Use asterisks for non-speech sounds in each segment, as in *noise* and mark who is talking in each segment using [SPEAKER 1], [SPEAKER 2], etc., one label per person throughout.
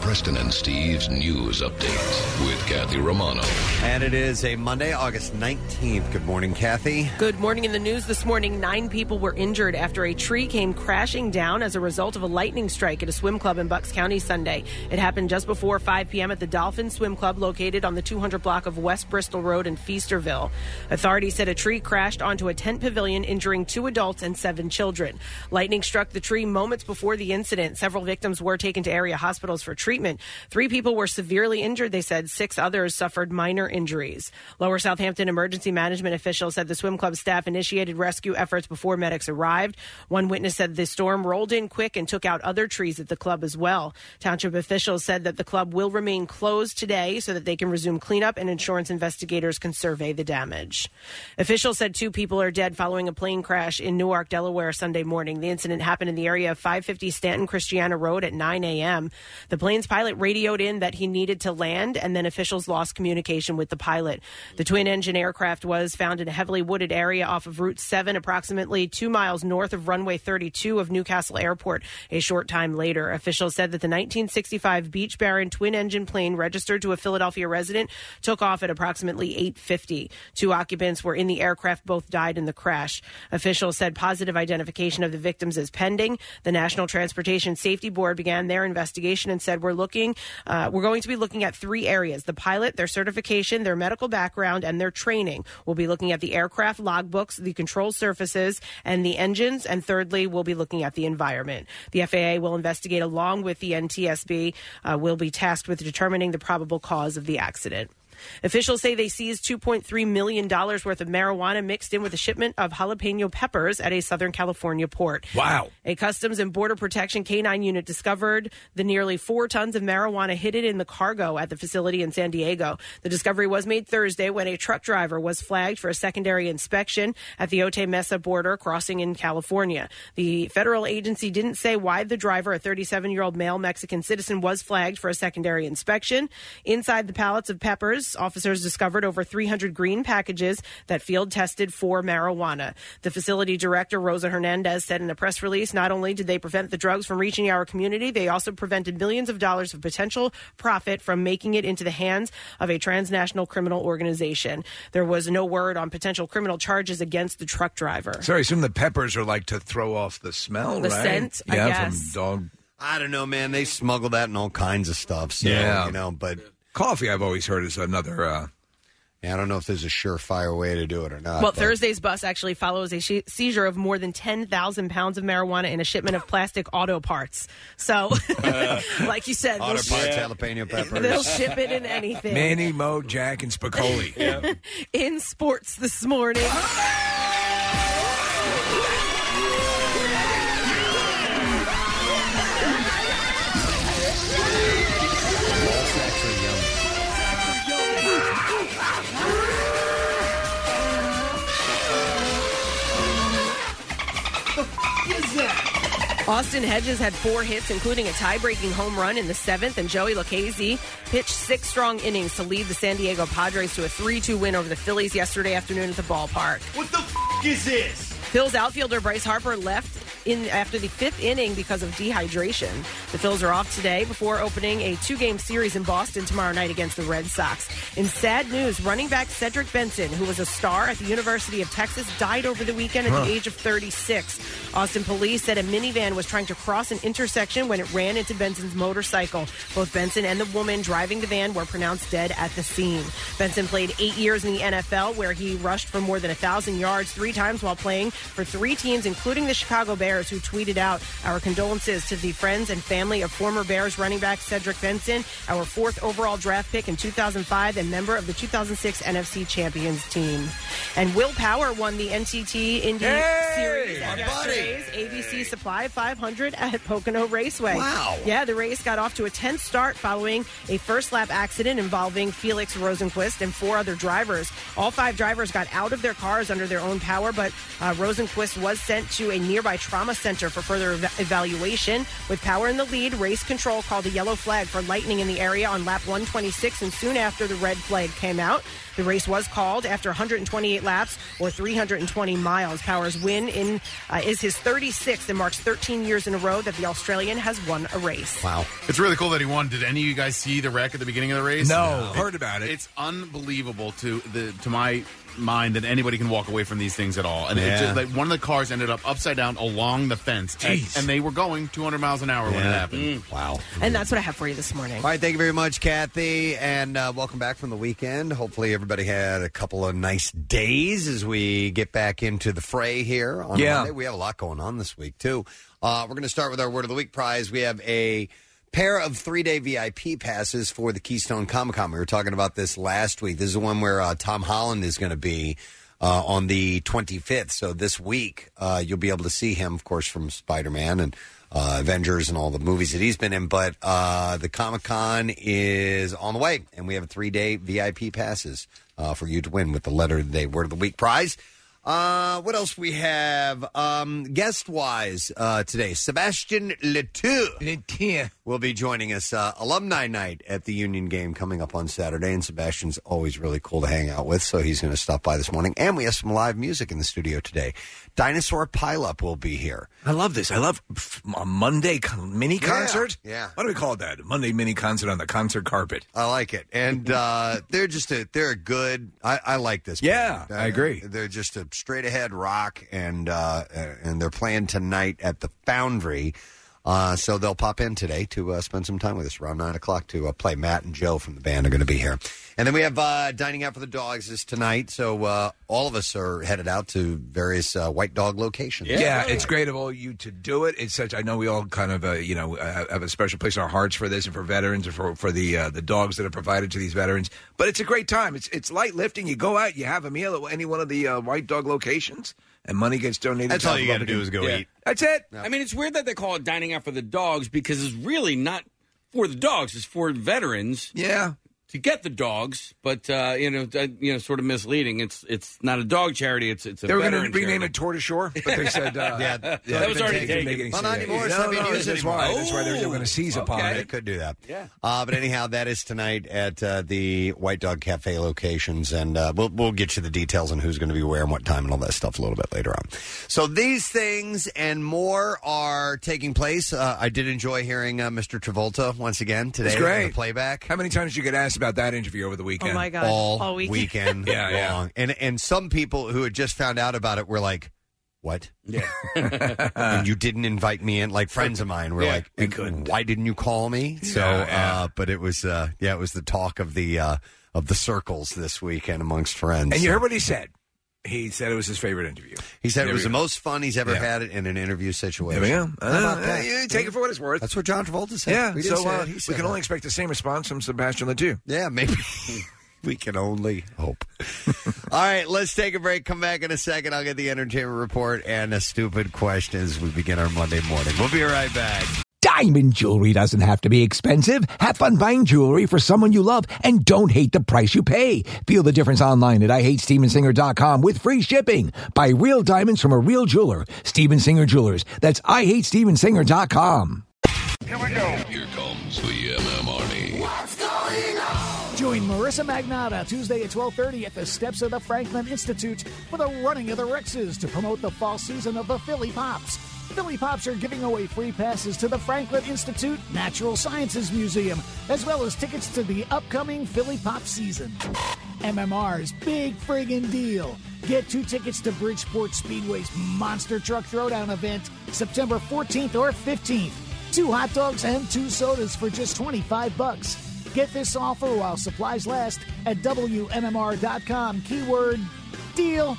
[SPEAKER 1] Preston and Steve's news update with Kathy Romano.
[SPEAKER 2] And it is a Monday, August 19th. Good morning, Kathy.
[SPEAKER 3] Good morning. In the news this morning, nine people were injured after a tree came crashing down as a result of a lightning strike at a swim club in Bucks County Sunday. It happened just before 5 p.m. at the Dolphin Swim Club located on the 200 block of West Bristol Road in Feasterville. Authorities said a tree crashed onto a tent pavilion, injuring two adults and seven children. Lightning struck the tree moments before the incident. Several victims were taken to area hospitals for treatment. Three people were severely injured, they said. Six others suffered minor injuries. Lower Southampton emergency management officials said the swim club staff initiated rescue efforts before medics arrived. One witness said the storm rolled in quick and took out other trees at the club as well. Township officials said that the club will remain closed today so that they can resume cleanup and insurance investigators can survey the damage. Officials said two people are dead following a plane crash in Newark, Delaware Sunday morning. The incident happened in the area of 550 Stanton Christiana Road at 9 a.m. The plane's pilot radioed in that he needed to land, and then officials lost communication with the pilot. The twin engine aircraft was found in a heavily wooded area off of Route 7, approximately two miles north of runway 32 of Newcastle Airport. A short time later, officials said that the 1965 Beach Baron twin engine plane registered to a Philadelphia resident took off at approximately 850. Two occupants were in the aircraft, both died in the crash. Officials said positive identification of the victims is pending. The National Transportation Safety Board began their investigation and said we're looking, uh, we're going to be looking at three areas: the pilot, their certification, their medical background, and their training. We'll be looking at the aircraft logbooks, the control surfaces, and the engines. And thirdly, we'll be looking at the environment. The FAA will investigate along with the NTSB. Uh, will be tasked with determining the probable cause of the accident. Officials say they seized $2.3 million worth of marijuana mixed in with a shipment of jalapeno peppers at a Southern California port.
[SPEAKER 4] Wow.
[SPEAKER 3] A Customs and Border Protection K9 unit discovered the nearly four tons of marijuana hidden in the cargo at the facility in San Diego. The discovery was made Thursday when a truck driver was flagged for a secondary inspection at the Ote Mesa border crossing in California. The federal agency didn't say why the driver, a 37 year old male Mexican citizen, was flagged for a secondary inspection. Inside the pallets of peppers, officers discovered over 300 green packages that field tested for marijuana. The facility director, Rosa Hernandez, said in a press release not only did they prevent the drugs from reaching our community, they also prevented millions of dollars of potential profit from making it into the hands of a transnational criminal organization. There was no word on potential criminal charges against the truck driver.
[SPEAKER 4] So I assume the peppers are like to throw off the smell,
[SPEAKER 3] The
[SPEAKER 4] right?
[SPEAKER 3] scent, I
[SPEAKER 4] yeah, from
[SPEAKER 3] guess.
[SPEAKER 4] dog.
[SPEAKER 2] I don't know, man. They smuggle that in all kinds of stuff. So,
[SPEAKER 4] Yeah.
[SPEAKER 2] you know, but
[SPEAKER 4] coffee I've always heard is another. Uh,
[SPEAKER 2] yeah, I don't know if there's a surefire way to do it or not.
[SPEAKER 3] Well,
[SPEAKER 2] Uh, but-
[SPEAKER 3] Thursday's bus actually follows a she- seizure of more than 10,000 pounds of marijuana in a shipment of plastic auto parts. So,
[SPEAKER 2] *laughs*
[SPEAKER 3] *laughs* like you said,
[SPEAKER 2] Otter
[SPEAKER 3] they'll,
[SPEAKER 2] parts,
[SPEAKER 3] sh-
[SPEAKER 2] jalapeno peppers.
[SPEAKER 3] they'll ship it in anything.
[SPEAKER 4] Manny, Mo, Jack, and *laughs* Spicoli.
[SPEAKER 3] *laughs* In sports this morning. Austin Hedges had four hits, including a tie-breaking home run in the seventh, and Joey Lucchese pitched six strong innings to lead the San Diego Padres to a 3-2 win over the Phillies yesterday afternoon at the ballpark.
[SPEAKER 5] What the f- is this?
[SPEAKER 3] Phil's outfielder Bryce Harper left in after the fifth inning because of dehydration. The Phils are off today before opening a two-game series in Boston tomorrow night against the Red Sox. In sad news, running back Cedric Benson, who was a star at the University of Texas, died over the weekend at
[SPEAKER 4] Huh.
[SPEAKER 3] the age of 36. Austin police said a minivan was trying to cross an intersection when it ran into Benson's motorcycle. Both Benson and the woman driving the van were pronounced dead at the scene. Benson played eight years in the NFL, where he rushed for more than a thousand yards three times while playing for three teams, including the Chicago Bears, who tweeted out our condolences to the friends and family of former Bears running back Cedric Benson, our fourth overall draft pick in 2005 and member of the 2006 NFC Champions team. And Will Power won the NTT Indy
[SPEAKER 4] Hey!
[SPEAKER 3] Series at
[SPEAKER 2] My buddy!
[SPEAKER 3] yesterday's ABC Supply 500 at Pocono Raceway.
[SPEAKER 2] Wow.
[SPEAKER 3] Yeah, the race got off to a tense start following a first lap accident involving Felix Rosenquist and four other drivers. All five drivers got out of their cars under their own power, but uh, Rosenquist was sent to a nearby trauma center for further ev- evaluation. With power in the lead, race control called a yellow flag for lightning in the area on lap 126, and soon after the red flag came out. The race was called after 128 straight laps or 320 miles. Power's win in uh, is his 36th and marks 13 years in a row that the Australian has won a race.
[SPEAKER 2] Wow.
[SPEAKER 6] It's really cool that he won. Did any of you guys see the wreck at the beginning of the race?
[SPEAKER 4] No, No. heard about it.
[SPEAKER 6] It's unbelievable to the to my mind that anybody can walk away from these things at all. And it
[SPEAKER 2] Yeah.
[SPEAKER 6] just, like, one of the cars ended up upside down along the fence, and,
[SPEAKER 4] Jeez.
[SPEAKER 6] and they were going 200 miles an hour when it
[SPEAKER 2] Yeah. Mm.
[SPEAKER 6] happened.
[SPEAKER 2] Wow.
[SPEAKER 3] And that's what I have for you this morning. *laughs*
[SPEAKER 2] All right, thank you very much, Kathy, and uh, welcome back from the weekend. Hopefully, everybody had a couple of nice days as we get back into the fray here on
[SPEAKER 4] Yeah.
[SPEAKER 2] Monday. We have a lot going on this week too. Uh, we're going to start with our word of the week prize. We have a pair of three-day VIP passes for the Keystone Comic Con. We were talking about this last week. This is the one where uh, Tom Holland is going to be. Uh, on the 25th. So, this week, uh, you'll be able to see him, of course, from Spider Man and uh, Avengers and all the movies that he's been in. But uh, the Comic Con is on the way, and we have three day VIP passes uh, for you to win with the letter of the day word of the week prize. Uh, what else we have? Um, guest wise uh, today, Sebastian Latour will be joining us uh, alumni night at the Union game coming up on Saturday. And Sebastian's always really cool to hang out with, so he's going to stop by this morning. And we have some live music in the studio today. Dinosaur Pileup will be here.
[SPEAKER 4] I love this. I love f- a Monday con- mini
[SPEAKER 2] Yeah,
[SPEAKER 4] concert.
[SPEAKER 2] yeah.
[SPEAKER 4] What do we call that? A Monday mini concert on the concert carpet.
[SPEAKER 2] I like it, and uh, they're just a they're a good. I, I like this.
[SPEAKER 4] Yeah,
[SPEAKER 2] band.
[SPEAKER 4] I agree.
[SPEAKER 2] Uh, They're just a straight ahead rock, and uh, and they're playing tonight at the Foundry. Uh, so they'll pop in today to uh, spend some time with us around nine o'clock to uh, play. Matt and Joe from the band are going to be here, and then we have uh, dining out for the dogs is tonight. So uh, all of us are headed out to various uh, white dog locations.
[SPEAKER 4] Yeah, it's great of all you to do it. It's such. I know we all kind of, uh, you know, uh, have a special place in our hearts for this and for veterans and for for the uh, the dogs that are provided to these veterans. But it's a great time. It's it's light lifting. You go out, you have a meal at any one of the uh, white dog locations, and money gets donated.
[SPEAKER 7] That's
[SPEAKER 4] to
[SPEAKER 7] all you
[SPEAKER 4] Alpha Lobby.
[SPEAKER 7] gotta do is go eat.
[SPEAKER 4] That's it.
[SPEAKER 7] I mean, it's weird that they call it dining out for the dogs because it's really not for the dogs. It's for veterans.
[SPEAKER 4] Yeah.
[SPEAKER 7] To get the dogs, but uh, you know, uh, you know, sort of misleading. It's it's not a dog charity. It's it's a
[SPEAKER 4] They were going to
[SPEAKER 7] veteran
[SPEAKER 4] rename
[SPEAKER 7] charity.
[SPEAKER 4] it Tortoise Shore, but
[SPEAKER 7] *laughs*
[SPEAKER 4] they said uh,
[SPEAKER 7] Yeah, that was already taken.
[SPEAKER 2] Well, not anymore. It's
[SPEAKER 4] No,
[SPEAKER 2] not being
[SPEAKER 4] no,
[SPEAKER 2] used
[SPEAKER 4] that's
[SPEAKER 2] anymore.
[SPEAKER 4] why. That's why they're going to seize upon
[SPEAKER 2] Yeah, They
[SPEAKER 4] it.
[SPEAKER 2] could do that. Yeah. Uh, but anyhow, that is tonight at uh, the White Dog Cafe locations, and uh, we'll we'll get you the details on who's going to be where and what time and all that stuff a little bit later on. So these things and more are taking place. Uh, I did enjoy hearing uh, Mr. Travolta once again Oh. today.
[SPEAKER 4] It's
[SPEAKER 2] on the
[SPEAKER 4] great.
[SPEAKER 2] playback.
[SPEAKER 4] How many times you get asked about that interview over the weekend?
[SPEAKER 3] Oh, my gosh.
[SPEAKER 2] all,
[SPEAKER 3] All weekend.
[SPEAKER 2] *laughs* weekend
[SPEAKER 4] Yeah, yeah.
[SPEAKER 2] long. And and some people who had just found out about it were like, "What? Yeah, *laughs* and you didn't invite me in." Like friends of mine were
[SPEAKER 4] Yeah,
[SPEAKER 2] like,
[SPEAKER 4] we couldn't.
[SPEAKER 2] "Why didn't you call me?" So,
[SPEAKER 4] Yeah, yeah.
[SPEAKER 2] Uh, but it was uh, yeah, it was the talk of the uh, of the circles this weekend amongst friends.
[SPEAKER 4] And you heard what he said. He said it was his favorite interview.
[SPEAKER 2] he said it
[SPEAKER 4] There
[SPEAKER 2] was
[SPEAKER 4] we
[SPEAKER 2] the
[SPEAKER 4] go.
[SPEAKER 2] most fun he's ever
[SPEAKER 4] Yeah.
[SPEAKER 2] had in an interview
[SPEAKER 4] There
[SPEAKER 2] situation.
[SPEAKER 4] we go.
[SPEAKER 2] How about
[SPEAKER 4] Uh,
[SPEAKER 2] that?
[SPEAKER 4] yeah, take it for what it's worth.
[SPEAKER 2] That's what John Travolta said.
[SPEAKER 4] yeah.
[SPEAKER 2] we didn't
[SPEAKER 4] so
[SPEAKER 2] say
[SPEAKER 4] uh,
[SPEAKER 2] it, he
[SPEAKER 4] we
[SPEAKER 2] said
[SPEAKER 4] can
[SPEAKER 2] that.
[SPEAKER 4] only expect the same response from Sebastian Ledoux.
[SPEAKER 2] Yeah, maybe. *laughs* we can only hope. All right, let's take a break. Come back in a second. I'll get the entertainment report and a stupid question as we begin our Monday morning. We'll be right back.
[SPEAKER 8] Diamond jewelry doesn't have to be expensive. Have fun buying jewelry for someone you love and don't hate the price you pay. Feel the difference online at IHateStevensinger.com with free shipping. Buy real diamonds from a real jeweler. Steven Singer Jewelers. That's IHateStevensinger.com.
[SPEAKER 9] Here comes the MM Army.
[SPEAKER 10] Join Marissa Magnata Tuesday at 12:30 at the steps of the Franklin Institute for the Running of the Rexes to promote the fall season of the Philly Pops. Philly Pops are giving away free passes to the Franklin Institute Natural Sciences Museum, as well as tickets to the upcoming Philly Pop season. MMR's big friggin' deal. Get two tickets to Bridgeport Speedway's Monster Truck Throwdown event September 14th or 15th. Two hot dogs and two sodas for just 25 bucks. Get this offer while supplies last at WMMR.com. Keyword deal.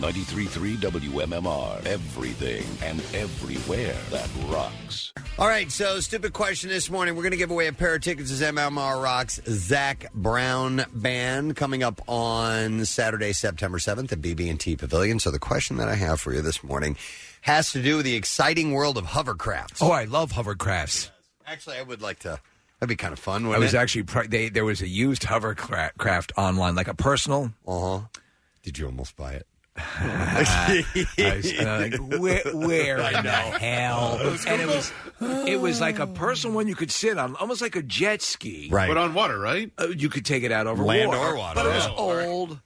[SPEAKER 9] 93.3 WMMR. Everything and everywhere that rocks.
[SPEAKER 2] All right, so stupid question this morning. We're going to give away a pair of tickets to MMR Rock's Zach Brown Band coming up on Saturday, September 7th at BB&T Pavilion. So the question that I have for you this morning has to do with the exciting world of hovercrafts.
[SPEAKER 4] Oh, I love hovercrafts.
[SPEAKER 2] Actually, I would like to. That'd be kind of fun.
[SPEAKER 4] I
[SPEAKER 2] wouldn't
[SPEAKER 4] was
[SPEAKER 2] it?
[SPEAKER 4] actually pri- they, there was a used hovercraft online, like a personal.
[SPEAKER 2] Uh huh. Did you almost buy it?
[SPEAKER 4] *laughs* I was, uh, like, where, where in the hell? And it was, it was like a personal one you could sit on, almost like a jet ski.
[SPEAKER 2] Right.
[SPEAKER 6] But on water, right?
[SPEAKER 4] Uh, you could take it out over
[SPEAKER 2] Land
[SPEAKER 4] water,
[SPEAKER 2] or water,
[SPEAKER 4] but it was
[SPEAKER 6] yeah.
[SPEAKER 4] old.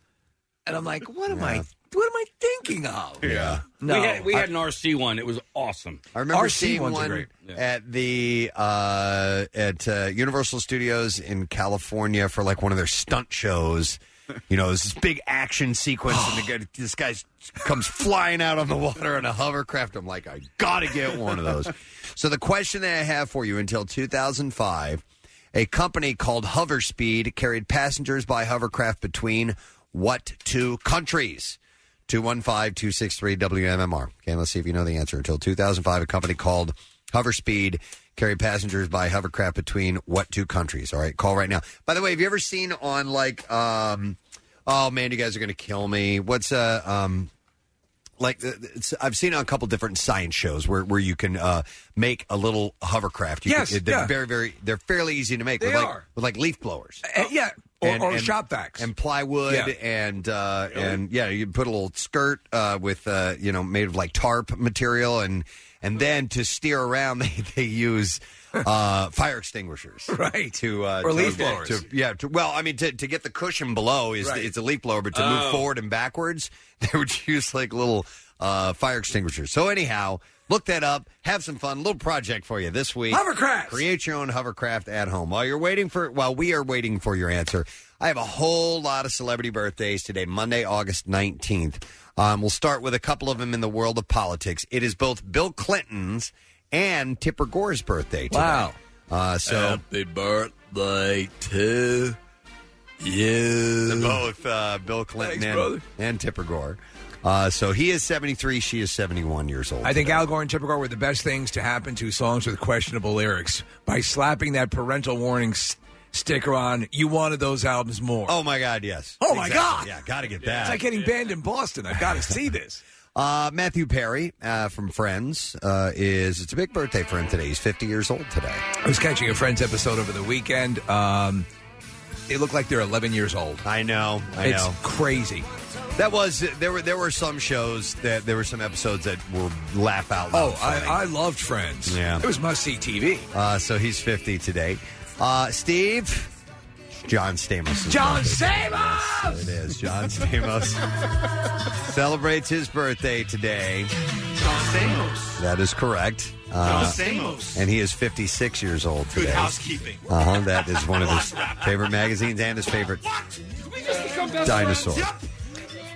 [SPEAKER 4] and I'm like, what am I? What am I thinking of?
[SPEAKER 2] Yeah.
[SPEAKER 7] we had, we had an RC one. It was awesome.
[SPEAKER 2] I remember seeing one at the uh, at uh, Universal Studios in California for like one of their stunt shows. You know, it's this big action sequence, and the guy, this guy comes flying out on the water in a hovercraft. I'm like, I gotta get one of those. so the question that I have for you: Until 2005, a company called HoverSpeed carried passengers by hovercraft between what two countries? 215 263 WMMR. Okay, let's see if you know the answer. Until 2005, a company called HoverSpeed carried passengers by hovercraft between what two countries? All right, call right now. By the way, have you ever seen on like, um, oh man, you guys are going to kill me. What's uh, um, like uh, it's, I've seen on a couple different science shows where, where you can uh, make a little hovercraft. You
[SPEAKER 4] Yes,
[SPEAKER 2] can, they're
[SPEAKER 4] yeah.
[SPEAKER 2] very very they're fairly easy to make.
[SPEAKER 4] They
[SPEAKER 2] with like,
[SPEAKER 4] are.
[SPEAKER 2] with like leaf blowers
[SPEAKER 4] Uh, yeah, or,
[SPEAKER 2] And-
[SPEAKER 4] or
[SPEAKER 2] and-
[SPEAKER 4] shop vacs.
[SPEAKER 2] and plywood
[SPEAKER 4] Yeah.
[SPEAKER 2] and uh, and yeah, you put a little skirt uh, with uh, you know made of like tarp material and and then to steer around *laughs* they they use uh, fire extinguishers
[SPEAKER 4] right
[SPEAKER 2] to uh,
[SPEAKER 4] *laughs* Or
[SPEAKER 2] to-
[SPEAKER 4] leaf blowers.
[SPEAKER 2] to- yeah, to, well, I mean to, to get the cushion below is
[SPEAKER 4] Right.
[SPEAKER 2] it's a leaf blower, but to
[SPEAKER 4] Oh.
[SPEAKER 2] move forward and backwards *laughs* they would use like little uh, fire extinguishers. So anyhow. Look that up. Have some fun. Little project for you this week.
[SPEAKER 4] Hovercraft.
[SPEAKER 2] Create your own hovercraft at home. While you're waiting for, while we are waiting for your answer, I have a whole lot of celebrity birthdays today, Monday, August 19th. Um, we'll start with a couple of them in the world of politics. It is both Bill Clinton's and Tipper Gore's birthday today.
[SPEAKER 4] Wow.
[SPEAKER 2] Uh, so
[SPEAKER 6] Happy birthday to you.
[SPEAKER 2] to both uh, Bill Clinton
[SPEAKER 4] Thanks,
[SPEAKER 2] and,
[SPEAKER 4] brother.
[SPEAKER 2] and Tipper Gore. Uh, so he is 73, she is 71 years old.
[SPEAKER 4] I think Al Gore and Tipper Gore were the best things to happen to songs with questionable lyrics by slapping that parental warning s- sticker on. You wanted those albums more.
[SPEAKER 2] Oh my God, yes.
[SPEAKER 4] Oh my
[SPEAKER 2] Exactly.
[SPEAKER 4] God.
[SPEAKER 2] Yeah, gotta get that.
[SPEAKER 4] It's like getting banned in Boston. I've got to see
[SPEAKER 2] *laughs*
[SPEAKER 4] this.
[SPEAKER 2] Uh, Matthew Perry uh, from Friends uh, is it's a big birthday for him today. He's 50 years old today.
[SPEAKER 4] I was catching a Friends episode over the weekend. Um, they look like they're 11 years old.
[SPEAKER 2] I know. I
[SPEAKER 4] it's
[SPEAKER 2] know.
[SPEAKER 4] crazy.
[SPEAKER 2] That was there were there were some shows that there were some episodes that were laugh out loud.
[SPEAKER 4] Oh, I, I loved Friends.
[SPEAKER 2] Yeah.
[SPEAKER 4] It was must see TV.
[SPEAKER 2] uh, so he's 50 today. Uh, Steve,
[SPEAKER 4] *laughs*
[SPEAKER 2] John Stamos.
[SPEAKER 4] John
[SPEAKER 2] Stamos. It is John *laughs* Stamos celebrates his birthday today. That is correct. Uh, and he is 56 years old today.
[SPEAKER 5] Good housekeeping.
[SPEAKER 2] Uh-huh, that is one of his favorite magazines and his favorite dinosaur.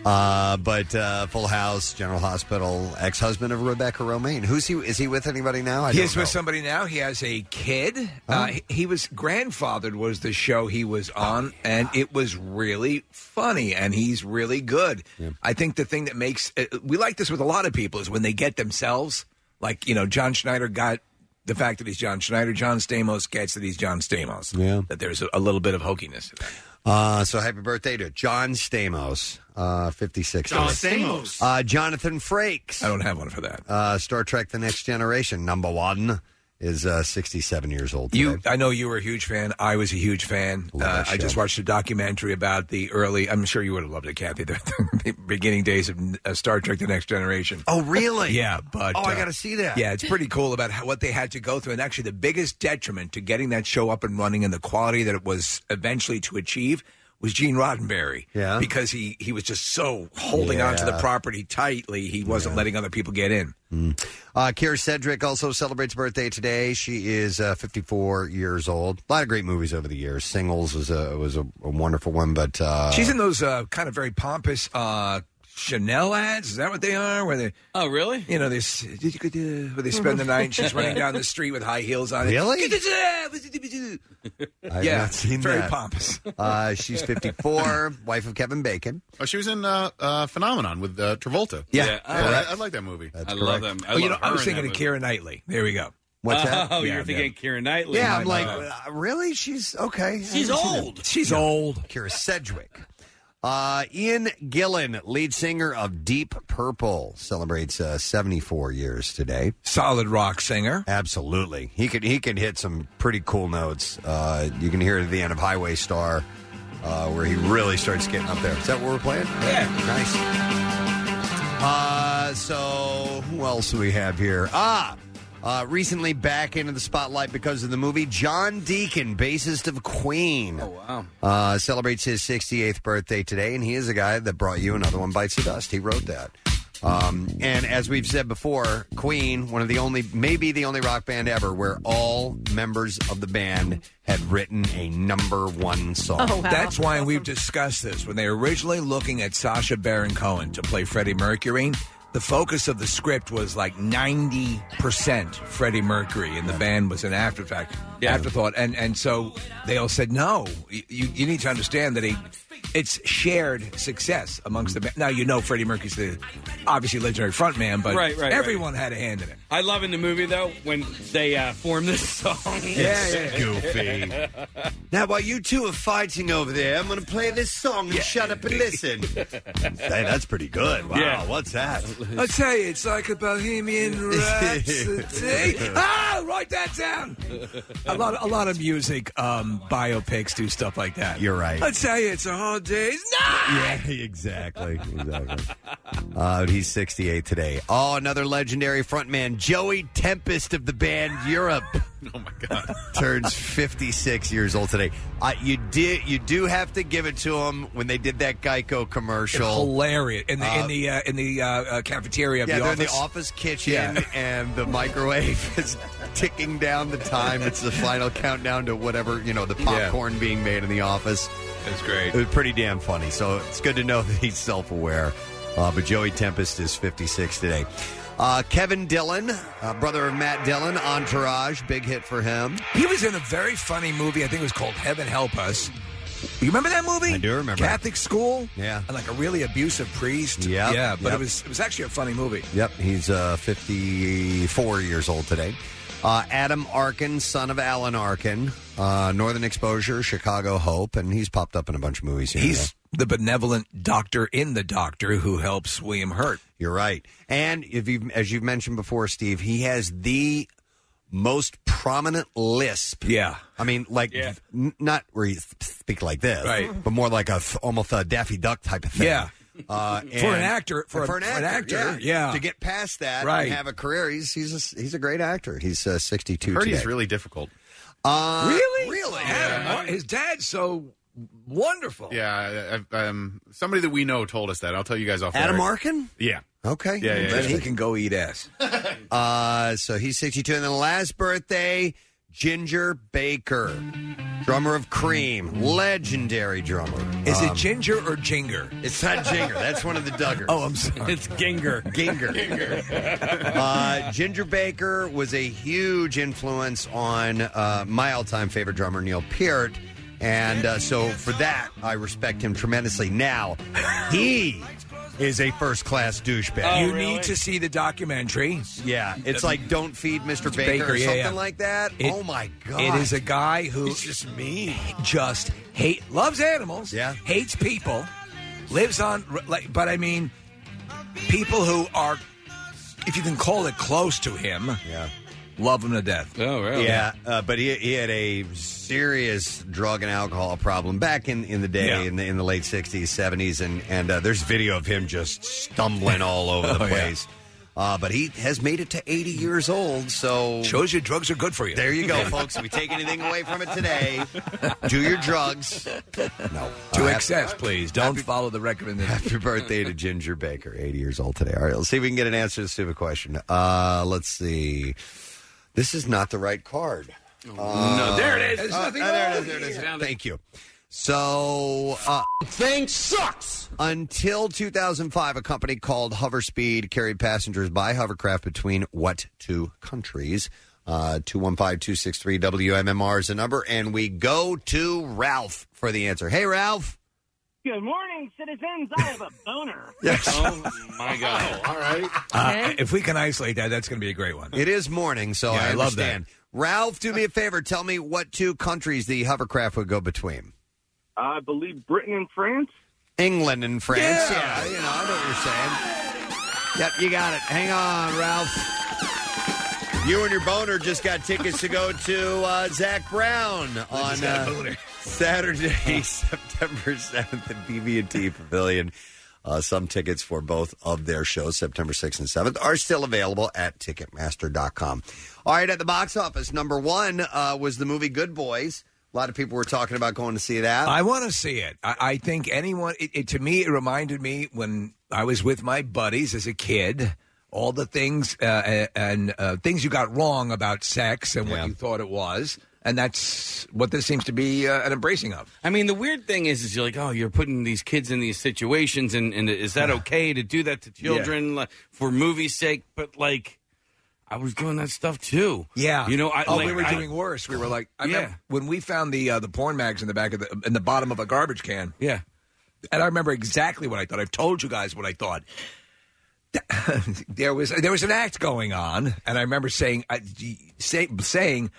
[SPEAKER 2] Uh, but uh, Full House, General Hospital, ex-husband of Rebecca Romaine. Who's he? Is he with anybody now? I
[SPEAKER 4] he
[SPEAKER 2] don't
[SPEAKER 4] is
[SPEAKER 2] know.
[SPEAKER 4] with somebody now. He has a kid. Uh, he, he was grandfathered was the show he was on, and it was really funny, and he's really good. I think the thing that makes uh, we like this with a lot of people is when they get themselves. Like you know, John Schneider got the fact that he's John Schneider. John Stamos gets that he's John Stamos. Yeah, that there's a, a little bit of hokiness. To that.
[SPEAKER 2] Uh, so happy birthday to John Stamos, uh, 56.
[SPEAKER 4] John
[SPEAKER 2] today.
[SPEAKER 4] Stamos.
[SPEAKER 2] Uh, Jonathan Frakes.
[SPEAKER 4] I don't have one for that.
[SPEAKER 2] Uh, Star Trek The Next Generation, number one, is uh, 67 years old.
[SPEAKER 4] You, I know you were a huge fan. I was a huge fan. Uh, I just watched a documentary about the early. I'm sure you would have loved it, Kathy. The, *laughs* the beginning days of uh, Star Trek: The Next Generation.
[SPEAKER 2] Oh,
[SPEAKER 4] *laughs*
[SPEAKER 2] really?
[SPEAKER 4] yeah, but
[SPEAKER 2] Oh, I
[SPEAKER 4] uh,
[SPEAKER 2] gotta see that.
[SPEAKER 4] Yeah, it's pretty cool about how, what they had to go through, and actually, the biggest detriment to getting that show up and running and the quality that it was eventually to achieve was Gene Roddenberry.
[SPEAKER 2] Yeah.
[SPEAKER 4] because he he was just so holding on to
[SPEAKER 2] Yeah.
[SPEAKER 4] the property tightly, he wasn't letting other people get in.
[SPEAKER 2] Uh, Kira Cedric also celebrates birthday today. She is uh, 54 years old. A lot of great movies over the years. Singles was a was a, a wonderful one, but uh,
[SPEAKER 4] She's in those uh, kind of very pompous uh, Chanel ads. Is that what they are? Where they?
[SPEAKER 7] Oh, really?
[SPEAKER 4] You know, they s- where they spend the night. and She's
[SPEAKER 7] *laughs*
[SPEAKER 4] running down the street with high heels on.
[SPEAKER 2] Really?
[SPEAKER 4] yeah, *laughs*
[SPEAKER 2] I've not seen
[SPEAKER 4] very
[SPEAKER 2] that.
[SPEAKER 4] pompous.
[SPEAKER 2] *laughs* Uh, she's 54, wife of Kevin Bacon.
[SPEAKER 6] Oh, she was in uh, uh, Phenomenon with uh, Travolta.
[SPEAKER 2] Yeah.
[SPEAKER 6] yeah,
[SPEAKER 2] Yeah.
[SPEAKER 6] I- I, like that movie.
[SPEAKER 2] That's
[SPEAKER 7] I
[SPEAKER 2] correct.
[SPEAKER 7] love them. I,
[SPEAKER 4] Oh,
[SPEAKER 7] love
[SPEAKER 4] you know, I
[SPEAKER 7] her
[SPEAKER 4] was
[SPEAKER 7] in
[SPEAKER 4] thinking
[SPEAKER 7] that
[SPEAKER 4] of Kira Knightley. There we go.
[SPEAKER 2] What's
[SPEAKER 7] movie.
[SPEAKER 2] that?
[SPEAKER 7] *laughs* Oh,
[SPEAKER 4] Yeah,
[SPEAKER 7] you're thinking Kieran Knightley.
[SPEAKER 2] yeah, I'm like,
[SPEAKER 7] Uh,
[SPEAKER 2] uh, really? She's okay.
[SPEAKER 7] she's old.
[SPEAKER 4] She's old.
[SPEAKER 2] Kira Sedgwick. Uh, Ian Gillan, lead singer of Deep Purple, celebrates uh, 74 years today.
[SPEAKER 4] Solid rock singer.
[SPEAKER 2] Absolutely, he could he can hit some pretty cool notes. Uh, you can hear it at the end of Highway Star, uh, where he really starts getting up there. Is that what we're playing?
[SPEAKER 4] Yeah.
[SPEAKER 2] Nice. Uh, so who else do we have here? Ah, Uh, recently back into the spotlight because of the movie, John Deacon, bassist of Queen. Oh, wow. Uh, celebrates his 68th birthday today, and he is a guy that brought you Another One Bites the Dust. He wrote that. Um, and as we've said before, Queen, one of the only, maybe the only rock band ever where all members of the band had written a number one song.
[SPEAKER 4] That's why we've discussed this. When they were originally looking at Sasha Baron Cohen to play Freddie Mercury, the focus of the script was like 90% Freddie Mercury, and the band was an afterfact, afterthought. And, and so they all said, no, you, you need to understand that a, it's shared success amongst the band.
[SPEAKER 7] Mm-hmm.
[SPEAKER 4] Now, you know Freddie Mercury's the obviously legendary frontman, but
[SPEAKER 7] Right, right, right.
[SPEAKER 4] everyone had a hand in it.
[SPEAKER 7] I love in the movie though when they uh, form this *laughs* song. *laughs*
[SPEAKER 2] It's goofy. Now, while you two are fighting over there, I'm going to play this song and shut up and listen. hey, *laughs* that's pretty good. Wow,
[SPEAKER 4] Yeah.
[SPEAKER 2] what's that? *laughs*
[SPEAKER 4] I tell you, it's like a
[SPEAKER 7] *laughs*
[SPEAKER 4] bohemian rhapsody. ah, write that down. A lot, a lot of music um, biopics do stuff like that. You're
[SPEAKER 2] right.
[SPEAKER 4] I tell you, it's a hard day's night.
[SPEAKER 2] Yeah, *laughs* exactly. Exactly. Uh, he's 68 today. Oh, another legendary frontman, Joey Tempest of the band Europe. *laughs* oh my God! *laughs* Turns 56 years old today. Uh, you did. You do have to give it to him when they did that Geico commercial.
[SPEAKER 4] Hilarious in the
[SPEAKER 2] Uh,
[SPEAKER 4] in the uh, in the uh, uh, cafeteria of
[SPEAKER 2] yeah,
[SPEAKER 4] the
[SPEAKER 2] they're
[SPEAKER 4] office.
[SPEAKER 2] in the office kitchen,
[SPEAKER 4] Yeah.
[SPEAKER 2] and the microwave *laughs* is ticking down the time. It's the final countdown to whatever you know the popcorn being made in the office.
[SPEAKER 4] That's great.
[SPEAKER 2] It was pretty damn funny. So it's good to know *laughs* that he's self aware. Uh, but Joey Tempest is 56 today. Uh, Kevin Dillon, uh, brother of Matt Dillon, Entourage, big hit for him.
[SPEAKER 4] He was in a very funny movie. I think it was called Heaven Help Us. You remember that movie? I do remember. Catholic school.
[SPEAKER 2] Yeah.
[SPEAKER 4] And like a really abusive priest.
[SPEAKER 2] Yep,
[SPEAKER 4] Yeah. But
[SPEAKER 2] yep.
[SPEAKER 4] it was it was actually a funny movie.
[SPEAKER 2] Yep, he's uh, 54 years old today. Uh, Adam Arkin, son of Alan Arkin, uh, Northern Exposure, Chicago Hope, and he's popped up in a bunch of movies. Here
[SPEAKER 4] He's the benevolent doctor in the doctor who helps William Hurt.
[SPEAKER 2] You're right. And if you, as you've mentioned before, Steve, he has the most prominent lisp.
[SPEAKER 4] Yeah.
[SPEAKER 2] I mean, like n- not where you speak like this,
[SPEAKER 4] Right.
[SPEAKER 2] But more like a th- almost a Daffy Duck type of thing.
[SPEAKER 4] Yeah.
[SPEAKER 2] Uh,
[SPEAKER 4] For
[SPEAKER 2] and-
[SPEAKER 4] an actor- for a-
[SPEAKER 2] for an
[SPEAKER 4] for an
[SPEAKER 2] actor,
[SPEAKER 4] actor,
[SPEAKER 2] yeah,
[SPEAKER 4] yeah.
[SPEAKER 2] to get past that
[SPEAKER 4] Right.
[SPEAKER 2] and have a career, he's he's a, he's a great actor. He's uh, sixty two.
[SPEAKER 6] Heard he's
[SPEAKER 2] really difficult. Uh,
[SPEAKER 4] really?
[SPEAKER 2] Really?
[SPEAKER 4] Adam, his dad's so wonderful.
[SPEAKER 6] Yeah, I, I, um, somebody that we know told us that. I'll tell you guys off.
[SPEAKER 2] Adam
[SPEAKER 6] air.
[SPEAKER 2] Arkin?
[SPEAKER 6] Yeah.
[SPEAKER 2] Okay.
[SPEAKER 6] Yeah, yeah,
[SPEAKER 4] Then
[SPEAKER 6] yeah.
[SPEAKER 4] he can go eat
[SPEAKER 6] *laughs*
[SPEAKER 4] ass.
[SPEAKER 2] Uh, so he's 62. And then last birthday, Ginger Baker, drummer of Cream, legendary drummer.
[SPEAKER 4] Is it
[SPEAKER 2] Um,
[SPEAKER 4] Ginger or Jinger?
[SPEAKER 2] It's not
[SPEAKER 4] *laughs*
[SPEAKER 2] Jinger. That's one of the Duggars.
[SPEAKER 4] Oh, I'm sorry.
[SPEAKER 7] It's Ginger.
[SPEAKER 2] Ginger. *laughs* uh, Ginger Baker was a huge influence on uh, my all time favorite drummer, Neil Peart. And uh, so for that, I respect him tremendously. Now, he is a first class douchebag.
[SPEAKER 4] you need to see the documentary.
[SPEAKER 2] Oh, Yeah, it's like don't feed Mr. Baker, or
[SPEAKER 4] yeah,
[SPEAKER 2] something
[SPEAKER 4] yeah.
[SPEAKER 2] like that.
[SPEAKER 4] It-
[SPEAKER 2] oh my god!
[SPEAKER 4] It is a guy who is just mean. Just hate loves animals. Yeah. Hates people. Lives on like but I mean people who are if you can call it close to him.
[SPEAKER 2] Yeah.
[SPEAKER 4] Love him to death.
[SPEAKER 7] Oh,
[SPEAKER 2] Yeah, uh, but he, he had a serious drug and alcohol problem back in, in the day,
[SPEAKER 4] Yeah.
[SPEAKER 2] in, the, in the late 60s, 70s, and, and uh, there's video of him just stumbling all over the
[SPEAKER 4] Oh, yeah.
[SPEAKER 2] place. Uh, but he has made it to 80 years old, so.
[SPEAKER 4] Shows you drugs are good for you.
[SPEAKER 2] There
[SPEAKER 4] *laughs*
[SPEAKER 2] you go, folks. If we take anything away from it today, do
[SPEAKER 4] *laughs*
[SPEAKER 2] your drugs. No.
[SPEAKER 4] To
[SPEAKER 2] Uh,
[SPEAKER 4] excess, please. Don't follow the recommendation.
[SPEAKER 2] Happy birthday to Ginger Baker, 80 years old today. All right, let's see if we can get an answer to this stupid question. Uh, let's see. This is not the right card.
[SPEAKER 7] no, there it is.
[SPEAKER 2] Uh,
[SPEAKER 7] There's nothing
[SPEAKER 2] uh, there
[SPEAKER 7] wrong
[SPEAKER 2] it is.
[SPEAKER 7] with
[SPEAKER 2] There it
[SPEAKER 7] it.
[SPEAKER 2] is.
[SPEAKER 7] Found it.
[SPEAKER 2] Thank you. So, uh, thing sucks. Until 2005, a company called Hoverspeed carried passengers by hovercraft between what two countries? Uh, 215-263 WMMR is the number, and we go to Ralph for the answer. Hey, Ralph.
[SPEAKER 11] Good morning, citizens. I have a
[SPEAKER 2] *laughs*
[SPEAKER 11] boner.
[SPEAKER 7] Oh my god!
[SPEAKER 11] all
[SPEAKER 4] *laughs*
[SPEAKER 11] right.
[SPEAKER 4] Uh, if we can isolate that, that's going to be a great one.
[SPEAKER 2] It is morning, so
[SPEAKER 4] Yeah,
[SPEAKER 2] I,
[SPEAKER 4] I love that.
[SPEAKER 2] understand. Ralph, do me a favor. Tell me what two countries the hovercraft would go between.
[SPEAKER 11] I believe Britain and France.
[SPEAKER 2] England and France. Yeah, you know, I know what you're saying. Yep, you got it. Hang on, Ralph. You and your boner just got tickets to go to uh, Zach Brown
[SPEAKER 4] *laughs*
[SPEAKER 2] on *laughs* uh, Saturday, September 7th at BB&T Pavilion. Uh, some tickets for both of their shows, September 6th and 7th, are still available at Ticketmaster.com. All right, at the box office, number one uh, was the movie Good Boys. A lot of people were talking about going to see that.
[SPEAKER 4] I want to see it. I, I think anyone. It, it, to me, it reminded me when I was with my buddies as a kid. All the things uh, and uh, things you got wrong about sex and what you thought it was, and that's what this seems to be uh, an embracing of.
[SPEAKER 7] I mean, the weird thing is, is you're like, oh, you're putting these kids in these situations, and, and
[SPEAKER 4] *sighs*
[SPEAKER 7] is that okay to do that to children like, for movie's sake? But like, I was doing that stuff too.
[SPEAKER 4] Yeah,
[SPEAKER 7] you know, I,
[SPEAKER 4] oh,
[SPEAKER 7] like,
[SPEAKER 4] we were
[SPEAKER 7] I-
[SPEAKER 4] doing worse. We were like, I
[SPEAKER 7] Yeah.
[SPEAKER 4] remember when we found the uh, the porn mags in the back of the in the bottom of a garbage can.
[SPEAKER 7] Yeah,
[SPEAKER 4] and I remember exactly what I thought. I've told you guys what I thought. *laughs* there was there was an act going on, and I remember saying I, say, saying,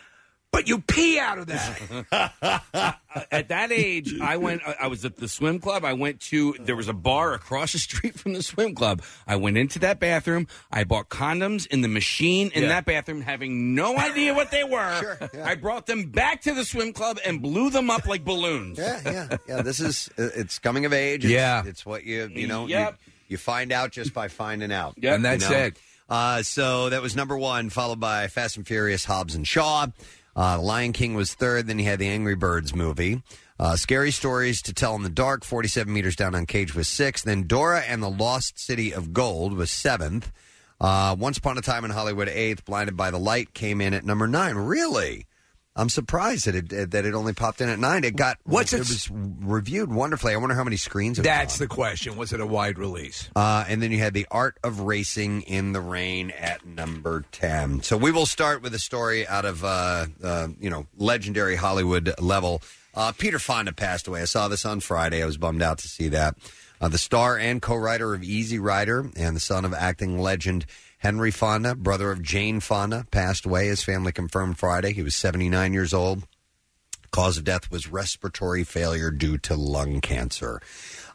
[SPEAKER 4] "But you pee out of that."
[SPEAKER 7] *laughs* Uh, at that age, I went. I- I was at the swim club. I went to. There was a bar across the street from the swim club. I went into that bathroom. I bought condoms in the machine in
[SPEAKER 12] Yeah.
[SPEAKER 7] that bathroom, having no idea what
[SPEAKER 4] *laughs*
[SPEAKER 7] they were. I brought them back to the swim club and blew them up like balloons.
[SPEAKER 2] Yeah, yeah, yeah. This is uh, it's coming of age. It's,
[SPEAKER 7] Yeah.
[SPEAKER 2] it's what you you know
[SPEAKER 7] Yep.
[SPEAKER 2] you, you find out just by finding out.
[SPEAKER 7] Yep. And that's
[SPEAKER 2] You know?
[SPEAKER 7] it.
[SPEAKER 2] Uh, so that was number one, followed by Fast and Furious, Hobbs and Shaw. Uh, Lion King was third. Then you had the Angry Birds movie. Uh, Scary Stories to Tell in the Dark, 47 Meters Down on Cage was sixth. Then Dora and the Lost City of Gold was seventh. Uh, Once Upon a Time in Hollywood, eighth. Blinded by the Light came in at number nine. Really? I'm surprised that it that it only popped in at nine. It got
[SPEAKER 4] What's
[SPEAKER 2] it
[SPEAKER 4] its-
[SPEAKER 2] was reviewed wonderfully. I wonder how many screens. It was
[SPEAKER 4] That's
[SPEAKER 2] on.
[SPEAKER 4] the question. Was it a wide release?
[SPEAKER 2] Uh, and then you had the art of racing in the rain at number ten. So we will start with a story out of uh, uh, you know legendary Hollywood level. Uh, Peter Fonda passed away. I saw this on Friday. I was bummed out to see that. Uh, the star and co-writer of Easy Rider and the son of acting legend Henry Fonda, brother of Jane Fonda, passed away. His family confirmed Friday. He was 79 years old. Cause of death was respiratory failure due to lung cancer.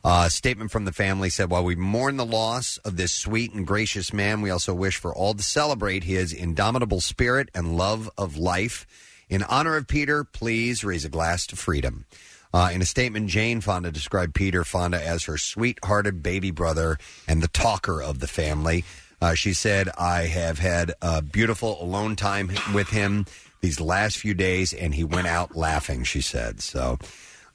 [SPEAKER 2] Uh, a statement from the family said, While we mourn the loss of this sweet and gracious man, we also wish for all to celebrate his indomitable spirit and love of life. In honor of Peter, please raise a glass to freedom. Uh, in a statement, Jane Fonda described Peter Fonda as her sweet-hearted baby brother and the talker of the family. Uh, she said, "I have had a beautiful alone time with him these last few days, and he went out laughing." She said, "So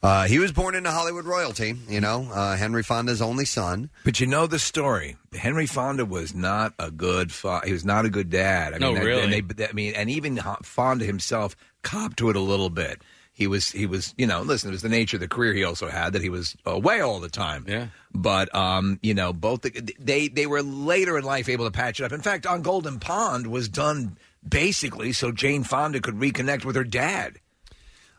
[SPEAKER 2] uh, he was born into Hollywood royalty, you know, uh, Henry Fonda's only son."
[SPEAKER 4] But you know the story. Henry Fonda was not a good. Fa- he was not a good dad. I
[SPEAKER 7] No,
[SPEAKER 4] mean, that-
[SPEAKER 7] really?
[SPEAKER 4] And they, I mean, and even Ho- Fonda himself copped to it a little bit. He was. He was. You know, listen. It was the nature of the career he also had that he was away all the time. Yeah. But um, you know, both the, they they were later in life able to patch it up. In fact, on Golden Pond was done basically so Jane Fonda could reconnect with her dad.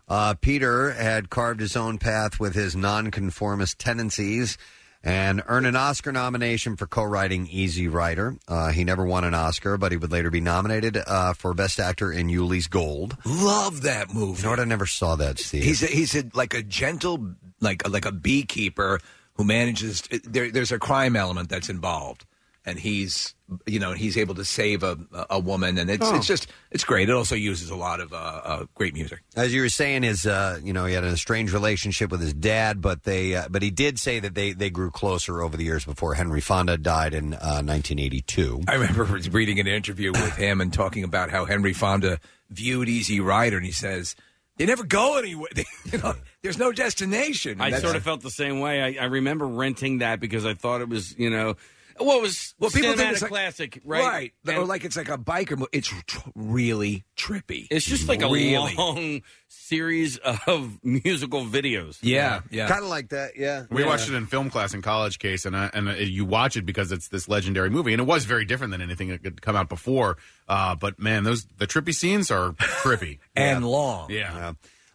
[SPEAKER 2] Uh, Peter had carved his own path with his nonconformist tendencies and earned an Oscar nomination for co-writing Easy Rider. Uh, he never won an Oscar, but he would later be nominated uh, for Best Actor in Yuli's Gold.
[SPEAKER 4] Love that movie.
[SPEAKER 2] You know what? I never saw that, Steve.
[SPEAKER 4] He's a, he's a, like a gentle, like a, like a beekeeper who manages. There, there's a crime element that's involved, and he's you know he's able to save a a woman, and it's
[SPEAKER 2] Oh.
[SPEAKER 4] it's just it's great. It also uses a lot of uh, uh, great music.
[SPEAKER 2] As you were saying, his uh, you know he had a strange relationship with his dad, but they uh, but he did say that they they grew closer over the years before Henry Fonda died in uh, 1982.
[SPEAKER 4] I remember *laughs* reading an interview with him and talking about how Henry Fonda viewed Easy Rider, and he says. They never go anywhere. *laughs* you know, there's no destination.
[SPEAKER 7] I
[SPEAKER 4] That's-
[SPEAKER 7] sort of felt the same way. I, I remember renting that because I thought it was, you know, what was
[SPEAKER 4] Well, people think
[SPEAKER 7] cinematic
[SPEAKER 4] it's like-
[SPEAKER 7] classic, right?
[SPEAKER 4] Right. Or like it's like a biker movie. It's tr- really trippy.
[SPEAKER 7] It's just like
[SPEAKER 4] really.
[SPEAKER 7] a long series of *laughs* musical videos.
[SPEAKER 2] Kind of like that, yeah.
[SPEAKER 6] We
[SPEAKER 2] Yeah.
[SPEAKER 6] watched it in film class in college, Case, and uh, and uh, you watch it because it's this legendary movie, and it was very different than anything that could come out before. Uh, but man, those the trippy scenes are
[SPEAKER 2] *laughs*
[SPEAKER 6] trippy
[SPEAKER 4] and long.
[SPEAKER 6] Yeah.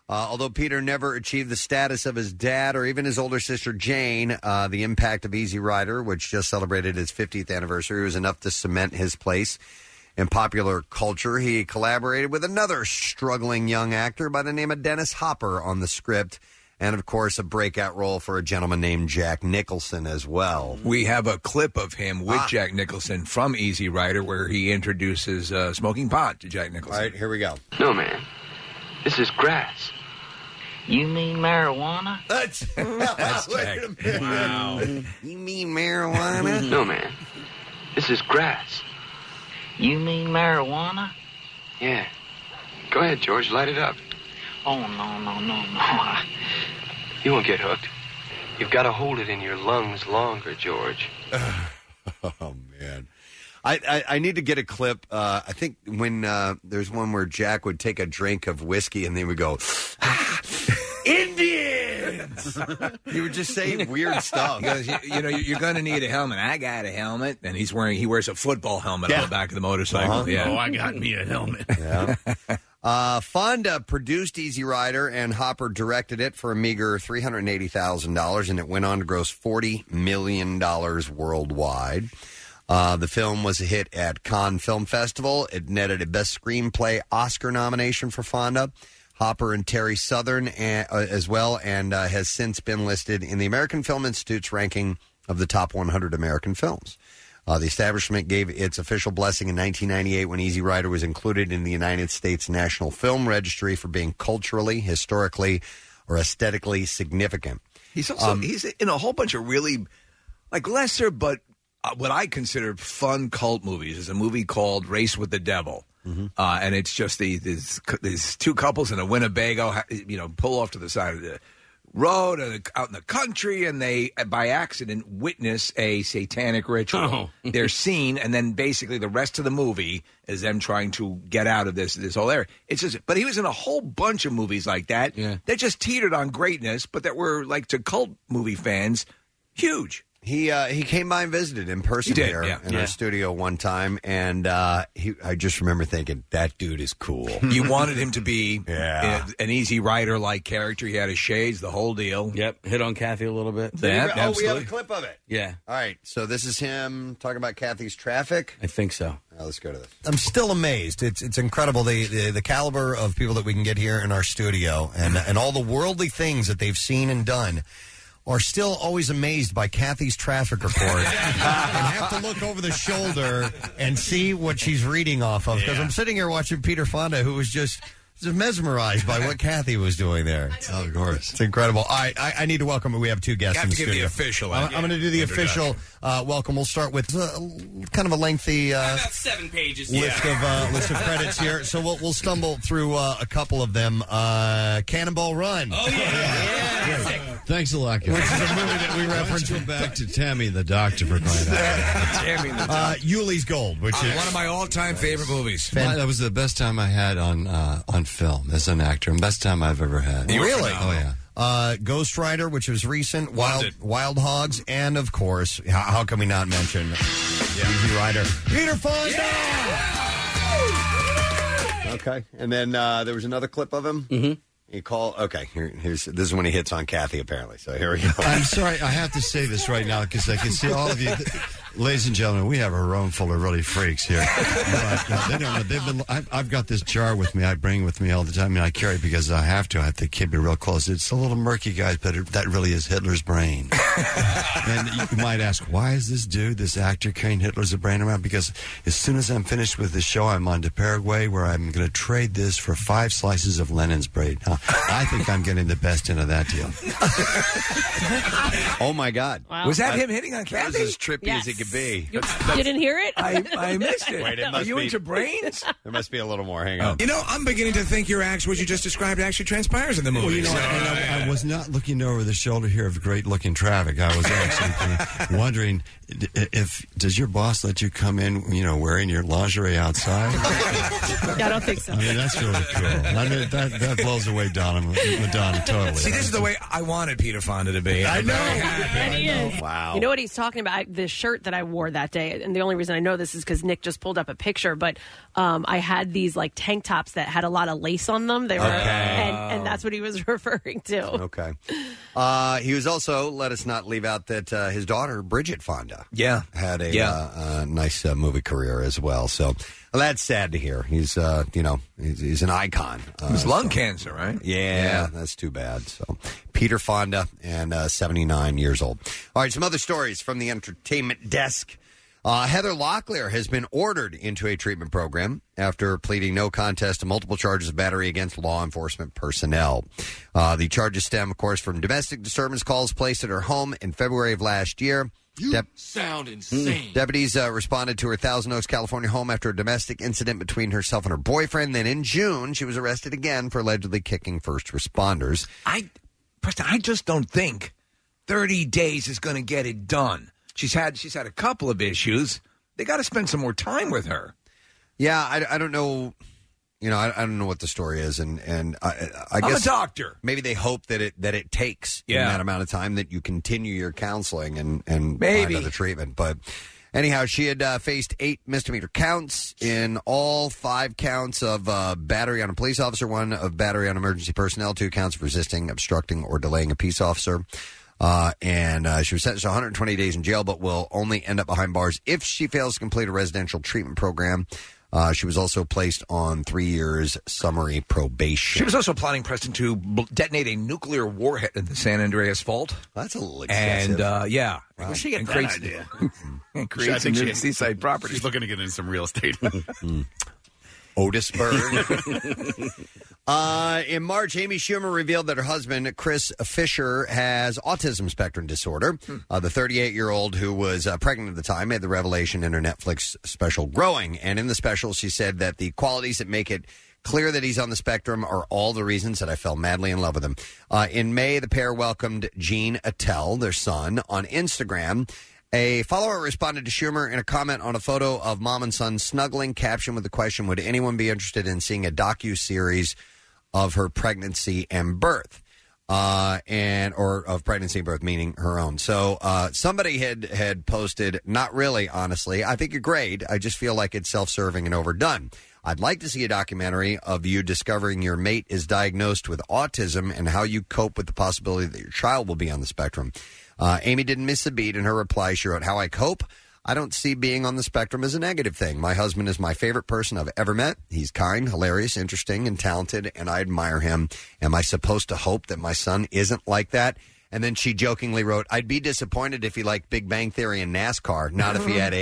[SPEAKER 2] Uh, although Peter never achieved the status of his dad or even his older sister Jane, uh, the impact of Easy Rider, which just celebrated its 50th anniversary, was enough to cement his place in popular culture. He collaborated with another struggling young actor by the name of Dennis Hopper on the script, and of course, a breakout role for a gentleman named Jack Nicholson as well.
[SPEAKER 4] We have a clip of him with Jack Nicholson from Easy Rider where he introduces uh, smoking pot to Jack Nicholson. All right,
[SPEAKER 2] here we go.
[SPEAKER 13] No, man. This is grass.
[SPEAKER 12] You mean marijuana?
[SPEAKER 2] That's, *laughs*
[SPEAKER 12] Wait a minute.
[SPEAKER 2] Wow. You mean marijuana?
[SPEAKER 12] No, man. This is grass. You mean marijuana? Yeah. Go ahead, George. Light it up. Oh, no, no, no, no.
[SPEAKER 13] You won't get hooked. You've got to hold it in your lungs longer, George.
[SPEAKER 2] oh man, I, I I need to get a clip. Uh, I think when uh, there's one where Jack would take a drink of whiskey and they would go. Indians. *laughs* you would just say weird stuff.
[SPEAKER 4] He goes, you, you know, you're going to need a helmet. I got a helmet, and he's wearing he wears a football helmet on the back of the motorcycle.
[SPEAKER 2] Uh-huh.
[SPEAKER 4] Yeah.
[SPEAKER 2] Oh, I got
[SPEAKER 4] me a helmet.
[SPEAKER 2] Yeah. Uh, Fonda produced Easy Rider and Hopper directed it for a meager $380,000, and it went on to gross $40 million worldwide. Uh, the film was a hit at Cannes Film Festival. It netted a Best Screenplay Oscar nomination for Fonda, Hopper, and Terry Southern a uh, as well, and uh, has since been listed in the American Film Institute's ranking of the top 100 American films. Uh, the establishment gave its official blessing in 1998 when Easy Rider was included in the United States National Film Registry for being culturally, historically, or aesthetically significant.
[SPEAKER 4] He's also
[SPEAKER 2] Um,
[SPEAKER 4] he's in a whole bunch of really like lesser but uh, what I consider fun cult movies. There's a movie called Race with the Devil. Uh, and it's just the, these, these two couples in a Winnebago, ha- you know, pull off to the side of the road uh, out in the country, and they, uh, by accident, witness a satanic ritual. They're seen, and then basically the rest of the movie is them trying to get out of this this whole area. It's just, but he was in a whole bunch of movies like that *laughs* that just teetered on greatness, but that were like to cult movie fans, huge.
[SPEAKER 2] He uh, he came by and visited in person
[SPEAKER 4] He did,
[SPEAKER 2] here
[SPEAKER 4] yeah.
[SPEAKER 2] in
[SPEAKER 4] Yeah.
[SPEAKER 2] our studio one time, and uh, he, I just remember thinking that dude is cool.
[SPEAKER 4] *laughs* *laughs* You wanted him to be
[SPEAKER 2] *laughs* Yeah.
[SPEAKER 4] a- an easy rider like character. He had his shades, the whole deal. Yep, hit on Kathy a little bit.
[SPEAKER 2] Did he re-
[SPEAKER 4] That,
[SPEAKER 2] oh, we have
[SPEAKER 4] absolutely.
[SPEAKER 2] a clip of it.
[SPEAKER 7] Yeah.
[SPEAKER 2] All right, so this is him talking about Kathy's traffic.
[SPEAKER 7] I think so.
[SPEAKER 2] let's go to this. I'm still amazed. It's it's incredible the, the the caliber of people that we can get here in our studio, and and all the worldly things that they've seen and done. Are still always amazed by Kathy's traffic
[SPEAKER 4] *laughs*
[SPEAKER 2] report and have to look over the shoulder and see what she's reading off of. Because I'm sitting here watching Peter Fonda, who was just mesmerized by what Kathy was doing there. Of course. It's incredible. All right, I, I need to welcome. We have two guests
[SPEAKER 4] Have
[SPEAKER 2] in
[SPEAKER 4] to
[SPEAKER 2] the
[SPEAKER 4] give the
[SPEAKER 2] studio.
[SPEAKER 4] official,
[SPEAKER 2] I'm,
[SPEAKER 4] uh,
[SPEAKER 2] going to do the
[SPEAKER 4] introduction.
[SPEAKER 2] official uh, welcome. We'll start with uh, kind of a lengthy uh,
[SPEAKER 7] About seven pages.
[SPEAKER 2] list of uh,
[SPEAKER 14] *laughs*
[SPEAKER 2] list of credits here. So we'll, we'll stumble through uh, a couple of them. Uh, Cannonball Run. *laughs* Oh yeah.
[SPEAKER 15] Thanks a lot, guys. Which is a movie that we referenced. Go back to Tammy the Doctor for crying out loud.
[SPEAKER 4] Tammy the
[SPEAKER 2] Uh, Yuli's Gold, which is
[SPEAKER 4] Uh, one of my all-time favorite movies.
[SPEAKER 15] My- that was the best time I had on uh, on film as an actor, and best time I've ever had.
[SPEAKER 2] really.
[SPEAKER 15] Oh yeah.
[SPEAKER 2] Uh, Ghost Rider, which was recent, Wild Wild Hogs, and of course, how, how can we not mention Easy Rider? Peter Fonda. Okay, and then uh, there was another clip of him. Mm-hmm. He called. Okay, here, here's this is when he hits on Kathy. Apparently, so here *laughs* we go.
[SPEAKER 15] I'm sorry, I have to say this right now because I can see all of you. Ladies and gentlemen, we have a room full of really freaks here. But, uh, they don't know. They've been, I've, I've got this jar with me. I bring with me all the time, and I carry it because I have to. I have to keep it real close. It's a little murky, guys, but it, that really is Hitler's brain. and you might ask, why is this dude, this actor, carrying Hitler's brain around? Because as soon as I'm finished with the show, I'm on to Paraguay, where I'm going to trade this for five slices of Lenin's brain. Now, I think I'm getting the best end of that
[SPEAKER 3] *laughs*
[SPEAKER 15] deal.
[SPEAKER 2] oh my God!
[SPEAKER 3] Wow. Was that him hitting
[SPEAKER 4] on
[SPEAKER 2] Kathy? That was as trippy as it could be.
[SPEAKER 3] You didn't hear it?
[SPEAKER 2] *laughs* Wait, it must be- Oh. There must be a little more. Hang on.
[SPEAKER 9] You know, I'm beginning to think your acts, what you just described, actually transpires in the movie.
[SPEAKER 15] Well, you know,
[SPEAKER 9] So,
[SPEAKER 15] and
[SPEAKER 9] uh,
[SPEAKER 2] *laughs*
[SPEAKER 15] I, I was not looking over the shoulder here of great looking traffic. I was
[SPEAKER 2] *laughs*
[SPEAKER 15] actually wondering d- if does your boss let you come in, you know, wearing your lingerie
[SPEAKER 2] *laughs*
[SPEAKER 15] outside?
[SPEAKER 3] I don't think so.
[SPEAKER 15] I mean, that's really cool. I mean, that that blows away Donna Madonna totally.
[SPEAKER 9] See, this is the way
[SPEAKER 4] I wanted Peter Fonda to be.
[SPEAKER 15] I know.
[SPEAKER 3] And he is.
[SPEAKER 15] Wow.
[SPEAKER 3] You know what he's talking about? I- The shirt that I wore that day, and the only reason I know this is because Nick just pulled up a picture. But um, I had these like tank tops that had a lot of lace on them. They were,
[SPEAKER 2] Okay.
[SPEAKER 3] and, and that's what he was *laughs* referring to.
[SPEAKER 2] Okay. Uh, he was also let us not leave out that uh, his daughter Bridget Fonda,
[SPEAKER 4] yeah,
[SPEAKER 2] had a
[SPEAKER 4] Yeah.
[SPEAKER 2] uh, uh, nice uh, movie career as well. So well, that's sad to hear. He's uh, you know he's, he's an icon. Uh,
[SPEAKER 4] it was lung cancer, right?
[SPEAKER 2] yeah, that's too bad. So Peter Fonda and uh, seventy nine years old. All right, some other stories from the entertainment desk. Uh, Uh, Heather Locklear has been ordered into a treatment program after pleading no contest to multiple charges of battery against law enforcement personnel. Uh, the charges stem, of course, from domestic disturbance calls placed at her home in February of last year. Dep-
[SPEAKER 16] Sound
[SPEAKER 2] *laughs* Mm. Deputies uh, responded to her Thousand Oaks, California home after a domestic incident between herself and her boyfriend. Then in June, she was arrested again for allegedly kicking first responders.
[SPEAKER 4] I, Preston, I just don't think 30 days is going to get it done. She's had she's had a couple of issues. They got to spend some more time with her.
[SPEAKER 2] Yeah, I, I don't know. You know, I, I don't know what the story is, and and I, I
[SPEAKER 4] I'm a
[SPEAKER 2] guess
[SPEAKER 4] doctor.
[SPEAKER 2] Maybe they hope that it that it takes in
[SPEAKER 4] Yeah.
[SPEAKER 2] that amount of time that you continue your counseling and and
[SPEAKER 4] Maybe.
[SPEAKER 2] find other treatment. But anyhow, she had uh, faced eight misdemeanor counts in all five counts of uh, battery on a police officer, one of battery on emergency personnel, two counts of resisting, obstructing, or delaying a peace officer. Uh, and uh, she was sentenced to 120 days in jail, but will only end up behind bars if she fails to complete a residential treatment program. Uh, she was also placed on three years summary probation.
[SPEAKER 4] She was also planning, Preston, to bl- detonate a nuclear warhead at the San Andreas Fault.
[SPEAKER 2] That's a little
[SPEAKER 4] And
[SPEAKER 6] excessive.
[SPEAKER 4] uh, yeah,
[SPEAKER 6] Where'd she get
[SPEAKER 4] and
[SPEAKER 6] that
[SPEAKER 4] creates- *laughs*
[SPEAKER 6] idea?
[SPEAKER 2] Hmm.
[SPEAKER 4] and
[SPEAKER 6] I
[SPEAKER 4] creates a
[SPEAKER 6] think
[SPEAKER 4] new
[SPEAKER 6] she-
[SPEAKER 4] seaside property.
[SPEAKER 6] She's looking to get into some real
[SPEAKER 2] *laughs*
[SPEAKER 6] estate.
[SPEAKER 2] Hmm. Otis
[SPEAKER 6] *laughs*
[SPEAKER 2] Uh, in March, Amy Schumer revealed that her husband, Chris Fisher, has autism spectrum disorder. Uh, the 38 year old who was uh, pregnant at the time made the revelation in her Netflix special, Growing. And in the special, she said that the qualities that make it clear that he's on the spectrum are all the reasons that I fell madly in love with him. Uh, in May, the pair welcomed Gene Attell, their son, on Instagram. A follower responded to Schumer in a comment on a photo of mom and son snuggling, captioned with the question Would anyone be interested in seeing a docu series of her pregnancy and birth? Uh, and or of pregnancy and birth, meaning her own. So uh, somebody had had posted, not really, honestly. I think you're great. I just feel like it's self serving and overdone. I'd like to see a documentary of you discovering your mate is diagnosed with autism and how you cope with the possibility that your child will be on the spectrum. Uh, Amy didn't miss a beat in her reply. She wrote, How I cope. I don't see being on the spectrum as a negative thing. My husband is my favorite person I've ever met. He's kind, hilarious, interesting, and talented, and I admire him. Am I supposed to hope that my son isn't like that? And then she jokingly wrote, I'd be disappointed if he liked Big Bang Theory and NASCAR, not if he had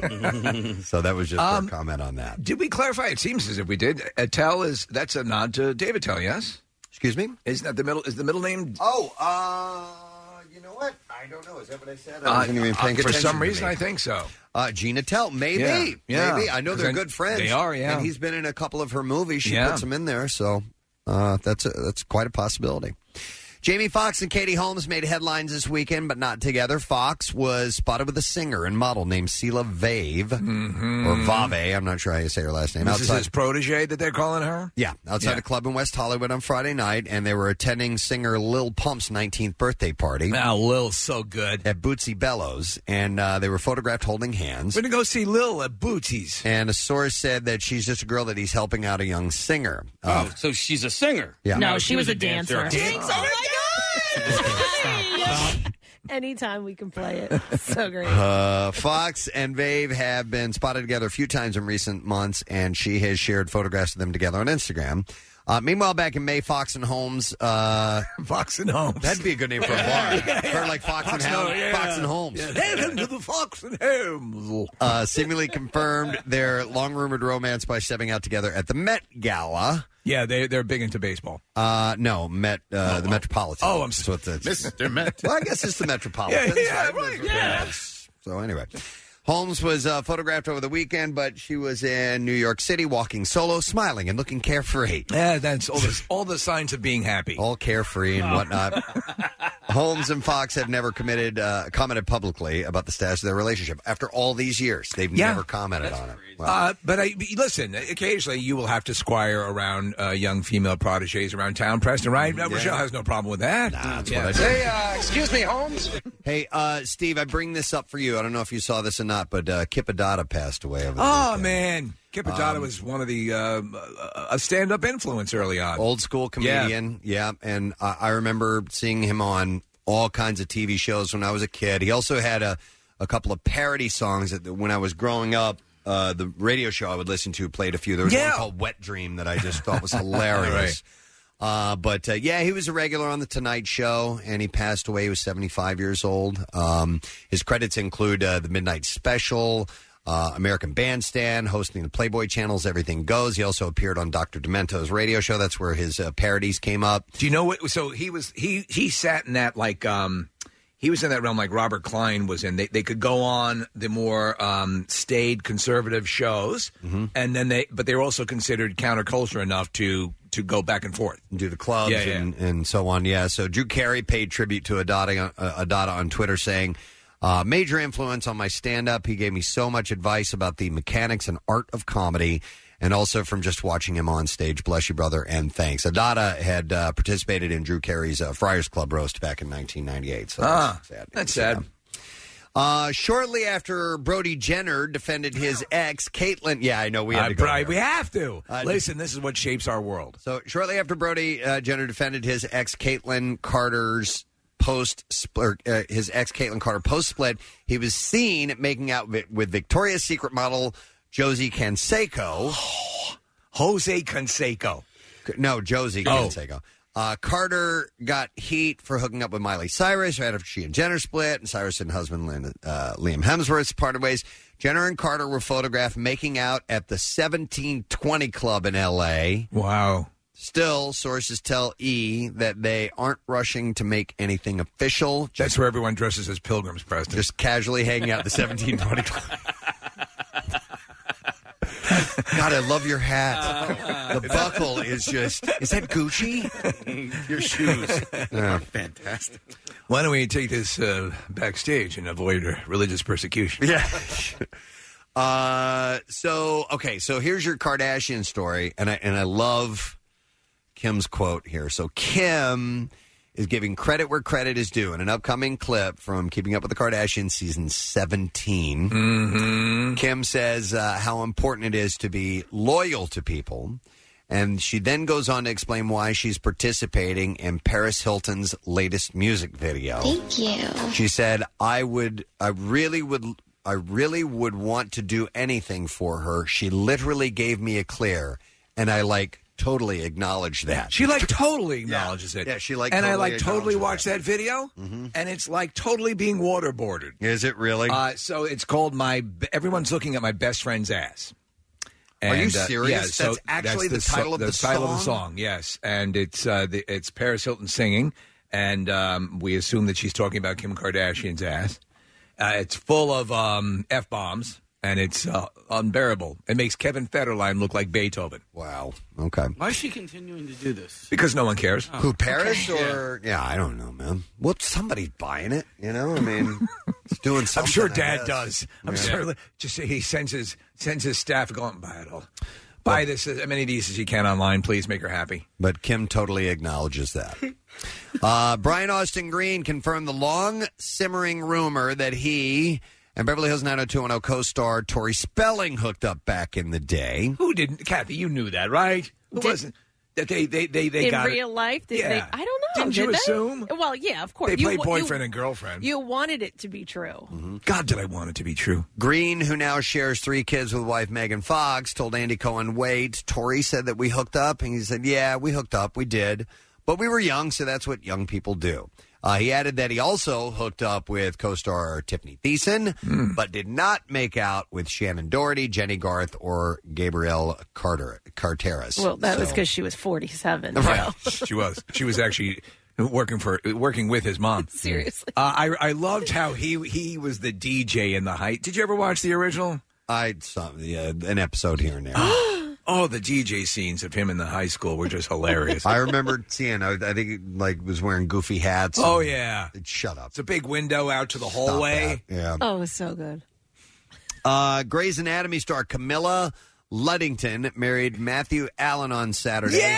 [SPEAKER 2] ASD. so that was just
[SPEAKER 4] Um,
[SPEAKER 2] her comment on that.
[SPEAKER 4] Did we clarify? It seems as if we did. Attell is that's a nod to David Attell, yes.
[SPEAKER 2] Excuse me.
[SPEAKER 4] Isn't that the middle? Is the middle name?
[SPEAKER 2] Oh, uh, you know what? I don't know. Is that what I said? *laughs*
[SPEAKER 4] Uh, uh, for some reason, I think so.
[SPEAKER 2] Uh, Gina Tell, maybe,
[SPEAKER 4] Yeah, yeah.
[SPEAKER 2] maybe. I know they're
[SPEAKER 4] 'Cause I-
[SPEAKER 2] good friends.
[SPEAKER 4] they are, yeah.
[SPEAKER 2] And he's been in a couple of her movies. She
[SPEAKER 4] Yeah.
[SPEAKER 2] puts him in there, so uh, that's a, that's quite a possibility. Jamie Foxx and Katie Holmes made headlines this weekend, but not together. Fox was spotted with a singer and model named Sela Vave or Vave. I'm not sure how you say her last name.
[SPEAKER 4] This is Mm-hmm. his protege that they're calling her.
[SPEAKER 2] Yeah, outside a club in West Hollywood on Friday night, and they were attending singer Lil Pump's 19th birthday party.
[SPEAKER 4] Now Lil's so good
[SPEAKER 2] at Bootsy Bellows, and uh, they were photographed holding hands.
[SPEAKER 4] We're gonna go see Lil at Booties.
[SPEAKER 2] And a source said that she's just a girl that he's helping out a young singer. Uh,
[SPEAKER 7] oh, so she's a singer.
[SPEAKER 2] Yeah. No, she was a dancer.
[SPEAKER 7] Dang, so-
[SPEAKER 3] Anytime we can play it.
[SPEAKER 4] *laughs*
[SPEAKER 3] So great.
[SPEAKER 2] Uh, Fox and Vave have been spotted together a few times in recent months, and she has shared photographs of them together on Instagram. Uh, meanwhile, back in May, Fox and Holmes. Uh,
[SPEAKER 4] *laughs* Fox and Holmes.
[SPEAKER 2] That'd be a good name for a bar. Or like Fox, and Holmes. Fox and Holmes.
[SPEAKER 4] Welcome to the Fox and Holmes.
[SPEAKER 2] Uh, seemingly confirmed their long rumored romance by stepping out together at the Met Gala.
[SPEAKER 4] Yeah, they they're big into baseball.
[SPEAKER 2] Uh, no, Met uh, the Metropolitan. Oh, I'm sorry. Mr.
[SPEAKER 6] Met.
[SPEAKER 2] *laughs* Well, I guess it's the Metropolitan. right? So anyway, Holmes was uh, photographed over the weekend, but she was in New York City, walking solo, smiling and looking carefree.
[SPEAKER 4] Yeah, eh, that's all. This, all the signs of being happy. Oh.
[SPEAKER 2] All carefree and
[SPEAKER 4] *laughs*
[SPEAKER 2] whatnot. Holmes and Fox have never committed uh, commented publicly about the status of their relationship. After all these years, they've
[SPEAKER 4] Yeah.
[SPEAKER 2] never commented on it. Wow.
[SPEAKER 4] Uh, but I but listen. Occasionally, you will have to squire around uh, young female proteges around town, Preston. Right? Uh, Rochelle has no problem with that.
[SPEAKER 2] that's what Mm, I said. Hey,
[SPEAKER 4] uh, excuse me, Holmes.
[SPEAKER 2] Hey, uh, Steve, I bring this up for you. I don't know if you saw this or not, but uh, Kip Adada passed away. Over the
[SPEAKER 4] Oh man, Kip Adada
[SPEAKER 2] Um,
[SPEAKER 4] was one of the um, uh, a stand-up influence early on.
[SPEAKER 2] old school comedian. Yeah, and I, I remember seeing him on all kinds of TV shows when I was a kid. He also had a a couple of parody songs that when I was growing up. Uh, the radio show I would listen to played a few. There was
[SPEAKER 4] Yeah. *laughs*
[SPEAKER 2] one called "Wet Dream" that I just thought was hilarious. Uh, but uh, yeah, he was a regular on the Tonight Show, and he passed away. He was 75 years old. Um, his credits include uh, the Midnight Special, uh, American Bandstand, hosting the Playboy channels, Everything Goes. He also appeared on Dr. Demento's radio show. That's where his uh, parodies came up.
[SPEAKER 4] Do you know what? So he was he he sat in that like um he was in that realm like Robert Klein was in. They they could go on the more um staid conservative shows,
[SPEAKER 2] Mm-hmm.
[SPEAKER 4] and then they but they were also considered counterculture enough to to go back and forth.
[SPEAKER 2] do the clubs
[SPEAKER 4] Yeah, yeah.
[SPEAKER 2] And, and so on. Yeah. So Drew Carey paid tribute to Adada, uh, Adada on Twitter, saying, uh, "Major influence on my stand-up. He gave me so much advice about the mechanics and art of comedy." And also from just watching him on stage, bless you, brother, and thanks. Adada had uh, participated in Drew Carey's uh, Friars Club roast back in 1998. So that's-
[SPEAKER 4] ah, that's sad.
[SPEAKER 2] uh, shortly after Brody Jenner defended his ex, Caitlyn. Yeah, I know we had
[SPEAKER 4] I-
[SPEAKER 2] to go
[SPEAKER 4] I-
[SPEAKER 2] there.
[SPEAKER 4] we have to.
[SPEAKER 2] Uh,
[SPEAKER 4] Listen, this is what shapes our world.
[SPEAKER 2] So shortly after Brody uh, Jenner defended his ex Caitlyn Carter's post or, uh, his ex Caitlyn Carter post split, he was seen making out vi- with Victoria's Secret model Josie Canseco.
[SPEAKER 4] *gasps* Jose Canseco.
[SPEAKER 2] No, Josie
[SPEAKER 4] Oh.
[SPEAKER 2] Canseco. Uh, Carter got heat for hooking up with Miley Cyrus right after she and Jenner split, and Cyrus and husband Lin, uh, Liam Hemsworth parted ways. Jenner and Carter were photographed making out at the 1720 Club in L.A.
[SPEAKER 4] Wow.
[SPEAKER 2] Still, sources tell E that they aren't rushing to make anything official.
[SPEAKER 4] That's where everyone dresses as pilgrims, Preston.
[SPEAKER 2] Just casually hanging out at the
[SPEAKER 4] *laughs*
[SPEAKER 2] 1720 Club. God, I love your hat. The buckle is just. Is that Gucci?
[SPEAKER 4] *laughs* Your shoes *laughs*
[SPEAKER 2] Yeah.
[SPEAKER 4] fantastic. Why don't we take this uh, backstage and avoid religious persecution?
[SPEAKER 2] Yeah. Uh, so okay, so here's your Kardashian story, and I and I love Kim's quote here. So Kim is giving credit where credit is due in an upcoming clip from Keeping Up with the Kardashians season 17. Kim says uh, how important it is to be loyal to people. And she then goes on to explain why she's participating in Paris Hilton's latest music video.
[SPEAKER 16] Thank you.
[SPEAKER 2] She said, "I would, I really would, I really would want to do anything for her. She literally gave me a clear, and I like totally acknowledge
[SPEAKER 4] *laughs*
[SPEAKER 2] that.
[SPEAKER 4] She like totally acknowledges it.
[SPEAKER 2] Yeah, she, like,
[SPEAKER 4] and I
[SPEAKER 2] totally
[SPEAKER 4] like totally
[SPEAKER 2] acknowledges Mm-hmm.
[SPEAKER 4] watched that, video, and it's like totally being waterboarded.
[SPEAKER 2] Is it really?
[SPEAKER 4] Uh, so it's called my. Be- Everyone's looking at my best friend's ass.
[SPEAKER 2] Are you
[SPEAKER 4] And, uh,
[SPEAKER 2] serious?
[SPEAKER 4] yeah,
[SPEAKER 2] That's
[SPEAKER 4] so
[SPEAKER 2] actually the
[SPEAKER 4] so-
[SPEAKER 2] title of the
[SPEAKER 4] title of the
[SPEAKER 2] song?
[SPEAKER 4] song. Yes, and it's uh, the, it's Paris Hilton singing, and um, we assume that she's talking about Kim Kardashian's ass. Uh, it's full of um, f bombs, and it's uh, unbearable. It makes Kevin Federline look like Beethoven.
[SPEAKER 2] Wow. Okay.
[SPEAKER 7] Why is she continuing to do this?
[SPEAKER 4] Because no one cares.
[SPEAKER 2] Who Paris or yeah. I don't know, man. Well, somebody's buying it. You know, I mean, it's doing
[SPEAKER 4] *laughs*
[SPEAKER 2] something.
[SPEAKER 4] I'm sure
[SPEAKER 2] I
[SPEAKER 4] Dad
[SPEAKER 2] guess.
[SPEAKER 4] does. I'm
[SPEAKER 2] Yeah.
[SPEAKER 4] sure just he sends his sends his staff go out and buy it all. Buy this as many of these as you can online, please. Make her happy.
[SPEAKER 2] But Kim totally acknowledges that. uh, Brian Austin Green confirmed the long simmering rumor that he and Beverly Hills 90210 co star Tori Spelling hooked up back in the day.
[SPEAKER 4] Who didn't, Kathy? You knew that, right? Who wasn't that they they they they
[SPEAKER 3] in
[SPEAKER 4] got it.
[SPEAKER 3] real life, did
[SPEAKER 4] Yeah.
[SPEAKER 3] they? I don't know.
[SPEAKER 4] Didn't
[SPEAKER 3] did
[SPEAKER 4] you
[SPEAKER 3] they?
[SPEAKER 4] assume?
[SPEAKER 3] Well, yeah, of course.
[SPEAKER 4] They
[SPEAKER 3] You
[SPEAKER 4] played
[SPEAKER 3] wa- you-
[SPEAKER 4] boyfriend and girlfriend.
[SPEAKER 3] You wanted it to be true.
[SPEAKER 2] Mm-hmm.
[SPEAKER 4] God, did I want it to be true?
[SPEAKER 2] Green, who now shares three kids with wife Megan Fox, told Andy Cohen, wait, Tori said that we hooked up. And he said, yeah, we hooked up. We did. But we were young, so that's what young people do. Uh, he added that he also hooked up with co star Tiffany Thiessen,
[SPEAKER 4] Hmm.
[SPEAKER 2] but did not make out with Shannon Doherty, Jenny Garth, or Gabrielle Carter Carteris.
[SPEAKER 3] Well, that was
[SPEAKER 2] So- *gasps*
[SPEAKER 3] because she was 47.
[SPEAKER 4] Yeah, *laughs* she was. She was actually working for working with his mom.
[SPEAKER 3] *laughs* Seriously.
[SPEAKER 4] uh, I I loved how he he was the DJ in the height. Did you ever watch the original?
[SPEAKER 2] I saw yeah, an episode here and there.
[SPEAKER 4] *gasps* oh, the DJ scenes of him in the high school were just hilarious.
[SPEAKER 2] *laughs* I remember seeing, I, I think, like, was wearing goofy hats.
[SPEAKER 4] Oh
[SPEAKER 2] and-
[SPEAKER 4] yeah,
[SPEAKER 2] Shut up.
[SPEAKER 4] It's a big window out to the hallway.
[SPEAKER 2] Yeah.
[SPEAKER 3] Oh, it was so good.
[SPEAKER 2] Uh, Grey's Anatomy star Camilla Luddington married Matthew Allen on Saturday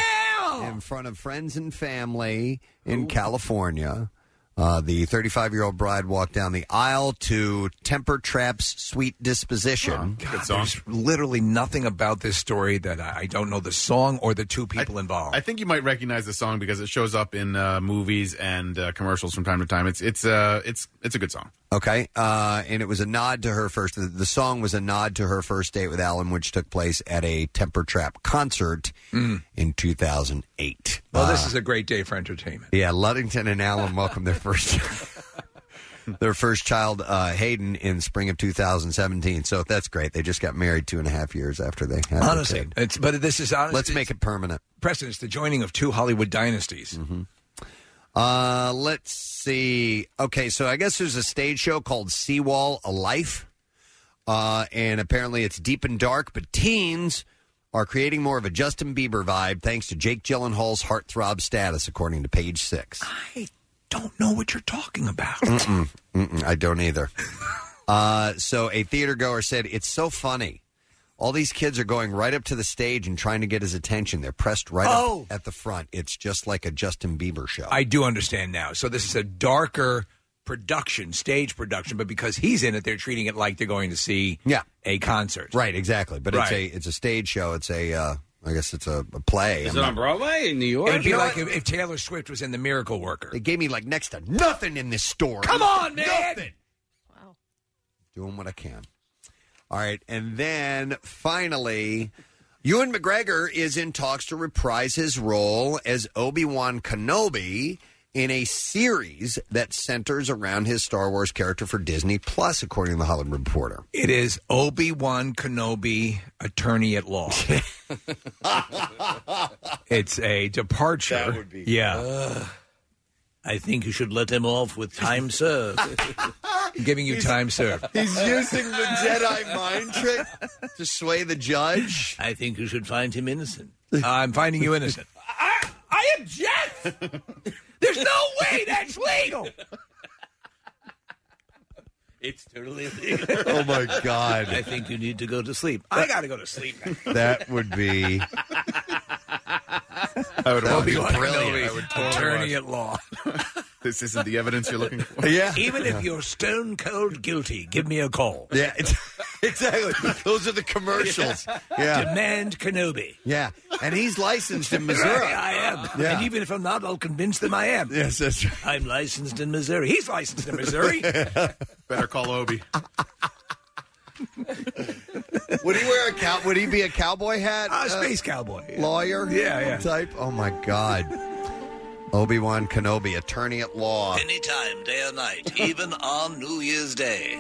[SPEAKER 2] in front of friends and family in California. Uh, the 35 year old bride walked down the aisle to Temper Trap's Sweet Disposition.
[SPEAKER 4] God, there's literally nothing about this story that I, I don't know the song or the two people involved.
[SPEAKER 6] I think you might recognize the song because it shows up in uh, movies and uh, commercials from time to time. It's it's uh it's it's a good song.
[SPEAKER 2] Okay, uh, and it was a nod to her first. The, the song was a nod to her first date with Alan, which took place at a Temper Trap concert in 2008.
[SPEAKER 4] Mm. Well, this is a great day for entertainment.
[SPEAKER 2] Yeah, Luddington and Allen welcomed their first their first child, uh, Hayden, in spring of 2017. So that's great. They just got married two and a half years after they had their
[SPEAKER 4] Honestly,
[SPEAKER 2] kid.
[SPEAKER 4] it's but this is honest.
[SPEAKER 2] Let's make it permanent. Mm-hmm.
[SPEAKER 4] Preston, it's the joining of two Hollywood dynasties.
[SPEAKER 2] Uh, let's see. Okay, so I guess there's a stage show called Seawall A Life. Uh, and apparently it's deep and dark, but teens are creating more of a Justin Bieber vibe thanks to Jake Gyllenhaal's heartthrob status, according to page six.
[SPEAKER 4] Don't know what you're talking about.
[SPEAKER 2] Mm-mm, mm-mm, I don't either. Uh, so a theater goer said, "It's so funny. All these kids are going right up to the stage and trying to get his attention. They're pressed right
[SPEAKER 4] Oh.
[SPEAKER 2] up at the front. It's just like a Justin Bieber show."
[SPEAKER 4] I do understand now. So this is a darker production, stage production, but because he's in it, they're treating it like they're going to see
[SPEAKER 2] yeah.
[SPEAKER 4] a concert.
[SPEAKER 2] Right, exactly. But it's a it's a stage show. It's a uh, I guess it's a, a play.
[SPEAKER 7] Is
[SPEAKER 2] I'm
[SPEAKER 7] it
[SPEAKER 2] not-
[SPEAKER 7] on Broadway in New York?
[SPEAKER 4] It'd be like if, if Taylor Swift was in The Miracle Worker.
[SPEAKER 2] They gave me like next to nothing in this story.
[SPEAKER 4] Come on, man.
[SPEAKER 2] doing what I can. All right, and then finally, Ewan McGregor is in talks to reprise his role as Obi Wan Kenobi in a series that centers around his Star Wars character for Disney Plus, according to the Hollywood Reporter.
[SPEAKER 4] It is Obi Wan Kenobi, attorney at
[SPEAKER 2] *laughs*
[SPEAKER 4] law. it's a departure. That would be yeah. I think you should let him off with time served. I'm giving you time served.
[SPEAKER 2] He's using the Jedi mind trick to sway the judge.
[SPEAKER 4] I think you should find him innocent. I'm finding you innocent. I object. There's no way that's legal.
[SPEAKER 7] It's
[SPEAKER 4] *laughs*
[SPEAKER 7] totally
[SPEAKER 2] Oh, my God.
[SPEAKER 4] I think you need to go to sleep. I got to go to sleep. now.
[SPEAKER 2] That would be.
[SPEAKER 6] I would
[SPEAKER 2] That
[SPEAKER 6] want
[SPEAKER 2] would be
[SPEAKER 6] to watch
[SPEAKER 2] brilliant.
[SPEAKER 6] Kenobi. I would totally
[SPEAKER 4] Attorney
[SPEAKER 6] watch.
[SPEAKER 4] at law.
[SPEAKER 6] This isn't the evidence you're looking
[SPEAKER 2] *laughs*
[SPEAKER 6] for.
[SPEAKER 4] Even if you're stone cold guilty, give me a call.
[SPEAKER 2] Yeah, *laughs* exactly. Those are
[SPEAKER 4] *laughs*
[SPEAKER 2] the commercials. Yeah.
[SPEAKER 4] Demand Kenobi.
[SPEAKER 2] Yeah, and he's licensed in Missouri.
[SPEAKER 4] Right, *laughs* I am.
[SPEAKER 2] Yeah.
[SPEAKER 4] And even if I'm not, I'll convince them I am.
[SPEAKER 2] Yes, that's right.
[SPEAKER 4] I'm licensed in Missouri. He's licensed in
[SPEAKER 2] *laughs*
[SPEAKER 4] Missouri.
[SPEAKER 6] Better call Obi.
[SPEAKER 2] Would he wear a cow? Would he be a cowboy hat?
[SPEAKER 4] Uh, space cowboy.
[SPEAKER 2] lawyer.
[SPEAKER 4] Yeah, yeah.
[SPEAKER 2] Type. Oh my God. Obi Wan Kenobi, attorney at law.
[SPEAKER 4] Anytime, day or night, even on New Year's Day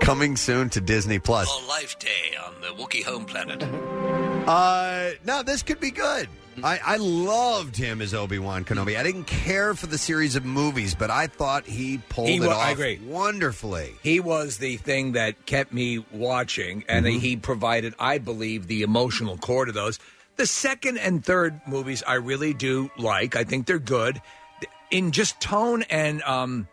[SPEAKER 2] Coming soon to Disney *laughs* Plus.
[SPEAKER 4] Life Day on the Wookiee home planet.
[SPEAKER 2] Uh, no, this could be good.
[SPEAKER 4] Mm-hmm.
[SPEAKER 2] I, I loved him as Obi Wan Kenobi. I didn't care for the series of movies, but I thought he pulled
[SPEAKER 4] He
[SPEAKER 2] it
[SPEAKER 4] wa-
[SPEAKER 2] off
[SPEAKER 4] I agree.
[SPEAKER 2] wonderfully.
[SPEAKER 4] He was the thing that kept me watching, and
[SPEAKER 6] Mm-hmm.
[SPEAKER 4] he provided, I believe, the emotional core to those. The second and third movies I really do like. I think they're good in just tone and, um,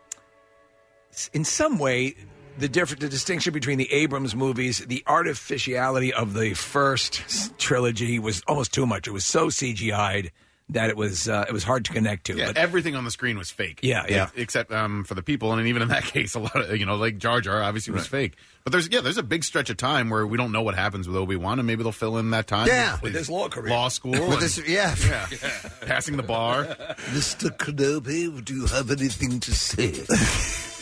[SPEAKER 4] s- in some way, the different the distinction between the Abrams movies, the artificiality of the first s- trilogy was almost too much. It was so CGI'd that it was uh, it was hard to connect to.
[SPEAKER 6] Yeah,
[SPEAKER 4] But
[SPEAKER 6] everything on the screen was fake.
[SPEAKER 4] Yeah, yeah.
[SPEAKER 6] Except um, for the people, and even in that *laughs* case, a lot of you know, like Jar Jar, obviously was fake. But there's yeah, there's a big stretch of time where we don't know what happens with Obi Wan, and maybe they'll fill in that time.
[SPEAKER 2] Yeah.
[SPEAKER 4] with his law career,
[SPEAKER 6] law school,
[SPEAKER 2] With
[SPEAKER 6] and-
[SPEAKER 2] this- yeah.
[SPEAKER 6] *laughs* yeah, passing
[SPEAKER 4] *laughs*
[SPEAKER 6] the
[SPEAKER 2] *laughs*
[SPEAKER 6] bar.
[SPEAKER 4] Mr. Kenobi, do you have anything to say? *laughs*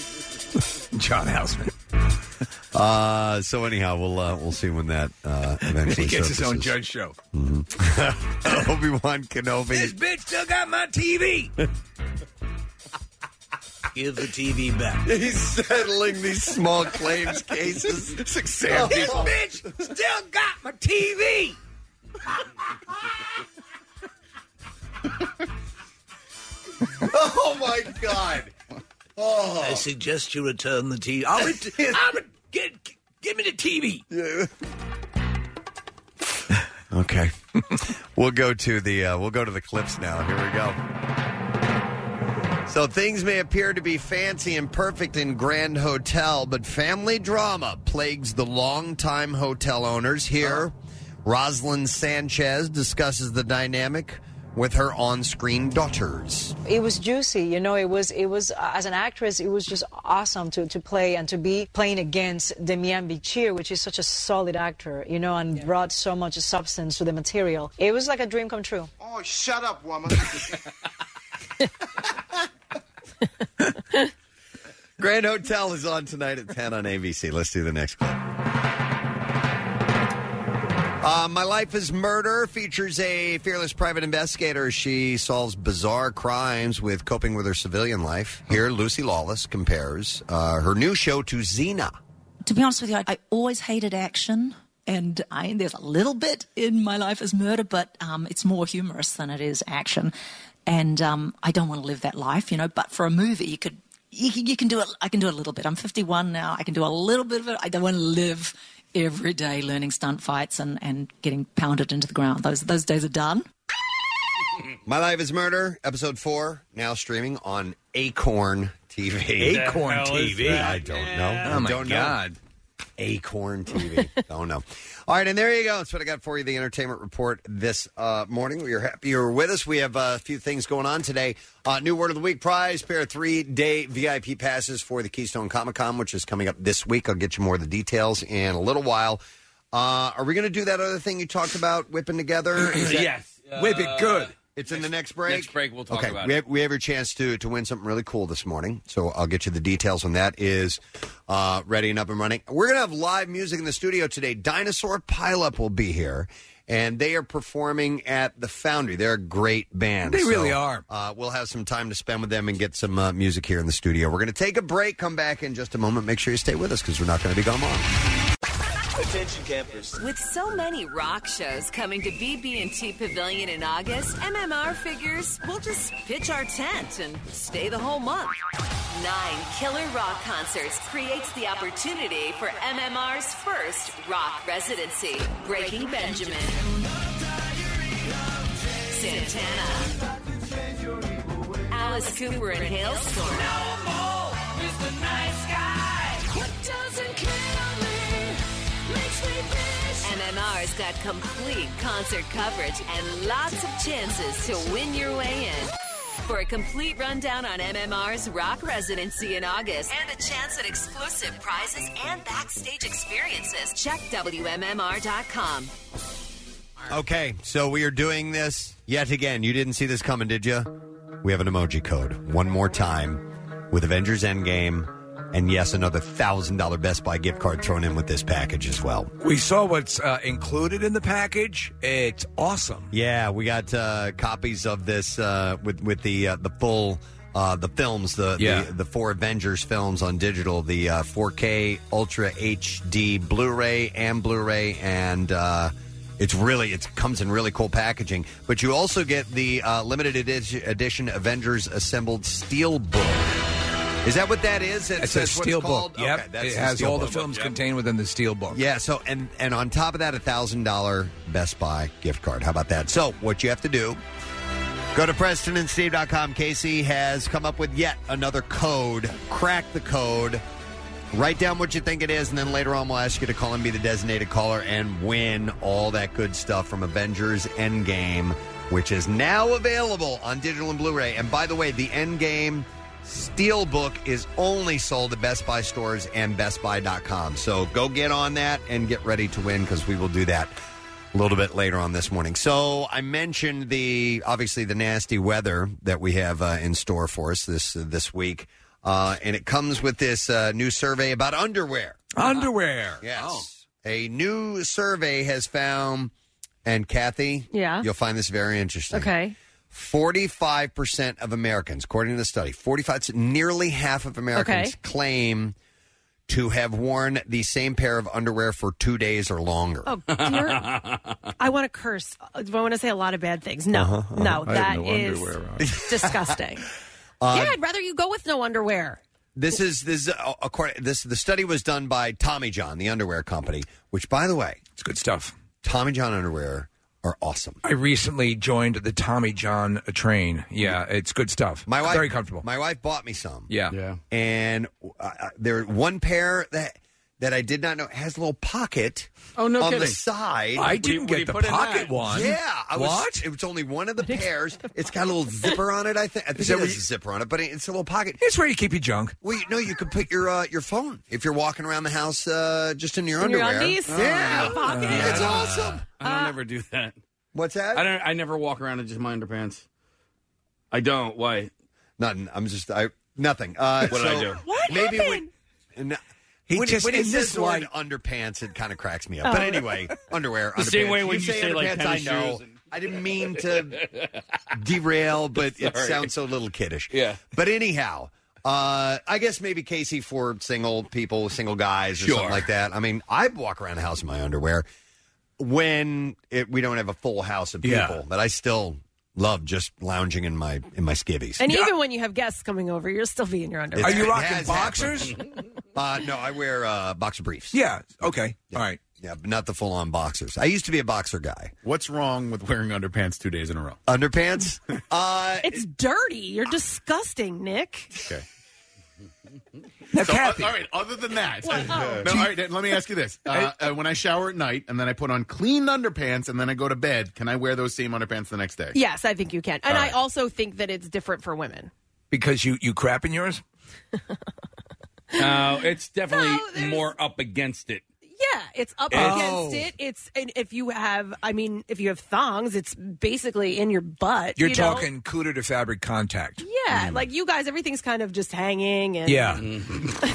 [SPEAKER 4] John Houseman.
[SPEAKER 2] Uh, so anyhow, we'll uh, we'll see when that
[SPEAKER 4] *laughs*
[SPEAKER 2] uh, eventually
[SPEAKER 4] He gets his own judge
[SPEAKER 2] surfaces.
[SPEAKER 4] show.
[SPEAKER 2] *laughs* Obi Wan Kenobi.
[SPEAKER 4] bitch still got my
[SPEAKER 2] *laughs*
[SPEAKER 4] TV. Give the TV back.
[SPEAKER 2] He's settling these small claims cases. Oh,
[SPEAKER 6] Sam people.
[SPEAKER 4] bitch still got my TV.
[SPEAKER 2] Oh my God! Oh,
[SPEAKER 4] I suggest you return the TV. I'll, *laughs* ret- I'll re- get, give me the TV.
[SPEAKER 2] Okay. *laughs* we'll go to the uh, we'll go to the clips now. Here we go. So things may appear to be fancy and perfect in Grand Hotel, but family drama plagues the longtime hotel owners here. Rosalind Sanchez discusses the dynamic with her on-screen daughters.
[SPEAKER 16] It was juicy, you know. It was it was uh, as an actress, it was just awesome to, to play and to be playing against Demian Bichir, which is such a solid actor, you know, and brought so much substance to the material. It was like a dream come true.
[SPEAKER 5] Oh, shut up, woman.
[SPEAKER 2] Grand Hotel is on tonight at 10 on ABC. Let's do the next clip. Uh, My Life is Murder features a fearless private investigator. She solves bizarre crimes with coping with her civilian life. Here, Lucy Lawless compares uh, her new show to Xena.
[SPEAKER 17] to be honest with you, I, I always hated action. And I, there's a little bit in my life as murder, but um, it's more humorous than it is action. And um, I don't want to live that life, you know. But for a movie, you could, you, can- you can do it. I can do a little bit. I'm 51 now. I can do a little bit of it. I don't want to live every day learning stunt fights and, and getting pounded into the ground. Those those days are done.
[SPEAKER 2] My Life is Murder, episode four, now streaming on Acorn TV.
[SPEAKER 4] The Acorn hell is TV? that?
[SPEAKER 2] I don't know.
[SPEAKER 4] Yeah. Oh, my
[SPEAKER 2] Don't know.
[SPEAKER 4] God.
[SPEAKER 2] Acorn TV. don't know. All right, and there you go. That's what I got for you. The entertainment report this uh, morning. We are happy you're with us. We have uh, a few things going on today. Uh, new word of the week prize: pair of three-day VIP passes for the Keystone Comic Con, which is coming up this week. I'll get you more of the details in a little while. Uh, are we going to do that other thing you talked about whipping together? Is that-
[SPEAKER 7] yes.
[SPEAKER 2] whip
[SPEAKER 4] Uh,
[SPEAKER 2] it good.
[SPEAKER 7] It's
[SPEAKER 2] in the next break.
[SPEAKER 7] Next break, we'll talk
[SPEAKER 2] Okay,
[SPEAKER 7] about
[SPEAKER 2] we
[SPEAKER 7] it.
[SPEAKER 2] have, we have your chance to to win something really cool this morning. So I'll get you the details on that. Is uh, ready and up and running. We're gonna have live music in the studio today. Dinosaur Pileup will be here, and they are performing at the Foundry. They're a great band.
[SPEAKER 4] They really
[SPEAKER 2] are. Uh, we'll have some time to spend with them and get some uh, music here in the studio. We're gonna take a break. Come back in just a moment. Make sure you stay with us because we're not gonna be gone long.
[SPEAKER 18] Attention campers.
[SPEAKER 19] With so many rock shows coming to BB&T Pavilion in August, MMR figures we'll just pitch our tent and stay the whole month. Nine killer rock concerts creates the opportunity for MMR's first rock residency, Breaking Benjamin, Santana, Alice Cooper and Hailstorm, MMR's got complete concert coverage and lots of chances to win your way in. For a complete rundown on MMR's rock residency in August and a chance at exclusive prizes and backstage experiences, check WMMR.com.
[SPEAKER 2] Okay, so we are doing this yet again. You didn't see this coming, did you? We have an emoji code. One more time with Avengers Endgame. And yes, another $1,000 Best Buy gift card thrown in with this package as well.
[SPEAKER 4] We saw what's uh, included in the package. It's awesome.
[SPEAKER 2] Yeah, we got uh, copies of this uh, with with the uh, the full uh, the films the,
[SPEAKER 4] Yeah.
[SPEAKER 2] the the four Avengers films on digital, the uh, 4K Ultra HD Blu-ray and Blu-ray, and uh, it's really it comes in really cool packaging. But you also get the uh, limited edi- edition Avengers assembled steel book. Is that what that is?
[SPEAKER 4] It's a
[SPEAKER 2] that's what
[SPEAKER 4] steel
[SPEAKER 2] called?
[SPEAKER 4] book. Yep.
[SPEAKER 2] Okay, that's
[SPEAKER 4] it
[SPEAKER 2] the
[SPEAKER 4] has
[SPEAKER 2] steel
[SPEAKER 4] all the
[SPEAKER 2] book.
[SPEAKER 4] films contained within the steel book.
[SPEAKER 2] Yeah. So and and on top of that, a thousand dollar Best Buy gift card. How about that? So what you have to do. Go to PrestonandSteve.com. Casey has come up with yet another code. Crack the code. Write down what you think it is, and then later on we'll ask you to call and be the designated caller and win all that good stuff from Avengers Endgame, which is now available on digital and Blu-ray. And by the way, the Endgame Steelbook is only sold at Best Buy stores and BestBuy.com. So go get on that and get ready to win because we will do that a little bit later on this morning. So I mentioned the obviously the nasty weather that we have uh, in store for us this this week, uh, and it comes with this uh, new survey about underwear.
[SPEAKER 4] Underwear.
[SPEAKER 2] Yes. A new survey has found, and Kathy,
[SPEAKER 3] Yeah.
[SPEAKER 2] you'll find this very interesting.
[SPEAKER 3] Okay.
[SPEAKER 2] 45% of Americans, according to the study, 45 nearly half of Americans
[SPEAKER 3] Okay.
[SPEAKER 2] claim to have worn the same pair of underwear for 2 days or longer.
[SPEAKER 3] Oh,
[SPEAKER 2] *laughs*
[SPEAKER 3] dear. I want to curse. I want to say a lot of bad things. No,
[SPEAKER 2] Uh-huh, uh-huh.
[SPEAKER 3] no,
[SPEAKER 2] I
[SPEAKER 3] that
[SPEAKER 2] have
[SPEAKER 3] is
[SPEAKER 4] *laughs*
[SPEAKER 2] no underwear on.
[SPEAKER 3] disgusting.
[SPEAKER 2] Uh,
[SPEAKER 3] yeah, I'd rather you go with no underwear.
[SPEAKER 2] This is this is, uh, according this the study was done by Tommy John, the underwear company, which by the way,
[SPEAKER 4] it's good stuff.
[SPEAKER 2] Tommy John underwear are awesome.
[SPEAKER 4] I recently joined the Tommy John train. Yeah, it's good stuff.
[SPEAKER 2] My wife
[SPEAKER 4] very comfortable.
[SPEAKER 2] My wife bought me some.
[SPEAKER 4] Yeah, yeah.
[SPEAKER 2] And uh, uh, there one pair that that I did not know has a little pocket
[SPEAKER 4] Oh, no
[SPEAKER 2] on the
[SPEAKER 4] kidding.
[SPEAKER 2] side.
[SPEAKER 4] I What do you- didn't what do get you the put in pocket that? one.
[SPEAKER 2] Yeah, I was,
[SPEAKER 4] What?
[SPEAKER 2] It was only one of the pairs. It's got a little zipper on it. I think. I think
[SPEAKER 4] Is
[SPEAKER 2] it
[SPEAKER 4] that where
[SPEAKER 2] has
[SPEAKER 4] you-
[SPEAKER 2] a zipper on it, but it's a little pocket.
[SPEAKER 4] It's where you keep your junk.
[SPEAKER 2] Well, you, no, you could put your uh, your phone if you're walking around the house uh, just in your
[SPEAKER 7] In your
[SPEAKER 2] underwear.
[SPEAKER 7] undies?
[SPEAKER 2] Yeah,
[SPEAKER 7] Oh, pocket.
[SPEAKER 2] it's
[SPEAKER 7] Uh,
[SPEAKER 2] awesome.
[SPEAKER 7] I don't ever do that.
[SPEAKER 2] Uh, What's that?
[SPEAKER 7] I don't. I never walk around in just my underpants. I don't. Why?
[SPEAKER 2] Nothing. I'm just. I. Nothing. Uh,
[SPEAKER 7] What did I
[SPEAKER 2] so
[SPEAKER 7] do?
[SPEAKER 2] What maybe happened? When, no,
[SPEAKER 7] He
[SPEAKER 2] when
[SPEAKER 7] just-
[SPEAKER 2] when he
[SPEAKER 7] in
[SPEAKER 2] says
[SPEAKER 7] this
[SPEAKER 2] the word
[SPEAKER 7] light-
[SPEAKER 2] underpants, it kind of cracks me
[SPEAKER 7] Oh.
[SPEAKER 2] up. But anyway, underwear.
[SPEAKER 7] The
[SPEAKER 2] underpants.
[SPEAKER 7] same way when you say, like,
[SPEAKER 2] underpants,
[SPEAKER 7] tennis
[SPEAKER 2] I know.
[SPEAKER 7] shoes and-
[SPEAKER 2] I didn't mean to derail, but it
[SPEAKER 7] Sorry.
[SPEAKER 2] sounds so little kiddish.
[SPEAKER 7] Yeah.
[SPEAKER 2] But anyhow, uh, I guess maybe Casey for single people, single guys, or something
[SPEAKER 7] Sure.
[SPEAKER 2] like that. I mean, I walk around the house in my underwear when it, we don't have a full house of people,
[SPEAKER 3] Yeah.
[SPEAKER 2] but I still love just lounging in my in my skivvies.
[SPEAKER 3] And even when you have guests coming over, you'll still be in your underwear.
[SPEAKER 2] It's- it has happened. uh, no, I wear uh, boxer briefs.
[SPEAKER 4] Yeah. Okay. All right.
[SPEAKER 2] Yeah, but not the full on boxers. I used to be a boxer guy.
[SPEAKER 6] What's wrong with wearing underpants two days in a row?
[SPEAKER 2] Underpants? uh,
[SPEAKER 3] it's dirty. You're disgusting, Nick.
[SPEAKER 6] Okay.
[SPEAKER 4] so,
[SPEAKER 6] Kathy. all right. Other than that,
[SPEAKER 3] Well, oh.
[SPEAKER 6] no, all right. Let me ask you this: uh, uh, When I shower at night and then I put on clean underpants and then I go to bed, can I wear those same underpants the next day?
[SPEAKER 3] Yes, I think you can. And
[SPEAKER 6] All
[SPEAKER 3] I
[SPEAKER 6] right.
[SPEAKER 3] also think that it's different for women.
[SPEAKER 4] Because you you crap in yours.
[SPEAKER 7] No, it's definitely more up against it.
[SPEAKER 3] Yeah, it's up
[SPEAKER 7] Oh.
[SPEAKER 3] against it. It's and if you have, I mean, if you have thongs, it's basically in your butt.
[SPEAKER 4] You're
[SPEAKER 3] Uh, you know?
[SPEAKER 4] talking cooter to fabric contact.
[SPEAKER 3] Yeah, like you guys, everything's kind of just hanging and
[SPEAKER 4] Yeah.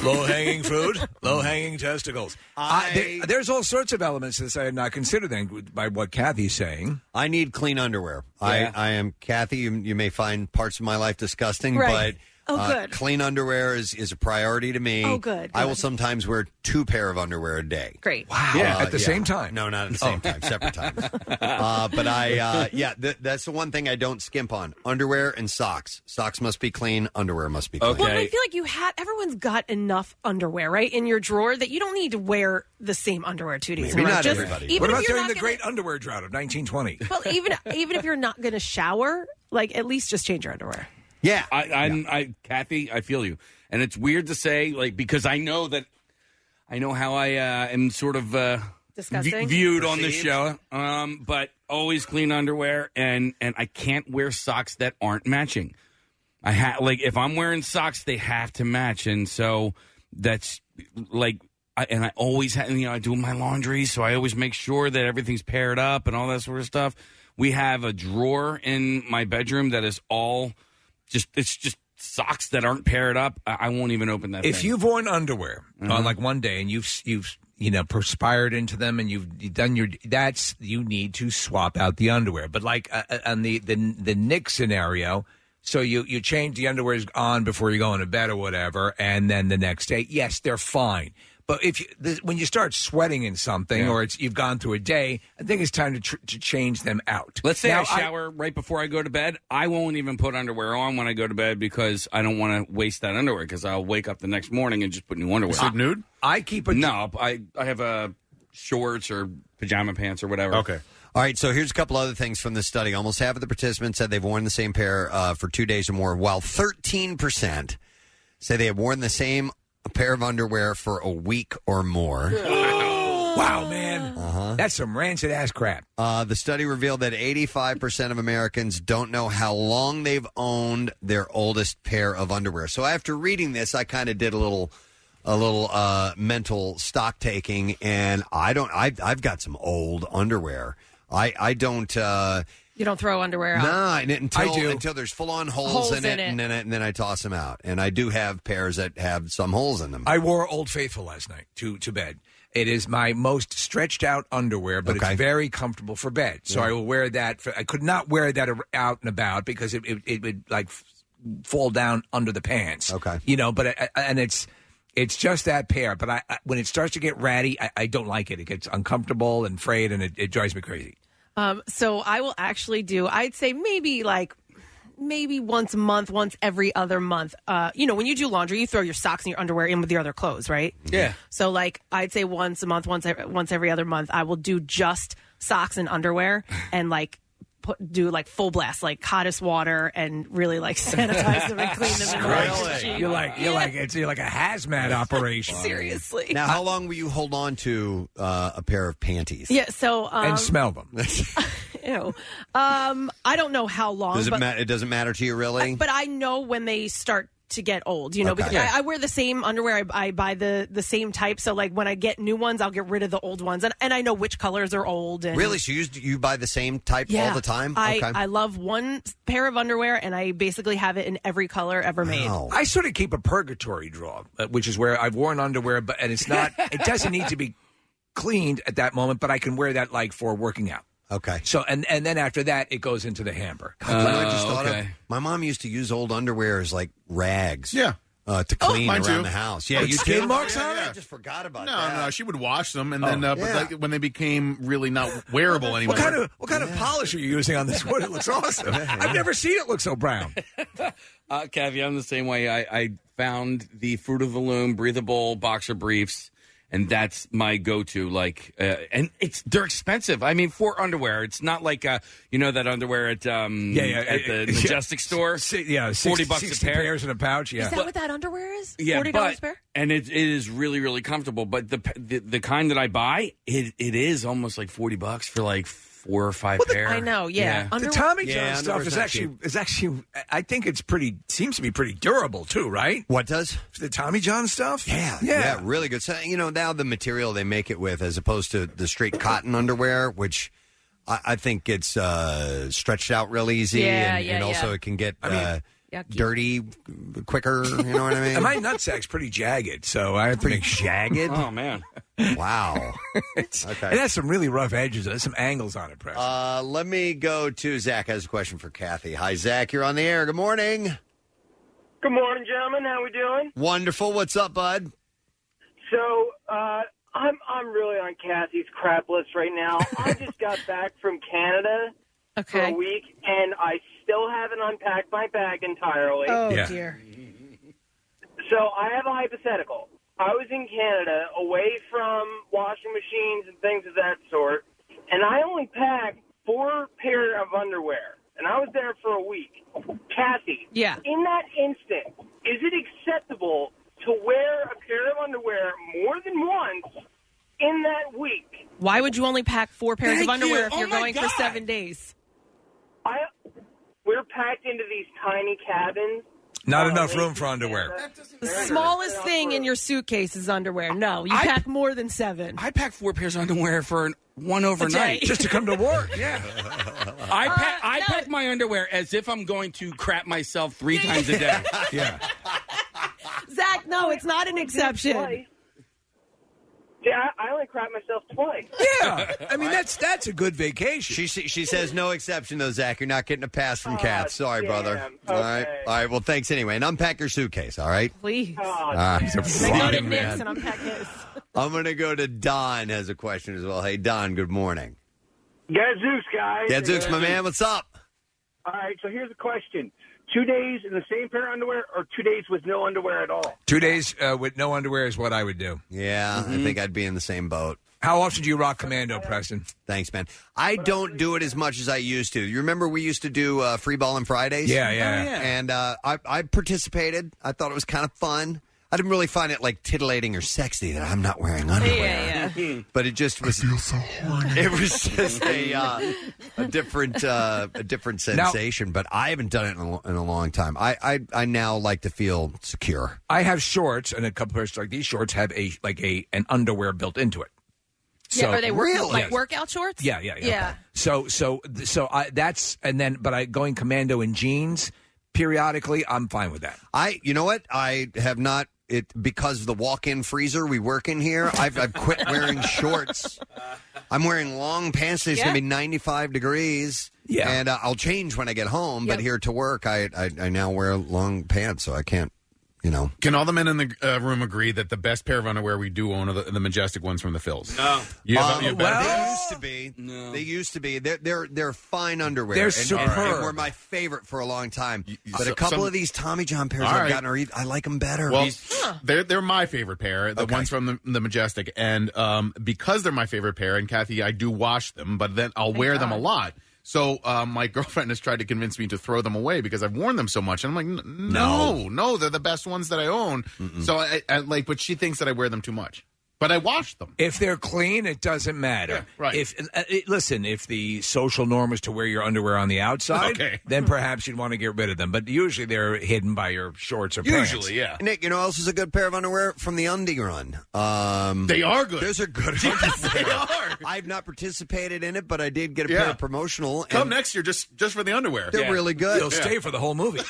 [SPEAKER 4] low hanging fruit, low hanging *laughs* testicles. I, there- there's all sorts of elements to this I had not considered then by what Kathy's saying.
[SPEAKER 2] I need clean underwear.
[SPEAKER 4] Yeah.
[SPEAKER 2] I, I am Kathy. You, you may find parts of my life disgusting,
[SPEAKER 3] Right.
[SPEAKER 2] but
[SPEAKER 3] Oh,
[SPEAKER 2] uh,
[SPEAKER 3] good.
[SPEAKER 2] clean underwear is, is a priority to me.
[SPEAKER 3] Oh, good,
[SPEAKER 2] I will
[SPEAKER 3] good.
[SPEAKER 2] sometimes wear two pair of underwear a day.
[SPEAKER 3] great.
[SPEAKER 2] Uh,
[SPEAKER 4] At the
[SPEAKER 2] yeah.
[SPEAKER 4] same time.
[SPEAKER 2] No, not at the same
[SPEAKER 4] Oh.
[SPEAKER 2] time. Separate times.
[SPEAKER 4] *laughs*
[SPEAKER 2] Uh, but I, uh, yeah, th- that's the one thing I don't skimp on: underwear and socks. Socks must be clean. Underwear must be clean.
[SPEAKER 3] Well, but I feel like you had everyone's got enough underwear right in your drawer that you don't need to wear the same underwear two days. in a row. Just- Even
[SPEAKER 4] what about
[SPEAKER 3] if you're
[SPEAKER 4] during
[SPEAKER 3] not
[SPEAKER 4] the
[SPEAKER 3] gonna-
[SPEAKER 4] great underwear drought of 1920?
[SPEAKER 3] Well, even even if you're not going to shower, like at least just change your underwear.
[SPEAKER 2] Yeah,
[SPEAKER 7] I, I'm, I, Kathy, I feel you, and it's weird to say, like, because I know that I know how I uh, am sort of uh,
[SPEAKER 3] Disgusting?
[SPEAKER 7] viewed on this
[SPEAKER 3] Perceived?
[SPEAKER 7] show, um, but always clean underwear, and and I can't wear socks that aren't matching. I ha- like if I'm wearing socks, they have to match, and so that's like. I, and I always have, you know, I do my laundry, so I always make sure that everything's paired up and all that sort of stuff. We have a drawer in my bedroom that is all just, it's just socks that aren't paired up. I, I won't even open that.
[SPEAKER 4] If
[SPEAKER 7] thing.
[SPEAKER 4] you've worn underwear
[SPEAKER 7] Mhm.
[SPEAKER 4] on like one day and you've you've you know perspired into them and you've you've done your that's you need to swap out the underwear. But like uh, uh, on the the the Nick scenario. So you, you change the underwear's on before you go into bed or whatever, and then the next day, yes, they're fine. But if you, this, when you start sweating in something,
[SPEAKER 7] Yeah.
[SPEAKER 4] or it's you've gone through a day, I think it's time to tr- to change them out.
[SPEAKER 7] Let's say
[SPEAKER 4] Now,
[SPEAKER 7] I shower right before I go to bed. I won't even put underwear on when I go to bed because I don't want to waste that underwear because I'll wake up the next morning and just put new underwear.
[SPEAKER 6] Sleep nude?
[SPEAKER 4] I keep a
[SPEAKER 7] no. I I have uh, shorts or pajama pants or whatever. Okay.
[SPEAKER 2] All right, so here's a couple other things from this study. Almost half of the participants said they've worn the same pair uh, for two days or more, while 13% say they have worn the same pair of underwear for a week or more.
[SPEAKER 4] Wow, man. That's some rancid ass crap.
[SPEAKER 2] Uh-huh. Uh, the study revealed that 85% of Americans don't know how long they've owned their oldest pair of underwear. So after reading this, I kind of did a little. A little uh, mental stock taking, and I don't. I've, I've got some old underwear. I I don't. Uh,
[SPEAKER 3] You don't throw underwear out.
[SPEAKER 2] Nah, and until,
[SPEAKER 3] I do.
[SPEAKER 2] until there's full on holes,
[SPEAKER 3] Holes in
[SPEAKER 2] in, it,
[SPEAKER 3] it.
[SPEAKER 2] And, then I, and then I toss them out. And I do have pairs that have some holes in them.
[SPEAKER 4] I wore Old Faithful last night to to bed. It is my most stretched out underwear, but
[SPEAKER 2] Okay.
[SPEAKER 4] it's very comfortable for bed. So
[SPEAKER 2] Yeah.
[SPEAKER 4] I will wear that. For, I could not wear that ar- out and about because it it, it would like f- fall down under the pants. Okay, you know, but I, I- and it's. It's just that pair, but I, I when it starts to get ratty, I, I don't like it. It gets uncomfortable and frayed, and it, it drives me crazy.
[SPEAKER 3] Um, so I will actually do. I'd say maybe like maybe once a month, once every other month. Uh, you know, when you do laundry, you throw your socks and your underwear in with your other clothes, right?
[SPEAKER 7] Yeah.
[SPEAKER 3] So like I'd say once a month, once ev- once every other month, I will do just socks and underwear and like. Put, do like full blast, like hottest water, and really like *laughs* sanitize them and clean them. And
[SPEAKER 4] You're like you're like it's you're like a
[SPEAKER 2] *laughs*
[SPEAKER 4] hazmat operation.
[SPEAKER 3] Seriously.
[SPEAKER 2] Now, how long will you hold on to uh, a pair of panties?
[SPEAKER 3] Yeah, so, And um, smell
[SPEAKER 4] them.
[SPEAKER 2] *laughs*
[SPEAKER 3] Ew. Um, I don't know how long,
[SPEAKER 2] Does it,
[SPEAKER 3] but
[SPEAKER 2] ma- it doesn't matter to you, really?
[SPEAKER 3] But I know when they start to get old, you know,
[SPEAKER 2] Okay.
[SPEAKER 3] because
[SPEAKER 2] Yeah.
[SPEAKER 3] I, I wear the same underwear. I, I buy the, the same type. So, like, when I get new ones, I'll get rid of the old ones. And, and I know which colors are old. And
[SPEAKER 2] Really? So you, you buy the same type
[SPEAKER 3] yeah.
[SPEAKER 2] all the time?
[SPEAKER 3] I, I love one pair of underwear, and I basically have it in every color ever made.
[SPEAKER 4] I sort of keep a purgatory drawer, uh, which is where I've worn underwear, but and it's not. it doesn't need to be cleaned at that moment, but I can wear that like for working out.
[SPEAKER 2] Okay.
[SPEAKER 4] So and and then after that, it goes into the hamper.
[SPEAKER 2] God, you know what I just thought of? My mom used to use old underwear as like rags.
[SPEAKER 6] Yeah.
[SPEAKER 2] Uh, to
[SPEAKER 6] Oh,
[SPEAKER 2] clean
[SPEAKER 6] mine
[SPEAKER 2] around
[SPEAKER 6] too.
[SPEAKER 2] the house. Yeah,
[SPEAKER 6] With
[SPEAKER 2] you
[SPEAKER 6] skin
[SPEAKER 2] too?
[SPEAKER 6] marks on
[SPEAKER 2] Yeah,
[SPEAKER 6] it?
[SPEAKER 2] yeah, I just forgot about
[SPEAKER 6] No,
[SPEAKER 2] that.
[SPEAKER 6] no, she would wash them, and
[SPEAKER 2] Oh.
[SPEAKER 6] then uh, but
[SPEAKER 2] Yeah.
[SPEAKER 6] like, when they became really not wearable anymore.
[SPEAKER 4] What kind of what kind of polish are you using on this wood? It looks awesome. *laughs* I've never seen it look so brown.
[SPEAKER 7] Uh, Kathy, I'm the same way. I, I found the Fruit of the Loom breathable boxer briefs, and that's my go-to. Like, uh, and it's they're expensive. I mean, for underwear, it's not like uh, you know that underwear at um,
[SPEAKER 4] Yeah, yeah,
[SPEAKER 7] at the
[SPEAKER 4] yeah. *laughs*
[SPEAKER 7] Majestic store.
[SPEAKER 4] Yeah, 60,
[SPEAKER 7] forty bucks a
[SPEAKER 4] 60
[SPEAKER 7] pair.
[SPEAKER 4] pairs in a pouch. Yeah,
[SPEAKER 7] Is that But-
[SPEAKER 3] what that underwear is?
[SPEAKER 7] Yeah,
[SPEAKER 3] $40
[SPEAKER 7] but,
[SPEAKER 3] pair?
[SPEAKER 7] and it, it is really really comfortable. But the, p- the the kind that I buy, it it is almost like forty bucks for like four or five pairs.
[SPEAKER 3] I know, yeah.
[SPEAKER 4] The
[SPEAKER 3] Underwear-
[SPEAKER 4] Tommy John
[SPEAKER 7] Yeah,
[SPEAKER 4] stuff
[SPEAKER 7] underwear's
[SPEAKER 4] is
[SPEAKER 7] not
[SPEAKER 4] actually
[SPEAKER 7] cheap.
[SPEAKER 4] is actually I think it's pretty seems to be pretty durable too, right?
[SPEAKER 2] What does
[SPEAKER 4] the Tommy John stuff?
[SPEAKER 2] Yeah, yeah, really good. So, you know, now the material they make it with, as opposed to the straight cotton underwear, which I, I think gets uh, stretched out real easy,
[SPEAKER 4] Yeah,
[SPEAKER 2] and,
[SPEAKER 4] yeah,
[SPEAKER 2] and also
[SPEAKER 4] yeah.
[SPEAKER 2] it can get
[SPEAKER 4] I mean,
[SPEAKER 2] uh,
[SPEAKER 4] yucky.
[SPEAKER 2] dirty quicker. You
[SPEAKER 6] *laughs*
[SPEAKER 2] know what I mean?
[SPEAKER 4] And my nutsack's
[SPEAKER 2] *laughs*
[SPEAKER 4] pretty jagged, so I have pretty jagged.
[SPEAKER 7] Oh man!
[SPEAKER 4] *laughs*
[SPEAKER 2] Wow. okay.
[SPEAKER 4] It has some really rough edges. There's some angles on it, Preston.
[SPEAKER 2] Uh, let me go to Zach. Has a question for Kathy. Hi, Zach. You're on the air. Good morning.
[SPEAKER 20] Good morning, gentlemen. How we doing?
[SPEAKER 2] Wonderful. What's up, bud?
[SPEAKER 20] So uh, I'm I'm really on Kathy's crap list right
[SPEAKER 11] *laughs*
[SPEAKER 20] now. I just got back from Canada
[SPEAKER 3] Oh,
[SPEAKER 20] for a week, and I still haven't unpacked my bag entirely.
[SPEAKER 3] Oh, dear.
[SPEAKER 20] So I have a hypothetical. I was in Canada, away from washing machines and things of that sort, and I only packed four pair of underwear, and I was there for a week. Kathy,
[SPEAKER 3] Yeah.
[SPEAKER 20] in that instant, is it acceptable to wear a pair of underwear more than once in that week?
[SPEAKER 3] Why would you only pack four pairs
[SPEAKER 20] Thank
[SPEAKER 3] of underwear
[SPEAKER 20] you.
[SPEAKER 3] if
[SPEAKER 20] Oh
[SPEAKER 3] you're
[SPEAKER 20] my
[SPEAKER 3] going for
[SPEAKER 20] God.
[SPEAKER 3] seven days?
[SPEAKER 20] I we're packed into these tiny cabins.
[SPEAKER 3] Oh,
[SPEAKER 4] Not enough room for underwear.
[SPEAKER 3] The smallest thing in your suitcase is underwear. No, you pack more than seven.
[SPEAKER 7] I pack four pairs of underwear for an, one overnight
[SPEAKER 21] *laughs*
[SPEAKER 3] Just to
[SPEAKER 4] come to
[SPEAKER 3] *laughs*
[SPEAKER 4] work.
[SPEAKER 7] Yeah, I pack, I pack my underwear as if I'm going to crap myself three times a day.
[SPEAKER 4] yeah.
[SPEAKER 3] Zach, no, it's not an exception.
[SPEAKER 20] Twice. Yeah, I only crap myself twice.
[SPEAKER 4] Yeah, I mean that's that's a good vacation.
[SPEAKER 2] She she she says no exception though, Zach. You're not getting a pass from Kath.
[SPEAKER 20] Ah,
[SPEAKER 2] Sorry,
[SPEAKER 20] damn.
[SPEAKER 2] brother. All right,
[SPEAKER 20] Okay. Oh,
[SPEAKER 2] all right. Well, thanks anyway, and unpack your suitcase. All right.
[SPEAKER 3] Please.
[SPEAKER 2] Ah, he's a frotting man.
[SPEAKER 3] and unpack his.
[SPEAKER 2] I'm gonna go to Don. Has a question as well. Hey, Don. Good morning.
[SPEAKER 22] Gadzooks, guys.
[SPEAKER 2] Gadzooks, my man. What's up?
[SPEAKER 22] All right, so here's the question. Two days in the same pair of underwear or two days with no underwear at all?
[SPEAKER 4] Two days uh, with no underwear is what I would do.
[SPEAKER 2] Yeah, I
[SPEAKER 3] Mm-hmm.
[SPEAKER 2] think I'd be in the same boat.
[SPEAKER 4] How often do you rock commando, Preston?
[SPEAKER 2] Thanks, man. I don't do it as much as I used to. You remember we used to do uh, free ball on Fridays?
[SPEAKER 4] Yeah, yeah. Oh, yeah.
[SPEAKER 2] And uh, I, I participated. I thought it was kind of fun. I didn't really find it like titillating or sexy that I'm not wearing underwear. Mm-hmm. But it just was. *laughs* It was just a uh, a different uh, a different
[SPEAKER 4] Now-
[SPEAKER 2] sensation. but I haven't done it in a, lo- in a long time. I, I I now like to feel secure.
[SPEAKER 4] I have shorts, and a couple pairs like these shorts have a like a an underwear built into it.
[SPEAKER 3] yeah, are they work- like
[SPEAKER 4] Yes.
[SPEAKER 3] workout shorts?
[SPEAKER 4] Yeah, yeah, yeah.
[SPEAKER 3] Yeah.
[SPEAKER 4] So, so, so I that's and then, but I going commando in jeans periodically. I'm fine with that.
[SPEAKER 2] I, you know what? I have not it because of the walk-in freezer we work in here. I've, I've quit wearing shorts. I'm wearing long pants. It's gonna be 95 degrees. Yeah, and uh, I'll change when I get home. But here to work, I, I I now wear long pants, so I can't. You know,
[SPEAKER 6] *laughs* Can all the men in the uh, room agree that the best pair of underwear we do own are the, the majestic ones from the Phils? No, you have,
[SPEAKER 2] Um,
[SPEAKER 6] you have
[SPEAKER 2] they used to be. They used to be. They're they're they're fine underwear.
[SPEAKER 6] They're
[SPEAKER 2] and-
[SPEAKER 6] superb.
[SPEAKER 2] And, were my favorite for a long time. But a
[SPEAKER 6] so-
[SPEAKER 2] couple
[SPEAKER 6] some-
[SPEAKER 2] of these Tommy John pairs
[SPEAKER 6] All
[SPEAKER 2] I've
[SPEAKER 6] right.
[SPEAKER 2] gotten are e- I like them better.
[SPEAKER 6] Well, they're they're my favorite pair, the ones from the, the Majestic, and um, because they're my favorite pair, and Kathy, I do wash them, but then I'll wear them a lot. So um, my *laughs* girlfriend has tried to convince me to throw them away because I've worn them so much, and I'm like, "N- no, no, they're the best ones that I own. So I, I like, but she thinks that I wear them too much. But I washed them.
[SPEAKER 4] If they're clean, it doesn't matter.
[SPEAKER 6] right.
[SPEAKER 4] If uh, it, listen, if the social norm is to wear your underwear on the outside,
[SPEAKER 6] Okay.
[SPEAKER 4] then perhaps you'd want to get rid of them. But usually they're hidden by your shorts or pants.
[SPEAKER 2] Nick, you know what else is a good pair of underwear from the Undie Run?
[SPEAKER 6] Uh,
[SPEAKER 2] Um,
[SPEAKER 4] They are good.
[SPEAKER 2] Those
[SPEAKER 4] *laughs*
[SPEAKER 2] are good. they are. I've not participated in it, but I did get a pair
[SPEAKER 6] Yeah.
[SPEAKER 2] of promotional.
[SPEAKER 6] Come
[SPEAKER 2] and-
[SPEAKER 6] next year just just for the underwear.
[SPEAKER 2] They're really good.
[SPEAKER 6] Yeah.
[SPEAKER 4] the whole movie.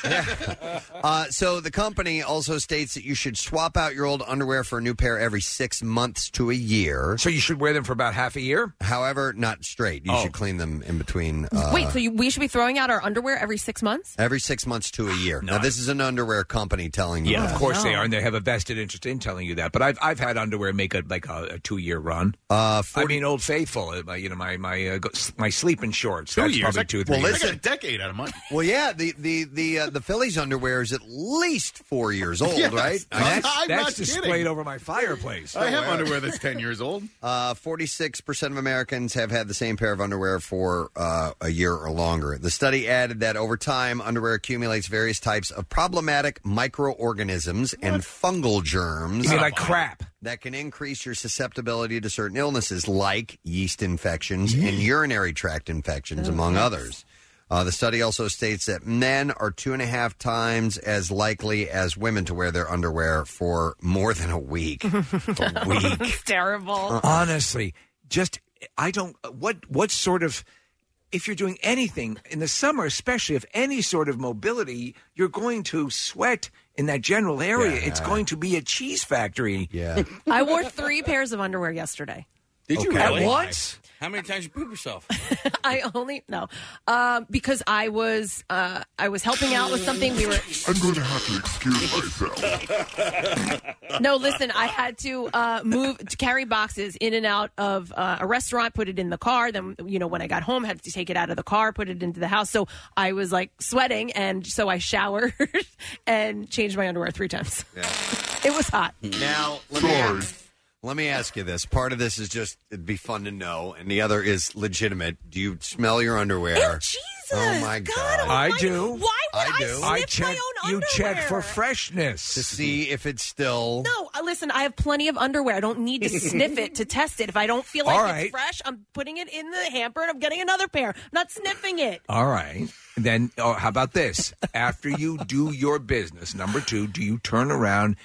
[SPEAKER 2] Uh, so the company also states that you should swap out your old underwear for a new pair every six months to a year.
[SPEAKER 4] So you should wear them for about half a year. Oh.
[SPEAKER 2] However, not straight. You should clean them in between. Uh,
[SPEAKER 21] Wait, so you, we should be throwing out our underwear every six months?
[SPEAKER 2] every six months to a year. Now this is an underwear company telling you.
[SPEAKER 4] Ah, Yeah,
[SPEAKER 2] that.
[SPEAKER 4] of course they are, and they have a vested interest in telling you that. But I've I've had underwear make a like a, a two year run.
[SPEAKER 2] Uh,
[SPEAKER 4] I mean, Old Faithful, uh, my- you know, my my uh, go- my sleeping shorts.
[SPEAKER 6] Two
[SPEAKER 4] that's
[SPEAKER 6] years.
[SPEAKER 4] probably
[SPEAKER 6] That-
[SPEAKER 4] two.
[SPEAKER 6] well,
[SPEAKER 4] three years.
[SPEAKER 6] listen. I got a decade out of mine.
[SPEAKER 2] Well, yeah, the the the uh, the Phillies underwear is at least four
[SPEAKER 4] *laughs*
[SPEAKER 2] years old,
[SPEAKER 6] Yes.
[SPEAKER 2] right? Oh,
[SPEAKER 6] I'm That's- not that's kidding. displayed
[SPEAKER 4] over my fireplace.
[SPEAKER 6] I have underwear that's ten years old.
[SPEAKER 2] Uh, Forty-six percent of Americans have had the same pair of underwear for uh, a year or longer. The study added that over time, underwear accumulates various types of problematic microorganisms and fungal germs.
[SPEAKER 4] You mean like crap?
[SPEAKER 2] That can increase your susceptibility to certain illnesses like yeast infections and urinary tract
[SPEAKER 4] Oh,
[SPEAKER 2] infections, among others. Uh, the study also states that men are two and a half times as likely as women to wear their underwear for more than a
[SPEAKER 4] *laughs*
[SPEAKER 2] week. a
[SPEAKER 21] *laughs*
[SPEAKER 2] week.
[SPEAKER 21] It's terrible.
[SPEAKER 4] Uh-uh. Honestly, just I don't what what sort of if you're doing anything in the summer, especially if any sort of mobility, you're going to sweat in that general area. It's
[SPEAKER 21] Yeah.
[SPEAKER 4] going to be a cheese factory.
[SPEAKER 2] Yeah.
[SPEAKER 21] I wore three pairs of underwear yesterday. *laughs*
[SPEAKER 4] Did
[SPEAKER 21] you really?
[SPEAKER 4] At once?
[SPEAKER 7] How many times you poop yourself?
[SPEAKER 21] I only no, um, because I was uh, I was helping out with something. We were
[SPEAKER 14] *laughs* I'm going to have to excuse myself.
[SPEAKER 21] *laughs* no. Listen, I had to uh, move to carry boxes in and out of uh, a restaurant, put it in the car. Then you know when I got home, had to take it out of the car, put it into the house. So I was like sweating, and so I showered *laughs* and changed my underwear three times. It was hot.
[SPEAKER 2] Now, let me, ask, let me ask you this. Part of this is just, it'd be fun to know, and the other is legitimate. Do you smell your underwear? Jesus! Oh, my God.
[SPEAKER 4] I do.
[SPEAKER 21] Why
[SPEAKER 2] I do.
[SPEAKER 4] check. You check for freshness
[SPEAKER 2] to see if it's still.
[SPEAKER 21] No, uh, listen, I have plenty of underwear. I don't need
[SPEAKER 4] *laughs*
[SPEAKER 21] to sniff it to test it. If I don't feel like
[SPEAKER 4] All
[SPEAKER 21] it's
[SPEAKER 4] right.
[SPEAKER 21] fresh, I'm putting it in the hamper and I'm getting another pair. I'm not sniffing it.
[SPEAKER 4] All right. Then oh, how about this? After you do your business, number two, do you turn around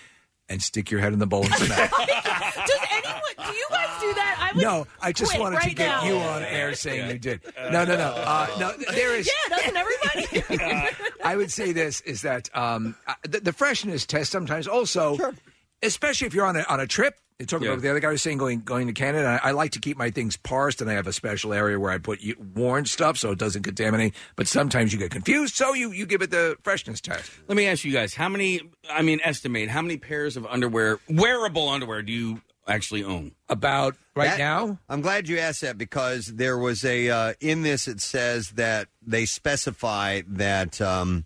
[SPEAKER 4] and stick your head in
[SPEAKER 21] *laughs*
[SPEAKER 4] the bowl and smack?
[SPEAKER 21] Does anyone, do you guys do that? I would
[SPEAKER 4] no, I just
[SPEAKER 21] quit
[SPEAKER 4] wanted
[SPEAKER 21] right
[SPEAKER 4] to get
[SPEAKER 21] now.
[SPEAKER 4] you on air saying you did. No, no, no, uh, no.
[SPEAKER 21] *laughs*
[SPEAKER 4] There is.
[SPEAKER 21] Yeah, doesn't everybody?
[SPEAKER 4] I would say this is that um, uh, the, the freshness test sometimes also, especially if you're on a, on a trip. You're talking
[SPEAKER 23] Yeah.
[SPEAKER 4] about what the other guy was saying going going to Canada. I, I like to keep my things parsed, and I have a special area where I put you, worn stuff so it doesn't contaminate. But sometimes you get confused, so you, you give it the freshness test.
[SPEAKER 7] Let me ask you guys: How many? I mean, estimate how many pairs of underwear, wearable underwear, do you actually own?
[SPEAKER 4] About right
[SPEAKER 2] That-
[SPEAKER 4] now?
[SPEAKER 2] I'm glad you asked that because there was a uh, in this it says that they specify that um,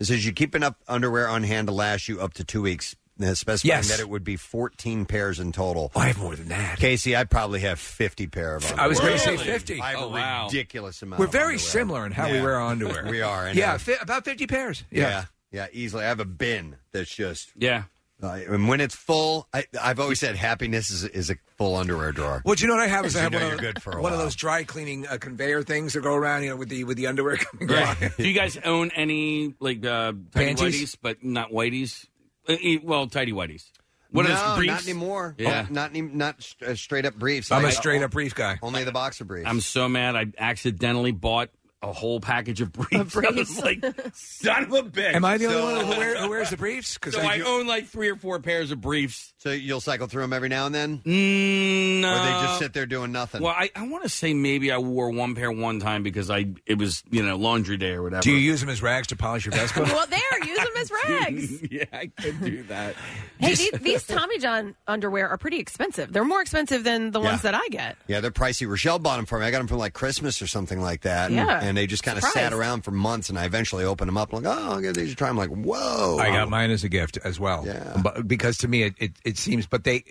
[SPEAKER 2] it says you keep enough underwear on hand to last you up to two weeks. uh, Specifying
[SPEAKER 4] Yes.
[SPEAKER 2] that it would be 14 pairs in total.
[SPEAKER 4] I have more than that.
[SPEAKER 2] Casey, I probably have 50 pair of underwear.
[SPEAKER 4] I was going to say 50.
[SPEAKER 2] I have a ridiculous amount.
[SPEAKER 4] We're
[SPEAKER 2] of
[SPEAKER 4] very
[SPEAKER 2] underwear.
[SPEAKER 4] similar in how we
[SPEAKER 2] Yeah.
[SPEAKER 4] wear our underwear.
[SPEAKER 2] we are. I
[SPEAKER 4] Yeah,
[SPEAKER 2] know.
[SPEAKER 4] fi- about 50 pairs.
[SPEAKER 2] yeah. Yeah. Easily. I have a bin that's just.
[SPEAKER 7] Yeah.
[SPEAKER 2] Uh, and when it's full, I, I've always said happiness is, is a full underwear drawer.
[SPEAKER 4] Well, do you know what I have is I
[SPEAKER 2] You
[SPEAKER 4] have
[SPEAKER 2] know
[SPEAKER 4] one,
[SPEAKER 2] you're
[SPEAKER 4] of,
[SPEAKER 2] good for a
[SPEAKER 4] one of
[SPEAKER 2] while.
[SPEAKER 4] those dry cleaning uh, conveyor things that go around, you know, with the with the underwear coming around.
[SPEAKER 7] *laughs* Do you guys own any like uh, tiny
[SPEAKER 4] Panties?
[SPEAKER 7] whiteys, but not whiteys? Uh, e- well, tidy whiteys. What
[SPEAKER 2] no,
[SPEAKER 7] are those briefs?
[SPEAKER 2] not anymore.
[SPEAKER 7] Yeah.
[SPEAKER 2] Oh, not any- not st- uh, straight up briefs.
[SPEAKER 7] I'm a
[SPEAKER 2] Like,
[SPEAKER 7] straight
[SPEAKER 2] uh,
[SPEAKER 7] up brief guy.
[SPEAKER 2] Only the boxer briefs.
[SPEAKER 7] I'm so mad. I accidentally bought a whole package of *laughs* briefs.
[SPEAKER 2] *laughs*
[SPEAKER 7] I was like, son of a bitch.
[SPEAKER 4] Am I the only one who, wear, who wears the briefs?
[SPEAKER 7] So I, own like three or four pairs of briefs.
[SPEAKER 2] So you'll cycle through them every now and then.
[SPEAKER 7] no.
[SPEAKER 4] Mm,
[SPEAKER 2] Or they just sit there doing nothing.
[SPEAKER 7] Well, I, I want to say maybe I wore one pair one time because I it was you know laundry day or whatever.
[SPEAKER 4] Do you use them as rags to polish your
[SPEAKER 3] *laughs*
[SPEAKER 4] vest?
[SPEAKER 21] well, there, use them as rags.
[SPEAKER 2] *laughs*
[SPEAKER 7] yeah, I could do that.
[SPEAKER 21] Hey, these, these Tommy John underwear are pretty expensive. They're more expensive than the ones
[SPEAKER 2] Yeah.
[SPEAKER 21] that I get.
[SPEAKER 2] yeah, they're pricey. Rochelle bought them for me. I got them from like Christmas or something like that. and-
[SPEAKER 21] Yeah.
[SPEAKER 2] And, they just kind of
[SPEAKER 21] Surprise.
[SPEAKER 2] sat around for months, and I eventually opened them up. Like, oh, I'll give these a try. I'm like, whoa.
[SPEAKER 4] I got mine as a gift as well. Yeah. But because to me it, it, it seems but they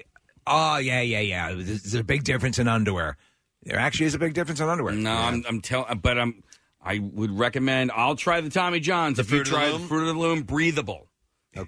[SPEAKER 4] oh yeah, yeah, yeah. There's there's a big difference in underwear. There actually is a big difference in underwear.
[SPEAKER 7] No, I'm I'm telling, but I'm I would recommend. I'll try the Tommy Johns. if you
[SPEAKER 4] Fruit of the
[SPEAKER 7] try
[SPEAKER 4] Loom?
[SPEAKER 7] Fruit of the Loom breathable,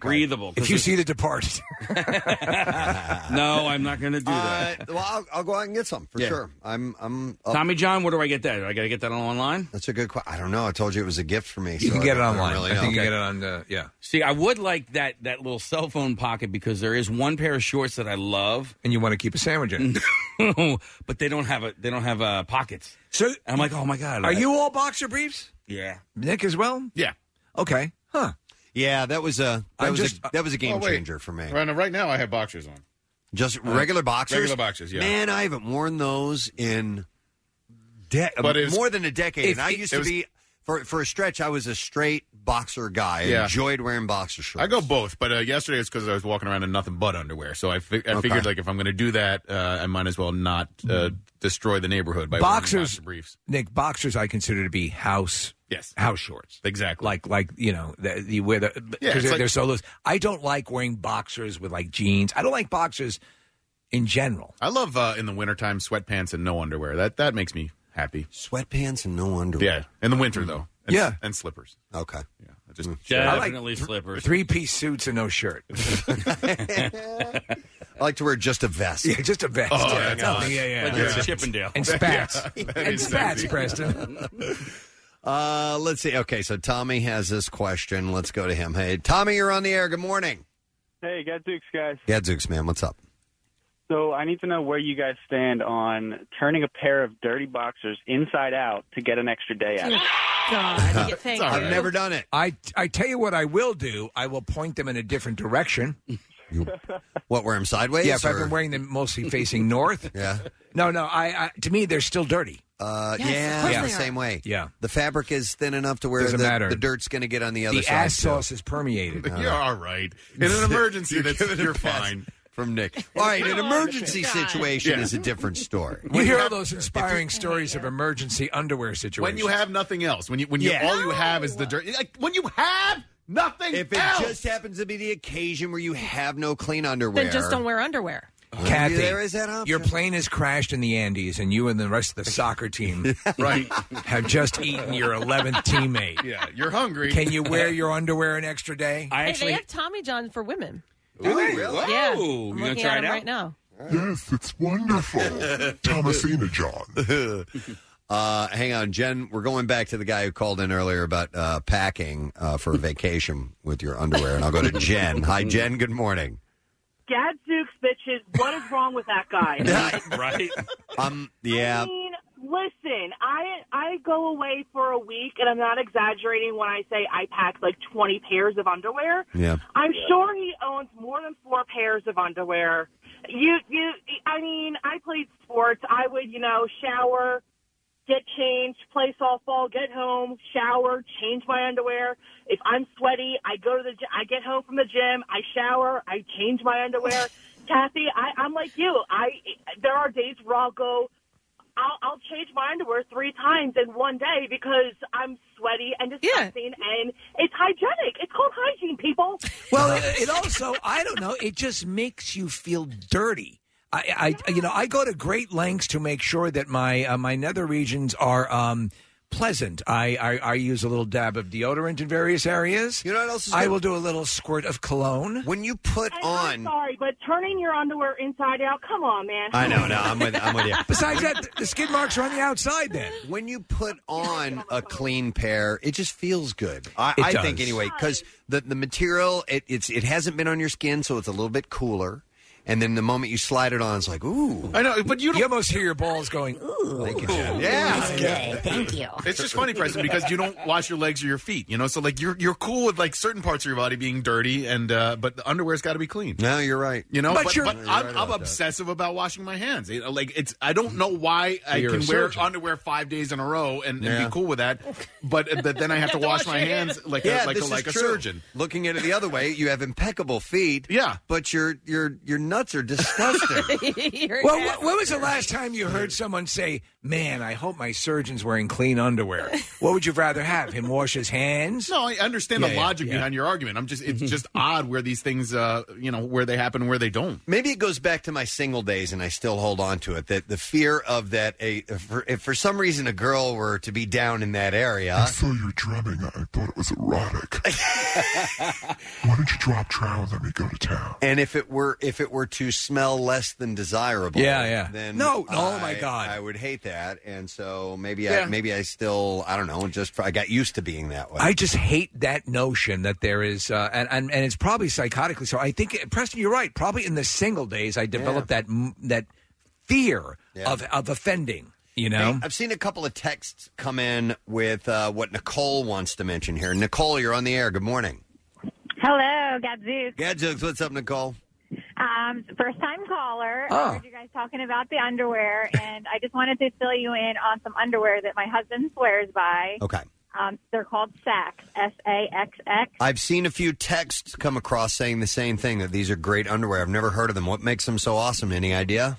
[SPEAKER 7] breathable.
[SPEAKER 4] If you see The Departed,
[SPEAKER 7] no, I'm not going to do that.
[SPEAKER 2] Uh, well, I'll, I'll go out and get some for
[SPEAKER 7] Yeah.
[SPEAKER 2] sure. I'm I'm up.
[SPEAKER 7] Tommy John, where do I get that? Do I got to get that online?
[SPEAKER 2] That's a good question. I don't know. I told you it was a gift for me.
[SPEAKER 7] You
[SPEAKER 2] so
[SPEAKER 7] can get it
[SPEAKER 2] don't
[SPEAKER 7] online.
[SPEAKER 2] really
[SPEAKER 7] I think
[SPEAKER 2] know.
[SPEAKER 7] you can get it
[SPEAKER 4] on the yeah.
[SPEAKER 7] See, I would like that that little cell phone pocket because there is one pair of shorts that I love,
[SPEAKER 4] and you want to keep a sandwich in.
[SPEAKER 7] No, *laughs* but they don't have a they don't have uh, pockets.
[SPEAKER 4] So
[SPEAKER 7] I'm like, oh my god,
[SPEAKER 4] Are
[SPEAKER 7] I-
[SPEAKER 4] you all boxer briefs?
[SPEAKER 7] Yeah,
[SPEAKER 4] Nick as well.
[SPEAKER 6] Yeah.
[SPEAKER 4] Okay. Huh.
[SPEAKER 2] Yeah, that was a that
[SPEAKER 6] I
[SPEAKER 2] was
[SPEAKER 6] just-
[SPEAKER 2] a, that was a game
[SPEAKER 6] Oh, wait.
[SPEAKER 2] changer for me.
[SPEAKER 6] Right now, right now I have boxers on.
[SPEAKER 2] Just
[SPEAKER 6] Uh,
[SPEAKER 2] regular boxers.
[SPEAKER 6] regular boxers, yeah.
[SPEAKER 2] Man, I haven't worn those in de- uh,
[SPEAKER 6] But it was-
[SPEAKER 2] more than a decade.
[SPEAKER 6] If-
[SPEAKER 2] and I
[SPEAKER 6] it-
[SPEAKER 2] used
[SPEAKER 6] it
[SPEAKER 2] to
[SPEAKER 6] was-
[SPEAKER 2] be for for a stretch. I was a straight boxer guy. I
[SPEAKER 6] Yeah.
[SPEAKER 2] Enjoyed wearing boxer shorts.
[SPEAKER 6] I go both, but uh, yesterday it's because I was walking around in nothing but underwear. So I, fi- I
[SPEAKER 2] Okay.
[SPEAKER 6] figured like if I'm going to do that, uh, I might as well not uh, destroy the neighborhood by wearing
[SPEAKER 4] Hmm. boxers,
[SPEAKER 6] boxer briefs.
[SPEAKER 4] Nick, boxers I consider to be house.
[SPEAKER 6] Yes,
[SPEAKER 4] house shorts.
[SPEAKER 6] Exactly.
[SPEAKER 4] Like, like you know, the, you wear the because
[SPEAKER 6] Yeah, it's
[SPEAKER 4] they're,
[SPEAKER 6] like-
[SPEAKER 4] they're so loose. I don't like wearing boxers with like jeans. I don't like boxers in general.
[SPEAKER 6] I love uh, in the wintertime sweatpants and no underwear. That that makes me happy.
[SPEAKER 2] Sweatpants and no underwear.
[SPEAKER 6] Yeah, in the winter though. And,
[SPEAKER 4] Yeah. Hmm.
[SPEAKER 6] and slippers.
[SPEAKER 2] Okay.
[SPEAKER 6] Yeah, I just
[SPEAKER 7] Definitely slippers.
[SPEAKER 4] Three piece suits and no
[SPEAKER 6] *laughs*
[SPEAKER 4] *laughs* shirt.
[SPEAKER 2] I like to wear just a vest.
[SPEAKER 4] Yeah, just a vest.
[SPEAKER 2] Oh,
[SPEAKER 4] yeah,
[SPEAKER 2] that's
[SPEAKER 4] nothing.
[SPEAKER 2] nice.
[SPEAKER 4] yeah, yeah.
[SPEAKER 2] Like
[SPEAKER 4] yeah.
[SPEAKER 2] you're a Chippendale.
[SPEAKER 4] And
[SPEAKER 2] *laughs*
[SPEAKER 4] spats.
[SPEAKER 2] Yeah, that
[SPEAKER 4] and
[SPEAKER 2] is
[SPEAKER 4] spats,
[SPEAKER 2] sexy.
[SPEAKER 4] Preston.
[SPEAKER 2] *laughs* Uh, let's see. Okay, so Tommy has this question. Let's go to him. Hey, Tommy, you're on the air. Good morning.
[SPEAKER 20] Hey, Gadzooks, guys.
[SPEAKER 2] Yeah, Zooks, man,
[SPEAKER 6] *laughs*
[SPEAKER 2] what's up?
[SPEAKER 20] So I need to know where you guys stand on turning a pair of dirty boxers inside out to get an extra day out. of it.
[SPEAKER 2] *laughs*
[SPEAKER 3] God, yeah, thank you.
[SPEAKER 2] done it.
[SPEAKER 4] I I tell you what I will do. I will point them in a different direction.
[SPEAKER 2] What, wear them sideways?
[SPEAKER 4] yeah, if I've
[SPEAKER 2] or-
[SPEAKER 4] been wearing them mostly facing north.
[SPEAKER 2] Yeah.
[SPEAKER 4] No, no. I, I to me they're still dirty.
[SPEAKER 2] Uh, yeah, I'm the same way.
[SPEAKER 4] Yeah.
[SPEAKER 2] The fabric is thin enough to where the,
[SPEAKER 4] Doesn't matter.
[SPEAKER 2] the dirt's going to get on the other
[SPEAKER 4] The
[SPEAKER 2] side.
[SPEAKER 4] ass
[SPEAKER 2] too.
[SPEAKER 4] sauce is permeated.
[SPEAKER 6] *laughs*
[SPEAKER 2] All
[SPEAKER 6] You're
[SPEAKER 2] right.
[SPEAKER 6] all right. In
[SPEAKER 2] *laughs*
[SPEAKER 6] an emergency,
[SPEAKER 2] You're
[SPEAKER 6] that's,
[SPEAKER 2] giving it
[SPEAKER 6] you're
[SPEAKER 2] a pass
[SPEAKER 6] fine. *laughs*
[SPEAKER 2] From Nick. All right, an emergency situation
[SPEAKER 6] Yeah.
[SPEAKER 2] is a different story.
[SPEAKER 4] *laughs* You hear all those inspiring stories of emergency underwear situations.
[SPEAKER 6] When you have nothing else, when you when you
[SPEAKER 4] Yeah.
[SPEAKER 6] all you have is the dirt. Like when you have nothing
[SPEAKER 2] If it
[SPEAKER 6] else.
[SPEAKER 2] just happens to be the occasion where you have no clean underwear,
[SPEAKER 3] Then just don't wear underwear.
[SPEAKER 4] Kathy,
[SPEAKER 2] there is that option.
[SPEAKER 4] your plane has crashed in the Andes, and you and the rest of the soccer
[SPEAKER 2] *laughs*
[SPEAKER 4] team
[SPEAKER 6] right,
[SPEAKER 4] have just eaten your 11th teammate.
[SPEAKER 6] Yeah, you're hungry.
[SPEAKER 4] Can you
[SPEAKER 6] *laughs*
[SPEAKER 4] wear your underwear an extra day?
[SPEAKER 7] I
[SPEAKER 3] Hey, they have Tommy John for women.
[SPEAKER 7] Do they? Whoa. You
[SPEAKER 3] Yeah, I'm
[SPEAKER 7] gonna
[SPEAKER 3] looking
[SPEAKER 7] try it
[SPEAKER 3] at them
[SPEAKER 7] out? *laughs*
[SPEAKER 3] right now.
[SPEAKER 14] Yes, it's
[SPEAKER 2] *laughs*
[SPEAKER 14] wonderful. Thomasina John.
[SPEAKER 2] Uh, hang on, Jen. We're going back to the guy who called in earlier about uh, packing uh, for a vacation with your underwear, and I'll go to Jen. Hi, Jen. Good morning.
[SPEAKER 23] Gadzooks, bitches. What is wrong with that
[SPEAKER 2] *laughs*
[SPEAKER 23] guy?
[SPEAKER 7] right?
[SPEAKER 2] Um, yeah.
[SPEAKER 23] I mean, listen, I I go away for a week, and I'm not exaggerating when I say I pack like 20 pairs of underwear.
[SPEAKER 2] Yeah.
[SPEAKER 23] I'm sure he owns more than four pairs of underwear. You you, I mean, I played sports. I would you know shower, get changed, play softball, get home, shower, change my underwear. If I'm sweaty, I go to the gy- I get home from the gym, I shower, I change my underwear. Kathy, I, I'm like you. I there are days where I'll go. I'll, I'll change my underwear three times in one day because I'm sweaty and disgusting, and it's hygienic. It's called hygiene, people.
[SPEAKER 4] Well, it, it also, I don't know, it just makes you feel dirty. I, I you know, I go to great lengths to make sure that my uh, my nether regions are um, pleasant. I, I I use a little dab of deodorant in various areas. You know what else?
[SPEAKER 2] is
[SPEAKER 4] I
[SPEAKER 2] good?
[SPEAKER 4] will do a little squirt of cologne.
[SPEAKER 2] When you put
[SPEAKER 23] And I'm sorry, but turning your underwear inside out, come on, man.
[SPEAKER 2] I know. No, I'm with. I'm with you.
[SPEAKER 4] Besides that, the skid marks are on the outside. Then
[SPEAKER 2] when you put on a clean pair, it just feels good. I,
[SPEAKER 4] It
[SPEAKER 2] I think
[SPEAKER 4] does.
[SPEAKER 2] anyway, because the the material it, it's it hasn't been on your skin, so it's a little bit cooler. And then the moment you slide it on, it's like ooh.
[SPEAKER 6] I know, but you,
[SPEAKER 4] you almost hear your balls going. Ooh,
[SPEAKER 2] Thank you, Jen. Yeah.
[SPEAKER 24] Thank you.
[SPEAKER 2] *laughs*
[SPEAKER 6] It's just funny, Preston, because you don't wash your legs or your feet, you know. So like you're you're cool with like certain parts of your body being dirty, and uh, but the underwear's got to be clean.
[SPEAKER 2] No, you're right.
[SPEAKER 6] You know,
[SPEAKER 2] But
[SPEAKER 6] but,
[SPEAKER 2] you're-
[SPEAKER 6] but
[SPEAKER 2] You're right
[SPEAKER 6] I'm,
[SPEAKER 2] about
[SPEAKER 6] I'm
[SPEAKER 2] that.
[SPEAKER 6] obsessive about washing my hands. You know, like it's I don't know why I
[SPEAKER 4] You're a
[SPEAKER 6] can wear
[SPEAKER 4] surgeon.
[SPEAKER 6] underwear five days in a row and, and
[SPEAKER 2] Yeah.
[SPEAKER 6] be cool with that, but, but
[SPEAKER 2] *laughs*
[SPEAKER 6] then I have to wash my hands like
[SPEAKER 2] yeah,
[SPEAKER 6] a, like
[SPEAKER 2] this
[SPEAKER 6] a,
[SPEAKER 2] is
[SPEAKER 6] like a
[SPEAKER 2] true.
[SPEAKER 6] surgeon.
[SPEAKER 2] Looking at it the other way, you have impeccable feet.
[SPEAKER 6] Yeah,
[SPEAKER 2] but you're you're you're nuts are disgusting.
[SPEAKER 21] *laughs*
[SPEAKER 3] *laughs*
[SPEAKER 4] Well, wh- when was the last time you heard someone say, "Man, I hope my surgeon's wearing clean underwear"? What would you rather have him wash his hands?
[SPEAKER 6] No, I understand the logic behind your argument. I'm just it's
[SPEAKER 2] Mm-hmm.
[SPEAKER 6] just odd where these things, uh, you know, where they happen, and where they don't.
[SPEAKER 2] Maybe it goes back to my single days, and I still hold on to it. That the fear of that, a if for, if for some reason a girl were to be down in that area,
[SPEAKER 6] *laughs*
[SPEAKER 14] I saw you drumming. I thought it was
[SPEAKER 2] *laughs*
[SPEAKER 14] erotic. Why don't you drop trout and let me go to town?
[SPEAKER 2] and if it were if it were to smell less than desirable,
[SPEAKER 4] Yeah, yeah.
[SPEAKER 2] then
[SPEAKER 4] No, oh
[SPEAKER 2] I-
[SPEAKER 4] my God.
[SPEAKER 2] I would hate that. And so maybe I
[SPEAKER 4] Yeah.
[SPEAKER 2] maybe I still I don't know. Just I got used to being that way.
[SPEAKER 4] I just hate that notion that there is, uh, and, and and it's probably psychotically so. I think Preston, you're right. Probably in the single days, I developed that that that fear of of offending. You know,
[SPEAKER 2] Hey, I've seen a couple of texts come in with uh, what Nicole wants to mention here. Nicole, you're on the air. Good morning.
[SPEAKER 25] Hello, Gadzooks.
[SPEAKER 2] Gadzooks, what's up, Nicole?
[SPEAKER 25] Um, first time caller.
[SPEAKER 2] Oh.
[SPEAKER 25] I heard you guys talking about the
[SPEAKER 2] *laughs*
[SPEAKER 25] underwear, and I just wanted to fill you in on some underwear that my husband swears by.
[SPEAKER 2] Okay.
[SPEAKER 25] Um, they're called Saks, S A X X.
[SPEAKER 2] I've seen a few texts come across saying the same thing that these are great underwear. I've never heard of them. What makes them so awesome? Any idea?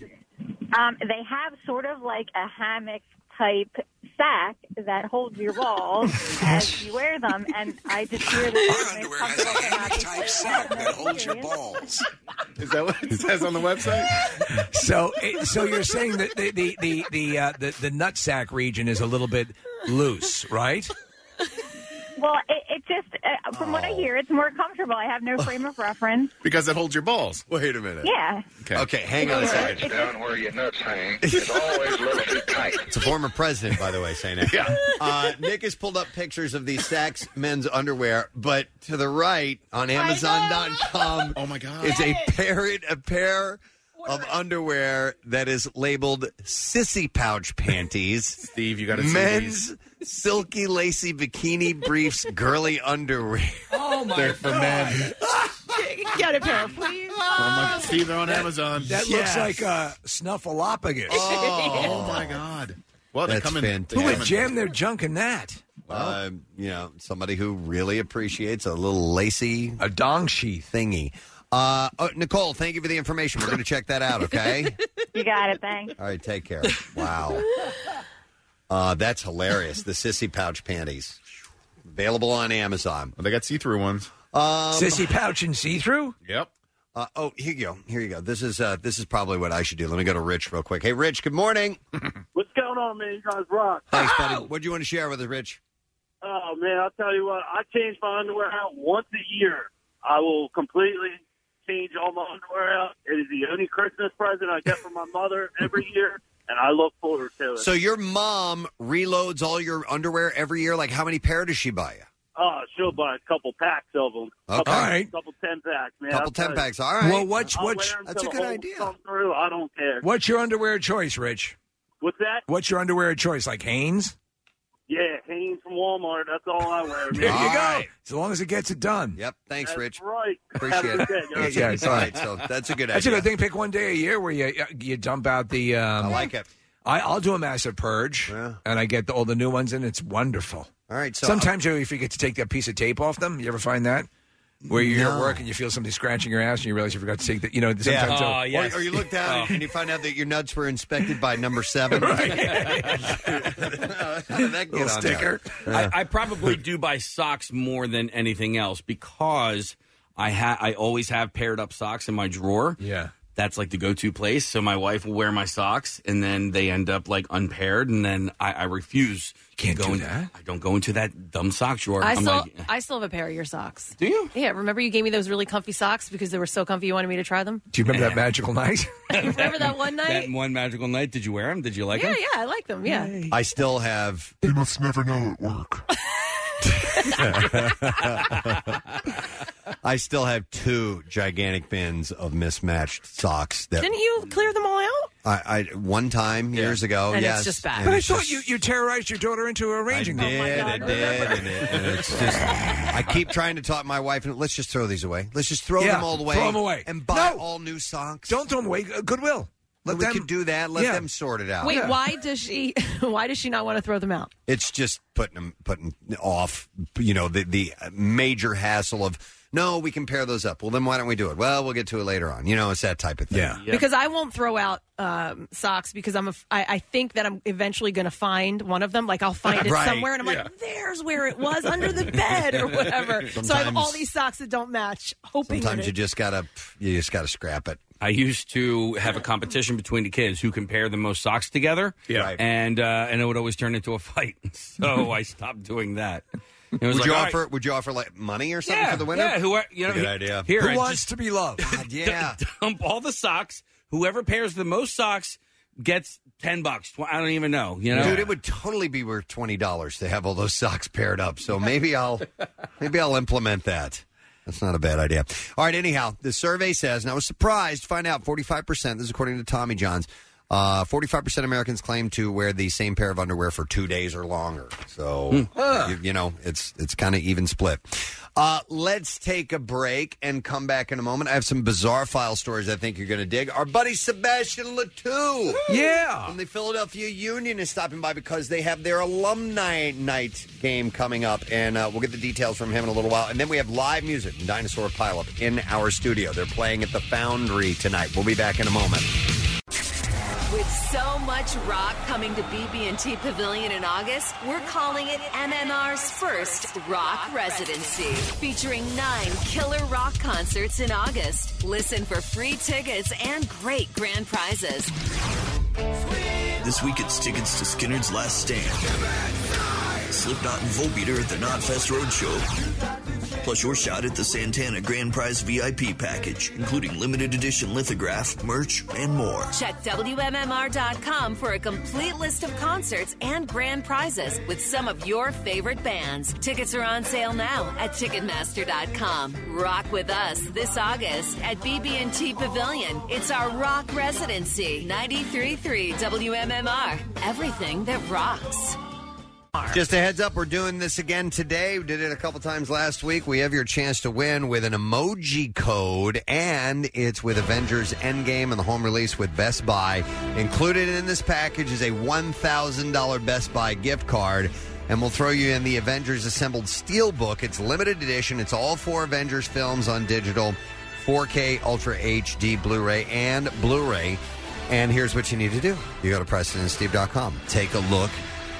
[SPEAKER 25] Um, they have sort of like a hammock type sack that holds your
[SPEAKER 2] *laughs*
[SPEAKER 25] balls as you wear them, and I just hear the underwear has a hammock type sack that holds your balls.
[SPEAKER 6] Is that what *laughs* it says on the
[SPEAKER 4] *laughs*
[SPEAKER 6] website?
[SPEAKER 4] so it, so you're saying that the the the the, uh, the the nutsack region is a little bit loose, right?
[SPEAKER 25] Well, it, it just, uh, from what I
[SPEAKER 2] Oh.
[SPEAKER 25] hear, it's more comfortable. I have no frame of reference.
[SPEAKER 2] *laughs*
[SPEAKER 6] Because it holds your balls.
[SPEAKER 2] Wait a minute.
[SPEAKER 25] Yeah.
[SPEAKER 2] Okay. hang on
[SPEAKER 6] *laughs*
[SPEAKER 2] a second.
[SPEAKER 13] down where your nuts hang. It's always a little too tight.
[SPEAKER 2] It's a former president, by the
[SPEAKER 13] *laughs*
[SPEAKER 2] way, saying it. Yeah. Uh, Nick has pulled up pictures of the Saks men's underwear, but to the right on Amazon.com, oh my god, is a parrot a pair of underwear that is labeled "sissy pouch
[SPEAKER 6] *laughs*
[SPEAKER 2] panties."
[SPEAKER 6] Steve, you got to
[SPEAKER 2] men's silky lacy bikini briefs, girly underwear.
[SPEAKER 4] Oh
[SPEAKER 6] my They're for God. men.
[SPEAKER 3] *laughs* Get a pair, please.
[SPEAKER 6] See, they're on Amazon.
[SPEAKER 4] That looks
[SPEAKER 6] Yes.
[SPEAKER 4] like a
[SPEAKER 2] *laughs*
[SPEAKER 4] snuffleupagus. *laughs*
[SPEAKER 6] *laughs* Oh, my God. Well, they
[SPEAKER 2] That's
[SPEAKER 6] come in.
[SPEAKER 2] fantastic.
[SPEAKER 4] Who would jam their junk in that?
[SPEAKER 2] Um, you know, somebody who really appreciates a little lacy,
[SPEAKER 4] a dong sheath
[SPEAKER 2] thingy. Uh, oh, Nicole, thank you for the information. We're going to check that
[SPEAKER 6] *laughs*
[SPEAKER 2] out. Okay.
[SPEAKER 25] You got it. Thanks.
[SPEAKER 2] All right. Take care. Wow. Uh, that's hilarious. The sissy pouch panties available on Amazon.
[SPEAKER 6] They got see-through ones.
[SPEAKER 2] Um,
[SPEAKER 4] Sissy pouch and see-through.
[SPEAKER 6] Yep.
[SPEAKER 2] Uh, oh, here you go. Here you go. This is uh, this is probably what I should do. Let me go to Rich real quick. Hey, Rich.
[SPEAKER 4] *laughs*
[SPEAKER 2] Good morning.
[SPEAKER 11] What's going on, man? You guys rock.
[SPEAKER 2] Thanks, buddy. What do you want to share with us, Rich?
[SPEAKER 11] Oh man, I'll tell you what. I change my underwear out once a year. I will completely change all my underwear out. It is the only Christmas present I get from my mother
[SPEAKER 2] *laughs*
[SPEAKER 11] every year, and I look forward to it.
[SPEAKER 2] So your mom reloads all your underwear every year. Like, how many pair does she buy you?
[SPEAKER 11] oh, she'll buy a couple packs of them.
[SPEAKER 2] Okay.
[SPEAKER 11] couple,
[SPEAKER 2] All right.
[SPEAKER 11] couple ten packs, man.
[SPEAKER 2] Couple
[SPEAKER 11] I'll tell
[SPEAKER 2] 10
[SPEAKER 11] you.
[SPEAKER 2] packs. All right. Well,
[SPEAKER 4] what's-
[SPEAKER 11] I'll
[SPEAKER 4] what's-
[SPEAKER 11] wear 'em
[SPEAKER 4] that's
[SPEAKER 11] till
[SPEAKER 4] a
[SPEAKER 11] the
[SPEAKER 4] good
[SPEAKER 11] holes
[SPEAKER 4] idea.
[SPEAKER 11] Come through. I don't care.
[SPEAKER 4] What's your underwear of choice, Rich?
[SPEAKER 11] What's that?
[SPEAKER 4] What's your underwear of choice? Like Hanes?
[SPEAKER 11] Yeah, Hanes from Walmart. That's all I wear.
[SPEAKER 4] There
[SPEAKER 11] man.
[SPEAKER 4] you go. As long as it gets it done.
[SPEAKER 2] Yep. Thanks,
[SPEAKER 11] That's
[SPEAKER 2] Rich.
[SPEAKER 11] Right. *laughs*
[SPEAKER 2] Appreciate it.
[SPEAKER 11] Yeah,
[SPEAKER 2] Yeah, it's
[SPEAKER 4] *laughs*
[SPEAKER 2] all right. So that's a good
[SPEAKER 4] That's
[SPEAKER 2] idea.
[SPEAKER 4] a good thing. Pick one day a year where you you dump out the. Um,
[SPEAKER 2] I like it.
[SPEAKER 4] I, I'll do a massive purge, and I get the, all the new ones, and it's wforwonderful.
[SPEAKER 2] All right. So
[SPEAKER 4] Sometimes you, if you get to take that piece of tape off them, you ever find that? Where you're
[SPEAKER 2] No.
[SPEAKER 4] at work and you feel something scratching your ass and you realize you forgot to take that. You know, sometimes
[SPEAKER 2] Yeah.
[SPEAKER 11] Ah,
[SPEAKER 4] they'll-
[SPEAKER 2] Or- or, you look
[SPEAKER 4] Oh.
[SPEAKER 2] down and you find out that your nuts were inspected by
[SPEAKER 4] *laughs*
[SPEAKER 2] number seven. *laughs* How did that get on there?
[SPEAKER 7] I, I probably do buy socks more than anything else because I ha- I always have paired up socks in my drawer.
[SPEAKER 4] Yeah.
[SPEAKER 7] That's like the go-to place. So my wife will wear my socks, and then they end up like unpaired, and then I, I refuse. Can't go do that. I don't go into that dumb sock drawer.
[SPEAKER 21] I
[SPEAKER 7] am
[SPEAKER 21] still,
[SPEAKER 7] like,
[SPEAKER 21] I still have a pair of your socks.
[SPEAKER 7] Do you?
[SPEAKER 21] Yeah. Remember you gave me those really comfy socks because they were so comfy. You wanted me to try them.
[SPEAKER 4] Do you remember that
[SPEAKER 21] *laughs*
[SPEAKER 4] magical night?
[SPEAKER 21] Remember that
[SPEAKER 7] *laughs*
[SPEAKER 21] one night?
[SPEAKER 7] That one magical night. Did you wear them? Did you like
[SPEAKER 21] yeah,
[SPEAKER 7] them?
[SPEAKER 21] yeah. I like them. Yeah.
[SPEAKER 2] I still have.
[SPEAKER 14] You must never know at work.
[SPEAKER 2] *laughs* I still have two gigantic bins of mismatched socks that
[SPEAKER 21] Didn't you clear them all out?
[SPEAKER 2] I, I one time years ago.
[SPEAKER 21] And it's
[SPEAKER 2] yes,
[SPEAKER 21] just bad.
[SPEAKER 2] and
[SPEAKER 4] But I
[SPEAKER 2] it's
[SPEAKER 4] thought
[SPEAKER 2] just-
[SPEAKER 4] you, you terrorized your daughter into arranging
[SPEAKER 2] I did, I did, and it- and it's just. I keep trying to talk my wife, and let's just throw these away. Let's just
[SPEAKER 4] *laughs*
[SPEAKER 2] throw
[SPEAKER 4] Yeah,
[SPEAKER 2] them all away.
[SPEAKER 4] throw 'em away.
[SPEAKER 2] and buy
[SPEAKER 4] No.
[SPEAKER 2] all new socks.
[SPEAKER 4] Don't throw them away. Uh, Goodwill. Let
[SPEAKER 2] we
[SPEAKER 4] them-
[SPEAKER 2] can do that. Let
[SPEAKER 4] Yeah.
[SPEAKER 2] them sort it out.
[SPEAKER 21] Wait, why does she? *laughs* Why does she not want to throw them out?
[SPEAKER 2] It's just putting them putting off. You know the the major hassle of no, we can pair those up. Well, then why don't we do it? Well, we'll get to it later on. You know, it's that type of thing. Yeah.
[SPEAKER 21] Because I won't throw out um, socks because I'm a, f- I, I think that I'm eventually going to find one of them. Like I'll find it
[SPEAKER 2] Right,
[SPEAKER 21] somewhere, and I'm
[SPEAKER 2] yeah.
[SPEAKER 21] like, "There's where it was under the bed or whatever." so I have all
[SPEAKER 2] Sometimes-
[SPEAKER 21] these socks that don't match, hoping. that
[SPEAKER 2] Sometimes
[SPEAKER 21] it-
[SPEAKER 2] you just gotta you just gotta scrap it.
[SPEAKER 7] I used to have a competition between the kids who can pair the most socks together.
[SPEAKER 2] Yeah. Right.
[SPEAKER 7] and uh, and it would always turn into a fight. *laughs* So I stopped doing that. It
[SPEAKER 2] Would
[SPEAKER 7] was like,
[SPEAKER 2] you
[SPEAKER 7] all right,
[SPEAKER 2] offer would you offer like money or something
[SPEAKER 7] yeah,
[SPEAKER 2] for the winner?
[SPEAKER 7] Yeah, who are, you know,
[SPEAKER 2] good
[SPEAKER 7] he-
[SPEAKER 2] idea.
[SPEAKER 7] Here, I just-
[SPEAKER 2] to
[SPEAKER 7] *laughs*
[SPEAKER 2] be loved? God, yeah.
[SPEAKER 7] dump all the socks. Whoever pairs the most socks gets ten bucks. Tw- I don't even know. You know,
[SPEAKER 2] Dude, it would totally be worth twenty dollars to have all those socks paired up. So maybe
[SPEAKER 7] *laughs*
[SPEAKER 2] I'll maybe I'll implement that. That's not a bad idea. All right, anyhow, the survey says, and I was surprised to find out forty five percent, this is according to Tommy John's, forty five percent Americans claim to wear the same pair of underwear for two days or longer. So
[SPEAKER 5] Hmm.
[SPEAKER 7] Hmm.
[SPEAKER 5] Ah.
[SPEAKER 2] you, you know, it's it's kind of even split. Uh, let's take a break and come back in a moment. I have some bizarre file stories I think you're going to dig. Our buddy Sebastian Latou,
[SPEAKER 4] Yeah.
[SPEAKER 2] from the Philadelphia Union, is stopping by because they have their alumni night game coming up, and uh, we'll get the details from him in a little while. And then we have live music and Dinosaur Pileup in our studio. They're playing at the Foundry tonight. We'll be back in a moment.
[SPEAKER 19] With so much rock coming to BB&T Pavilion in August, we're calling it MMR's first rock residency, featuring nine killer rock concerts in August. Listen for free tickets and great grand prizes.
[SPEAKER 12] This week it's tickets to Skinner's Last Stand. Slipknot and Volbeater at the Knotfest Roadshow. Plus your shot at the Santana Grand Prize VIP package, including limited edition lithograph, merch, and more.
[SPEAKER 19] Check WMMR.com for a complete list of concerts and grand prizes with some of your favorite bands. Tickets are on sale now at Ticketmaster.com. Rock with us this August at BB&T Pavilion. It's our rock residency. 93.3 WMMR. Everything that rocks.
[SPEAKER 2] Just a heads up, we're doing this again today. We did it a couple times last week. We have your chance to win with an emoji code, and it's with Avengers Endgame and the home release with Best Buy. Included in this package is a $1,000 Best Buy gift card. And we'll throw you in the Avengers Assembled Steelbook. It's limited edition. It's all four Avengers films on digital, 4K Ultra HD Blu-ray, and Blu-ray. And here's what you need to do. You go to PrestonandSteve.com. Take a look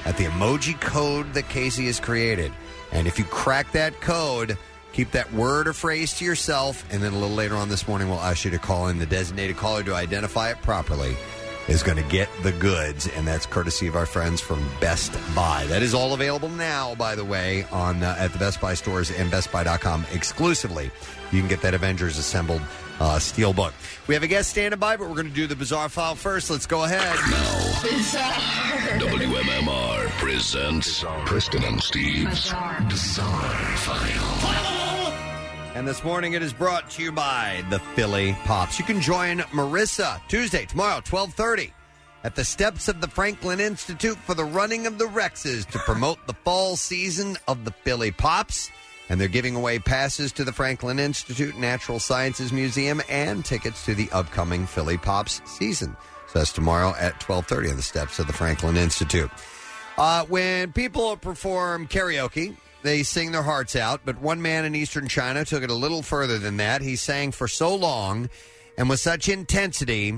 [SPEAKER 2] at the emoji code that Casey has created. And if you crack that code, keep that word or phrase to yourself. And then a little later on this morning, we'll ask you to call in the designated caller to identify it properly. Is going to get the goods, and that's courtesy of our friends from Best Buy. That is all available now, by the way, on uh, at the Best Buy stores and BestBuy.com exclusively. You can get that Avengers assembled uh, steel book. We have a guest standing by, but we're going to do the bizarre file first. Let's go ahead.
[SPEAKER 9] WMMR presents Preston and Steve's Bizarre, File.
[SPEAKER 2] And this morning it is brought to you by the Philly Pops. You can join Marissa Tuesday, tomorrow, 1230 at the steps of the Franklin Institute for the Running of the Rexes to promote the fall season of the Philly Pops. And they're giving away passes to the Franklin Institute Natural Sciences Museum and tickets to the upcoming Philly Pops season. So that's tomorrow at 1230 on the steps of the Franklin Institute. Uh, when people perform karaoke, they sing their hearts out, but one man in eastern China took it a little further than that. He sang for so long and with such intensity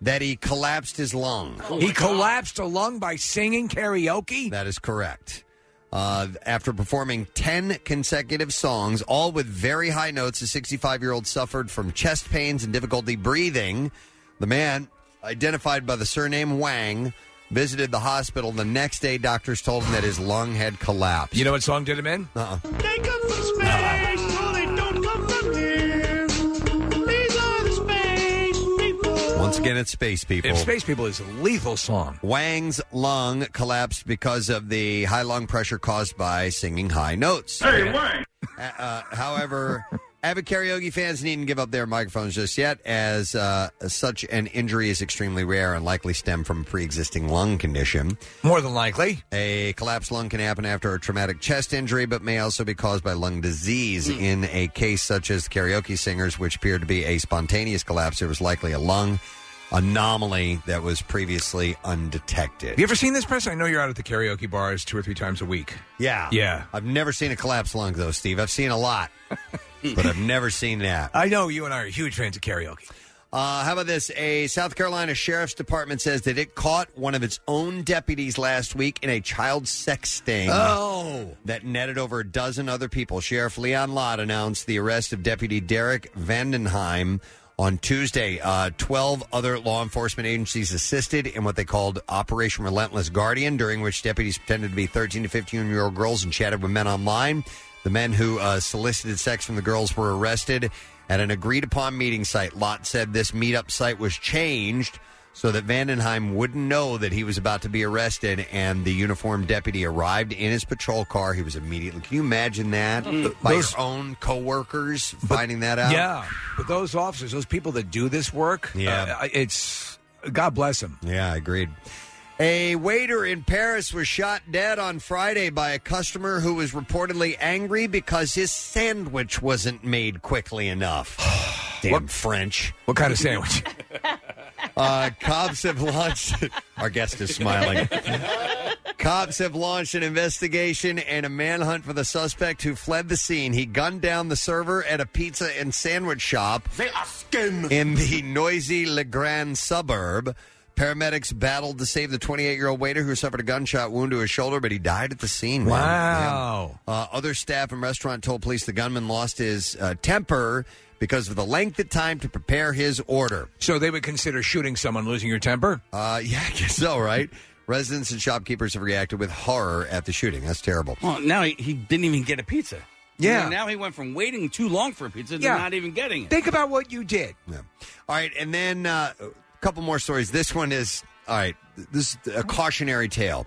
[SPEAKER 2] that he collapsed his lung.
[SPEAKER 4] he collapsed a lung by singing karaoke?
[SPEAKER 2] That is correct. Uh, after performing 10 consecutive songs, all with very high notes, the 65 year old suffered from chest pains and difficulty breathing. The man, identified by the surname Wang, visited the hospital the next day. Doctors told him that his lung had collapsed.
[SPEAKER 4] You know what song did him in?
[SPEAKER 2] Uh-uh.
[SPEAKER 5] They come from space, no, they don't come from here. These are the space people.
[SPEAKER 2] Once again, it's Space People.
[SPEAKER 4] If Space People is a lethal song.
[SPEAKER 2] Wang's lung collapsed because of the high lung pressure caused by singing high notes. Uh, uh, however, *laughs* avid karaoke fans needn't give up their microphones just yet, as uh, such an injury is extremely rare and likely stem from a pre-existing lung condition.
[SPEAKER 4] More than likely.
[SPEAKER 2] A collapsed lung can happen after a traumatic chest injury, but may also be caused by lung disease.
[SPEAKER 4] Hmm.
[SPEAKER 2] In a case such as karaoke singers, which appeared to be a spontaneous collapse, it was likely a lung anomaly that was previously undetected.
[SPEAKER 4] Have you ever seen this person? I know you're out at the karaoke bars two or three times a week.
[SPEAKER 2] Yeah.
[SPEAKER 4] Yeah. *laughs*
[SPEAKER 2] I've never seen a collapsed lung, though, Steve. I've seen a lot. but I've never seen that.
[SPEAKER 4] I know you and I are huge fans of karaoke.
[SPEAKER 2] Uh, how about this? A South Carolina sheriff's department says that it caught one of its own deputies last week in a child sex sting.
[SPEAKER 5] Oh.
[SPEAKER 2] That netted over a dozen other people. Sheriff Leon Lott announced the arrest of Deputy Derek Vandenheim on Tuesday. Uh, 12 other law enforcement agencies assisted in what they called Operation Relentless Guardian, during which deputies pretended to be 13 to 15 year old girls and chatted with men online. The men who uh, solicited sex from the girls were arrested at an agreed upon meeting site. Lott said this meetup site was changed so that Vandenheim wouldn't know that he was about to be arrested, and the uniformed deputy arrived in his patrol car. He was immediately. Can you imagine that?
[SPEAKER 4] Mm.
[SPEAKER 2] By
[SPEAKER 4] Those-
[SPEAKER 2] your own coworkers finding that out?
[SPEAKER 4] Yeah, but those officers, those people that do this work,
[SPEAKER 2] Yeah.
[SPEAKER 4] uh, it's God bless them.
[SPEAKER 2] Yeah, I agreed. A waiter in Paris was shot dead on Friday by a customer who was reportedly angry because his sandwich wasn't made quickly enough.
[SPEAKER 4] *sighs*
[SPEAKER 2] Damn French.
[SPEAKER 4] What kind of sandwich? *laughs*
[SPEAKER 7] *laughs*
[SPEAKER 2] uh, cops have launched. Our guest is smiling. Cops have launched an investigation and a manhunt for the suspect who fled the scene. He gunned down the server at a pizza and sandwich shop in the noisy Le Grand suburb. Paramedics battled to save the 28 year old waiter who suffered a gunshot wound to his shoulder, but he died at the scene. man.
[SPEAKER 4] Wow.
[SPEAKER 2] Yeah. Uh, other staff and restaurant told police the gunman lost his uh, temper because of the length of time to prepare his order.
[SPEAKER 4] So they would consider shooting someone losing your temper?
[SPEAKER 2] Uh, *laughs* yeah, I guess so, right? Residents and shopkeepers have reacted with horror at the shooting. That's terrible.
[SPEAKER 7] Well, now he, he didn't even get a pizza.
[SPEAKER 2] Yeah.
[SPEAKER 7] You know, now he went from waiting too long for a pizza to
[SPEAKER 2] Yeah.
[SPEAKER 7] not even getting it.
[SPEAKER 4] Think about what you did.
[SPEAKER 2] All right, and then uh, a couple more stories. This one is all right. This is a cautionary tale.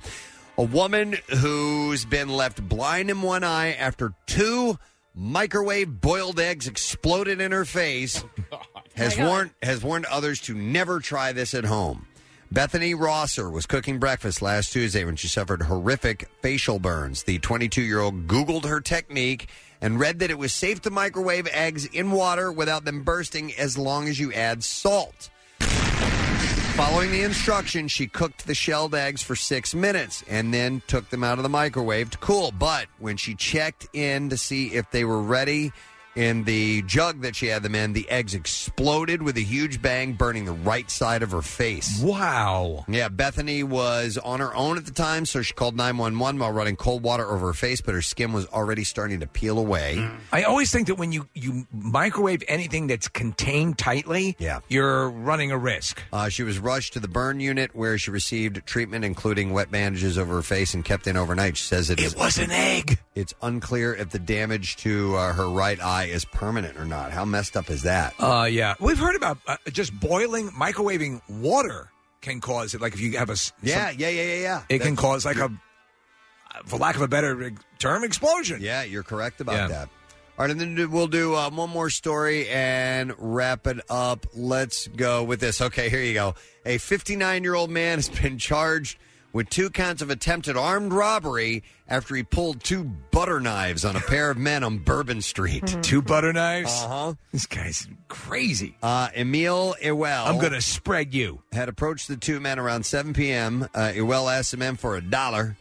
[SPEAKER 2] A woman who's been left blind in one eye after two microwave boiled eggs exploded in
[SPEAKER 4] *laughs*
[SPEAKER 2] her face
[SPEAKER 4] Oh,
[SPEAKER 2] has warned has warned others to never try this at home. Bethany Rosser was cooking breakfast last Tuesday when she suffered horrific facial burns. The 22 year old Googled her technique and read that it was safe to microwave eggs in water without them bursting as long as you add salt. Following the instructions, she cooked the shelled eggs for six minutes and then took them out of the microwave to cool. But when she checked in to see if they were ready in the jug that she had them in, the eggs exploded with a huge bang, burning the right side of her face.
[SPEAKER 4] Wow.
[SPEAKER 2] Yeah, Bethany was on her own at the time, so she called 911 while running cold water over her face, but her skin was already starting to peel away.
[SPEAKER 4] I always think that when you, you microwave anything that's contained tightly, yeah. you're running a risk.
[SPEAKER 2] Uh, she was rushed to the burn unit where she received treatment, including wet bandages over her face and kept in overnight. She says it, it
[SPEAKER 4] was an egg.
[SPEAKER 2] It's unclear if the damage to uh, her right eye is permanent or not. How messed up is that?
[SPEAKER 4] Uh, yeah. We've heard about uh, just boiling, microwaving water can cause it. Like if you have a. s-
[SPEAKER 2] Yeah,
[SPEAKER 4] some-
[SPEAKER 2] yeah, yeah, yeah, yeah.
[SPEAKER 4] It can
[SPEAKER 2] That-
[SPEAKER 4] cause like a, for lack of a better term, explosion.
[SPEAKER 2] Yeah, you're correct about that. All right, and then we'll do uh, one more story and wrap it up. Let's go with this. Okay, here you go. A 59 year old man has been charged with two counts of attempted armed robbery after he pulled two butter knives on a pair of men on Bourbon Street.
[SPEAKER 4] *laughs* Two butter knives?
[SPEAKER 2] Uh huh.
[SPEAKER 4] This guy's crazy.
[SPEAKER 2] Uh, Emil Iwell.
[SPEAKER 4] I'm going to spread you.
[SPEAKER 2] Had approached the two men around 7 p.m. Uh, Iwell asked the men for a dollar,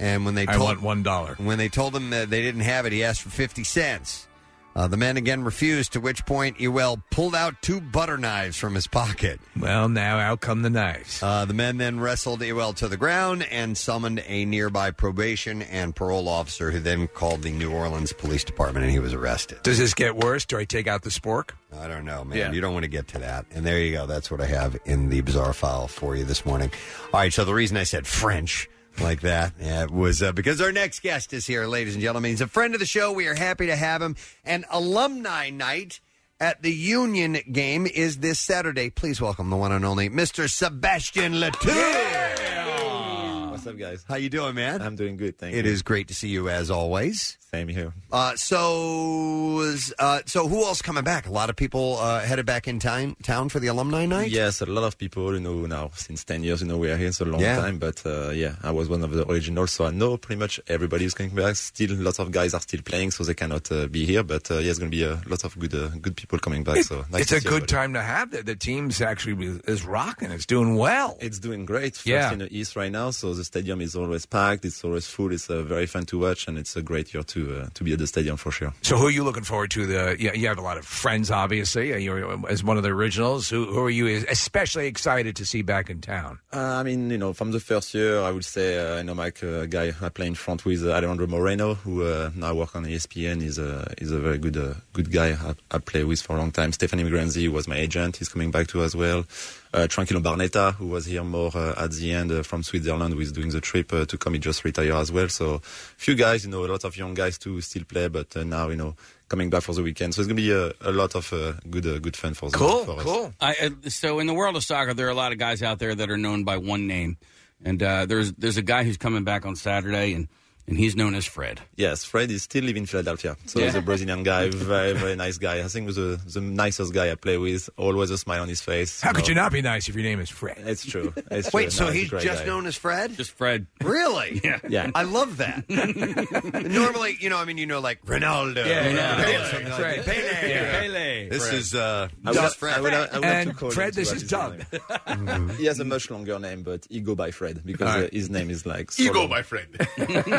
[SPEAKER 2] and when they
[SPEAKER 4] I
[SPEAKER 2] told
[SPEAKER 4] want one dollar,
[SPEAKER 2] when they told him that they didn't have it, he asked for 50 cents. Uh, the men again refused. To which point, Iwell pulled out two butter knives from his pocket.
[SPEAKER 4] Well, now out come the knives.
[SPEAKER 2] Uh, the men then wrestled Iwell to the ground and summoned a nearby probation and parole officer, who then called the New Orleans Police Department, and he was arrested.
[SPEAKER 4] Does this get worse? Do I take out the spork?
[SPEAKER 2] I don't know, man. You don't want to get to that. And there you go. That's what I have in the bizarre file for you this morning. All right. So the reason I said French like that uh, was uh, because our next guest is here, ladies and gentlemen. He's a friend of the show. We are happy to have him. And alumni night at the Union game is this Saturday. Please welcome the one and only Mr. Sebastian Latour.
[SPEAKER 15] What's up, guys?
[SPEAKER 2] How you doing, man?
[SPEAKER 15] I'm doing good, thank you.
[SPEAKER 2] It is great to see you as always.
[SPEAKER 15] Same here.
[SPEAKER 2] Uh, so, uh, so who else coming back? A lot of people uh, headed back in town town for the alumni night.
[SPEAKER 15] Yes, a lot of people, you know, now since 10 years, you know, we are here, it's a long
[SPEAKER 2] Yeah.
[SPEAKER 15] time. But uh, yeah, I was one of the originals, so I know pretty much everybody is coming back. Still, lots of guys are still playing, so they cannot uh, be here. But uh, yeah, it's going to be a lot of good uh, good people coming back. so nice
[SPEAKER 4] it's
[SPEAKER 15] to
[SPEAKER 4] a
[SPEAKER 15] see
[SPEAKER 4] good
[SPEAKER 15] everybody.
[SPEAKER 4] time to have that. The team's actually is- is rocking. It's doing well.
[SPEAKER 15] It's doing great. First
[SPEAKER 4] Yeah.
[SPEAKER 15] in the East right now, so the stadium is always packed. It's always full. It's uh, very fun to watch, and it's a great year to uh, to be at the stadium for sure.
[SPEAKER 4] So who are you looking forward to? The you, you have a lot of friends, obviously. Uh, You're as one of the originals. Who, who are you especially excited to see back in town?
[SPEAKER 15] Uh, I mean, you know, from the first year, I would say uh, I know Mike, a guy I play in front with, uh, Alejandro Moreno, who uh, now work on ESPN. He's a he's a very good uh, good guy I, I play with for a long time. Stephanie Migranzi was my agent. He's coming back to as well. Uh, Tranquilo Barnetta, who was here more uh, at the end uh, from Switzerland, who is doing the trip uh, to come. He just retired as well. So few guys, you know, a lot of young guys to still play, but uh, now you know coming back for the weekend. So it's gonna be a, a lot of uh, good uh, good fun for the for us.
[SPEAKER 7] I, uh, so in the world of soccer, there are a lot of guys out there that are known by one name, and uh, there's there's a guy who's coming back on Saturday, and and he's known as Fred.
[SPEAKER 15] Yes, Fred is still living in Philadelphia. So
[SPEAKER 7] Yeah.
[SPEAKER 15] he's a Brazilian guy, very, very nice guy. I think he was the, the nicest guy I play with. Always a smile on his face.
[SPEAKER 4] How could you not be nice if your name is Fred?
[SPEAKER 15] It's true. It's true. No,
[SPEAKER 2] Wait, so
[SPEAKER 15] a
[SPEAKER 2] he's
[SPEAKER 15] great
[SPEAKER 2] just
[SPEAKER 15] guy.
[SPEAKER 2] known as
[SPEAKER 15] *laughs*
[SPEAKER 2] Fred?
[SPEAKER 7] Just Fred.
[SPEAKER 2] Really? Yeah.
[SPEAKER 15] Yeah.
[SPEAKER 2] I love that. Normally, you know, I mean, you know, like Ronaldo.
[SPEAKER 15] Yeah,
[SPEAKER 2] Ronaldo,
[SPEAKER 15] yeah.
[SPEAKER 2] Pele,
[SPEAKER 15] Yeah,
[SPEAKER 2] something like
[SPEAKER 15] Fred.
[SPEAKER 2] that. Pele.
[SPEAKER 15] Yeah.
[SPEAKER 7] Pele.
[SPEAKER 2] This
[SPEAKER 15] Fred.
[SPEAKER 2] is uh,
[SPEAKER 15] I would-
[SPEAKER 2] just Fred.
[SPEAKER 15] I would- I would have to
[SPEAKER 4] And
[SPEAKER 15] call him
[SPEAKER 4] Fred,
[SPEAKER 15] to
[SPEAKER 4] this
[SPEAKER 15] add
[SPEAKER 4] is
[SPEAKER 15] his
[SPEAKER 4] Doug.
[SPEAKER 15] name.
[SPEAKER 2] Mm-hmm.
[SPEAKER 15] he has a much longer name, but he go by Fred because
[SPEAKER 2] All right.
[SPEAKER 15] uh, his name is like.
[SPEAKER 2] He
[SPEAKER 15] so
[SPEAKER 2] go
[SPEAKER 15] long.
[SPEAKER 2] by Fred.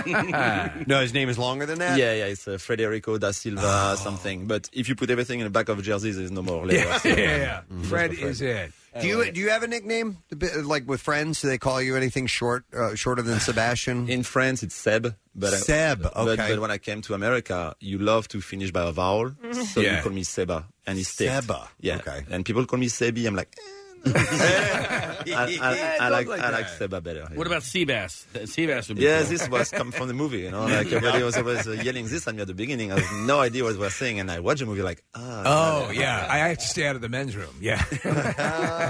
[SPEAKER 2] *laughs* No, his name is longer than that? Oh.
[SPEAKER 15] Yeah, yeah, it's uh, Frederico da Silva something. But if you put everything in the back of jerseys, there's no more. letters.
[SPEAKER 2] *laughs*
[SPEAKER 4] Yeah,
[SPEAKER 15] So,
[SPEAKER 4] yeah,
[SPEAKER 15] uh,
[SPEAKER 4] yeah.
[SPEAKER 15] just
[SPEAKER 4] Fred is it.
[SPEAKER 2] Do you do you have a nickname A bit, like with friends? Do they call you anything short uh, shorter than Sebastian?
[SPEAKER 15] *laughs* In France, it's Seb. But I-
[SPEAKER 2] Seb.
[SPEAKER 15] but-
[SPEAKER 2] Okay.
[SPEAKER 15] But, when I came to America, you love to finish by a vowel, so
[SPEAKER 2] Yeah.
[SPEAKER 15] you call me Seba, and it's ticked.
[SPEAKER 2] Seba,
[SPEAKER 15] Yeah.
[SPEAKER 2] okay.
[SPEAKER 15] And people call me Sebi. I'm like, eh, no. I, I-
[SPEAKER 7] *laughs* Yeah,
[SPEAKER 15] I
[SPEAKER 7] don't
[SPEAKER 15] like,
[SPEAKER 7] like
[SPEAKER 15] I like
[SPEAKER 7] that.
[SPEAKER 15] Seba better.
[SPEAKER 7] What about Seabass? That- Seabass would be.
[SPEAKER 15] Yeah,
[SPEAKER 7] cool.
[SPEAKER 15] this was come from the movie, you
[SPEAKER 7] *laughs*
[SPEAKER 15] know. Like everybody was always uh, yelling this at me at the beginning. I had no idea what they were saying, and I watched the movie like, ah.
[SPEAKER 4] Oh yeah, I have to stay out of the men's room. Yeah,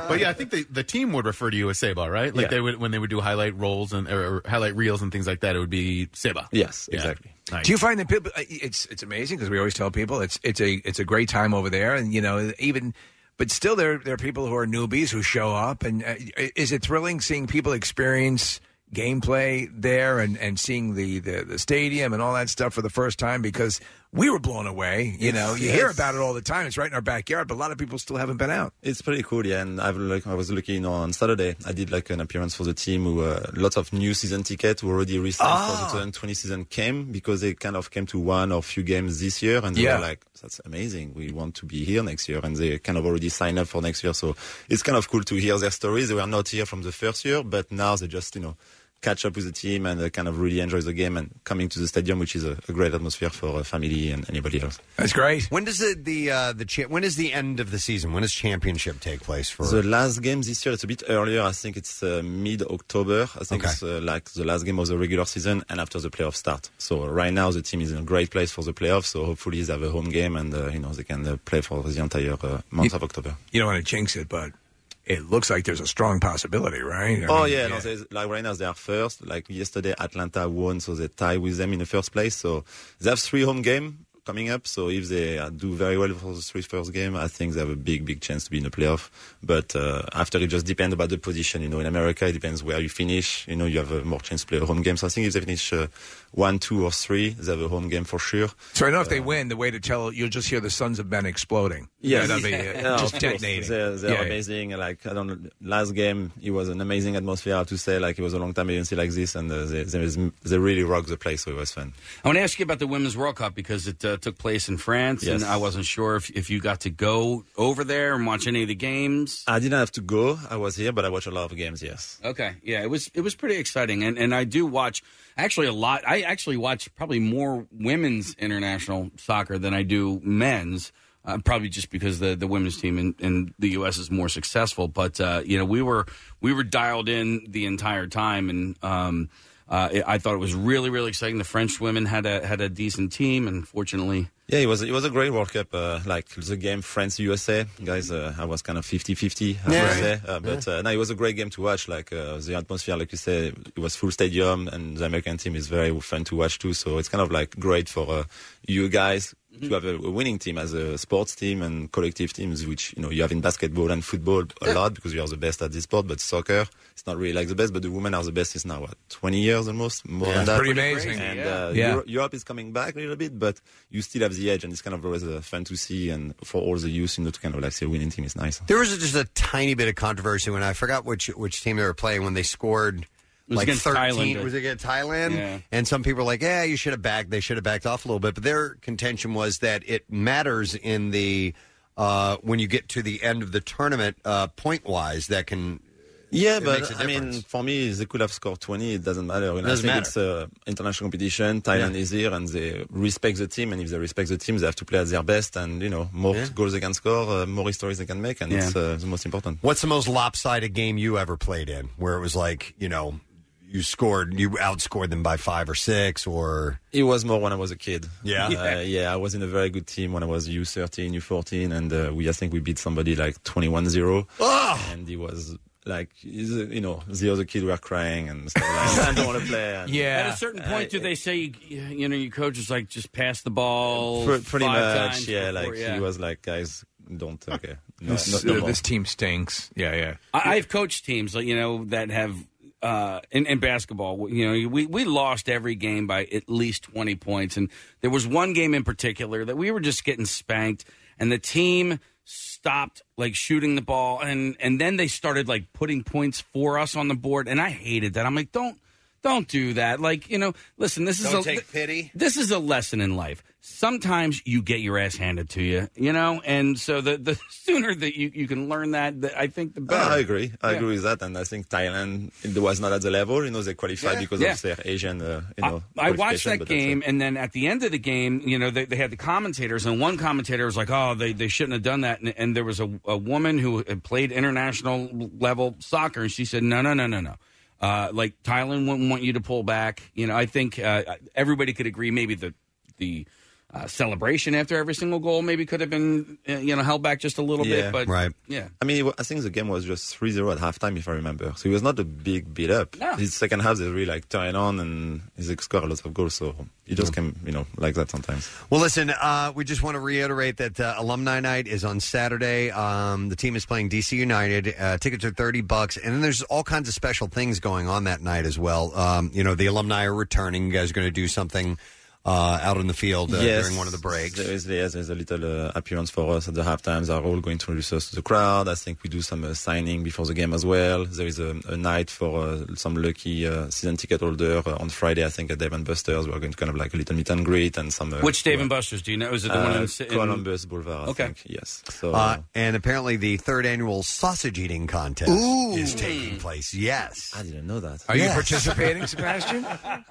[SPEAKER 6] but yeah, I think they, the team would refer to you as Seba, right? Like
[SPEAKER 15] Yeah.
[SPEAKER 6] they would when they would do highlight rolls and or, or highlight reels and things like that. It would be Seba.
[SPEAKER 15] Yes,
[SPEAKER 6] exactly.
[SPEAKER 4] Do you find that people? uh, It's it's amazing because we always tell people it's it's a it's a great time over there, and you know even. But still, there there are people who are newbies who show up, and uh, is it thrilling seeing people experience gameplay there and, and seeing the, the the stadium and all that stuff for the first time? Because we were blown away.
[SPEAKER 15] Yes,
[SPEAKER 4] You know, you hear
[SPEAKER 15] yes.
[SPEAKER 4] about it all the time. It's right in our backyard, but a lot of people still haven't been out.
[SPEAKER 15] It's pretty cool, yeah. And I've like I was lucky, you know, on Saturday I did like an appearance for the team. Who uh, lots of new season tickets who already resigned for the 2020 season came because they kind of came to one or few games this year, and they
[SPEAKER 4] Yeah.
[SPEAKER 15] were like, "That's amazing. We want to be here next year." And they kind of already signed up for next year, so it's kind of cool to hear their stories. They were not here from the first year, but now they just you know catch up with the team and uh, kind of really enjoy the game and coming to the stadium, which is a, a great atmosphere for uh, family and anybody else.
[SPEAKER 4] That's great.
[SPEAKER 2] When does the the uh, the cha- when is the end of the season? When does championship take place for?
[SPEAKER 15] The last game this year, it's a bit earlier. I think it's uh, mid October. I think
[SPEAKER 2] Okay.
[SPEAKER 15] it's uh, like the last game of the regular season and after the playoffs start. So right now the team is in a great place for the playoffs. So hopefully they have a home game and uh, you know they can uh, play for the entire uh, month of October.
[SPEAKER 4] You don't want to jinx it, but it looks like there's a strong possibility, right? I
[SPEAKER 15] oh
[SPEAKER 4] mean,
[SPEAKER 15] yeah, no, there's- like right now they are first. Like yesterday, Atlanta won, so they tie with them in the first place. So they have three home game coming up. So if they uh, do very well for the three first game, I think they have a big, big chance to be in the playoff. But uh, after it just depends about the position. You know, in America it depends where you finish. You know, you have a more chance to play a home game. So I think if they finish uh, one, two, or three, they have a home game for sure.
[SPEAKER 4] So I know if
[SPEAKER 15] Uh,
[SPEAKER 4] they win, the way to tell you'll just hear the sons of men exploding.
[SPEAKER 15] Yes.
[SPEAKER 4] that'll be
[SPEAKER 15] *laughs*
[SPEAKER 4] uh,
[SPEAKER 15] No,
[SPEAKER 4] just
[SPEAKER 15] of course.
[SPEAKER 4] detonating.
[SPEAKER 15] They're, they're
[SPEAKER 4] Yeah, yeah.
[SPEAKER 15] amazing. Like I don't. Last game, it was an amazing atmosphere. I have to say, like it was a long time I didn't see like this, and uh, they, they, they really rocked the place, so it was fun.
[SPEAKER 7] I want to ask you about the Women's World Cup because it uh, took place in France,
[SPEAKER 15] Yes.
[SPEAKER 7] and I wasn't sure if, if you got to go over there and watch any of the games.
[SPEAKER 15] I didn't have to go. I was here, but I watched a lot of games. Yes.
[SPEAKER 7] Okay, yeah, it was it was pretty exciting, and and I do watch actually a lot. I actually watch probably more women's international soccer than I do men's. Uh, probably just because the, the women's team in, in the U.S. is more successful, but uh, you know we were we were dialed in the entire time, and um, uh, it, I thought it was really really exciting. The French women had a had a decent team, and fortunately,
[SPEAKER 15] Yeah, it was it was a great World Cup. Uh, like the game France USA, guys, uh, I was kind of 50-50, I
[SPEAKER 12] Yeah.
[SPEAKER 15] would say. Uh, but uh, no, it was a great game to watch. Like uh, the atmosphere, like you said, it was full stadium, and the American team is very fun to watch too. So it's kind of like great for uh, you guys to have a, a winning team as a sports team and collective teams, which you know you have in basketball and football a lot because you are the best at this sport. But soccer, it's not really like the best. But the women are the best. It's now what 20 years almost more
[SPEAKER 4] Yeah,
[SPEAKER 15] than
[SPEAKER 4] it's
[SPEAKER 15] that.
[SPEAKER 4] pretty amazing.
[SPEAKER 15] And
[SPEAKER 4] Yeah.
[SPEAKER 15] uh,
[SPEAKER 4] Yeah.
[SPEAKER 15] Euro- Europe is coming back a little bit, but you still have the edge, and it's kind of always uh, fun to see. And for all the youth, you know, to kind of like see a winning team is nice.
[SPEAKER 2] There was just a tiny bit of controversy when I forgot which which team they were playing when they scored
[SPEAKER 7] was
[SPEAKER 2] like
[SPEAKER 7] against
[SPEAKER 2] 13.
[SPEAKER 7] Thailand.
[SPEAKER 2] Was it against Thailand?
[SPEAKER 7] Yeah.
[SPEAKER 2] And some people are like, yeah, you should have backed. They should have backed off a little bit. But their contention was that it matters in the uh, when you get to the end of the tournament uh, point wise. That can
[SPEAKER 15] Yeah,
[SPEAKER 2] it makes a
[SPEAKER 15] but I
[SPEAKER 2] difference.
[SPEAKER 15] mean, for me, they could have scored 20. It doesn't matter. You know,
[SPEAKER 2] It doesn't
[SPEAKER 15] I think
[SPEAKER 2] matter.
[SPEAKER 15] it's uh, international competition. Thailand
[SPEAKER 2] Yeah.
[SPEAKER 15] is here, and they respect the team. And if they respect the team, they have to play at their best. And you know, more goals they can score, uh, more stories they can make, and it's
[SPEAKER 2] Yeah.
[SPEAKER 15] uh, the most important.
[SPEAKER 2] What's the most lopsided game you ever played in where it was like, you know, you scored, you outscored them by five or six or.
[SPEAKER 15] It was more when I was a kid.
[SPEAKER 2] Yeah.
[SPEAKER 15] Uh, yeah. I was in a very good team when I was U13, U14, and uh, we I think we beat somebody like 21-0. And he was like, he's, uh, you know, the other kid were crying and stuff like
[SPEAKER 7] *laughs*
[SPEAKER 15] that. I don't want to play. And,
[SPEAKER 7] uh, At a certain
[SPEAKER 15] Uh,
[SPEAKER 7] point, do they say you, you know your coach is like just pass the ball?
[SPEAKER 15] Uh, Pre- pretty
[SPEAKER 7] five
[SPEAKER 15] much,
[SPEAKER 7] times
[SPEAKER 15] yeah.
[SPEAKER 7] before-
[SPEAKER 15] Like he was like, guys, don't okay. No,
[SPEAKER 7] This-
[SPEAKER 15] no, no
[SPEAKER 7] uh,
[SPEAKER 15] more."
[SPEAKER 7] this
[SPEAKER 4] team stinks. Yeah, yeah.
[SPEAKER 7] I, I've coached teams, like, you know, that have uh, in, in basketball. You know, we we lost every game by at least twenty points, and there was one game in particular that we were just getting spanked, and the team stopped like shooting the ball, and and then they started like putting points for us on the board, and I hated that. I'm like, don't. Don't do that. Like, you know, listen, this
[SPEAKER 2] Don't
[SPEAKER 7] is a
[SPEAKER 2] take pity.
[SPEAKER 7] This is a lesson in life. Sometimes you get your ass handed to you, you know, and so the the *laughs* sooner that you, you can learn that, the, I think the better.
[SPEAKER 15] I agree. I
[SPEAKER 7] Yeah.
[SPEAKER 15] agree with that, and I think Thailand it was not at the level. You know, they qualified
[SPEAKER 7] Yeah.
[SPEAKER 15] because
[SPEAKER 7] Yeah.
[SPEAKER 15] of their Asian. Uh, you know,
[SPEAKER 7] I
[SPEAKER 15] qualification,
[SPEAKER 7] watched that
[SPEAKER 15] but that's it.
[SPEAKER 7] game, and then at the end of the game, you know, they, they had the commentators, and one commentator was like, "Oh, they, they shouldn't have done that." And, and there was a, a woman who had played international level soccer, and she said, "No, no, no, no, no." Uh, like Thailand wouldn't want you to pull back. You know, I think uh, everybody could agree. Maybe the the uh, celebration after every single goal maybe could have been uh, you know held back just a little
[SPEAKER 15] Yeah.
[SPEAKER 7] bit, but yeah.
[SPEAKER 15] I mean, it wa- I think the game was just 3-0 at halftime, if I remember. So it was not a big beat up.
[SPEAKER 7] No.
[SPEAKER 15] The second half, they really like turn it on and they scored a lot of goals. So it just came, you know, like that sometimes.
[SPEAKER 2] Well, listen, uh, we just want to reiterate that uh, Alumni Night is on Saturday. Um, the team is playing DC United. Uh, tickets are 30 bucks. And then there's all kinds of special things going on that night as well. Um, you know, the alumni are returning. You guys are going to do something uh, out in the field uh, during one of the breaks.
[SPEAKER 15] There is, yes, there's a little uh, appearance for us at the halftime. They're all going to introduce us to the crowd. I think we do some uh, signing before the game as well. There is a, a night for uh, some lucky uh, season ticket holder uh, on Friday. I think at Dave and Buster's, we're going to kind of like a little meet and greet and some. Uh,
[SPEAKER 7] Which Dave and Buster's do you know? Is it the one
[SPEAKER 15] uh,
[SPEAKER 7] in, in
[SPEAKER 15] Columbus Boulevard? I
[SPEAKER 7] Okay.
[SPEAKER 15] think. yes. So
[SPEAKER 2] Uh, and apparently, the third annual sausage eating contest
[SPEAKER 15] Ooh.
[SPEAKER 2] is taking place. Yes, I
[SPEAKER 15] didn't know that.
[SPEAKER 2] Are you Yes. *laughs*
[SPEAKER 4] participating, Sebastian?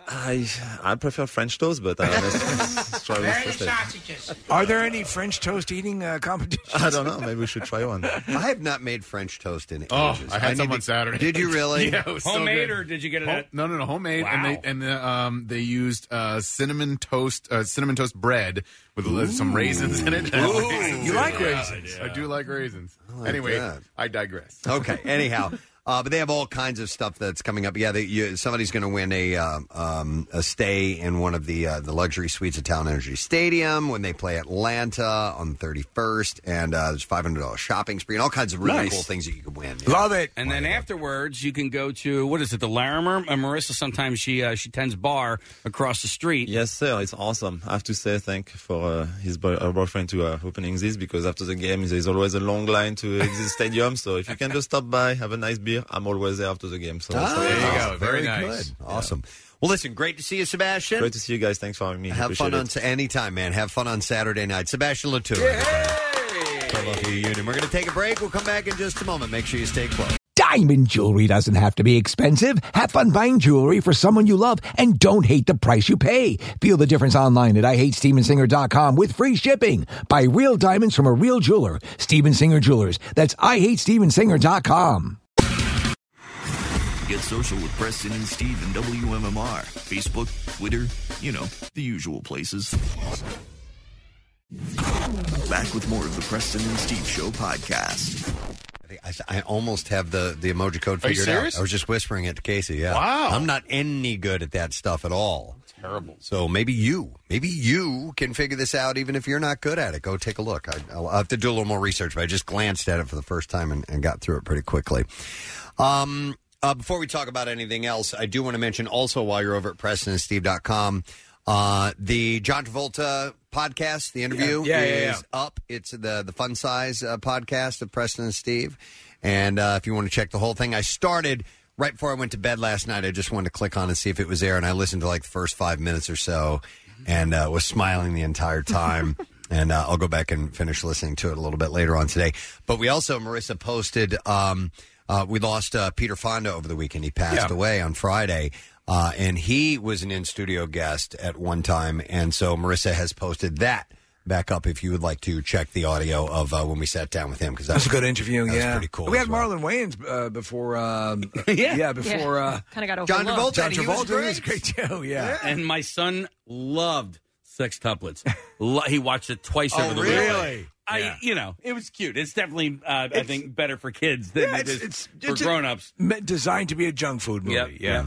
[SPEAKER 15] I I prefer French toast, but uh, I honestly struggle with French toast.
[SPEAKER 4] sausages. *laughs* Are there any French toast eating uh, competitions?
[SPEAKER 15] I don't know. Maybe we should try one.
[SPEAKER 2] I have not made French toast in
[SPEAKER 6] Oh,
[SPEAKER 2] ages.
[SPEAKER 6] I had some
[SPEAKER 2] need
[SPEAKER 6] on
[SPEAKER 2] to-
[SPEAKER 6] Saturday. *laughs*
[SPEAKER 2] Did you really?
[SPEAKER 6] yeah, it was so
[SPEAKER 7] Homemade
[SPEAKER 6] good.
[SPEAKER 7] or did you get it
[SPEAKER 6] Home-
[SPEAKER 7] at-
[SPEAKER 6] No, no, no, homemade.
[SPEAKER 7] Wow.
[SPEAKER 6] And they and the, um, they used uh, cinnamon toast, uh, cinnamon toast bread with uh, some *laughs* raisins in it.
[SPEAKER 2] Ooh.
[SPEAKER 4] You like
[SPEAKER 6] Yeah,
[SPEAKER 4] raisins.
[SPEAKER 6] I do like
[SPEAKER 2] *laughs*
[SPEAKER 6] raisins.
[SPEAKER 2] like
[SPEAKER 6] anyway,
[SPEAKER 2] that.
[SPEAKER 6] I digress.
[SPEAKER 2] Okay. Anyhow, uh, but they have all kinds of stuff that's coming up. Yeah, they, you, somebody's going to win a um, um, a stay in one of the uh, the luxury suites at Town Energy Stadium when they play Atlanta on thirty first, and uh, there's five hundred dollars shopping spree and all kinds of really
[SPEAKER 7] Nice.
[SPEAKER 2] cool things that you can win.
[SPEAKER 7] Love it. And then afterwards, you can go to what is it, the Larimer? And Marissa sometimes she uh, she tends bar across the street.
[SPEAKER 15] Yes, sir. It's awesome. I have to say thank for uh, his boy, our boyfriend to uh, opening this because after the game there's always a long line to exit stadium. So if you can just stop by, have a nice beer. I'm always there after the game. So
[SPEAKER 2] Ah,
[SPEAKER 15] so- uh,
[SPEAKER 2] there you go.
[SPEAKER 15] Very
[SPEAKER 2] Very
[SPEAKER 15] nice.
[SPEAKER 2] good. Awesome. Well, listen, great to see you, Sebastian.
[SPEAKER 15] Great to see you guys. Thanks for having me.
[SPEAKER 2] Have
[SPEAKER 15] Appreciate
[SPEAKER 2] fun
[SPEAKER 15] it.
[SPEAKER 2] on anytime, man. Have fun on Saturday night. Sebastian Latour. Philadelphia Union. We're going to take a break. We'll come back in just a moment. Make sure you stay close.
[SPEAKER 16] *laughs* Diamond jewelry doesn't have to be expensive. Have fun buying jewelry for someone you love and don't hate the price you pay. Feel the difference online at IHateStevensinger.com with free shipping. Buy real diamonds from a real jeweler. Steven Singer Jewelers. That's IHateStevensinger.com.
[SPEAKER 12] Get social with Preston and Steve and WMMR. Facebook, Twitter, you know, the usual places. Back with more of the Preston and Steve Show podcast.
[SPEAKER 2] I, I almost have the, the emoji code
[SPEAKER 12] Are you
[SPEAKER 2] figured out.
[SPEAKER 12] serious?
[SPEAKER 2] I was just whispering it to Casey. Yeah. Wow. I'm not any good at that stuff at all. Terrible. So maybe you, maybe you can figure this out. Even if you're not good at it, go take a look. I, I'll, I'll have to do a little more research, but I just glanced at it for the first time and, and got through it pretty quickly. Um, uh, before we talk about anything else, I do want to mention also while you're over at PrestonandSteve.com, uh, the John Travolta podcast, the interview
[SPEAKER 4] Yeah, yeah, yeah,
[SPEAKER 2] is up. It's the the Fun Size uh, podcast of Preston and Steve, and uh, if you want to check the whole thing, I started right before I went to bed last night, I just wanted to click on and see if it was there, and I listened to like the first five minutes or so, and uh, was smiling the entire time. *laughs* and uh, I'll go back and finish listening to it a little bit later on today. But we also Marissa posted. Um, uh, we lost uh, Peter Fonda over the weekend. He passed away on Friday. Uh, and he was an in studio guest at one time. And so Marissa has posted that back up if you would like to check the audio of uh, when we sat down with him. because
[SPEAKER 4] That's a good interview.
[SPEAKER 2] That was
[SPEAKER 4] yeah,
[SPEAKER 2] pretty cool.
[SPEAKER 4] We had Marlon Wayans uh, before. Uh,
[SPEAKER 7] *laughs* Yeah.
[SPEAKER 4] yeah, before.
[SPEAKER 21] *laughs*
[SPEAKER 7] Yeah.
[SPEAKER 4] Uh,
[SPEAKER 21] Kind of got
[SPEAKER 4] John
[SPEAKER 21] overlooked.
[SPEAKER 4] Travolta. John Travolta was great too.
[SPEAKER 2] Oh,
[SPEAKER 4] Yeah.
[SPEAKER 7] And my son loved sextuplets. Lo- he watched it twice
[SPEAKER 4] Oh,
[SPEAKER 7] over the
[SPEAKER 4] really?
[SPEAKER 7] weekend. I, you know, it was cute. It's definitely, uh, I think, better for kids than
[SPEAKER 4] Yeah,
[SPEAKER 7] it
[SPEAKER 4] it's-
[SPEAKER 7] is
[SPEAKER 4] it's-
[SPEAKER 7] for
[SPEAKER 4] it's a-
[SPEAKER 7] grown-ups.
[SPEAKER 4] meant designed to be a junk food movie.
[SPEAKER 7] *laughs*
[SPEAKER 4] Yeah.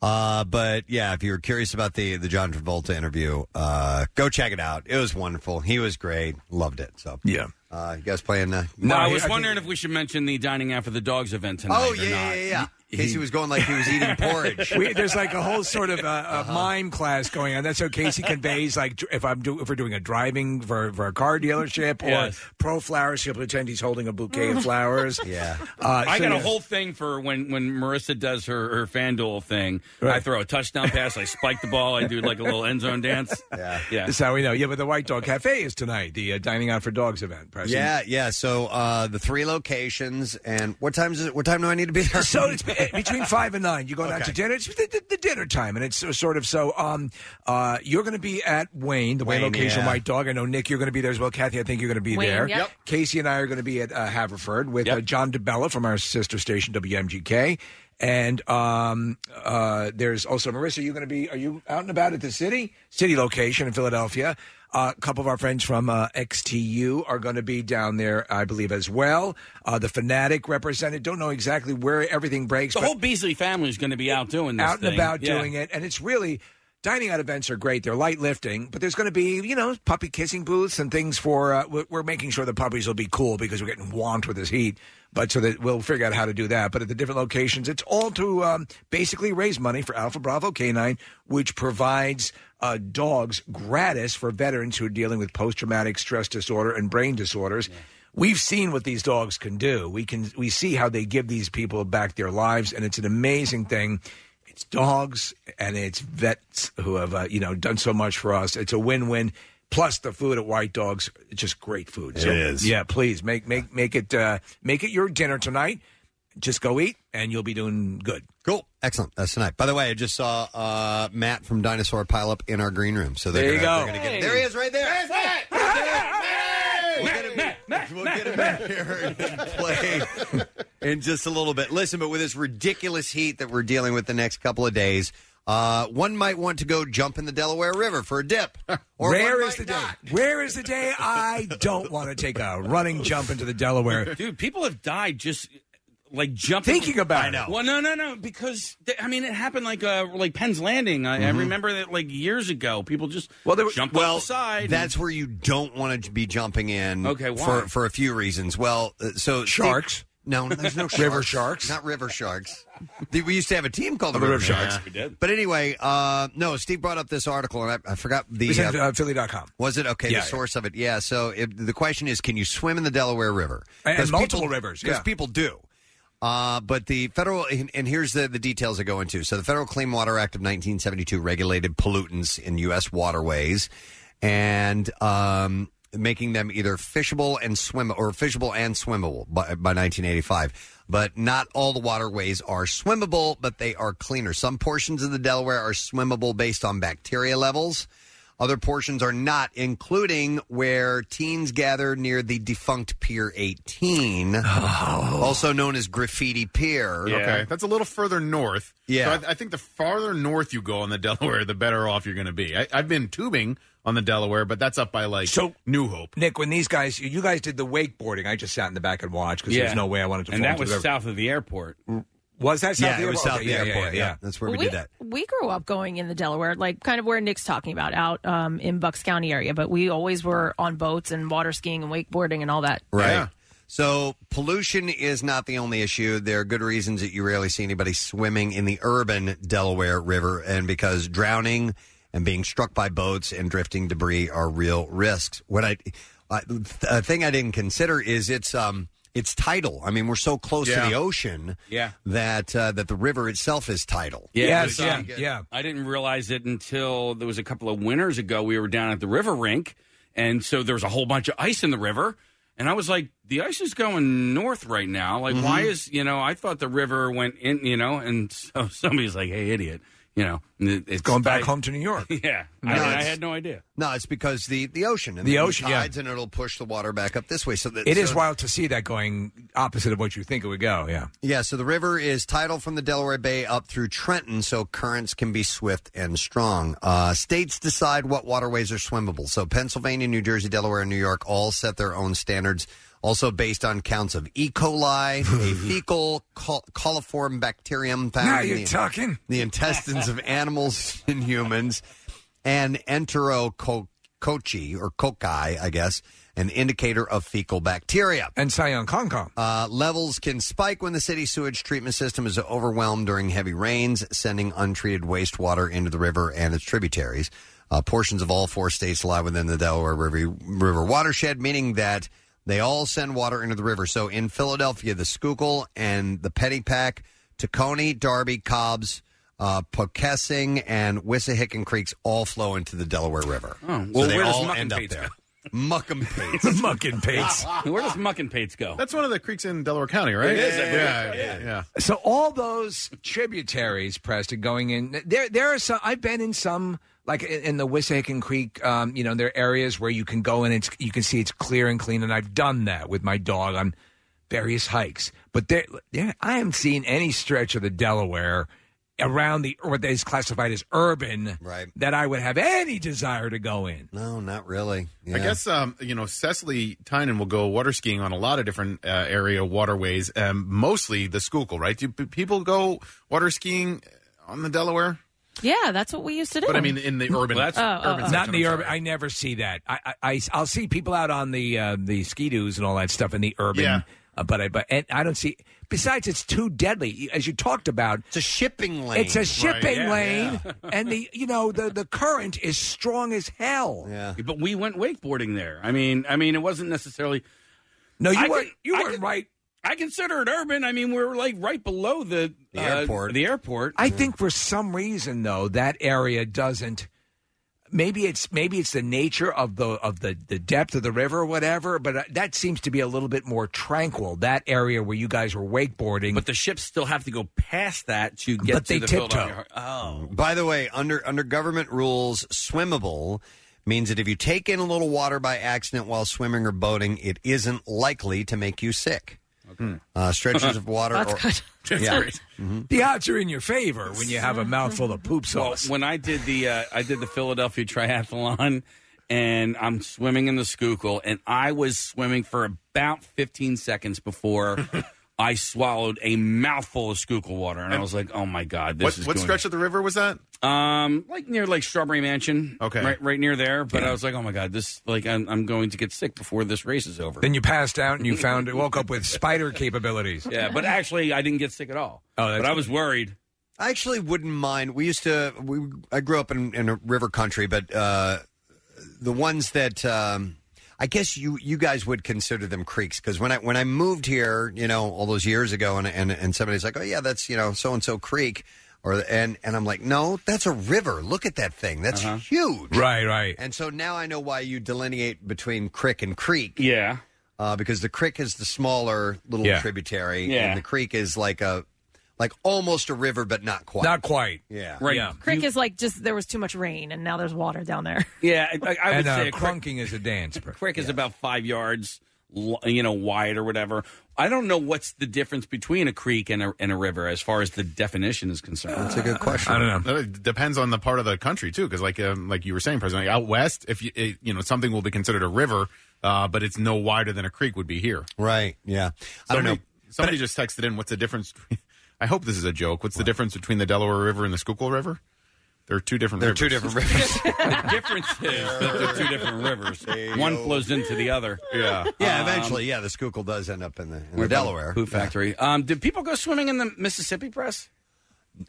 [SPEAKER 2] Uh, but yeah, if you're curious about the the John Travolta interview, uh, go check it out. It was wonderful. He was great. Loved it. So
[SPEAKER 4] yeah,
[SPEAKER 2] uh, you guys playing? Uh,
[SPEAKER 7] No, I was wondering if we should mention the dining out for the dogs event tonight.
[SPEAKER 2] Oh yeah, yeah, yeah, yeah. In case he was going like he was eating
[SPEAKER 7] *laughs*
[SPEAKER 2] porridge.
[SPEAKER 4] We, there's like a whole sort of uh,
[SPEAKER 7] Uh-huh.
[SPEAKER 4] a mime class going on. That's how Casey conveys like dr- if I'm do, if we're doing a driving for, for a car dealership or
[SPEAKER 7] Yes.
[SPEAKER 4] pro flowers, he'll pretend he's holding a bouquet of
[SPEAKER 7] *laughs*
[SPEAKER 4] flowers.
[SPEAKER 2] Yeah,
[SPEAKER 4] uh,
[SPEAKER 7] I
[SPEAKER 4] so
[SPEAKER 7] got a
[SPEAKER 4] yes.
[SPEAKER 7] whole thing for when, when Marissa does her, her FanDuel thing. I throw a touchdown pass, I spike the ball, I do like a little end zone dance. *laughs* Yeah. Yeah.
[SPEAKER 4] That's how we know. Yeah, but the White Dog Cafe is tonight, the uh, dining out for dogs event. Preston.
[SPEAKER 2] Yeah, yeah. So uh, the three locations, and what time is it? What time do I need to be there?
[SPEAKER 4] So it's be- between five and nine. You go down
[SPEAKER 2] Okay.
[SPEAKER 4] to dinner. It's the, the, the dinner time, and it's so- sort of so. Um, uh, you're going to be at Wayne, the Wayne,
[SPEAKER 2] Wayne,
[SPEAKER 4] location,
[SPEAKER 2] yeah.
[SPEAKER 4] White Dog. I know Nick, you're going to be there as well. Kathy, I think you're going to be
[SPEAKER 2] Wayne,
[SPEAKER 4] there.
[SPEAKER 2] yep. Yep.
[SPEAKER 4] Casey and I are going to be at uh, Haverford with uh, John DeBella from our sister station WMGK. And um, uh, there's also Marissa. You're going to be. Are you out and about at the city city location in Philadelphia? Uh, a couple of our friends from uh, XTU are going to be down there, I believe, as well. Uh, the Fanatic represented. Don't know exactly where everything breaks.
[SPEAKER 7] The
[SPEAKER 4] but-
[SPEAKER 7] whole Beasley family is going to be out doing this
[SPEAKER 4] out and
[SPEAKER 7] thing.
[SPEAKER 4] about
[SPEAKER 7] Yeah.
[SPEAKER 4] doing it, and it's really dining out events are great. They're light lifting, but there's going to be you know puppy kissing booths and things for. Uh, we're- we're making sure the puppies will be cool because we're getting whomped with this heat. But so that we'll figure out how to do that. But at the different locations, it's all to um, basically raise money for Alpha Bravo Canine, which provides uh, dogs gratis for veterans who are dealing with post traumatic stress disorder and brain disorders we've seen what these dogs can do. We can we see how they give these people back their lives, and it's an amazing thing. It's dogs and it's vets who have uh, you know done so much for us. It's a win win. Plus the food at White Dogs, it's just great food.
[SPEAKER 2] It
[SPEAKER 4] So,
[SPEAKER 2] is.
[SPEAKER 4] Yeah, please make make make it uh, make it your dinner tonight. Just go eat, and you'll be doing good.
[SPEAKER 2] Cool. Excellent. That's tonight. By the way, I just saw uh, Matt from Dinosaur Pileup in our green room. So they're
[SPEAKER 4] There you
[SPEAKER 2] gonna,
[SPEAKER 4] go.
[SPEAKER 2] they're gonna get- there he is, right there. We'll get him back here and play in just a little bit. Listen, but with this ridiculous heat that we're dealing with the next couple of days, uh, one might want to go jump in the Delaware River for
[SPEAKER 4] *laughs*
[SPEAKER 2] a dip. Or
[SPEAKER 4] Where
[SPEAKER 2] one
[SPEAKER 4] is the
[SPEAKER 2] might
[SPEAKER 4] day? Where is the day I don't want to take a running jump into the Delaware?
[SPEAKER 7] Dude, people have died just like jumping,
[SPEAKER 4] Thinking about I know. it.
[SPEAKER 7] Well, no, no, no, because th- I mean, it happened like uh, like Penn's Landing. I, I
[SPEAKER 4] Mm-hmm.
[SPEAKER 2] Mhm.
[SPEAKER 7] remember that like years ago, people just
[SPEAKER 2] Well,
[SPEAKER 7] they were, jumped
[SPEAKER 2] well,
[SPEAKER 7] off the side.
[SPEAKER 2] That's where you don't want to be jumping in.
[SPEAKER 7] Okay, why?
[SPEAKER 2] for for a few reasons. Well, uh, so
[SPEAKER 4] Sharks?
[SPEAKER 2] no, there's no
[SPEAKER 4] *laughs* River
[SPEAKER 2] sharks. Not river sharks. The- we used to have a team called the,
[SPEAKER 4] The River Sharks.
[SPEAKER 2] Yeah.
[SPEAKER 4] We did.
[SPEAKER 2] But anyway, uh, no. Steve brought up this article, and I, I forgot the
[SPEAKER 4] It's at, uh, Philly.com.
[SPEAKER 2] Was it okay?
[SPEAKER 4] Yeah,
[SPEAKER 2] the
[SPEAKER 4] yeah.
[SPEAKER 2] source of it, yeah. So it, the question is, can you swim in the Delaware River
[SPEAKER 4] And- and
[SPEAKER 2] 'Cause
[SPEAKER 4] multiple rivers,
[SPEAKER 2] Because
[SPEAKER 4] yeah.
[SPEAKER 2] people do. Uh, but the federal and, and here's the, the details that go into. So the Federal Clean Water Act of 1972 regulated pollutants in U.S. waterways and um, making them either fishable and swim or fishable and swimmable by, by 1985. But not all the waterways are swimmable, but they are cleaner. Some portions of the Delaware are swimmable based on bacteria levels. Other portions are not, including where teens gather near the defunct Pier 18, also known as Graffiti Pier.
[SPEAKER 6] Oh. Okay, that's a little further north.
[SPEAKER 2] Yeah.
[SPEAKER 6] so I, I think the farther north you go on the *laughs* Delaware, the better off you're going to be. I, I've been tubing on the Delaware, but that's up by like New Hope.
[SPEAKER 4] Nick, when these guys, you guys did the wakeboarding, I just sat in the back and watched because
[SPEAKER 7] Yeah.
[SPEAKER 4] there's no way I wanted to.
[SPEAKER 7] And
[SPEAKER 4] fall
[SPEAKER 7] that
[SPEAKER 4] into
[SPEAKER 7] was
[SPEAKER 4] the river.
[SPEAKER 7] south of the airport.
[SPEAKER 4] Was that south
[SPEAKER 7] Yeah,
[SPEAKER 4] of the
[SPEAKER 7] it was
[SPEAKER 4] airport?
[SPEAKER 7] south of the
[SPEAKER 4] yeah, yeah,
[SPEAKER 7] airport,
[SPEAKER 4] Yeah,
[SPEAKER 7] yeah.
[SPEAKER 2] That's
[SPEAKER 4] where
[SPEAKER 21] we, we grew up going in the Delaware, like kind of where Nick's talking about, out um, in Bucks County area. But we always were on boats and water skiing and wakeboarding and all that.
[SPEAKER 2] Right. So pollution is not the only issue. There are good reasons that you rarely see anybody swimming in the urban Delaware River, and because drowning and being struck by boats and drifting debris are real risks. What I, I a thing I didn't consider is it's um it's tidal. I mean, we're so close
[SPEAKER 7] Yeah.
[SPEAKER 2] to the ocean
[SPEAKER 7] Yeah.
[SPEAKER 2] that uh, that the river itself is tidal.
[SPEAKER 7] but it's- I didn't realize it until there was a couple of winters ago. We were down at the river rink, and so there was a whole bunch of ice in the river. And I was like, the ice is going north right now. Like, why
[SPEAKER 4] Mm-hmm.
[SPEAKER 18] Mhm.
[SPEAKER 7] is you know? I thought the river went in, you know. And *laughs* so somebody's like, hey, idiot, you know, and it- it's
[SPEAKER 4] Going back
[SPEAKER 7] I-
[SPEAKER 4] home to New York.
[SPEAKER 7] *laughs* yeah, I,
[SPEAKER 2] No,
[SPEAKER 7] I
[SPEAKER 2] it's-
[SPEAKER 7] had no idea.
[SPEAKER 2] No, it's because the the ocean and
[SPEAKER 4] The
[SPEAKER 2] then
[SPEAKER 4] ocean,
[SPEAKER 2] the
[SPEAKER 4] yeah.
[SPEAKER 2] tides, and it'll push the water back up this way. So that
[SPEAKER 4] It is
[SPEAKER 2] so-
[SPEAKER 4] wild to see that going opposite of what you think it would go. Yeah.
[SPEAKER 2] Yeah, so the river is tidal from the Delaware Bay up through Trenton, so currents can be swift and strong. Uh, states decide what waterways are swimmable. So Pennsylvania, New Jersey, Delaware, and New York all set their own standards, also based on counts of
[SPEAKER 4] *laughs*
[SPEAKER 2] E. coli, a fecal col- coliform bacterium found
[SPEAKER 4] Now
[SPEAKER 2] in
[SPEAKER 4] you're
[SPEAKER 2] the,
[SPEAKER 4] talking.
[SPEAKER 2] the intestines of animals and humans, and enterococci, or cocci, I guess, an indicator of fecal bacteria.
[SPEAKER 4] And Sayon Kong Kong.
[SPEAKER 2] Uh, levels can spike when the city sewage treatment system is overwhelmed during heavy rains, sending untreated wastewater into the river and its tributaries. Uh, portions of all four states lie within the Delaware River, river watershed, meaning that they all send water into the river. So in Philadelphia, the Schuylkill and the Pennypack, Tacony, Darby, Cobbs, uh, Pocessing, and Wissahickon Creeks all flow into the Delaware River.
[SPEAKER 7] Oh,
[SPEAKER 2] so
[SPEAKER 7] well,
[SPEAKER 2] they
[SPEAKER 7] where does
[SPEAKER 2] all
[SPEAKER 7] Muck and
[SPEAKER 2] end up
[SPEAKER 7] Pates
[SPEAKER 2] there.
[SPEAKER 7] go?
[SPEAKER 2] Muck and
[SPEAKER 4] *laughs*
[SPEAKER 2] Pates.
[SPEAKER 4] Muck and Pates.
[SPEAKER 7] *laughs* Where does Muck and Pates go?
[SPEAKER 6] That's one of the creeks in Delaware County, right?
[SPEAKER 4] It is, I believe. Yeah.
[SPEAKER 6] Yeah, yeah, yeah.
[SPEAKER 4] So all those tributaries, Preston, going in there. There are some. I've been in some, like in, in the Wissahickon Creek. Um, you know, there are areas where you can go and it's you can see it's clear and clean. And I've done that with my dog on various hikes. But there, yeah, I haven't seen any stretch of the Delaware around the what is classified as urban,
[SPEAKER 2] right.
[SPEAKER 4] That I would have any desire to go in.
[SPEAKER 2] No, not really.
[SPEAKER 6] I guess um, you know Cecily Tynan will go water skiing on a lot of different uh, area waterways, um, mostly the Schuylkill, right? Do p- people go water skiing on the Delaware?
[SPEAKER 21] Yeah, that's what we used to do. Oh,
[SPEAKER 6] But I mean, in the urban,
[SPEAKER 4] Well, that's
[SPEAKER 3] Oh,
[SPEAKER 21] urban
[SPEAKER 4] not in the urban. I never see that. I, I I will see people out on the uh, the skidoos and all that stuff in the urban.
[SPEAKER 6] Yeah.
[SPEAKER 4] Uh, but I but and I don't see. Besides, it's too deadly, as you talked about. It's
[SPEAKER 2] a shipping
[SPEAKER 5] lane.
[SPEAKER 4] It's a
[SPEAKER 5] Right,
[SPEAKER 4] shipping
[SPEAKER 5] yeah.
[SPEAKER 4] lane, and the you know the the current is strong as hell.
[SPEAKER 2] Yeah,
[SPEAKER 7] but we went wakeboarding there. I mean, I mean, it wasn't necessarily.
[SPEAKER 4] No, you
[SPEAKER 7] I
[SPEAKER 4] weren't-
[SPEAKER 7] con-
[SPEAKER 4] you
[SPEAKER 7] I
[SPEAKER 4] weren't
[SPEAKER 7] con-
[SPEAKER 4] right.
[SPEAKER 7] I consider it urban. I mean, we were like right below the, the
[SPEAKER 4] airport.
[SPEAKER 7] The airport.
[SPEAKER 4] I think for some reason though that area doesn't. Maybe it's maybe it's the nature of the of the, the depth of the river or whatever, but uh, that seems to be a little bit more tranquil. That area where you guys were wakeboarding,
[SPEAKER 7] but the ships still have to go past that to get.
[SPEAKER 4] But
[SPEAKER 7] to
[SPEAKER 4] they
[SPEAKER 7] the
[SPEAKER 4] tiptoe.
[SPEAKER 7] Philadelphia- Oh,
[SPEAKER 2] By the way, under under government rules, swimmable means that if you take in a little water by accident while swimming or boating, it isn't likely to make you sick. Uh, stretches of water.
[SPEAKER 4] That's
[SPEAKER 2] or,
[SPEAKER 4] good. *laughs* That's
[SPEAKER 2] *laughs* yeah. Mm-hmm.
[SPEAKER 4] great. The odds are in your favor when you have a mouthful of poop sauce.
[SPEAKER 7] Well, when I did the uh, I did the Philadelphia Triathlon, and I'm swimming in the Schuylkill, and I was swimming for about 15
[SPEAKER 4] *laughs*
[SPEAKER 7] seconds before I swallowed a mouthful of Schuylkill water, and I was like, "Oh my
[SPEAKER 4] Uh,
[SPEAKER 7] god, this
[SPEAKER 6] What,
[SPEAKER 7] is
[SPEAKER 6] what
[SPEAKER 7] going-
[SPEAKER 6] stretch of the river was that?
[SPEAKER 7] Um, like near like Strawberry Mansion.
[SPEAKER 6] Okay.
[SPEAKER 7] right, right near there. But I was like, "Oh my god, this like I'm, I'm going to get sick before this race is
[SPEAKER 4] *laughs*
[SPEAKER 7] over."
[SPEAKER 4] Then you passed out and you found woke up with spider capabilities.
[SPEAKER 7] yeah, but actually, I didn't get sick at all.
[SPEAKER 4] Oh,
[SPEAKER 7] but I was worried.
[SPEAKER 2] I actually wouldn't mind. We used to. We, I grew up in, in a river country, but uh, the ones that um, I guess you you guys would consider them creeks because when I when I moved here, you know, all those years ago, and and, and somebody's like, oh yeah, that's you know so and so creek, or and and I'm like, no, that's a river. Look at that thing. That's
[SPEAKER 7] Uh-huh.
[SPEAKER 2] huge.
[SPEAKER 4] Right, right.
[SPEAKER 2] And so now I know why you delineate between crick and creek.
[SPEAKER 7] Yeah.
[SPEAKER 2] Uh, because the crick is the smaller little
[SPEAKER 4] Yeah.
[SPEAKER 2] tributary,
[SPEAKER 4] Yeah.
[SPEAKER 2] and the creek is like a, like almost a river, but not quite.
[SPEAKER 4] Not quite.
[SPEAKER 2] Yeah.
[SPEAKER 7] Right.
[SPEAKER 21] Creek is like just there was too much rain and now there's water down there.
[SPEAKER 7] Yeah, I, I would
[SPEAKER 4] And, uh,
[SPEAKER 7] say a crick-
[SPEAKER 4] crunking is a dance.
[SPEAKER 7] Crick is about five yards, l- you know, wide or whatever. I don't know what's the difference between a creek and a, and a river as far as the definition is concerned.
[SPEAKER 2] That's a good question.
[SPEAKER 6] Uh, I
[SPEAKER 4] don't
[SPEAKER 6] know. It depends on the part of the country too, because like um, like you were saying, President, like out west, if you it, you know something will be considered a river, uh, but it's no wider than a creek would be here.
[SPEAKER 2] Right. Yeah. I don't know.
[SPEAKER 6] Somebody just texted in. What's the difference? between- *laughs* I hope this is a joke. What's the difference between the Delaware River and the Schuylkill River? They're two different.
[SPEAKER 2] They're
[SPEAKER 6] rivers.
[SPEAKER 2] two different rivers.
[SPEAKER 6] *laughs*
[SPEAKER 7] the difference is that they're two different rivers. One flows into the other.
[SPEAKER 6] Yeah.
[SPEAKER 2] Yeah,
[SPEAKER 7] Um,
[SPEAKER 2] eventually, yeah, the Schuylkill does end up in the, in
[SPEAKER 7] we're
[SPEAKER 2] the
[SPEAKER 7] about
[SPEAKER 2] Delaware.
[SPEAKER 7] Pooh Factory. Um, did people go swimming in the Mississippi Press?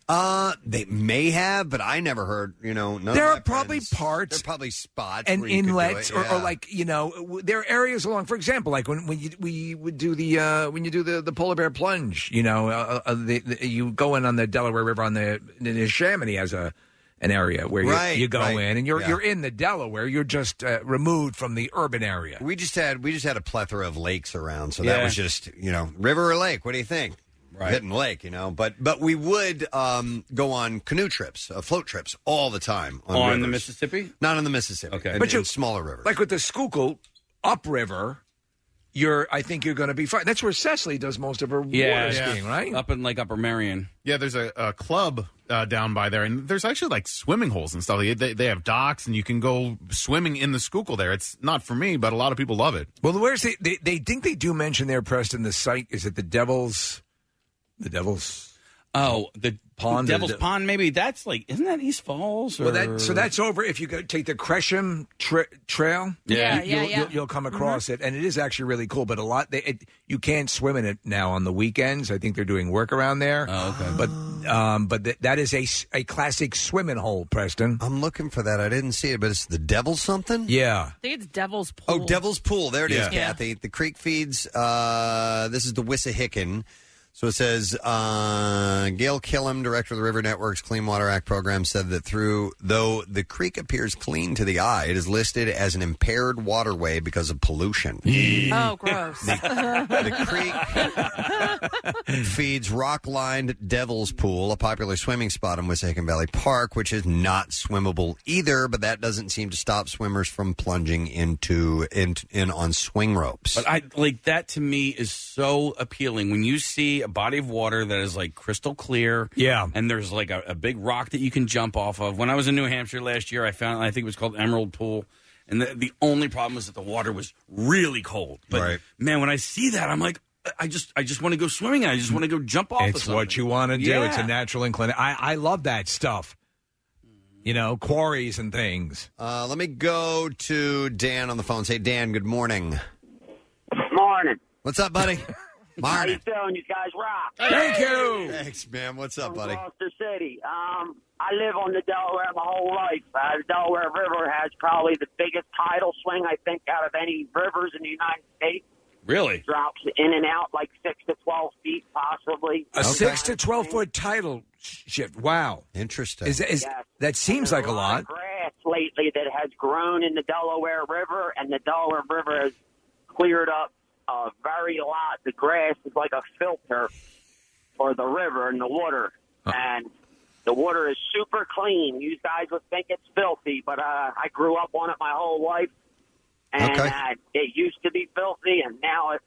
[SPEAKER 2] Uh, they may have, but I never heard. You know, none of
[SPEAKER 4] There
[SPEAKER 2] my
[SPEAKER 4] are probably
[SPEAKER 2] friends-
[SPEAKER 4] parts
[SPEAKER 2] there are probably spots
[SPEAKER 4] and
[SPEAKER 2] where you could do
[SPEAKER 4] inlets
[SPEAKER 2] it,
[SPEAKER 4] or,
[SPEAKER 2] yeah.
[SPEAKER 4] or like you know w- there are areas along for example like when, when you we would do the uh when you do the the polar bear plunge you know uh, uh, the, the, you go in on the delaware river on the in chamonix has a an area where you-
[SPEAKER 2] Right,
[SPEAKER 4] you, go
[SPEAKER 2] right.
[SPEAKER 4] in and you're
[SPEAKER 2] Yeah.
[SPEAKER 4] you're in the delaware you're just uh, removed from the urban area
[SPEAKER 2] we just had we just had a plethora of lakes around, so that
[SPEAKER 4] Yeah.
[SPEAKER 2] was just you know river or lake. What do you think? Right. Hitting lake, you know, but but we would um, go on canoe trips, uh, float trips all the time on,
[SPEAKER 7] On the
[SPEAKER 2] rivers.
[SPEAKER 7] Mississippi?
[SPEAKER 2] Not on the Mississippi, okay,
[SPEAKER 4] But
[SPEAKER 2] but
[SPEAKER 4] you-
[SPEAKER 2] in smaller rivers.
[SPEAKER 4] like with the Schuylkill upriver you're i think you're going to be fine that's where cecily does most of her water skiing right
[SPEAKER 6] Up
[SPEAKER 7] in like Upper Marion.
[SPEAKER 6] Yeah, there's a, a club uh, down by there, and there's actually like swimming holes and stuff. They, they, they have docks, and you can go swimming in the Schuylkill there. It's not for me, but a lot of people love it.
[SPEAKER 4] Well, where's the, they? They think they do mention there, Preston. The site is it the Devils? The Devils.
[SPEAKER 7] Oh, the
[SPEAKER 4] pond.
[SPEAKER 7] Devil's
[SPEAKER 4] the-
[SPEAKER 7] Pond, maybe that's like, isn't that East Falls? Or...
[SPEAKER 4] Well, that so that's over. If you go take the Gresham tra- Trail,
[SPEAKER 7] Yeah.
[SPEAKER 4] you,
[SPEAKER 7] Yeah, yeah,
[SPEAKER 4] will
[SPEAKER 7] yeah. Mm-hmm.
[SPEAKER 4] You'll, you'll come across it, and it is actually really cool. But a lot, they, it, you can't swim in it now on the weekends. I think they're doing work around there. Oh, okay. But um, but th- that is a s- a classic swimming hole, Preston.
[SPEAKER 2] I'm looking for that. I didn't see it, but it's the Devil something.
[SPEAKER 4] Yeah.
[SPEAKER 21] I think it's Devil's Pool.
[SPEAKER 2] Oh, Devil's Pool. There it is,
[SPEAKER 21] Yeah. Yeah.
[SPEAKER 2] Kathy. The creek feeds. Uh, this is the Wissahickon. So it says uh, Gail Killam, director of the River Network's Clean Water Act program, said that through though the creek appears clean to the eye, it is listed as an impaired waterway because of pollution.
[SPEAKER 21] *laughs* Oh,
[SPEAKER 2] *laughs*
[SPEAKER 21] gross. *laughs*
[SPEAKER 2] the creek feeds rock-lined Devil's Pool, a popular swimming spot in Wissahickon Valley Park, which is not swimmable either. But that doesn't seem to stop swimmers from plunging into in, in on swing ropes.
[SPEAKER 7] But I like that to me is so appealing when you see a body of water that is like crystal clear.
[SPEAKER 4] Yeah.
[SPEAKER 7] And there's like a, a big rock that you can jump off of. When I was in New Hampshire last year, I found I think it was called Emerald Pool. And the, the only problem was that the water was really cold. But man, when I see that, I'm like, I- I just I just want to go swimming. I just want to go jump off. of
[SPEAKER 4] It's
[SPEAKER 7] something.
[SPEAKER 4] what you want to do. It's a
[SPEAKER 7] Yeah.
[SPEAKER 4] natural inclination. I I love that stuff. You know, quarries and things.
[SPEAKER 2] Uh, let me go to Dan on the phone. Say, Dan, good morning.
[SPEAKER 18] Morning.
[SPEAKER 2] What's up, buddy?
[SPEAKER 18] How
[SPEAKER 2] Martin.
[SPEAKER 18] you feeling? You guys rock.
[SPEAKER 2] Thanks, man. What's up,
[SPEAKER 18] From
[SPEAKER 2] buddy?
[SPEAKER 18] Gloucester City. Um, I live on the Delaware my whole life. Uh, the Delaware River has probably the biggest tidal swing I think out of any rivers in the United States.
[SPEAKER 7] Really?
[SPEAKER 18] Drops in and out like six to twelve feet, possibly.
[SPEAKER 4] A six to twelve foot tidal sh- shift. Wow,
[SPEAKER 2] interesting.
[SPEAKER 4] Is, is,
[SPEAKER 18] Yes.
[SPEAKER 4] That seems like a lot.
[SPEAKER 18] grass lately that has grown in the Delaware River, and the Delaware River has cleared up a very lot. The grass is like a filter for the river and the water,
[SPEAKER 4] Uh-huh.
[SPEAKER 18] and the water is super clean. You guys would think it's filthy, but uh, I grew up on it my whole life, and
[SPEAKER 4] Okay.
[SPEAKER 18] uh, it used to be filthy, and now it's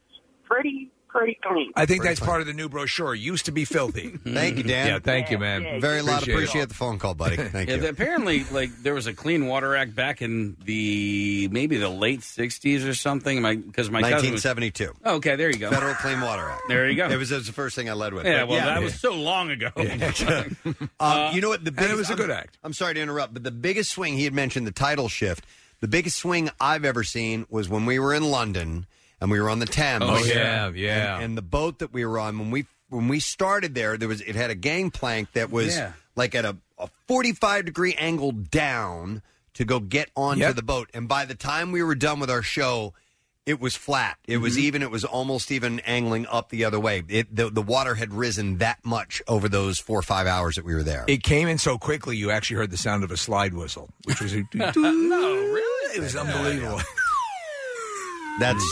[SPEAKER 18] pretty, pretty clean.
[SPEAKER 4] I think that's part of the new brochure. Used to be filthy.
[SPEAKER 2] *laughs* Thank you, Dan.
[SPEAKER 4] Yeah, thank you, man.
[SPEAKER 2] Very loud.
[SPEAKER 4] Appreciate it.
[SPEAKER 2] Appreciate the phone call, buddy.
[SPEAKER 4] *laughs*
[SPEAKER 2] Thank
[SPEAKER 7] yeah,
[SPEAKER 2] you.
[SPEAKER 7] th- apparently, like there was a Clean Water Act back in the maybe the late '60s or something. My because my cousin was-
[SPEAKER 2] 1972.
[SPEAKER 7] okay, there you go.
[SPEAKER 2] Federal Clean Water Act.
[SPEAKER 7] There you go.
[SPEAKER 2] It was, it was the first thing I led with.
[SPEAKER 7] Yeah,
[SPEAKER 2] but
[SPEAKER 7] well, that was so long ago.
[SPEAKER 2] Um, you know what? The biggest,
[SPEAKER 7] was a
[SPEAKER 2] I'm-
[SPEAKER 7] good act.
[SPEAKER 2] I'm sorry to interrupt, but the biggest swing he had mentioned the title shift. The biggest swing I've ever seen was when we were in London and we were on the Thames.
[SPEAKER 4] Oh, yeah, yeah.
[SPEAKER 2] And, and the boat that we were on when we when we started there, there was it had a gangplank that was
[SPEAKER 4] Yeah.
[SPEAKER 2] like at a, a 45 degree angle down to go get onto the boat. And by the time we were done with our show. It was flat. It
[SPEAKER 4] Mm-hmm.
[SPEAKER 2] was even. It was almost even angling up the other way. It, the, the water had risen that much over those four or five hours that we were there.
[SPEAKER 4] It came in so quickly, you actually heard the sound of a slide whistle, which
[SPEAKER 2] *laughs*
[SPEAKER 4] was a,
[SPEAKER 7] no, really,
[SPEAKER 4] it was unbelievable.
[SPEAKER 2] That's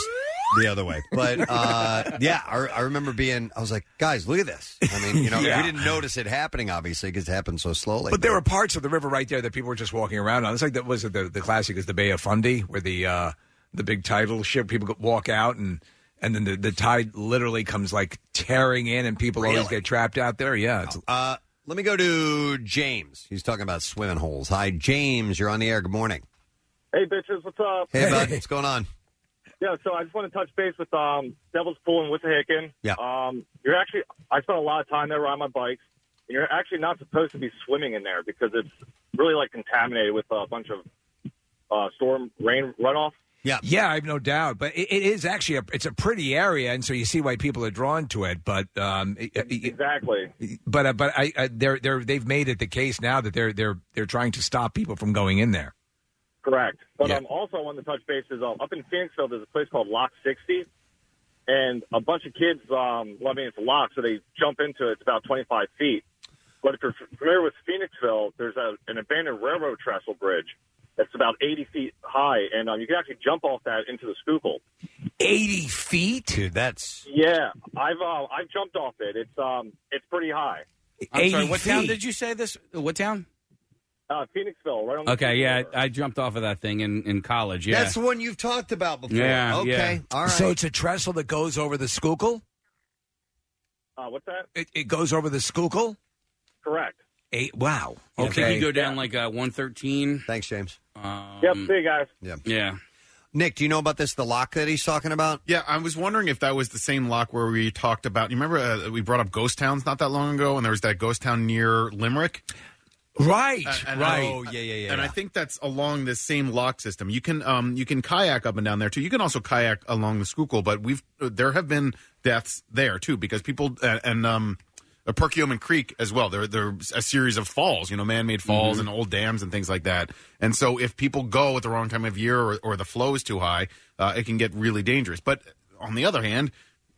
[SPEAKER 2] the other way. But uh, yeah, I, I remember being, I was like, guys, look at this. I mean, you know,
[SPEAKER 4] Yeah.
[SPEAKER 2] we didn't notice it happening, obviously, because it happened so slowly.
[SPEAKER 4] But there were parts of the river right there that people were just walking around on. It's like that was it the the classic is the Bay of Fundy where the uh, the big tidal ship people go- walk out and and then the, the tide literally comes like tearing in and people always
[SPEAKER 2] Really?
[SPEAKER 4] get trapped out there. Yeah, it's,
[SPEAKER 2] Uh, let me go to James. He's talking about swimming holes. Hi, James. You're on the air. Good morning.
[SPEAKER 20] Hey, bitches, what's up?
[SPEAKER 2] Hey, bud. What's going on?
[SPEAKER 20] *laughs* Yeah, so I just want to touch base with um, Devil's Pool and Wissahickon.
[SPEAKER 2] Yeah.
[SPEAKER 20] Um, you're actually, I spent a lot of time there riding my bikes. And you're actually not supposed to be swimming in there because it's really like contaminated with a bunch of uh, storm rain runoff.
[SPEAKER 2] Yeah,
[SPEAKER 4] yeah, I've no doubt. But it, it is actually a, it's a pretty area, and so you see why people are drawn to it. But um,
[SPEAKER 20] exactly.
[SPEAKER 4] But uh, but I, I they're they're they've made it the case now that they're they're they're trying to stop people from going in there.
[SPEAKER 20] Correct. But
[SPEAKER 4] Yeah.
[SPEAKER 20] um, also I wanted to touch base is um, up in Phoenixville, there's a place called Lock 60, and a bunch of kids, um, well, I mean, it's locked, so they jump into it. It's about 25 feet. But if you're familiar with Phoenixville, there's a, an abandoned railroad trestle bridge that's about 80 feet high, and um, you can actually jump off that into the Schuylkill.
[SPEAKER 4] 80 feet? Dude,
[SPEAKER 2] that's.
[SPEAKER 20] Yeah, I've uh, I've jumped off it. It's um it's pretty high.
[SPEAKER 7] I'm sorry, what town did you say this? What town?
[SPEAKER 20] Uh, Phoenixville, right on.
[SPEAKER 7] Okay, yeah, I jumped off of that thing in, in college. Yeah,
[SPEAKER 2] That's the one you've talked about before.
[SPEAKER 7] Yeah,
[SPEAKER 2] okay.
[SPEAKER 7] yeah.
[SPEAKER 2] All right.
[SPEAKER 4] So it's a trestle that goes over the Schuylkill.
[SPEAKER 20] The, uh, what's that?
[SPEAKER 4] It, it goes over the Schuylkill.
[SPEAKER 20] Correct.
[SPEAKER 4] Eight. Wow.
[SPEAKER 7] I think
[SPEAKER 4] Okay.
[SPEAKER 7] you go down like uh, one thirteen.
[SPEAKER 2] Thanks, James.
[SPEAKER 7] Um,
[SPEAKER 20] Yep. See you guys.
[SPEAKER 2] Yeah.
[SPEAKER 7] Yeah.
[SPEAKER 2] Nick, do you know about this? The lock that he's talking about.
[SPEAKER 6] Yeah, I was wondering if that was the same lock where we talked about. You remember uh, we brought up ghost towns not that long ago, and there was that ghost town near Limerick.
[SPEAKER 4] Right,
[SPEAKER 2] right. Oh, yeah, yeah, yeah,
[SPEAKER 6] And I
[SPEAKER 2] yeah.
[SPEAKER 6] think that's along this same lock system. You can um you can kayak up and down there too. You can also kayak along the Schuylkill, but we've uh, there have been deaths there too because people uh, and um uh, Perkiomen Creek as well. There there's a series of falls, you know, man-made falls
[SPEAKER 1] Mhm.
[SPEAKER 2] Mm-hmm.
[SPEAKER 6] and old dams and things like that. And so if people go at the wrong time of year or, or the flow is too high, uh, it can get really dangerous. But on the other hand.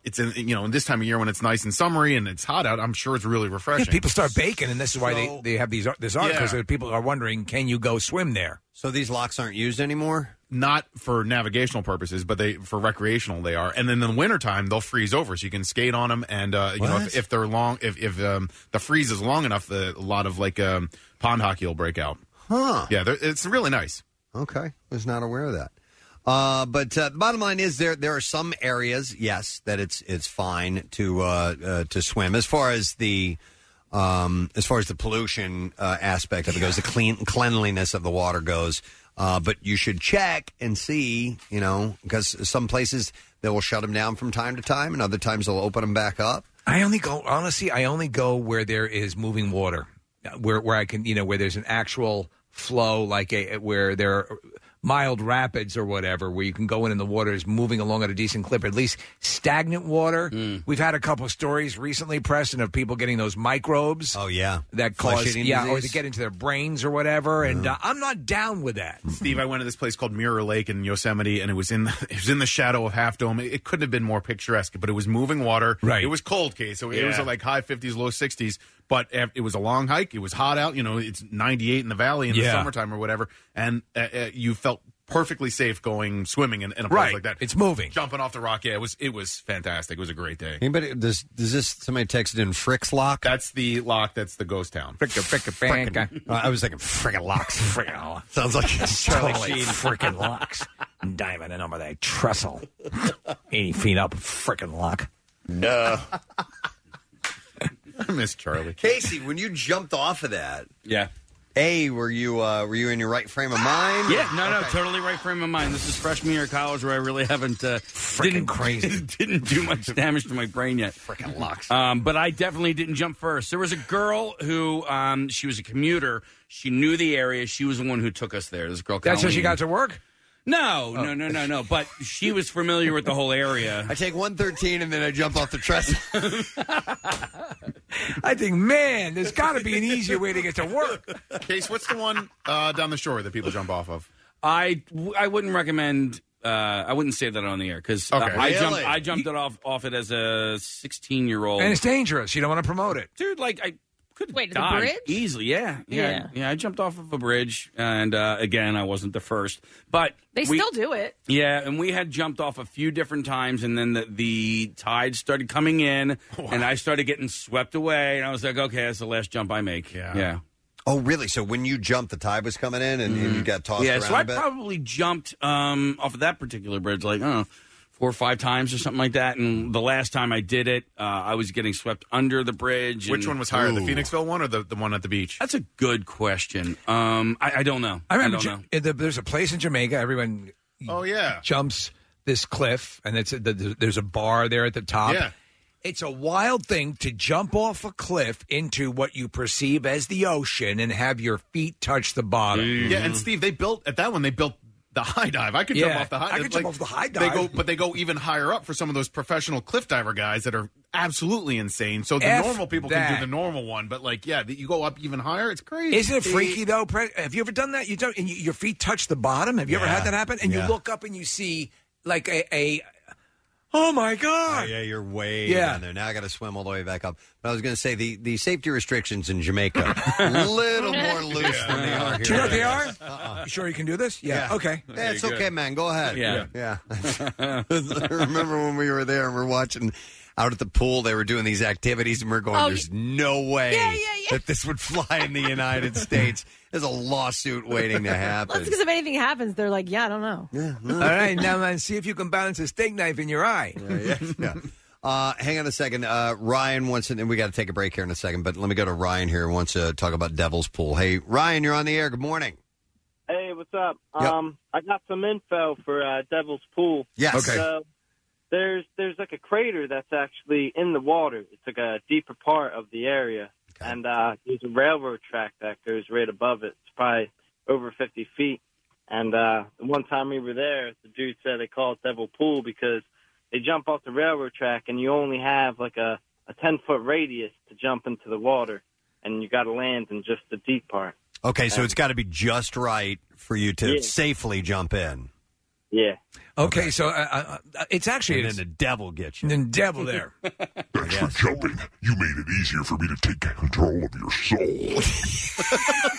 [SPEAKER 6] It's in you know in this time of year when it's nice and summery and it's hot out. I'm sure it's really refreshing.
[SPEAKER 4] people start baking, and this is why
[SPEAKER 6] So-
[SPEAKER 4] they, they have these ar- this article
[SPEAKER 6] Yeah.
[SPEAKER 4] so that people are wondering, can you go swim there?
[SPEAKER 2] So these locks aren't used anymore?
[SPEAKER 6] Not for navigational purposes, but they for recreational they are. And then in the wintertime, they'll freeze over, so you can skate on them. And uh, you know,
[SPEAKER 2] What?
[SPEAKER 6] if, if they're long, if if um, the freeze is long enough, the, a lot of like um, pond hockey will break out.
[SPEAKER 2] Huh.
[SPEAKER 6] Yeah, they're- it's really nice.
[SPEAKER 2] Okay, was not aware of that. Uh, but uh, bottom line is there there are some areas, yes, that it's it's fine to uh, uh, to swim. As far as the um, as far as the pollution uh, aspect of it goes, the clean cleanliness of the water goes. Uh, but you should check and see, you know, because some places they will shut them down from time to time, and other times they'll open them back up.
[SPEAKER 4] I only go honestly. I only go where there is moving water, where where I can you know where there's an actual flow, like a where there are mild rapids or whatever, where you can go in and the water is moving along at a decent clip. At least stagnant water.
[SPEAKER 2] Hmm.
[SPEAKER 4] We've had a couple of stories recently, Preston, of people getting those microbes.
[SPEAKER 2] Oh yeah,
[SPEAKER 4] that
[SPEAKER 6] Flesh
[SPEAKER 4] cause
[SPEAKER 6] eating
[SPEAKER 4] yeah, or
[SPEAKER 6] disease?
[SPEAKER 4] to get into their brains or whatever.
[SPEAKER 2] Hmm.
[SPEAKER 4] And uh, I'm not down with that.
[SPEAKER 6] Steve, I went to this place called Mirror Lake in Yosemite, and it was in the, *laughs* it was in the shadow of Half Dome. It, it couldn't have been more picturesque, but it was moving water.
[SPEAKER 1] Right.
[SPEAKER 6] It was cold, Kate, so it was
[SPEAKER 1] Yeah.
[SPEAKER 6] like high fifties, low sixties. But af- it was a long hike. It was hot out. You know, it's ninety eight in the valley in the
[SPEAKER 1] Yeah.
[SPEAKER 6] summertime or whatever, and uh, uh, you felt perfectly safe going swimming in, in a place
[SPEAKER 1] Right.
[SPEAKER 6] like that.
[SPEAKER 4] It's moving,
[SPEAKER 6] jumping off the rock. Yeah, it was it was fantastic. It was a great day.
[SPEAKER 2] Anybody does does this somebody texted in Frick's lock?
[SPEAKER 6] That's the lock. That's the ghost town.
[SPEAKER 4] Fricker, fricker,
[SPEAKER 2] Frickin- Uh, I was thinking
[SPEAKER 6] *laughs*
[SPEAKER 2] frickin' locks. Frickin' sounds like
[SPEAKER 4] *laughs* Charlie
[SPEAKER 2] Charlie Sheen.
[SPEAKER 4] Freaking locks. Diving in over that trestle. 80 feet up, freaking lock.
[SPEAKER 2] Duh.
[SPEAKER 6] I miss Charlie.
[SPEAKER 2] Casey, when you jumped off of that,
[SPEAKER 7] yeah.
[SPEAKER 2] A, were you uh, were you in your right frame of mind?
[SPEAKER 7] Yeah, no, no, totally right frame of mind. This is freshman year of college where I really haven't uh, didn't *laughs*
[SPEAKER 4] crazy
[SPEAKER 7] didn't do much damage to my brain yet.
[SPEAKER 2] Freaking locks.
[SPEAKER 7] Um, but I definitely didn't jump first. There was a girl who um, she was a commuter. She knew the area. She was the one who took us there. This girl.
[SPEAKER 4] That's how she
[SPEAKER 7] Colleen.
[SPEAKER 4] got to work?
[SPEAKER 7] No, no, no, no, no. But she was familiar with the whole area.
[SPEAKER 2] Oh. *laughs* I take one thirteen and then I jump off the trestle.
[SPEAKER 4] I think, man, there's got to be an easier way to get to work.
[SPEAKER 6] Case, what's the one uh, down the shore that people jump off of?
[SPEAKER 7] I I wouldn't recommend. Uh, I wouldn't say that on the air because
[SPEAKER 4] Okay.
[SPEAKER 7] I jumped.
[SPEAKER 4] Really?
[SPEAKER 7] I jumped it off off it as a sixteen year old.
[SPEAKER 4] And it's dangerous. You don't want to promote it.
[SPEAKER 7] Dude, like, I could
[SPEAKER 21] Wait, the
[SPEAKER 7] died
[SPEAKER 21] bridge?
[SPEAKER 7] easily. Yeah, yeah,
[SPEAKER 21] Yeah.
[SPEAKER 7] yeah, I jumped off of a bridge, and uh, again, I wasn't the first, but
[SPEAKER 21] They
[SPEAKER 7] we-
[SPEAKER 21] still do it.
[SPEAKER 7] Yeah, and we had jumped off a few different times, and then the, the tide started coming in, and I started getting swept away, and I was like, okay, that's the last jump I make. Yeah, yeah,
[SPEAKER 2] Oh, really? So when you jumped, the tide was coming in and, and
[SPEAKER 4] Mm-hmm.
[SPEAKER 2] you got tossed
[SPEAKER 7] yeah.
[SPEAKER 2] around
[SPEAKER 7] So
[SPEAKER 2] a
[SPEAKER 7] I
[SPEAKER 2] bit?
[SPEAKER 7] probably jumped um, off of that particular bridge, like I don't know, four or five times or something like that. And the last time I did it, uh, I was getting swept under the bridge.
[SPEAKER 6] Which
[SPEAKER 7] and-
[SPEAKER 6] one was higher, the
[SPEAKER 7] Ooh.
[SPEAKER 6] Phoenixville one or the, the one at the beach?
[SPEAKER 7] That's a good question. Um, I, I don't know.
[SPEAKER 4] I remember
[SPEAKER 7] don't know.
[SPEAKER 4] Ja- the- there's a place in Jamaica. Everyone.
[SPEAKER 6] Oh, yeah.
[SPEAKER 4] Jumps this cliff, and it's the, there's a bar there at the top.
[SPEAKER 6] Yeah.
[SPEAKER 4] It's a wild thing to jump off a cliff into what you perceive as the ocean and have your feet touch the bottom.
[SPEAKER 6] Mm-hmm. Yeah, and Steve, they built at that one. They built The high dive. I could jump
[SPEAKER 4] Yeah.
[SPEAKER 6] off the high.
[SPEAKER 4] I could jump off the high dive.
[SPEAKER 6] They go, but they go even higher up for some of those professional cliff diver guys that are absolutely insane. So the
[SPEAKER 4] F
[SPEAKER 6] normal people
[SPEAKER 4] that.
[SPEAKER 6] can do the normal one, but like, yeah, that you go up even higher. It's crazy.
[SPEAKER 4] Isn't it freaky though? Pre- Have you ever done that? You don't, and you, your feet touch the bottom. Have you ever
[SPEAKER 6] Yeah.
[SPEAKER 4] had that happen? And
[SPEAKER 6] Yeah.
[SPEAKER 4] you look up and you see like a, a oh my god,
[SPEAKER 2] yeah, you're way
[SPEAKER 4] Yeah.
[SPEAKER 2] down there. Now I got to swim all the way back up. But I was going to say the, the safety restrictions
[SPEAKER 4] *laughs*
[SPEAKER 2] in Jamaica *laughs* little more loose than they are here.
[SPEAKER 4] Do you know what they are?
[SPEAKER 2] Uh-uh.
[SPEAKER 4] You sure you can do this? Yeah. Okay.
[SPEAKER 2] Yeah, it's okay, man. Go ahead.
[SPEAKER 4] Yeah.
[SPEAKER 2] Yeah. *laughs* yeah. I remember when we were there and we are watching out at the pool, they were doing these activities and we are going,
[SPEAKER 5] Oh,
[SPEAKER 2] there's no way that this would fly in the
[SPEAKER 4] *laughs*
[SPEAKER 2] United States. There's a lawsuit waiting to
[SPEAKER 21] That's
[SPEAKER 2] happen.
[SPEAKER 21] because if anything happens, they're like, yeah, I don't know.
[SPEAKER 4] *laughs* All right. Now let's see if you can balance a steak knife in your eye.
[SPEAKER 2] yeah. Uh, hang on a second. Uh, Ryan wants to, and we got to take a break here in a second, but let me go to Ryan here who wants to talk about Devil's Pool. Hey, Ryan, you're on the air. Good morning.
[SPEAKER 1] Hey, what's up?
[SPEAKER 2] Yep.
[SPEAKER 1] Um, I got some info for uh, Devil's Pool.
[SPEAKER 2] Yes. Okay.
[SPEAKER 1] So there's there's like a crater that's actually in the water. It's like a deeper part of the area, and uh, there's a railroad track that goes right above it. It's probably over 50 feet. And uh, one time we were there, the dude said they call it Devil Pool because they jump off the railroad track, and you only have like a a 10 foot radius to jump into the water, and you got to land in just the deep part.
[SPEAKER 2] Okay, so it's got to be just right for you to
[SPEAKER 1] Yeah.
[SPEAKER 2] safely jump in.
[SPEAKER 1] Yeah.
[SPEAKER 4] Okay. So uh, uh, it's actually
[SPEAKER 2] and then the devil gets you.
[SPEAKER 4] And then devil there.
[SPEAKER 14] Thanks for jumping. You made it easier for me to take control of your soul.
[SPEAKER 2] *laughs*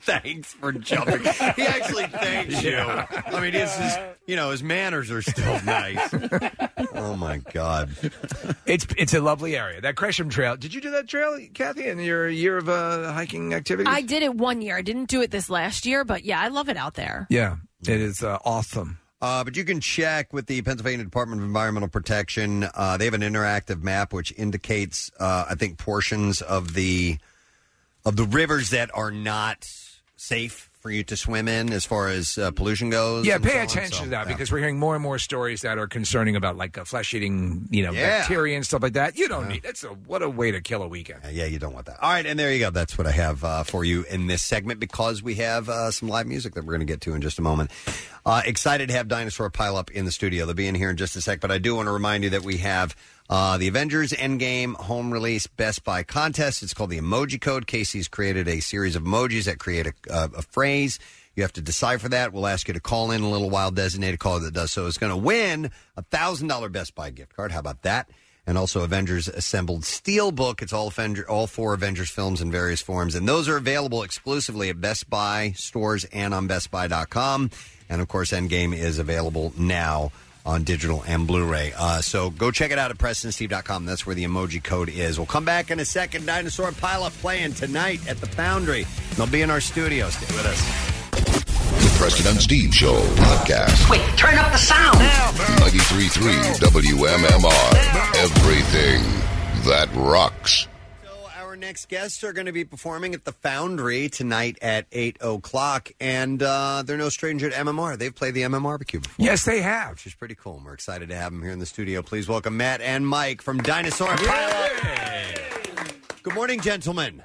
[SPEAKER 2] Thanks for jumping. He actually
[SPEAKER 4] *laughs*
[SPEAKER 2] thanks you. I mean, his, his you know his manners are still nice. *laughs* oh my god,
[SPEAKER 4] *laughs* it's it's a lovely area. That Gresham Trail. Did you do that trail, Kathy? In your year of uh, hiking activities?
[SPEAKER 21] I did it one year. I didn't do it this last year, but yeah, I love it out there.
[SPEAKER 4] Yeah, it is uh, awesome.
[SPEAKER 2] Uh, but you can check with the Pennsylvania Department of Environmental Protection. Uh, they have an interactive map which indicates, uh, I think, portions of the of the rivers that are not safe for you to swim in, as far as uh, pollution goes.
[SPEAKER 4] Yeah,
[SPEAKER 2] and so
[SPEAKER 4] pay
[SPEAKER 2] on.
[SPEAKER 4] attention
[SPEAKER 2] So,
[SPEAKER 4] to that
[SPEAKER 2] yeah.
[SPEAKER 4] because we're hearing more and more stories that are concerning about like uh, flesh eating, you know,
[SPEAKER 2] Yeah.
[SPEAKER 4] bacteria and stuff like that. You don't need that's a what a way to kill a weekend.
[SPEAKER 2] Yeah, you don't want that. All right, and there you go. That's what I have uh, for you in this segment because we have uh, some live music that we're going to get to in just a moment. Uh, excited to have Dinosaur pile up in the studio. They'll be in here in just a sec, but I do want to remind you that we have uh, the Avengers Endgame home release Best Buy contest. It's called the Emoji Code. Casey's created a series of emojis that create a, uh, a phrase. You have to decipher that. We'll ask you to call in in a little while, designated caller that does so is going to win a thousand dollar Best Buy gift card. How about that? and also Avengers Assembled Steelbook. It's all Avenger, all four Avengers films in various forms, and those are available exclusively at Best Buy stores and on BestBuy.com. And of course, Endgame is available now on digital and Blu-ray. Uh, so go check it out at PrestonSteve.com. That's where the emoji code is. We'll come back in a second. Dinosaur Pileup playing tonight at the Foundry. They'll be in our studio. Stay with us.
[SPEAKER 9] The Preston and Steve Show podcast.
[SPEAKER 5] Wait, turn up the sound.
[SPEAKER 9] 93.3 WMMR. Everything that rocks.
[SPEAKER 2] Our next guests are going to be performing at the Foundry tonight at eight o'clock, and uh, they're no stranger to MMR. They've played the MMR barbecue before.
[SPEAKER 4] Yes, they have.
[SPEAKER 2] Which is pretty cool. and We're excited to have them here in the studio. Please welcome Matt and Mike from Dinosaur Pileup. Good morning, gentlemen.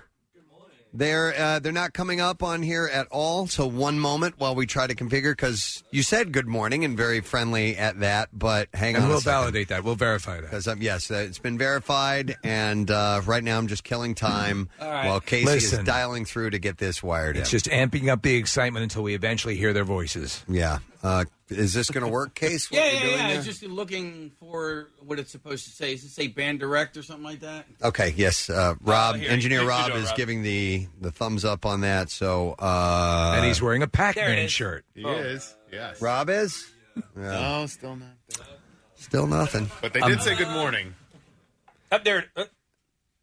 [SPEAKER 2] They're uh, they're not coming up on here at all. So one moment while we try to configure, because you said good morning and very friendly at that. But hang
[SPEAKER 4] And
[SPEAKER 2] on,
[SPEAKER 4] we'll
[SPEAKER 2] validate
[SPEAKER 4] that. We'll verify that.
[SPEAKER 2] Because um, yes, uh, it's been verified, and uh, right now I'm just killing time
[SPEAKER 4] All right.
[SPEAKER 2] while Casey
[SPEAKER 4] Listen.
[SPEAKER 2] is dialing through to get this wired
[SPEAKER 4] It's
[SPEAKER 2] in.
[SPEAKER 4] just amping up the excitement until we eventually hear their voices.
[SPEAKER 2] Yeah. Uh, is this going to work, Case? What
[SPEAKER 22] yeah,
[SPEAKER 2] you're
[SPEAKER 22] yeah,
[SPEAKER 2] doing
[SPEAKER 22] yeah.
[SPEAKER 2] there?
[SPEAKER 22] It's just looking for what it's supposed to say. Does it say band direct or something like that?
[SPEAKER 2] Okay. Yes, uh, Rob,
[SPEAKER 22] Oh, here,
[SPEAKER 2] engineer
[SPEAKER 22] you- you
[SPEAKER 2] Rob
[SPEAKER 22] do it,
[SPEAKER 2] is
[SPEAKER 22] Rob.
[SPEAKER 2] giving the the thumbs up on that. So uh,
[SPEAKER 4] and he's wearing a
[SPEAKER 2] There it
[SPEAKER 4] Pac-Man
[SPEAKER 2] is.
[SPEAKER 4] shirt.
[SPEAKER 6] He is. Yes.
[SPEAKER 2] Rob is. Yeah.
[SPEAKER 6] No, still not. Um,
[SPEAKER 2] Still nothing. Um,
[SPEAKER 6] But they did say good morning.
[SPEAKER 22] Up there.
[SPEAKER 4] uh,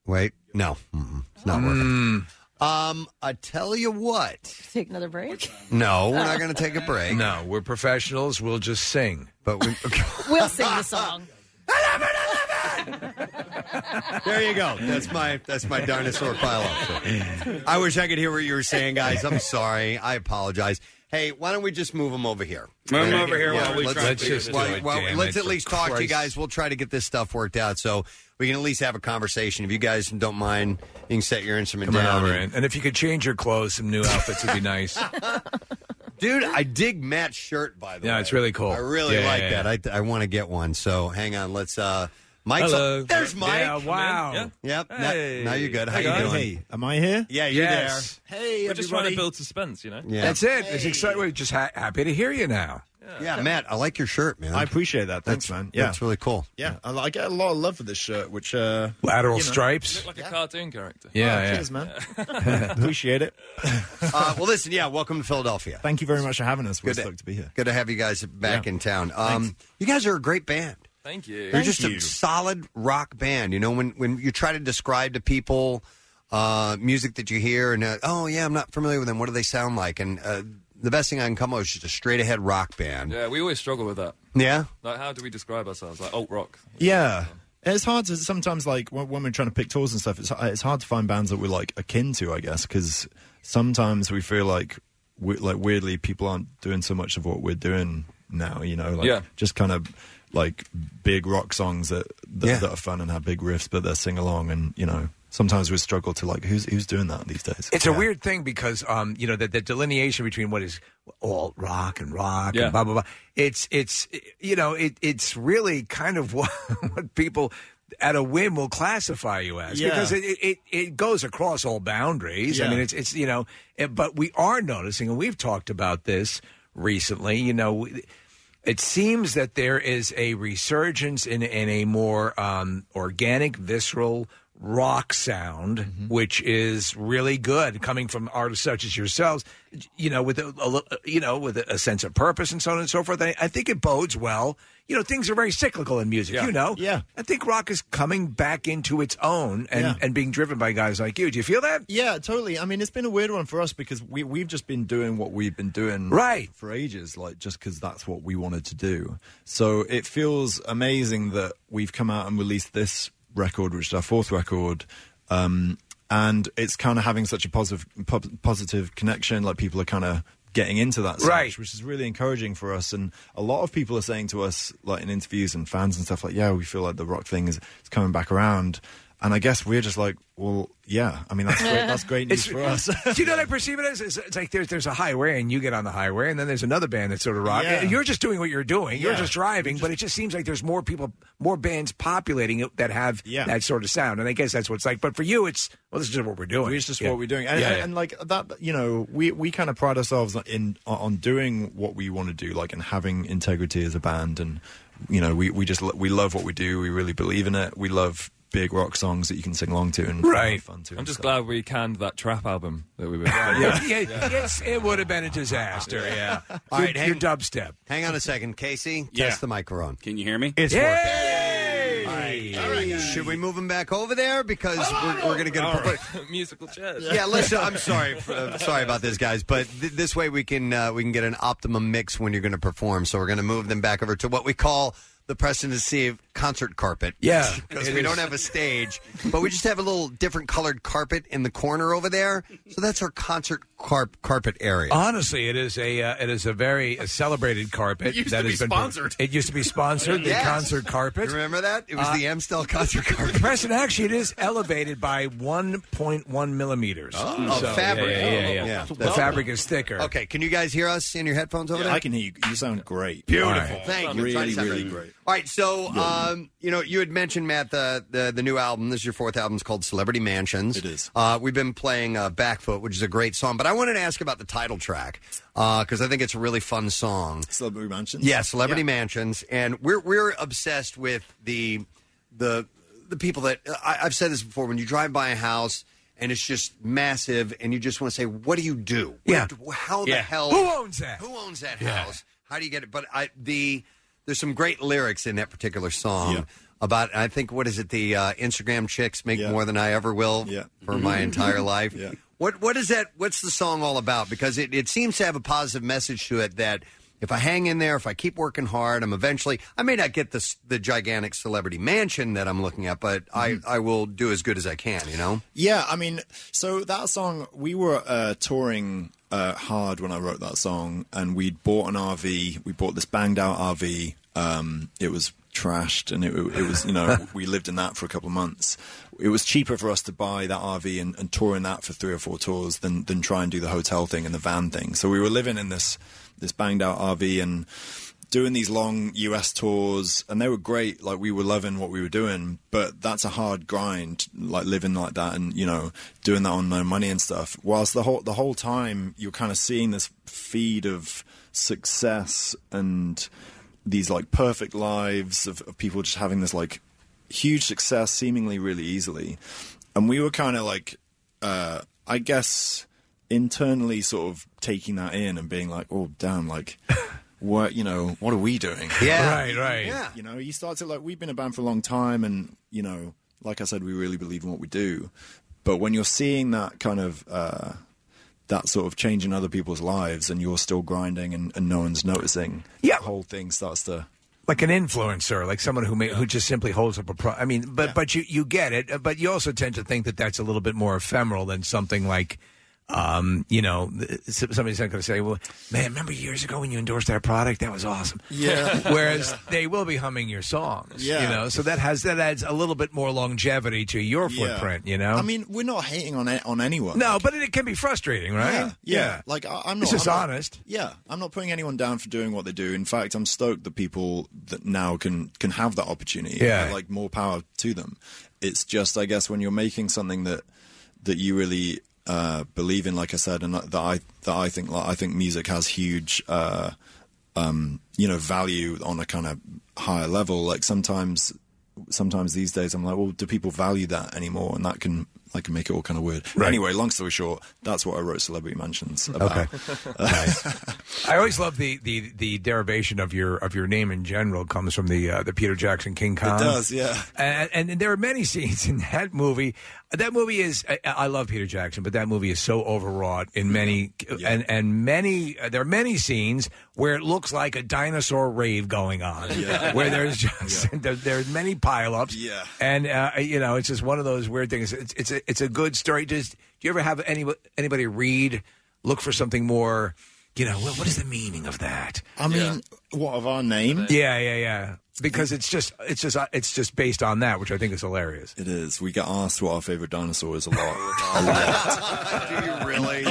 [SPEAKER 2] Wait, no, Mm-mm. it's not working.
[SPEAKER 4] Hmm.
[SPEAKER 2] Um, I tell you what.
[SPEAKER 21] Take another break.
[SPEAKER 2] No, we're not going to take a break.
[SPEAKER 4] No, we're professionals. We'll just sing.
[SPEAKER 2] But we,
[SPEAKER 4] *laughs*
[SPEAKER 21] We'll sing
[SPEAKER 2] *laughs*
[SPEAKER 21] the song.
[SPEAKER 2] there you go. That's my that's my dinosaur pileup. I wish I could hear what you were saying, guys. I'm sorry. I apologize. Hey, why don't we just move them over here?
[SPEAKER 22] Move 'em over here while we
[SPEAKER 2] let's,
[SPEAKER 22] try to Let's figure just
[SPEAKER 2] just
[SPEAKER 22] this do out. it, damn
[SPEAKER 2] let's
[SPEAKER 22] it,
[SPEAKER 2] at
[SPEAKER 22] for
[SPEAKER 2] least talk to you
[SPEAKER 22] Christ's
[SPEAKER 2] guys. We'll try to get this stuff worked out so we can at least have a conversation. If you guys don't mind, you can set your instrument
[SPEAKER 4] Come on
[SPEAKER 2] down.
[SPEAKER 4] over
[SPEAKER 2] and-
[SPEAKER 4] in. And if you could change your clothes, some new outfits would be nice.
[SPEAKER 2] *laughs* Dude, I dig Matt's shirt, by the way.
[SPEAKER 4] Yeah, it's really cool.
[SPEAKER 2] I really
[SPEAKER 4] Yeah,
[SPEAKER 2] like
[SPEAKER 4] yeah, yeah.
[SPEAKER 2] that. I, I want to get one. So hang on. Let's. uh Mike's
[SPEAKER 4] Hello.
[SPEAKER 2] on- There's Mike.
[SPEAKER 4] Yeah, wow.
[SPEAKER 2] Yep. Now- Now, you're good. How
[SPEAKER 26] Hey,
[SPEAKER 2] you
[SPEAKER 26] guys.
[SPEAKER 2] doing?
[SPEAKER 26] Hey, *laughs* am I here?
[SPEAKER 2] Yeah, you're
[SPEAKER 4] Yes.
[SPEAKER 2] there.
[SPEAKER 26] Hey,
[SPEAKER 4] We're
[SPEAKER 26] just
[SPEAKER 4] just
[SPEAKER 26] trying
[SPEAKER 4] trying
[SPEAKER 26] to
[SPEAKER 4] to
[SPEAKER 26] build suspense, you know?
[SPEAKER 2] Yeah.
[SPEAKER 4] That's it. It's exciting. We're just ha- happy to hear you now.
[SPEAKER 2] Yeah, Matt, I like your shirt, man.
[SPEAKER 26] I appreciate that. Thanks, man. Yeah.
[SPEAKER 2] That's really cool.
[SPEAKER 26] Yeah, I, I get a lot of love for this shirt, which uh,
[SPEAKER 4] Lateral
[SPEAKER 26] you know.
[SPEAKER 4] stripes.
[SPEAKER 26] Look
[SPEAKER 2] like a
[SPEAKER 26] cartoon character.
[SPEAKER 4] Yeah,
[SPEAKER 26] oh,
[SPEAKER 4] yeah.
[SPEAKER 26] cheers, *laughs* man. Appreciate it.
[SPEAKER 2] uh, well, listen, yeah, welcome to Philadelphia.
[SPEAKER 26] Thank you very much for having us. We're
[SPEAKER 2] Good to-
[SPEAKER 26] stoked to be here.
[SPEAKER 2] Good to have you guys back in town. Um, you guys are a great band.
[SPEAKER 26] Thank
[SPEAKER 2] You're just a solid rock band. You know, when when you try to describe to people uh, music that you hear and uh, oh yeah, I'm not familiar with them. What do they sound like? And uh, the best thing I can come up with is just a straight ahead rock band.
[SPEAKER 17] Yeah, we always struggle with that.
[SPEAKER 2] Yeah.
[SPEAKER 17] Like, how do we describe ourselves? Like alt rock.
[SPEAKER 26] Yeah. It's hard to sometimes, like when, when we're trying to pick tours and stuff. It's it's hard to find bands that we're like akin to, I guess, because sometimes we feel like we like weirdly people aren't doing so much of what we're doing now. You know, like
[SPEAKER 17] Yeah.
[SPEAKER 26] just kind of like big rock songs that that, that are fun and have big riffs, but they're sing along, and you know, sometimes we struggle to like who's who's doing that these days.
[SPEAKER 4] It's a weird thing because um, you know that the delineation between what is alt rock and rock
[SPEAKER 26] Yeah.
[SPEAKER 4] and blah blah blah. It's it's you know it it's really kind of *laughs* what, what people at a whim will classify you as
[SPEAKER 26] Yeah.
[SPEAKER 4] because it, it it goes across all boundaries. I
[SPEAKER 26] Yeah.
[SPEAKER 4] mean, it's it's you know, it, but we are noticing, and we've talked about this recently. You know. we- It seems that there is a resurgence in, in a more um, organic, visceral rock sound,
[SPEAKER 26] Mm-hmm.
[SPEAKER 4] which is really good, coming from artists such as yourselves. You know, with a, a lo- you know with a, a sense of purpose and so on and so forth. I, I think it bodes well. You know, things are very cyclical in music.
[SPEAKER 26] Yeah.
[SPEAKER 4] You know,
[SPEAKER 26] Yeah.
[SPEAKER 4] I think rock is coming back into its own and,
[SPEAKER 26] Yeah.
[SPEAKER 4] and being driven by guys like you. Do you feel that?
[SPEAKER 26] Yeah, totally. I mean, it's been a weird one for us because we we've just been doing what we've been doing
[SPEAKER 4] right
[SPEAKER 26] for ages, like just because that's what we wanted to do. So it feels amazing that we've come out and released this record, which is our fourth record. Um, and it's kind of having such a positive po- positive connection. Like people are kind of getting into that, so
[SPEAKER 4] Right.
[SPEAKER 26] much, Which is really encouraging for us. And a lot of people are saying to us, like in interviews and fans and stuff, like, "Yeah, we feel like the rock thing is, is coming back around." And I guess we're just like, "Well, yeah." I mean,
[SPEAKER 4] *laughs*
[SPEAKER 26] that's great, that's great news
[SPEAKER 4] It's-
[SPEAKER 26] for
[SPEAKER 4] *laughs*
[SPEAKER 26] us.
[SPEAKER 4] Do you know what I perceive it as? It's, it's like there's there's a highway and you get on the highway, and then there's another band that's sort of rock.
[SPEAKER 26] Yeah.
[SPEAKER 4] You're just doing what you're doing. You're
[SPEAKER 26] Yeah.
[SPEAKER 4] just driving, but it just seems like there's more people, more bands populating it that have
[SPEAKER 26] Yeah.
[SPEAKER 4] that sort of sound. And I guess that's what it's like. But for you, it's well, this is just what we're doing.
[SPEAKER 26] It's just
[SPEAKER 4] Yeah.
[SPEAKER 26] what we're doing, and,
[SPEAKER 4] Yeah, yeah.
[SPEAKER 26] and like that, you know, we we kind of pride ourselves in on doing what we want to do, like and having integrity as a band, and you know, we we just lo- we love what we do. We really believe in it. We love big rock songs that you can sing along to and have fun to.
[SPEAKER 17] I'm just glad we canned that trap album that we were. yeah.
[SPEAKER 4] *laughs* Yeah, it's- it would have been a disaster. Yeah,
[SPEAKER 2] All right,
[SPEAKER 4] Your- your dubstep.
[SPEAKER 2] Hang on a second, Casey.
[SPEAKER 7] Yeah.
[SPEAKER 2] Test the microphone.
[SPEAKER 7] Can you hear me?
[SPEAKER 2] It's
[SPEAKER 7] yeah.
[SPEAKER 2] working. All right. Should we move him back over there because we're, we're going to get a
[SPEAKER 4] *laughs*
[SPEAKER 17] Musical chairs.
[SPEAKER 14] *laughs*
[SPEAKER 2] Yeah, listen. I'm sorry. For, uh, sorry about this, guys. But th- this way we can uh, we can get an optimum mix when you're going to perform. So we're going to move them back over to what we call the Preston and Steve concert carpet. *laughs*
[SPEAKER 4] Yeah,
[SPEAKER 2] because
[SPEAKER 4] it
[SPEAKER 2] we
[SPEAKER 4] is.
[SPEAKER 2] don't have a stage, but we just have a little different colored carpet in the corner over there. So that's our concert carp- carpet area.
[SPEAKER 4] Honestly, it is a uh, it is a very uh, celebrated carpet
[SPEAKER 2] It used
[SPEAKER 4] that
[SPEAKER 2] to be
[SPEAKER 4] has been
[SPEAKER 2] sponsored.
[SPEAKER 4] it used to be sponsored
[SPEAKER 2] Yes.
[SPEAKER 4] the concert carpet.
[SPEAKER 2] Remember that? It was
[SPEAKER 4] Uh,
[SPEAKER 2] the Amstel concert carpet.
[SPEAKER 4] Preston, actually, it is elevated by 1.1 millimeters.
[SPEAKER 2] Oh,
[SPEAKER 4] So-
[SPEAKER 2] fabric.
[SPEAKER 4] Yeah, yeah, yeah, yeah.
[SPEAKER 2] Yeah.
[SPEAKER 4] The fabric is thicker.
[SPEAKER 2] Okay, can you guys hear us in your headphones over
[SPEAKER 4] Yeah,
[SPEAKER 2] there?
[SPEAKER 4] I can
[SPEAKER 26] hear you. You sound great.
[SPEAKER 2] Beautiful.
[SPEAKER 4] All right.
[SPEAKER 2] Thank you.
[SPEAKER 4] Really,
[SPEAKER 2] Try to sound
[SPEAKER 4] really
[SPEAKER 2] good.
[SPEAKER 4] great.
[SPEAKER 2] All right, so um, you know, you had mentioned Matt the, the the new album. This is your fourth album. It's called Celebrity Mansions. It is. Uh, we've been playing uh, Backfoot, which is a great song, but I wanted to ask about the title track because I think it's a really fun song.
[SPEAKER 26] Celebrity Mansions.
[SPEAKER 2] Yeah, Celebrity Mansions, and we're we're obsessed with the the the people that I, I've said this before. When you drive by a house and it's just massive, and you just want to say, "What do you do? Where
[SPEAKER 4] Yeah.
[SPEAKER 2] do- how the
[SPEAKER 4] Yeah.
[SPEAKER 2] hell?
[SPEAKER 4] Who owns that?
[SPEAKER 2] Who owns that
[SPEAKER 4] Yeah.
[SPEAKER 2] house? How do you get it?" But I the there's some great lyrics in that particular song. About I think what is it the uh, Instagram chicks make more than I ever will for my entire life. What what is that? What's the song all about? Because it, it seems to have a positive message to it that if I hang in there, if I keep working hard, I'm eventually I may not get this the gigantic celebrity mansion that I'm looking at, but I I will do as good as I can. You know.
[SPEAKER 26] Yeah, I mean, so that song we were uh, touring uh, hard when I wrote that song, and we'd bought an RV. We bought this banged out RV. Um, it was trashed, and it, it was you know we lived in that for a couple of months. It was cheaper for us to buy that RV and, and tour in that for three or four tours than than try and do the hotel thing and the van thing. So we were living in this this banged out RV and doing these long US tours, and they were great. Like we were loving what we were doing, but that's a hard grind, like living like that, and you know, doing that on no money and stuff. Whilst the whole the whole time you're kind of seeing this feed of success and these like perfect lives of, of people just having this like huge success seemingly really easily, and we were kind of like, uh, I guess internally sort of taking that in and being like, oh
[SPEAKER 5] *laughs*
[SPEAKER 26] damn, like. what you know what are we doing
[SPEAKER 5] Yeah. Right, right.
[SPEAKER 26] yeah you know you start to like we've been a band for a long time and you know like i said we really believe in what we do but when you're seeing that kind of uh that sort of change in other people's lives and you're still grinding and, and no one's noticing yeah the whole thing starts to
[SPEAKER 4] like an influencer, like someone who may, who just simply holds up a pro. I mean, but but you you get it, uh, but you also tend to think that that's a little bit more ephemeral than something like. Um, you know, th- somebody's not going to say, "Well, man, remember years ago when you endorsed that product? That was awesome."
[SPEAKER 5] Yeah.
[SPEAKER 4] *laughs* Whereas they will be humming your songs. You
[SPEAKER 26] Yeah.
[SPEAKER 4] know, so that has that adds a little bit more longevity to your footprint.
[SPEAKER 26] Yeah.
[SPEAKER 4] You know,
[SPEAKER 26] i mean we're not hating on a- on anyone
[SPEAKER 4] no, but it, it can be frustrating, right?
[SPEAKER 26] Yeah, yeah. Like I, I'm not.
[SPEAKER 4] It's just
[SPEAKER 26] I'm not-
[SPEAKER 4] honest.
[SPEAKER 26] yeah, I'm not putting anyone down for doing what they do. In fact, I'm stoked that people that now can can have that opportunity.
[SPEAKER 4] Yeah.
[SPEAKER 26] like more power to them. It's just, I guess, when you're making something that that you really uh, believe in, like I said, and that I that I think like, I think music has huge. Uh, um, you know, value on a kind of higher level. Like sometimes, sometimes these days, I'm like, well, do people value that anymore? And that can, I can make it all kind of weird.
[SPEAKER 4] Right.
[SPEAKER 26] Anyway, long story short, that's what I wrote Celebrity Mansions about.
[SPEAKER 4] I always love the, the, the derivation of your of your name in general comes from the uh, the Peter Jackson King Kong.
[SPEAKER 26] does, yeah.
[SPEAKER 4] And, and, there are many scenes in that movie. That movie is I, I love Peter Jackson, but that movie is so overwrought in many and and many uh, there are many scenes where it looks like a dinosaur rave going on,
[SPEAKER 5] *laughs* Yeah.
[SPEAKER 4] where there's just *laughs* there, there are many pileups.
[SPEAKER 5] Yeah.
[SPEAKER 4] And uh, you know, it's just one of those weird things. It's it's a, it's a good story. Just do you ever have any anybody read look for something more? You know, what, what is the meaning of that?
[SPEAKER 26] I mean, what of our name?
[SPEAKER 4] Yeah, yeah, yeah. Because it's just it's just uh, it's just based on that, which I think is hilarious.
[SPEAKER 26] It is. We get asked what our favorite dinosaur is a lot.
[SPEAKER 4] *laughs*
[SPEAKER 26] *laughs*
[SPEAKER 4] Do you really?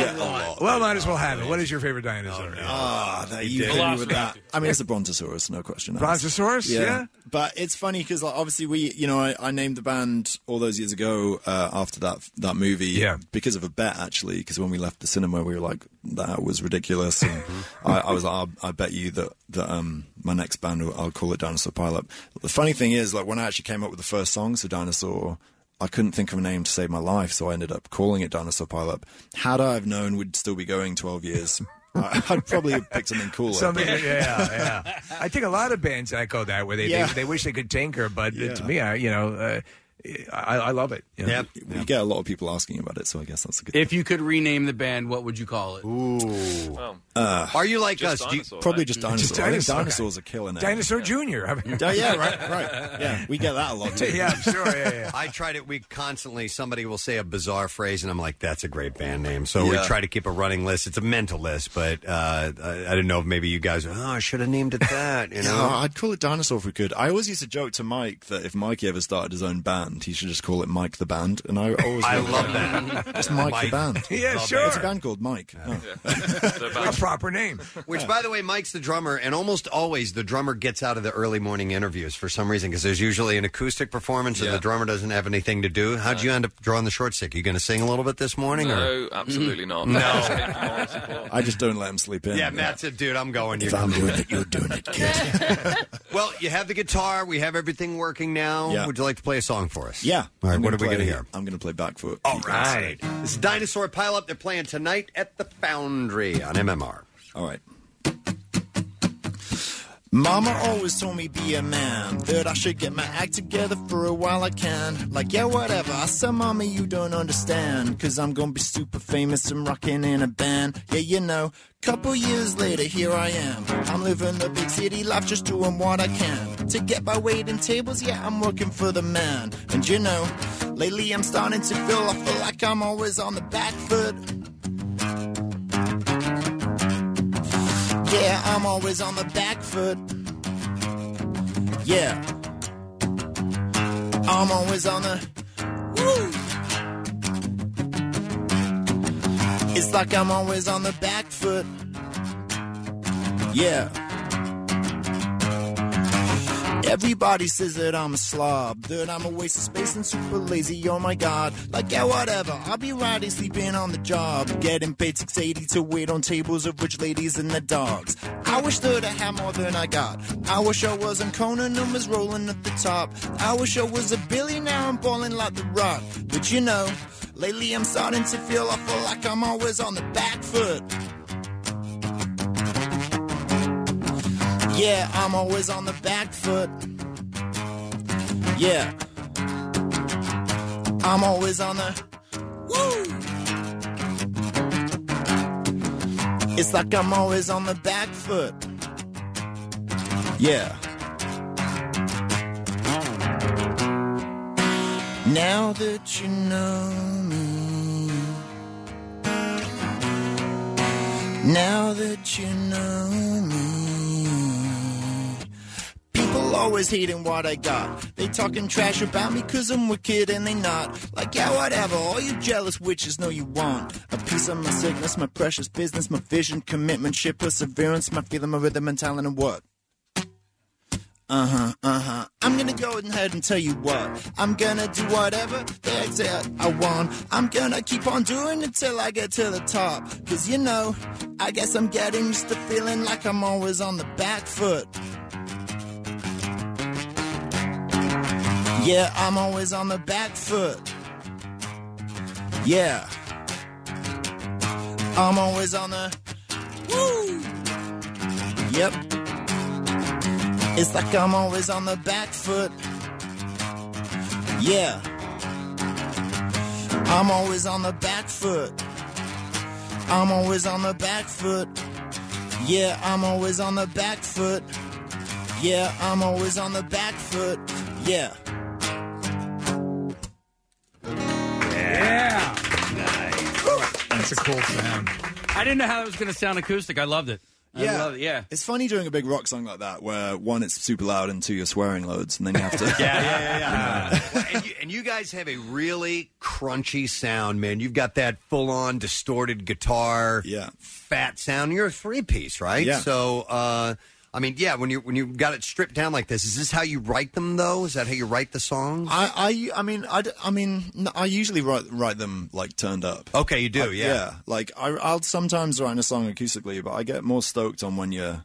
[SPEAKER 4] Well, might as well have it. What is your favorite dinosaur?
[SPEAKER 26] Ah, that you hit me with that. I *laughs* mean, it's a brontosaurus, no question. asked.
[SPEAKER 4] Brontosaurus, yeah.
[SPEAKER 26] But it's funny because like, obviously we, you know, I, I named the band all those years ago uh, after that that movie, yeah. because of a bet actually. Because when we left the cinema, we were like, that was ridiculous. And
[SPEAKER 4] Mm-hmm.
[SPEAKER 26] I, I was like, I'll, I bet you that that um, my next band, will- I'll call it Dinosaur Pileup. The funny thing is, like when I actually came up with the first songs for Dinosaur. I couldn't think of a name to save my life, so I ended up calling it Dinosaur Pileup. Had I have known we'd still be going 12 years, *laughs* I- I'd probably have picked something cooler.
[SPEAKER 4] Something,
[SPEAKER 26] but-
[SPEAKER 4] yeah,
[SPEAKER 26] *laughs*
[SPEAKER 4] yeah. I think a lot of bands echo that where they
[SPEAKER 26] Yeah.
[SPEAKER 4] they, they wish they could tinker, but
[SPEAKER 26] Yeah.
[SPEAKER 4] to me, I you know, uh, I, I love it. you know.
[SPEAKER 26] We get a lot of people asking about it, so I guess that's a good.
[SPEAKER 22] If you could rename the band, what would you call it?
[SPEAKER 26] Ooh.
[SPEAKER 22] Uh,
[SPEAKER 26] Are you like
[SPEAKER 22] Just
[SPEAKER 26] us? Do you-
[SPEAKER 22] dinosaur,
[SPEAKER 26] probably
[SPEAKER 22] right?
[SPEAKER 26] just
[SPEAKER 22] Just
[SPEAKER 26] dinosaurs. I think
[SPEAKER 22] dinosaur.
[SPEAKER 26] dinosaurs are killing it.
[SPEAKER 4] Dinosaur Junior. I
[SPEAKER 26] *laughs*
[SPEAKER 4] mean-
[SPEAKER 26] Oh,
[SPEAKER 4] *laughs*
[SPEAKER 26] Yeah, yeah, right, right. Yeah, we get that a lot. Too.
[SPEAKER 2] Yeah, I'm
[SPEAKER 4] sure. Yeah, yeah.
[SPEAKER 2] I tried it. We constantly somebody will say a bizarre phrase, and I'm like, "That's a great band name." So we
[SPEAKER 4] Yeah.
[SPEAKER 2] try to keep a running list. It's a mental list, but uh, I, I don't know if maybe you guys, are, oh, I should have named it that. You know,
[SPEAKER 26] Yeah, *laughs* I'd call it dinosaur if we could. I always used to joke to Mike that if Mikey ever started his own band, he should just call it Mike the Band. And I always,
[SPEAKER 2] I
[SPEAKER 26] loved
[SPEAKER 2] love that.
[SPEAKER 26] It's Mike,
[SPEAKER 2] Mike.
[SPEAKER 26] the Band.
[SPEAKER 2] *laughs* Yeah,
[SPEAKER 26] Love
[SPEAKER 2] sure.
[SPEAKER 26] It's a band called Mike. Oh.
[SPEAKER 4] *laughs* *laughs* a proper name.
[SPEAKER 2] Which, by the way, Mike's the drummer, and almost always the drummer gets out of the early morning interviews for some reason because there's usually an acoustic performance and the drummer doesn't have anything to do. How'd you end up drawing the short stick? You going to sing a little bit this morning? or?
[SPEAKER 17] No, absolutely not.
[SPEAKER 4] *laughs*
[SPEAKER 2] No.
[SPEAKER 26] I just don't let him sleep in.
[SPEAKER 2] Yeah, Matt said, dude, I'm going.
[SPEAKER 26] If
[SPEAKER 2] You're
[SPEAKER 26] I'm doing
[SPEAKER 2] coming.
[SPEAKER 26] it, you're doing it.
[SPEAKER 2] *laughs* well, you have the guitar. We have everything working now.
[SPEAKER 26] Yeah.
[SPEAKER 2] Would you like to play a song for us?
[SPEAKER 26] Yeah.
[SPEAKER 2] All right,
[SPEAKER 26] I'm
[SPEAKER 2] what
[SPEAKER 26] gonna
[SPEAKER 2] are we gonna
[SPEAKER 26] play-
[SPEAKER 2] hear?
[SPEAKER 26] I'm going to play back foot.
[SPEAKER 2] All right. This is Dinosaur Pileup. They're playing tonight at the Foundry
[SPEAKER 26] *laughs*
[SPEAKER 2] on MMR.
[SPEAKER 26] All right. Mama always told me be a man, that I should get my act together for a while I can. Like, yeah, whatever. I said, Mama, you don't understand, cause I'm gonna be super famous and rocking in a band. Yeah, you know, couple years later, here I am. I'm living the big city life, just doing what I can. To get my weight in tables, yeah, I'm working for the man. And you know, lately I'm starting to feel, I feel like I'm always on the back foot. Yeah, I'm always on the back foot. Yeah,
[SPEAKER 27] I'm always on the woo. It's like I'm always on the back foot. Yeah. Everybody says that I'm a slob, that I'm a waste of space and super lazy. Oh my god, like yeah, whatever. I'll be riding, sleeping on the job, getting paid six eighty to wait on tables of rich ladies and their dogs. I wish that I had more than I got. I wish I wasn't Conan numbers rolling at the top. I wish I was a billionaire and balling like the Rock. But you know, lately I'm starting to feel awful like I'm always on the back foot. Yeah, I'm always on the back foot. Yeah. I'm always on the woo. It's like I'm always on the back foot. Yeah. Now that you know me. Now that you know me. People always hating what I got. They talking trash about me cause I'm wicked and they not. Like, yeah, whatever. All you jealous witches know you want. A piece of my sickness, my precious business, my vision, commitment, shit, perseverance, my feeling, my rhythm, and talent, and what? Uh huh, uh huh. I'm gonna go ahead and tell you what. I'm gonna do whatever they tell I want. I'm gonna keep on doing it till I get to the top. Cause you know, I guess I'm getting used to feeling like I'm always on the back foot. Yeah, I'm always on the back foot. Yeah. I'm always on the woo. Yep. It's like I'm always on the back foot. Yeah. I'm always on the back foot. I'm always on the back foot. Yeah, I'm always on the back foot. Yeah, I'm always on the back foot. Yeah.
[SPEAKER 7] Yeah.
[SPEAKER 26] That's a cool sound.
[SPEAKER 7] I didn't know how it was going to sound acoustic. I loved it. I loved it. yeah.
[SPEAKER 26] It's funny doing a big rock song like that, where one, it's super loud, and two, you're swearing loads, and then you
[SPEAKER 2] *laughs*
[SPEAKER 26] have to. *laughs*
[SPEAKER 2] and, you, and you guys have a really crunchy sound, man. You've got that full-on distorted guitar, yeah, fat sound. You're a three-piece, right?
[SPEAKER 26] Yeah.
[SPEAKER 2] So, uh, I mean, yeah, when you when you got it stripped down like this, is this how you write them? Though, is that how you write the songs?
[SPEAKER 26] I, I, I mean, I, d- I mean, n- I usually write write them like turned up.
[SPEAKER 2] Okay, you do,
[SPEAKER 26] I-
[SPEAKER 2] yeah.
[SPEAKER 26] yeah. Like I, I'll sometimes write a song acoustically, but I get more stoked on when you're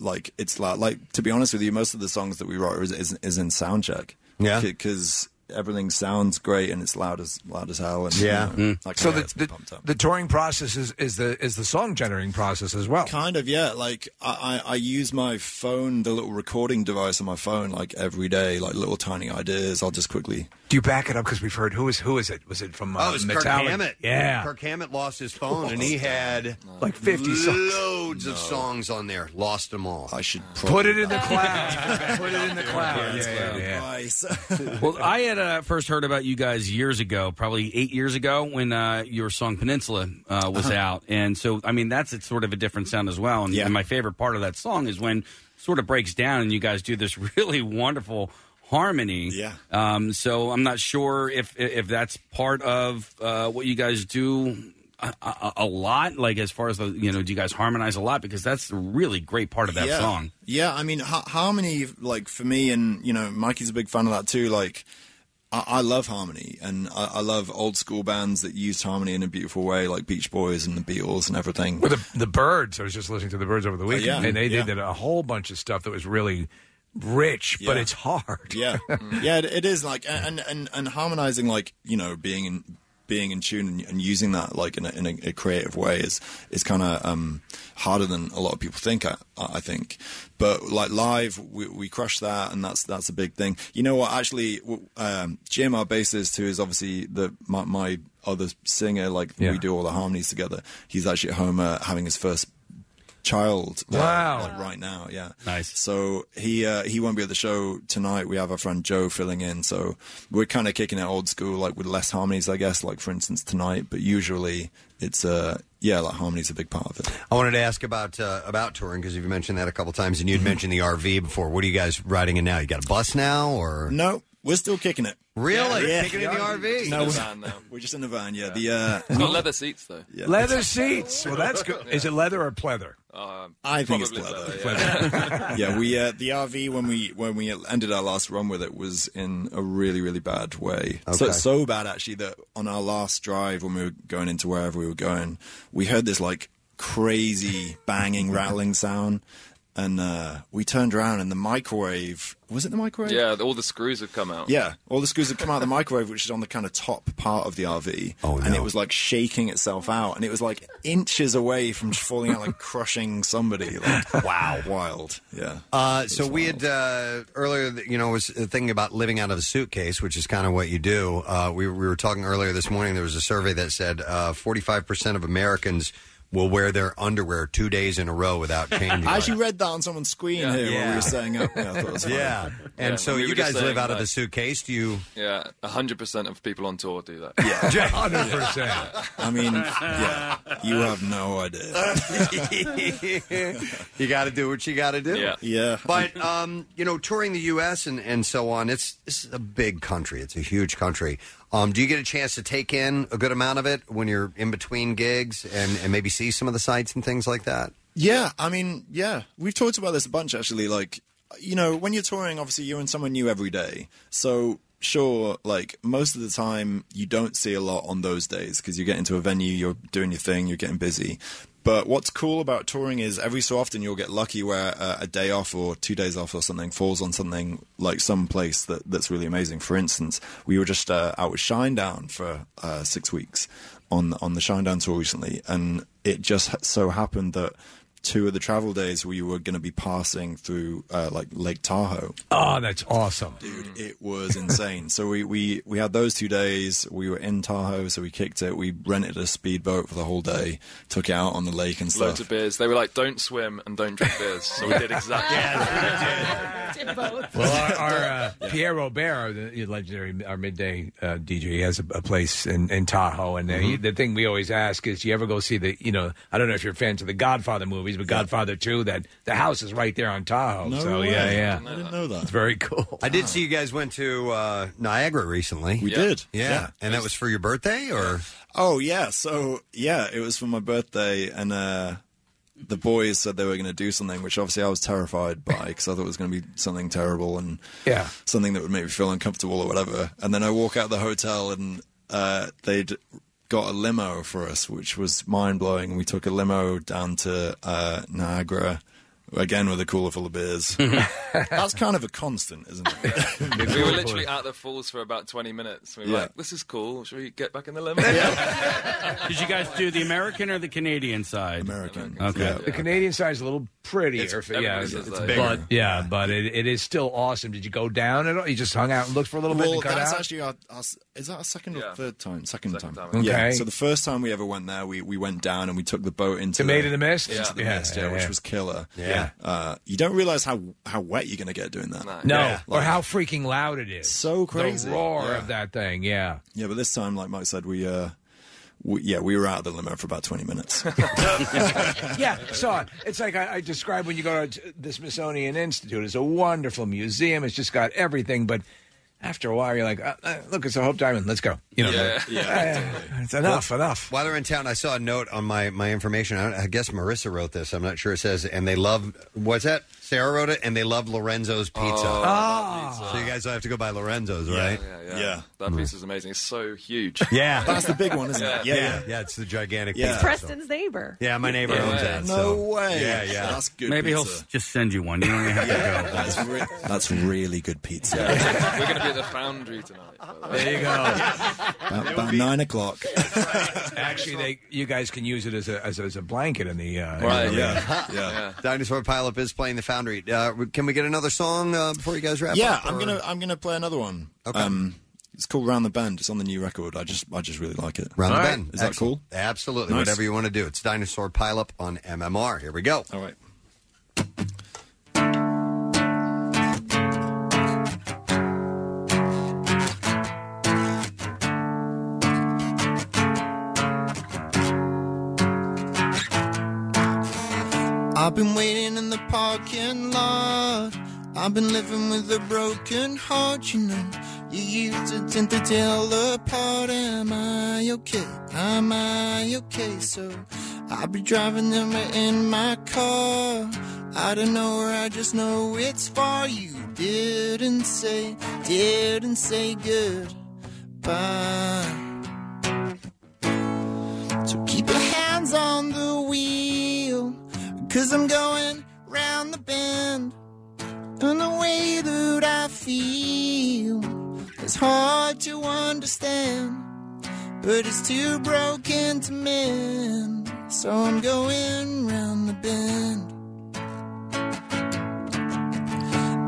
[SPEAKER 26] like it's loud. Like to be honest with you, most of the songs that we write is is, is in soundcheck.
[SPEAKER 2] Yeah.
[SPEAKER 26] because everything sounds great and it's loud as loud as hell. And
[SPEAKER 4] Yeah.
[SPEAKER 26] you know,
[SPEAKER 4] Mm.
[SPEAKER 26] like
[SPEAKER 4] So
[SPEAKER 26] so
[SPEAKER 4] the-
[SPEAKER 26] the, pumped up.
[SPEAKER 4] The touring process is, is the is the song generating process as well.
[SPEAKER 26] Kind of, yeah. Like I, I, I use my phone, the little recording device on my phone, like every day, like little tiny ideas. I'll just quickly.
[SPEAKER 4] Do you back it up because we've heard who is who is it? Was it from uh,
[SPEAKER 2] oh, it's Kirk
[SPEAKER 4] Metallica?
[SPEAKER 2] Hammett.
[SPEAKER 4] Yeah,
[SPEAKER 2] Kirk Hammett lost his phone, and he had
[SPEAKER 4] *laughs* Like 50 songs.
[SPEAKER 2] loads of songs on there. Lost them all.
[SPEAKER 26] I should
[SPEAKER 4] put it
[SPEAKER 26] *laughs*
[SPEAKER 4] in the cloud. put it in the *laughs* cloud.
[SPEAKER 7] Yeah, yeah, yeah.
[SPEAKER 26] Nice.
[SPEAKER 7] well, I had uh, first heard about you guys years ago, probably eight years ago, when uh, your song Peninsula uh, was
[SPEAKER 20] Uh-huh.
[SPEAKER 7] out, and so I mean that's it's sort of a different sound as well. And, and my favorite part of that song is when it sort of breaks down, and you guys do this *laughs* really wonderful harmony. Yeah. Um, so I'm not sure if if that's part of uh, what you guys do. A, a, a lot, like as far as the you know, do you guys harmonize a lot? Because that's a really great part of that
[SPEAKER 26] yeah.
[SPEAKER 7] song.
[SPEAKER 26] Yeah, I mean, ha- harmony, like for me, and you know, Mikey's a big fan of that too. Like, I, I love harmony, and I-, I love old school bands that used harmony in a beautiful way, like Beach Boys and the Beatles and everything.
[SPEAKER 4] Well, the, the birds. I was just listening to the birds over the
[SPEAKER 26] Oh,
[SPEAKER 4] weekend,
[SPEAKER 26] yeah.
[SPEAKER 4] and they
[SPEAKER 26] Yeah.
[SPEAKER 4] did a whole bunch of stuff that was really rich, but
[SPEAKER 26] Yeah.
[SPEAKER 4] it's *laughs* hard.
[SPEAKER 26] Yeah, yeah, it, it is like and and and harmonizing, like you know, being in being in tune and, and using that like in a, in a, a creative way is is kind of um, harder than a lot of people think. I, I think, but like live, we, we crush that, and that's that's a big thing. You know what? Actually, w- um, Jim, our bassist, who is obviously the my, my other singer, like we do all the harmonies together. He's actually at home uh, having his first child uh,
[SPEAKER 4] Wow.
[SPEAKER 26] like, right now yeah nice so he uh, he won't be at the show tonight we have our friend joe filling in so we're kind of kicking it old school like with less harmonies i guess like for instance tonight but usually it's uh yeah like harmony's a big part of it
[SPEAKER 2] I wanted to ask about uh, about touring because you've
[SPEAKER 4] Mm-hmm.
[SPEAKER 2] mentioned that a couple times, and you'd mentioned the RV before. What are you guys riding in now? You got a bus now, or
[SPEAKER 26] no We're still kicking it.
[SPEAKER 2] Really?
[SPEAKER 26] Yeah.
[SPEAKER 2] Kicking it in the RV?
[SPEAKER 26] No, we're,
[SPEAKER 2] Just in the van now.
[SPEAKER 26] we're just in the van. Yeah. The uh,
[SPEAKER 17] It's got leather seats though.
[SPEAKER 4] *laughs*
[SPEAKER 26] Yeah.
[SPEAKER 4] Leather seats. Well, that's
[SPEAKER 26] *laughs*
[SPEAKER 4] good. Is it leather or pleather?
[SPEAKER 17] Um,
[SPEAKER 26] I think it's
[SPEAKER 17] probably
[SPEAKER 26] Uh, leather.
[SPEAKER 17] *laughs*
[SPEAKER 26] *laughs*
[SPEAKER 17] yeah.
[SPEAKER 26] yeah, we uh, the RV when we when we ended our last run with it was in a really really bad way. So
[SPEAKER 25] Okay.
[SPEAKER 26] so bad actually that on our last drive when we were going into wherever we were going, we heard this like crazy banging rattling sound, and uh, we turned around and the microwave was it the microwave?
[SPEAKER 17] Yeah, all the screws have come out.
[SPEAKER 26] Yeah, all the screws had come out of the microwave, which is on the kind of top part of the RV. Oh, And it was like shaking itself out, and it was like inches away from just falling out, like crushing somebody.
[SPEAKER 2] *laughs*
[SPEAKER 26] Like, wow, wild. Yeah.
[SPEAKER 2] Uh, so we had uh, earlier, th- you know, was thinking about living out of a suitcase, which is kind of what you do. Uh, we, we were talking earlier this morning. There was a survey that said uh, 45% of Americans will wear their underwear two days in a
[SPEAKER 4] *laughs*
[SPEAKER 2] row without changing.
[SPEAKER 26] I
[SPEAKER 2] it.
[SPEAKER 26] actually read that on someone's screen here while we were saying up. Yeah, I thought it
[SPEAKER 2] *laughs*
[SPEAKER 26] was funny.
[SPEAKER 2] Yeah. And
[SPEAKER 17] Yeah,
[SPEAKER 2] so
[SPEAKER 17] we were
[SPEAKER 2] you
[SPEAKER 17] just
[SPEAKER 2] guys live
[SPEAKER 17] saying,
[SPEAKER 2] out of
[SPEAKER 17] like-
[SPEAKER 2] the suitcase. Do you?
[SPEAKER 17] Yeah, hundred percent of people on tour do that. *laughs* Yeah,
[SPEAKER 2] Yeah, *laughs* 100%.
[SPEAKER 26] I mean, yeah, you
[SPEAKER 4] *laughs*
[SPEAKER 26] have no
[SPEAKER 2] idea. *laughs* you got to do what you got to do.
[SPEAKER 26] Yeah. Yeah.
[SPEAKER 2] But um, you know, touring the U.S. and and so on, it's this is a big country. It's a huge country. Um, do you get a chance to take in a good amount of it when you're in between gigs and and maybe see some of the sights and things like that?
[SPEAKER 26] Yeah, I mean, yeah, we've talked about this a bunch actually. Like, you know, when you're touring, obviously you're in someone new every day. So, sure, like most of the time you don't see a lot on those days because you get into a venue, you're doing your thing, you're getting busy. But what's cool about touring is every so often you'll get lucky where uh, a day off or two days off or something falls on something like some place that, that's really amazing. For instance, we were just uh, out with Shinedown for uh, six weeks on on the Shinedown tour recently, and it just ha- so happened that two of the travel days we were going to be passing through uh, like Lake Tahoe.
[SPEAKER 4] Oh, that's awesome.
[SPEAKER 26] Dude, it
[SPEAKER 17] *laughs*
[SPEAKER 26] was insane. so we, we we had those two days. We were in Tahoe, so we kicked it. We rented a speedboat for the whole day, took it out on the lake and
[SPEAKER 17] Loads
[SPEAKER 26] stuff.
[SPEAKER 17] of beers. They were like, "Don't swim and don't drink beers." So
[SPEAKER 26] *laughs*
[SPEAKER 17] we did exactly.
[SPEAKER 4] Well, our,
[SPEAKER 26] *laughs*
[SPEAKER 4] our uh, Pierre Robert, our, the legendary our midday uh, DJ, he has a, a place in, in Tahoe, and uh, he,
[SPEAKER 26] Mm-hmm.
[SPEAKER 4] the thing we always ask is, you ever go see the? You know, I don't know if you're fans of the Godfather movies, but Godfather Two, that the house is right there on Tahoe.
[SPEAKER 2] No
[SPEAKER 4] so
[SPEAKER 2] way.
[SPEAKER 4] yeah, yeah,
[SPEAKER 26] I didn't know that.
[SPEAKER 4] It's very cool.
[SPEAKER 2] I did see you guys went to uh, Niagara recently.
[SPEAKER 26] We Yeah. did.
[SPEAKER 2] yeah.
[SPEAKER 26] Yeah.
[SPEAKER 2] and that was for your birthday, or
[SPEAKER 26] Oh yeah, so yeah, it was for my birthday, and uh, the boys said they were going to do something, which obviously I was terrified by because I thought it was going to be something terrible and
[SPEAKER 4] Yeah.
[SPEAKER 26] something that would make me feel uncomfortable or whatever. And then I walk out the hotel, and uh, they'd got a limo for us, which was mind blowing. We took a limo down to uh, Niagara. Again with a cooler full
[SPEAKER 4] *laughs*
[SPEAKER 26] of beers. That's kind of a constant, isn't
[SPEAKER 17] *laughs*
[SPEAKER 26] it?
[SPEAKER 17] we
[SPEAKER 4] *laughs*
[SPEAKER 17] were
[SPEAKER 26] *laughs*
[SPEAKER 17] literally at the falls for about 20 minutes. We were
[SPEAKER 26] Yeah.
[SPEAKER 17] like, this is cool. Should we get back in the limo? *laughs*
[SPEAKER 7] Did you guys do the American or the Canadian side?
[SPEAKER 26] American.
[SPEAKER 7] Okay.
[SPEAKER 4] The Canadian side is a little prettier. for- yeah,
[SPEAKER 17] everybody says that.
[SPEAKER 4] but yeah, but it, it is still awesome. Did you go down at all? You just hung out and looked for *laughs* a little bit
[SPEAKER 26] well,
[SPEAKER 4] and cut
[SPEAKER 26] that's
[SPEAKER 4] out.
[SPEAKER 26] actually our, our s- is that our second or third time? Second, time.
[SPEAKER 4] Okay.
[SPEAKER 26] Yeah. So the first time we ever went there, we, we went down and we took the boat into
[SPEAKER 4] To Made in the Mist?
[SPEAKER 26] into
[SPEAKER 4] Yeah.
[SPEAKER 26] the
[SPEAKER 4] Yeah,
[SPEAKER 26] mist, yeah,
[SPEAKER 4] yeah,
[SPEAKER 26] which
[SPEAKER 4] yeah.
[SPEAKER 26] was killer.
[SPEAKER 4] Yeah.
[SPEAKER 26] Uh, you don't realize how how wet you're going to get doing that.
[SPEAKER 4] no,
[SPEAKER 26] Yeah.
[SPEAKER 4] or
[SPEAKER 26] Like,
[SPEAKER 4] how freaking loud it is.
[SPEAKER 26] So crazy.
[SPEAKER 4] The roar
[SPEAKER 26] Yeah.
[SPEAKER 4] of that thing. Yeah.
[SPEAKER 26] yeah, but this time, like Mike said, we uh, we, yeah, we were out of the limo for about twenty
[SPEAKER 2] *laughs*
[SPEAKER 26] minutes.
[SPEAKER 4] *laughs* yeah, so it's like I, I describe when you go to the Smithsonian Institute. It's a wonderful museum. It's just got everything, but after a while, you're like, uh, uh, look, it's a Hope Diamond. Let's go. You know, like, *laughs* uh, it's enough, enough.
[SPEAKER 2] While they're in town, I saw a note on my my information. I, I guess Marissa wrote this. I'm not sure. It says, and they love what's that? Sarah wrote it, and they love Lorenzo's pizza.
[SPEAKER 17] Oh, I love pizza.
[SPEAKER 2] so you guys will have to go by Lorenzo's, right?
[SPEAKER 17] *laughs*
[SPEAKER 2] Mm.
[SPEAKER 17] Yeah, yeah.
[SPEAKER 26] *laughs*
[SPEAKER 17] That piece is amazing. It's so huge.
[SPEAKER 2] *laughs* Yeah.
[SPEAKER 26] That's the big one, isn't it?
[SPEAKER 2] Yeah,
[SPEAKER 26] Yeah,
[SPEAKER 2] yeah,
[SPEAKER 26] yeah.
[SPEAKER 2] it's the gigantic.
[SPEAKER 26] Yeah.
[SPEAKER 2] pizza, so-
[SPEAKER 21] Preston's neighbor.
[SPEAKER 2] Yeah, my neighbor
[SPEAKER 26] Yeah.
[SPEAKER 2] owns that.
[SPEAKER 26] No
[SPEAKER 2] so-
[SPEAKER 26] way.
[SPEAKER 2] Yeah, yeah.
[SPEAKER 26] That's good
[SPEAKER 7] Maybe he'll
[SPEAKER 26] pizza.
[SPEAKER 7] s- just send you one. You don't even have to go.
[SPEAKER 26] *laughs* That's, re- that's really good pizza.
[SPEAKER 17] We're going to be at the Foundry tonight. by the way.
[SPEAKER 4] There you go.
[SPEAKER 26] About, about nine
[SPEAKER 17] *laughs*
[SPEAKER 26] o'clock.
[SPEAKER 4] Actually, they you guys can use it as a as, a- as a blanket in the uh,
[SPEAKER 26] Right,
[SPEAKER 4] in the arena.
[SPEAKER 26] *laughs* yeah.
[SPEAKER 2] Dinosaur Pileup is playing the Foundry. Uh, can we get another song uh, before you guys wrap
[SPEAKER 26] yeah,
[SPEAKER 2] up?
[SPEAKER 26] I'm
[SPEAKER 2] or-
[SPEAKER 26] gonna I'm gonna play another one.
[SPEAKER 2] Okay.
[SPEAKER 26] Um, it's called Round the Bend. It's on the new record. I just I just really like it.
[SPEAKER 2] Round
[SPEAKER 26] All
[SPEAKER 2] the
[SPEAKER 26] right.
[SPEAKER 2] bend.
[SPEAKER 26] Is that
[SPEAKER 2] Excellent.
[SPEAKER 26] cool?
[SPEAKER 2] Absolutely.
[SPEAKER 26] Nice.
[SPEAKER 2] Whatever you want to do. It's Dinosaur Pileup on MMR. Here we go.
[SPEAKER 26] All right.
[SPEAKER 3] I've been waiting in the parking lot. I've been living with a broken heart, you know.
[SPEAKER 28] You used it to tell apart. Am I okay? Am I okay? So I'll be driving them in my car. I don't know where, I just know it's far. You didn't say, didn't say goodbye. So keep your hands on the wheel, cause I'm going round the bend. And the way that I feel is hard to understand, but it's too broken to mend. So I'm going round the bend.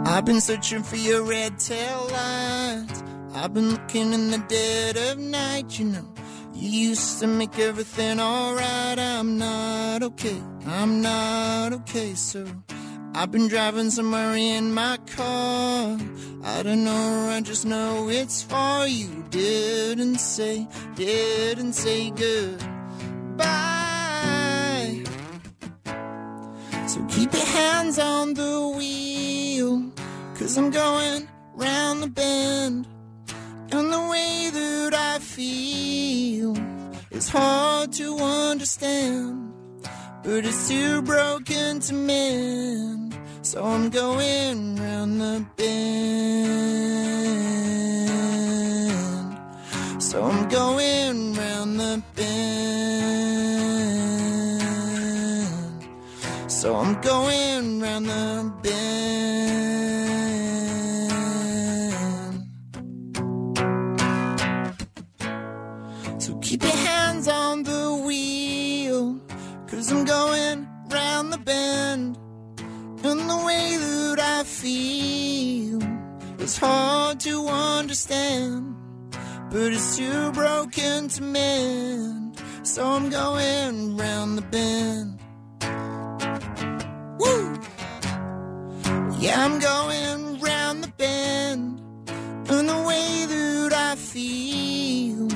[SPEAKER 28] I've been searching for your red tail lights. I've been looking in the dead of night, you know. You used to make everything alright. I'm not okay. I'm not okay, so I've been driving somewhere in my car. I don't know, I just know it's far. You didn't say, didn't say goodbye. So keep your hands on the wheel, cause I'm going round the bend. And the way that I feel is hard to understand, but it's too broken to mend. So I'm going round the bend. So I'm going round the bend. So I'm going round the bend. So keep your hands on the wheel, cause I'm going round the bend. And the way that I feel is hard to understand, but it's too broken to mend. So I'm going round the bend. Woo! Yeah, I'm going round the bend. And the way that I feel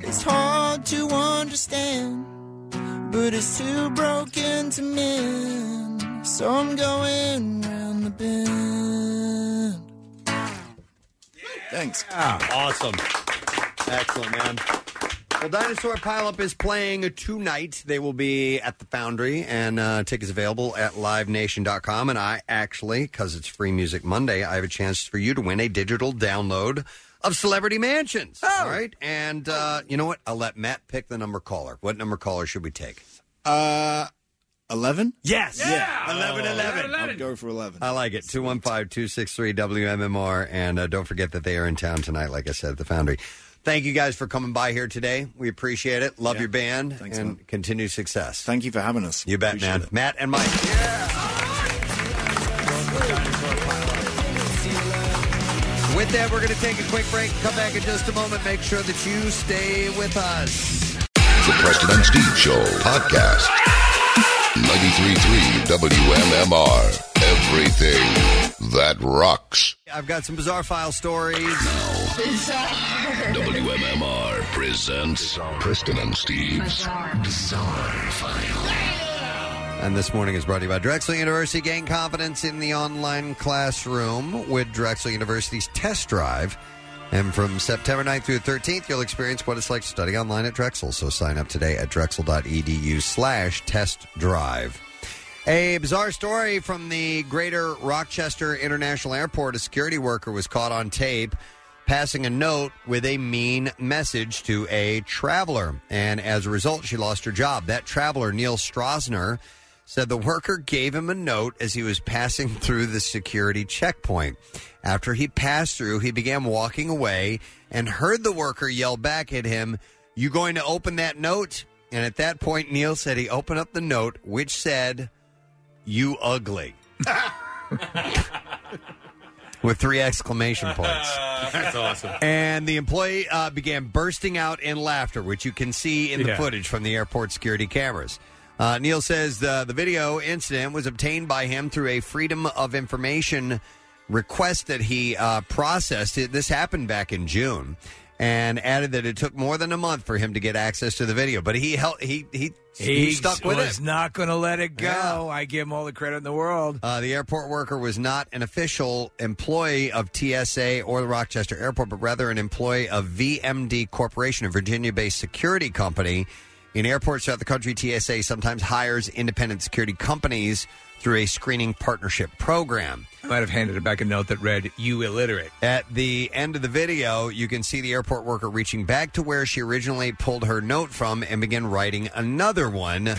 [SPEAKER 28] it's hard to understand, but it's too broken to mend. So I'm going round the bend. Thanks.
[SPEAKER 2] Awesome. Excellent, man. Well, Dinosaur Pileup is playing tonight. They will be at the Foundry, and uh, tickets available at livenation.com. And I actually, because it's Free Music Monday, I have a chance for you to win a digital download of Celebrity Mansions.
[SPEAKER 26] Oh.
[SPEAKER 2] All right. And uh, you know what? I'll let Matt pick the number caller. What number caller should we take?
[SPEAKER 26] Uh, 11?
[SPEAKER 2] Yes.
[SPEAKER 26] Yeah. 11,
[SPEAKER 2] 11.
[SPEAKER 26] I'll go for 11.
[SPEAKER 2] I like it. 215 263 WMMR. And uh, don't forget that they are in town tonight, like I said, at the Foundry. Thank you guys for coming by here today. We appreciate it. Love your band and continued success.
[SPEAKER 26] Thank you for having us.
[SPEAKER 2] You bet, man. Matt and Mike. With that, we're going to take a quick break. Come back in just a moment. Make sure that you stay with us.
[SPEAKER 9] The Preston and Steve Show podcast. 93.3 WMMR. Everything that rocks.
[SPEAKER 2] I've got some bizarre file stories.
[SPEAKER 9] WMMR presents Preston and Steve's Bizarre, File.
[SPEAKER 2] And this morning is brought to you by Drexel University. Gain confidence in the online classroom with Drexel University's test drive. And from September 9th through 13th, you'll experience what it's like to study online at Drexel. So sign up today at drexel.edu slash test drive. A bizarre story from the Greater Rochester International Airport. A security worker was caught on tape passing a note with a mean message to a traveler. And as a result, she lost her job. That traveler, Neil Strasner, said the worker gave him a note as he was passing *laughs* through the security checkpoint. After he passed through, he began walking away and heard the worker yell back at him, You going to open that note? And at that point, Neil said he opened up the note, which said, You ugly. With three exclamation
[SPEAKER 14] *laughs*
[SPEAKER 2] points.
[SPEAKER 14] Uh, That's awesome.
[SPEAKER 2] And the employee uh, began bursting out in laughter, which you can see in the
[SPEAKER 14] Yeah.
[SPEAKER 2] footage from the airport security cameras. Uh, Neil says the, the video incident was obtained by him through a Freedom of Information request that he uh, processed. It, this happened back in June. and added that it took more than a month for him to get access to the video. But he held, he he he stuck with
[SPEAKER 4] was
[SPEAKER 2] it.
[SPEAKER 4] not going to let it go. I give him all the credit in the world.
[SPEAKER 2] Uh, the airport worker was not an official employee of TSA or the Rochester Airport, but rather an employee of VMD Corporation, a Virginia based security company. In airports throughout the country, TSA sometimes hires independent security companies through a screening partnership program.
[SPEAKER 4] I might have handed it back a note that read, You illiterate.
[SPEAKER 2] At the end of the video, you can see the airport worker reaching back to where she originally pulled her note from and began writing another one.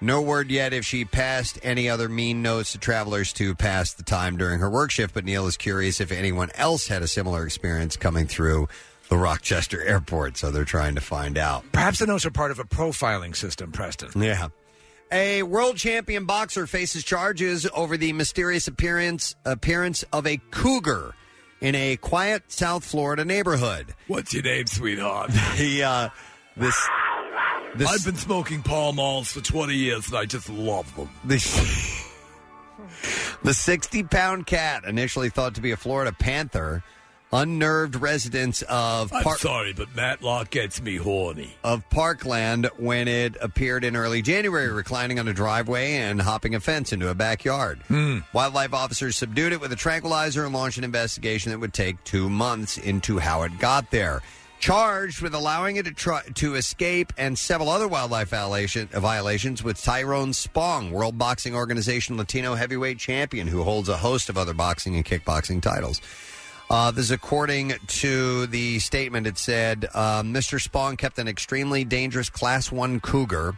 [SPEAKER 2] no word yet if she passed any other mean notes to travelers to pass the time during her work shift, but Neil is curious if anyone else had a similar experience coming through the Rochester airport, so they're trying to find out.
[SPEAKER 4] Perhaps the notes are part of a profiling system, Preston.
[SPEAKER 2] Yeah. A world champion boxer faces charges over the mysterious appearance appearance of a cougar in a quiet South Florida neighborhood.
[SPEAKER 4] What's your name,
[SPEAKER 2] *laughs*
[SPEAKER 4] sweetheart?
[SPEAKER 2] The uh, this, this
[SPEAKER 25] I've been smoking Pall Malls for 20 years and I just love them.
[SPEAKER 2] The, the 60 pound cat, initially thought to be a Florida panther, unnerved residents of
[SPEAKER 25] I'm
[SPEAKER 2] Park-
[SPEAKER 25] sorry, but Matlock gets me horny.
[SPEAKER 2] of Parkland when it appeared in early January, reclining on a driveway and hopping a fence into a backyard. Wildlife officers subdued it with a tranquilizer and launched an investigation that would take two months into how it got there. Charged with allowing it to try to escape and several other wildlife violation, violations with Tyrone Spong, World Boxing Organization Latino heavyweight champion, who holds a host of other boxing and kickboxing titles. Uh, this is according to the statement. It said uh, Mr. Spong kept an extremely dangerous Class One Cougar,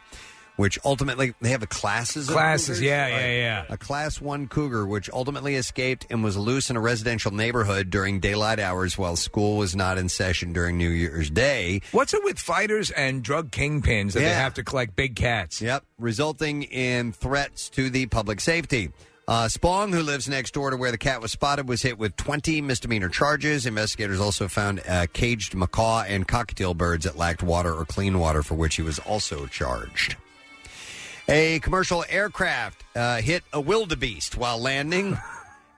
[SPEAKER 2] which ultimately they have a classes of
[SPEAKER 4] Classes,
[SPEAKER 2] cougars?
[SPEAKER 4] yeah,
[SPEAKER 2] All
[SPEAKER 4] yeah, yeah.
[SPEAKER 2] a Class One Cougar, which ultimately escaped and was loose in a residential neighborhood during daylight hours while school was not in session during New Year's Day.
[SPEAKER 4] What's it with fighters and drug kingpins that they
[SPEAKER 2] Yeah.
[SPEAKER 4] have to collect big cats?
[SPEAKER 2] Yep, resulting in threats to the public safety. Uh, Spong, who lives next door to where the cat was spotted, was hit with 20 misdemeanor charges. Investigators also found uh, caged macaw and cockatiel birds that lacked water or clean water, for which he was also charged. A commercial aircraft uh, hit a wildebeest while landing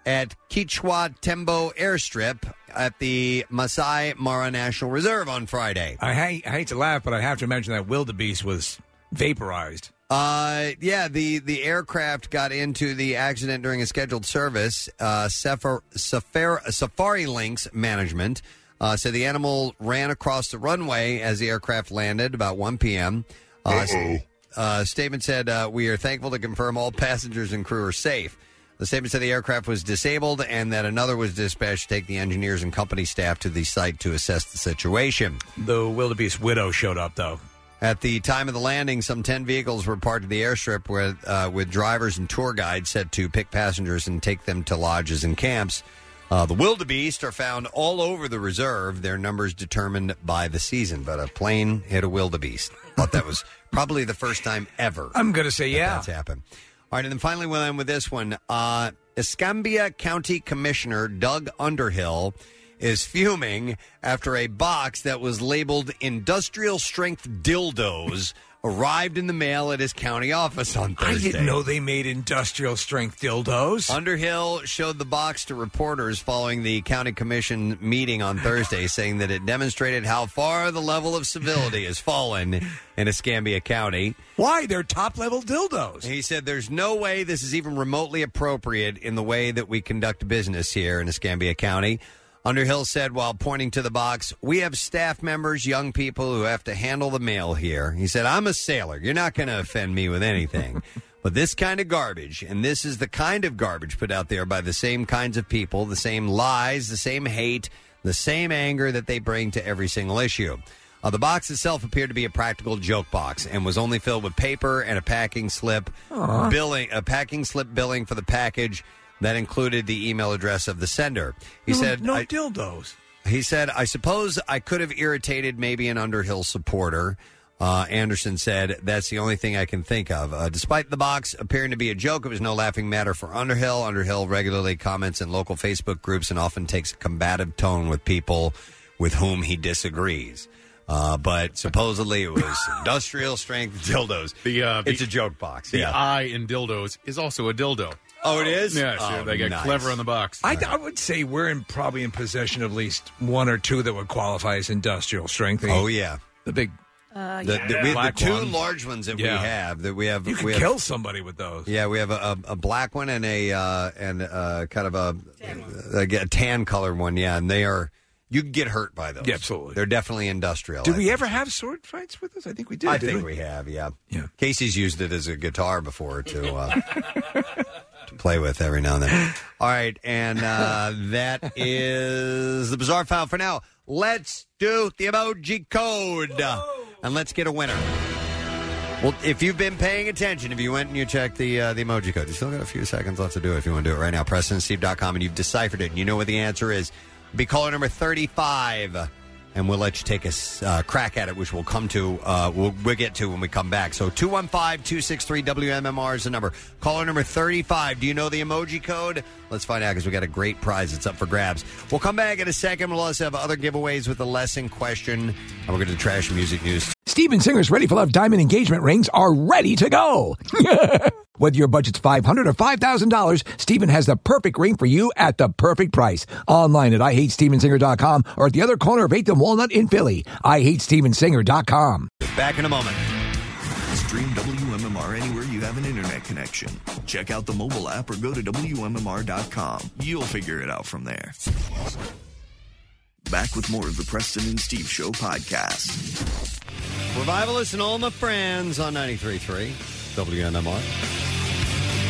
[SPEAKER 2] at Quichua Tembo Airstrip at the Masai Mara National Reserve on Friday.
[SPEAKER 4] I hate, I hate to laugh, but I have to imagine that wildebeest was vaporized.
[SPEAKER 2] Uh, yeah, the, the aircraft got into the accident during a scheduled service. Uh, Safar, Safar, Safari Links management uh, said the animal ran across the runway as the aircraft landed about 1 p.m. Uh, s- uh, statement said, uh, We are thankful to confirm all passengers and crew are safe. The statement said the aircraft was disabled and that another was dispatched to take the engineers and company staff to the site to assess the situation.
[SPEAKER 4] The wildebeest widow showed up, though.
[SPEAKER 2] At the time of the landing, some 10 vehicles were parked at the airstrip with, uh, with drivers and tour guides set to pick passengers and take them to lodges and camps. Uh, the wildebeest are found all over the reserve, their numbers determined by the season. But a plane hit a wildebeest. Thought that was probably the first time ever.
[SPEAKER 4] I'm going to say
[SPEAKER 2] that
[SPEAKER 4] yeah.
[SPEAKER 2] That's happened. All right, and then finally we'll end with this one. Uh, Escambia County Commissioner Doug Underhill is fuming after a box that was labeled industrial strength dildos arrived in the mail at his county office on
[SPEAKER 4] I
[SPEAKER 2] Thursday.
[SPEAKER 4] didn't know they made industrial strength dildos.
[SPEAKER 2] Underhill showed the box to reporters following the county commission meeting on
[SPEAKER 4] *laughs*
[SPEAKER 2] Thursday, saying that it demonstrated how far the level of civility has fallen in Escambia County.
[SPEAKER 4] Why? They're top level dildos.
[SPEAKER 2] He said there's no way this is even remotely appropriate in the way that we conduct business here in Escambia County. Underhill said while pointing to the box, We have staff members, young people who have to handle the mail here. He said, I'm a sailor. You're not going to offend me with anything. *laughs* but this kind of garbage, and this is the kind of garbage put out there by the same kinds of people, the same lies, the same hate, the same anger that they bring to every single issue. Uh, the box itself appeared to be a practical joke box and was only filled with paper and a packing slip
[SPEAKER 5] Aw.
[SPEAKER 2] billing, a packing slip billing for the package that included the email address of the sender. He said,
[SPEAKER 4] no
[SPEAKER 2] I-
[SPEAKER 4] dildos.
[SPEAKER 2] he said, I suppose I could have irritated maybe an Underhill supporter. Uh, Anderson said, That's the only thing I can think of. Uh, despite the box appearing to be a joke, it was no laughing matter for Underhill. Underhill regularly comments in local Facebook groups and often takes a combative tone with people with whom he disagrees. Uh, but supposedly
[SPEAKER 4] *laughs*
[SPEAKER 2] it was industrial strength dildos.
[SPEAKER 6] The, uh,
[SPEAKER 2] it's a joke box.
[SPEAKER 6] The
[SPEAKER 2] yeah.
[SPEAKER 6] I in dildos is also a dildo.
[SPEAKER 2] Oh, it is?
[SPEAKER 6] Yeah,
[SPEAKER 2] Oh,
[SPEAKER 6] sure. They get
[SPEAKER 2] nice.
[SPEAKER 6] clever on the box.
[SPEAKER 4] I, I would say we're in probably in possession of at least one or two that would qualify as industrial strength.
[SPEAKER 2] Oh, yeah.
[SPEAKER 4] the big
[SPEAKER 21] Uh,
[SPEAKER 2] The,
[SPEAKER 4] yeah.
[SPEAKER 2] the- we- the
[SPEAKER 4] Black
[SPEAKER 2] two
[SPEAKER 4] ones.
[SPEAKER 2] large ones that
[SPEAKER 4] Yeah.
[SPEAKER 2] we have that we have.
[SPEAKER 4] You could
[SPEAKER 2] we have,
[SPEAKER 4] kill somebody with those.
[SPEAKER 2] Yeah, we have a, a, a black one and a uh, and uh, kind of a like a tan color one. Yeah, and they are you can get hurt by those.
[SPEAKER 4] Yeah, absolutely.
[SPEAKER 2] They're definitely industrial.
[SPEAKER 4] Did
[SPEAKER 2] I
[SPEAKER 4] we ever have sword fights with us? I think we did.
[SPEAKER 2] I
[SPEAKER 4] didn't
[SPEAKER 2] think we have, yeah. Yeah. Casey's used it as a guitar before to uh, to play with every now and then. All right, and uh, that is the bizarre file for now. Let's do the emoji code and let's get a winner. Well, if you've been paying attention, if you went and you checked the uh, the emoji code, you still got a few seconds left to do it if you want to do it right now. PresidentSteve.com and you've deciphered it and you know what the answer is. Be caller number 35 and we'll let you take a s- uh, crack at it, which we'll come to, uh, we'll, we'll get to when we come back. So 215 263 WMMR is the number. Caller number 35. Do you know the emoji code? Let's find out because we got a great prize that's up for grabs. We'll come back in a second. We'll also have other giveaways with the lesson question, and we're going to trash music news.
[SPEAKER 16] Steven Singer's Ready for Love diamond engagement rings are ready to go. *laughs* Whether your budget's $500 or $5,000, Steven has the perfect ring for you at the perfect price. Online at IHateStevenSinger.com or at the other corner of 8th and Walnut in Philly. IHateStevenSinger.com.
[SPEAKER 2] Back in a moment.
[SPEAKER 12] Stream WMMR anywhere you have an internet connection. Check out the mobile app or go to WMMR.com. You'll figure it out from there. Back with more of the Preston and Steve Show podcast.
[SPEAKER 2] Revivalists and all my friends on 93.3 WMMR.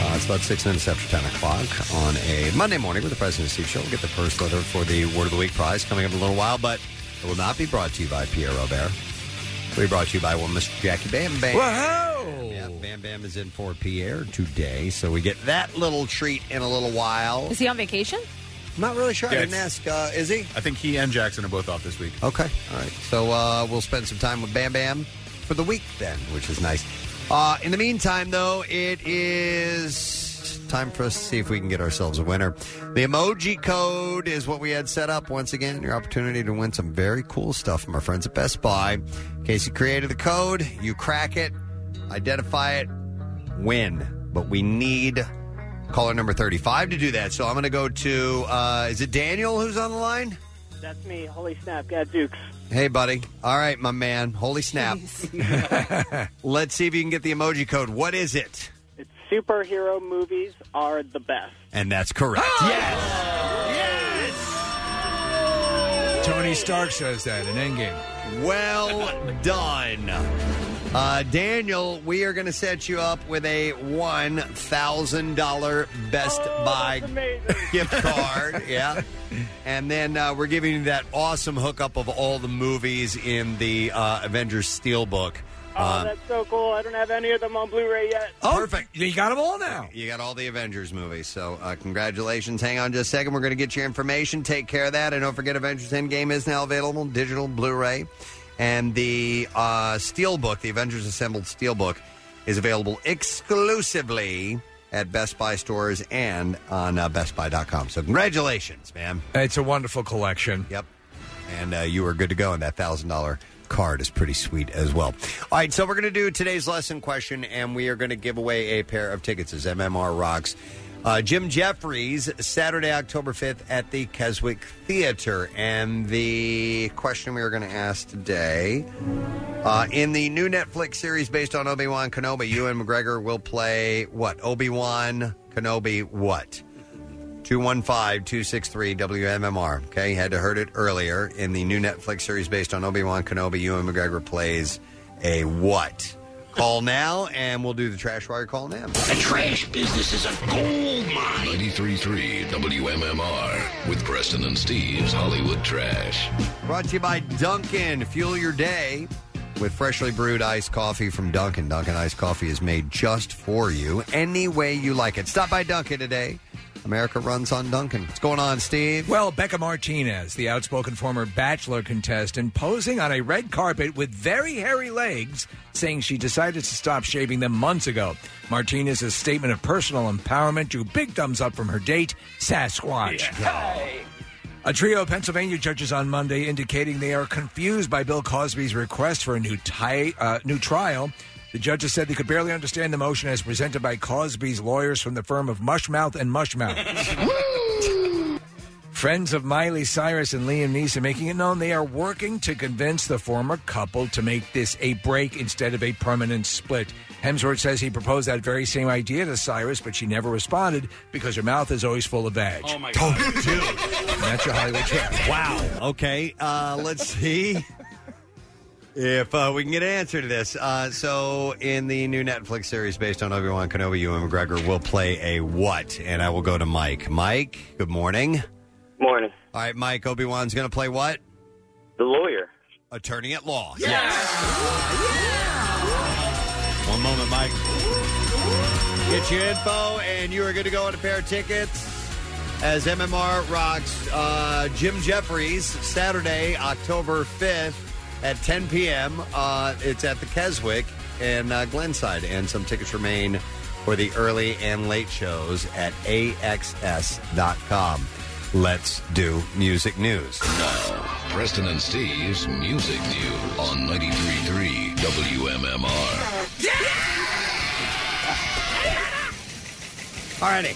[SPEAKER 2] Uh, it's about six minutes after 10 o'clock on a Monday morning with the President and Steve Show. We'll get the first letter for the Word of the Week prize coming up in a little while, but it will not be brought to you by Pierre Robert. We brought to you by one Mr. Jackie Bam Bam. Yeah, Bam Bam is in for Pierre today, so we get that little treat in a little while.
[SPEAKER 21] Is he on vacation?
[SPEAKER 2] Not really sure. I didn't ask. Uh, is he?
[SPEAKER 6] I think he and Jackson are both off this week.
[SPEAKER 2] Okay. All right. So uh, we'll spend some time with Bam Bam for the week then, which is nice. Uh, in the meantime, though, it is time for us to see if we can get ourselves a winner. The emoji code is what we had set up. Once again, your opportunity to win some very cool stuff from our friends at Best Buy. Casey created the code. You crack it, identify it, win. But we need caller number 35 to do that. So I'm going to go to, uh, is it Daniel who's on the line?
[SPEAKER 11] That's me. Holy snap, God Dukes.
[SPEAKER 2] Hey, buddy. All right, my man. Holy snap. *laughs* Let's see if you can get the emoji code. What is it?
[SPEAKER 11] Superhero movies are the best.
[SPEAKER 2] And that's correct. Yes.
[SPEAKER 4] Tony Stark says that in Endgame.
[SPEAKER 2] Well done. Uh, Daniel, we are going to set you up with a $1,000 Best
[SPEAKER 14] Oh,
[SPEAKER 2] Buy *laughs* gift card. yeah. And then uh, we're giving you that awesome hookup of all the movies in the uh, Avengers Steelbook. uh,
[SPEAKER 11] Oh, that's so cool. I don't have any of them on Blu-ray yet.
[SPEAKER 2] Perfect.
[SPEAKER 4] Oh, You got them all now.
[SPEAKER 2] You got all the Avengers movies. So, uh, congratulations. Hang on just a second. We're going to get your information. Take care of that. And don't forget, Avengers Endgame is now available digital, Blu ray. And the uh, Steelbook, the Avengers Assembled Steelbook, is available exclusively at Best Buy stores and on uh, BestBuy.com. So, congratulations, man.
[SPEAKER 4] It's a wonderful collection.
[SPEAKER 2] Yep. And uh, you are good to go. And that $1,000 card is pretty sweet as well. All right, so we're going to do today's lesson question, and we are going to give away a pair of tickets as MMR rocks. Uh, Jim Jeffries, Saturday, October 5th at the Keswick Theater. And the question we are going to ask today uh, in the new Netflix series based on Obi Wan Kenobi, Ewan McGregor will play what? Obi Wan Kenobi, what? 215-263-WMMR. Okay, had to heard it earlier in the new Netflix series based on Obi-Wan Kenobi. Ewan McGregor plays a what? Call now, and we'll do the trash wire call now.
[SPEAKER 9] The trash business is a gold mine. 93.3 WMMR with Preston and Steve's Hollywood Trash.
[SPEAKER 2] Brought to you by Duncan. Fuel your day with freshly brewed iced coffee from Duncan. Duncan iced coffee is made just for you, any way you like it. Stop by Duncan today. America runs on Duncan. What's going on, Steve?
[SPEAKER 4] Well, Becca Martinez, the outspoken former Bachelor contestant, posing on a red carpet with very hairy legs, saying she decided to stop shaving them months ago. Martinez's statement of personal empowerment drew big thumbs up from her date, Sasquatch. A trio of Pennsylvania judges on Monday indicating they are confused by Bill Cosby's request for a new, ti- uh, new trial. The judges said they could barely understand the motion as presented by Cosby's lawyers from the firm of Mushmouth and
[SPEAKER 2] *laughs*
[SPEAKER 4] Mushmouth. Friends of Miley Cyrus and Liam Neeson making it known they are working to convince the former couple to make this a break instead of a permanent split. Hemsworth says he proposed that very same idea to Cyrus, but she never responded because her mouth is always full of vag. Oh my god, dude! That's your Hollywood trip.
[SPEAKER 2] Wow. Okay, uh, let's see if uh, we can get an answer to this. Uh, so, in the new Netflix series based on Obi Wan Kenobi, you and McGregor will play a what? And I will go to Mike. Mike, good morning.
[SPEAKER 13] Morning.
[SPEAKER 2] All right, Mike. Obi Wan's going to play what?
[SPEAKER 13] The lawyer.
[SPEAKER 2] Attorney at law. Yes. One moment, Mike. Get your info, and you are good to go on a pair of tickets. As MMR rocks uh, Jim Jeffries Saturday, October 5th at 10 p.m. Uh, it's at the Keswick in uh, Glenside, and some tickets remain for the early and late shows at axs.com. Let's do music news.
[SPEAKER 9] Now, Preston and Steve's Music News on 93.3 WMMR.
[SPEAKER 2] All righty.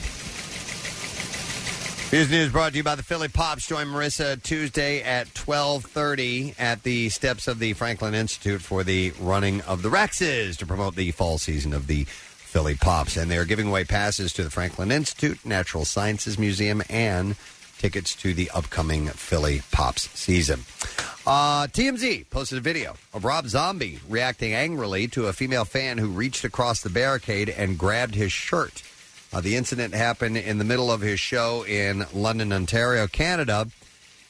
[SPEAKER 2] News News brought to you by the Philly Pops. Join Marissa Tuesday at 12.30 at the steps of the Franklin Institute for the running of the Rexes to promote the fall season of the Philly Pops. And they are giving away passes to the Franklin Institute, Natural Sciences Museum, and tickets to the upcoming Philly Pops season. Uh, TMZ posted a video of Rob Zombie reacting angrily to a female fan who reached across the barricade and grabbed his shirt. Uh, the incident happened in the middle of his show in London, Ontario, Canada.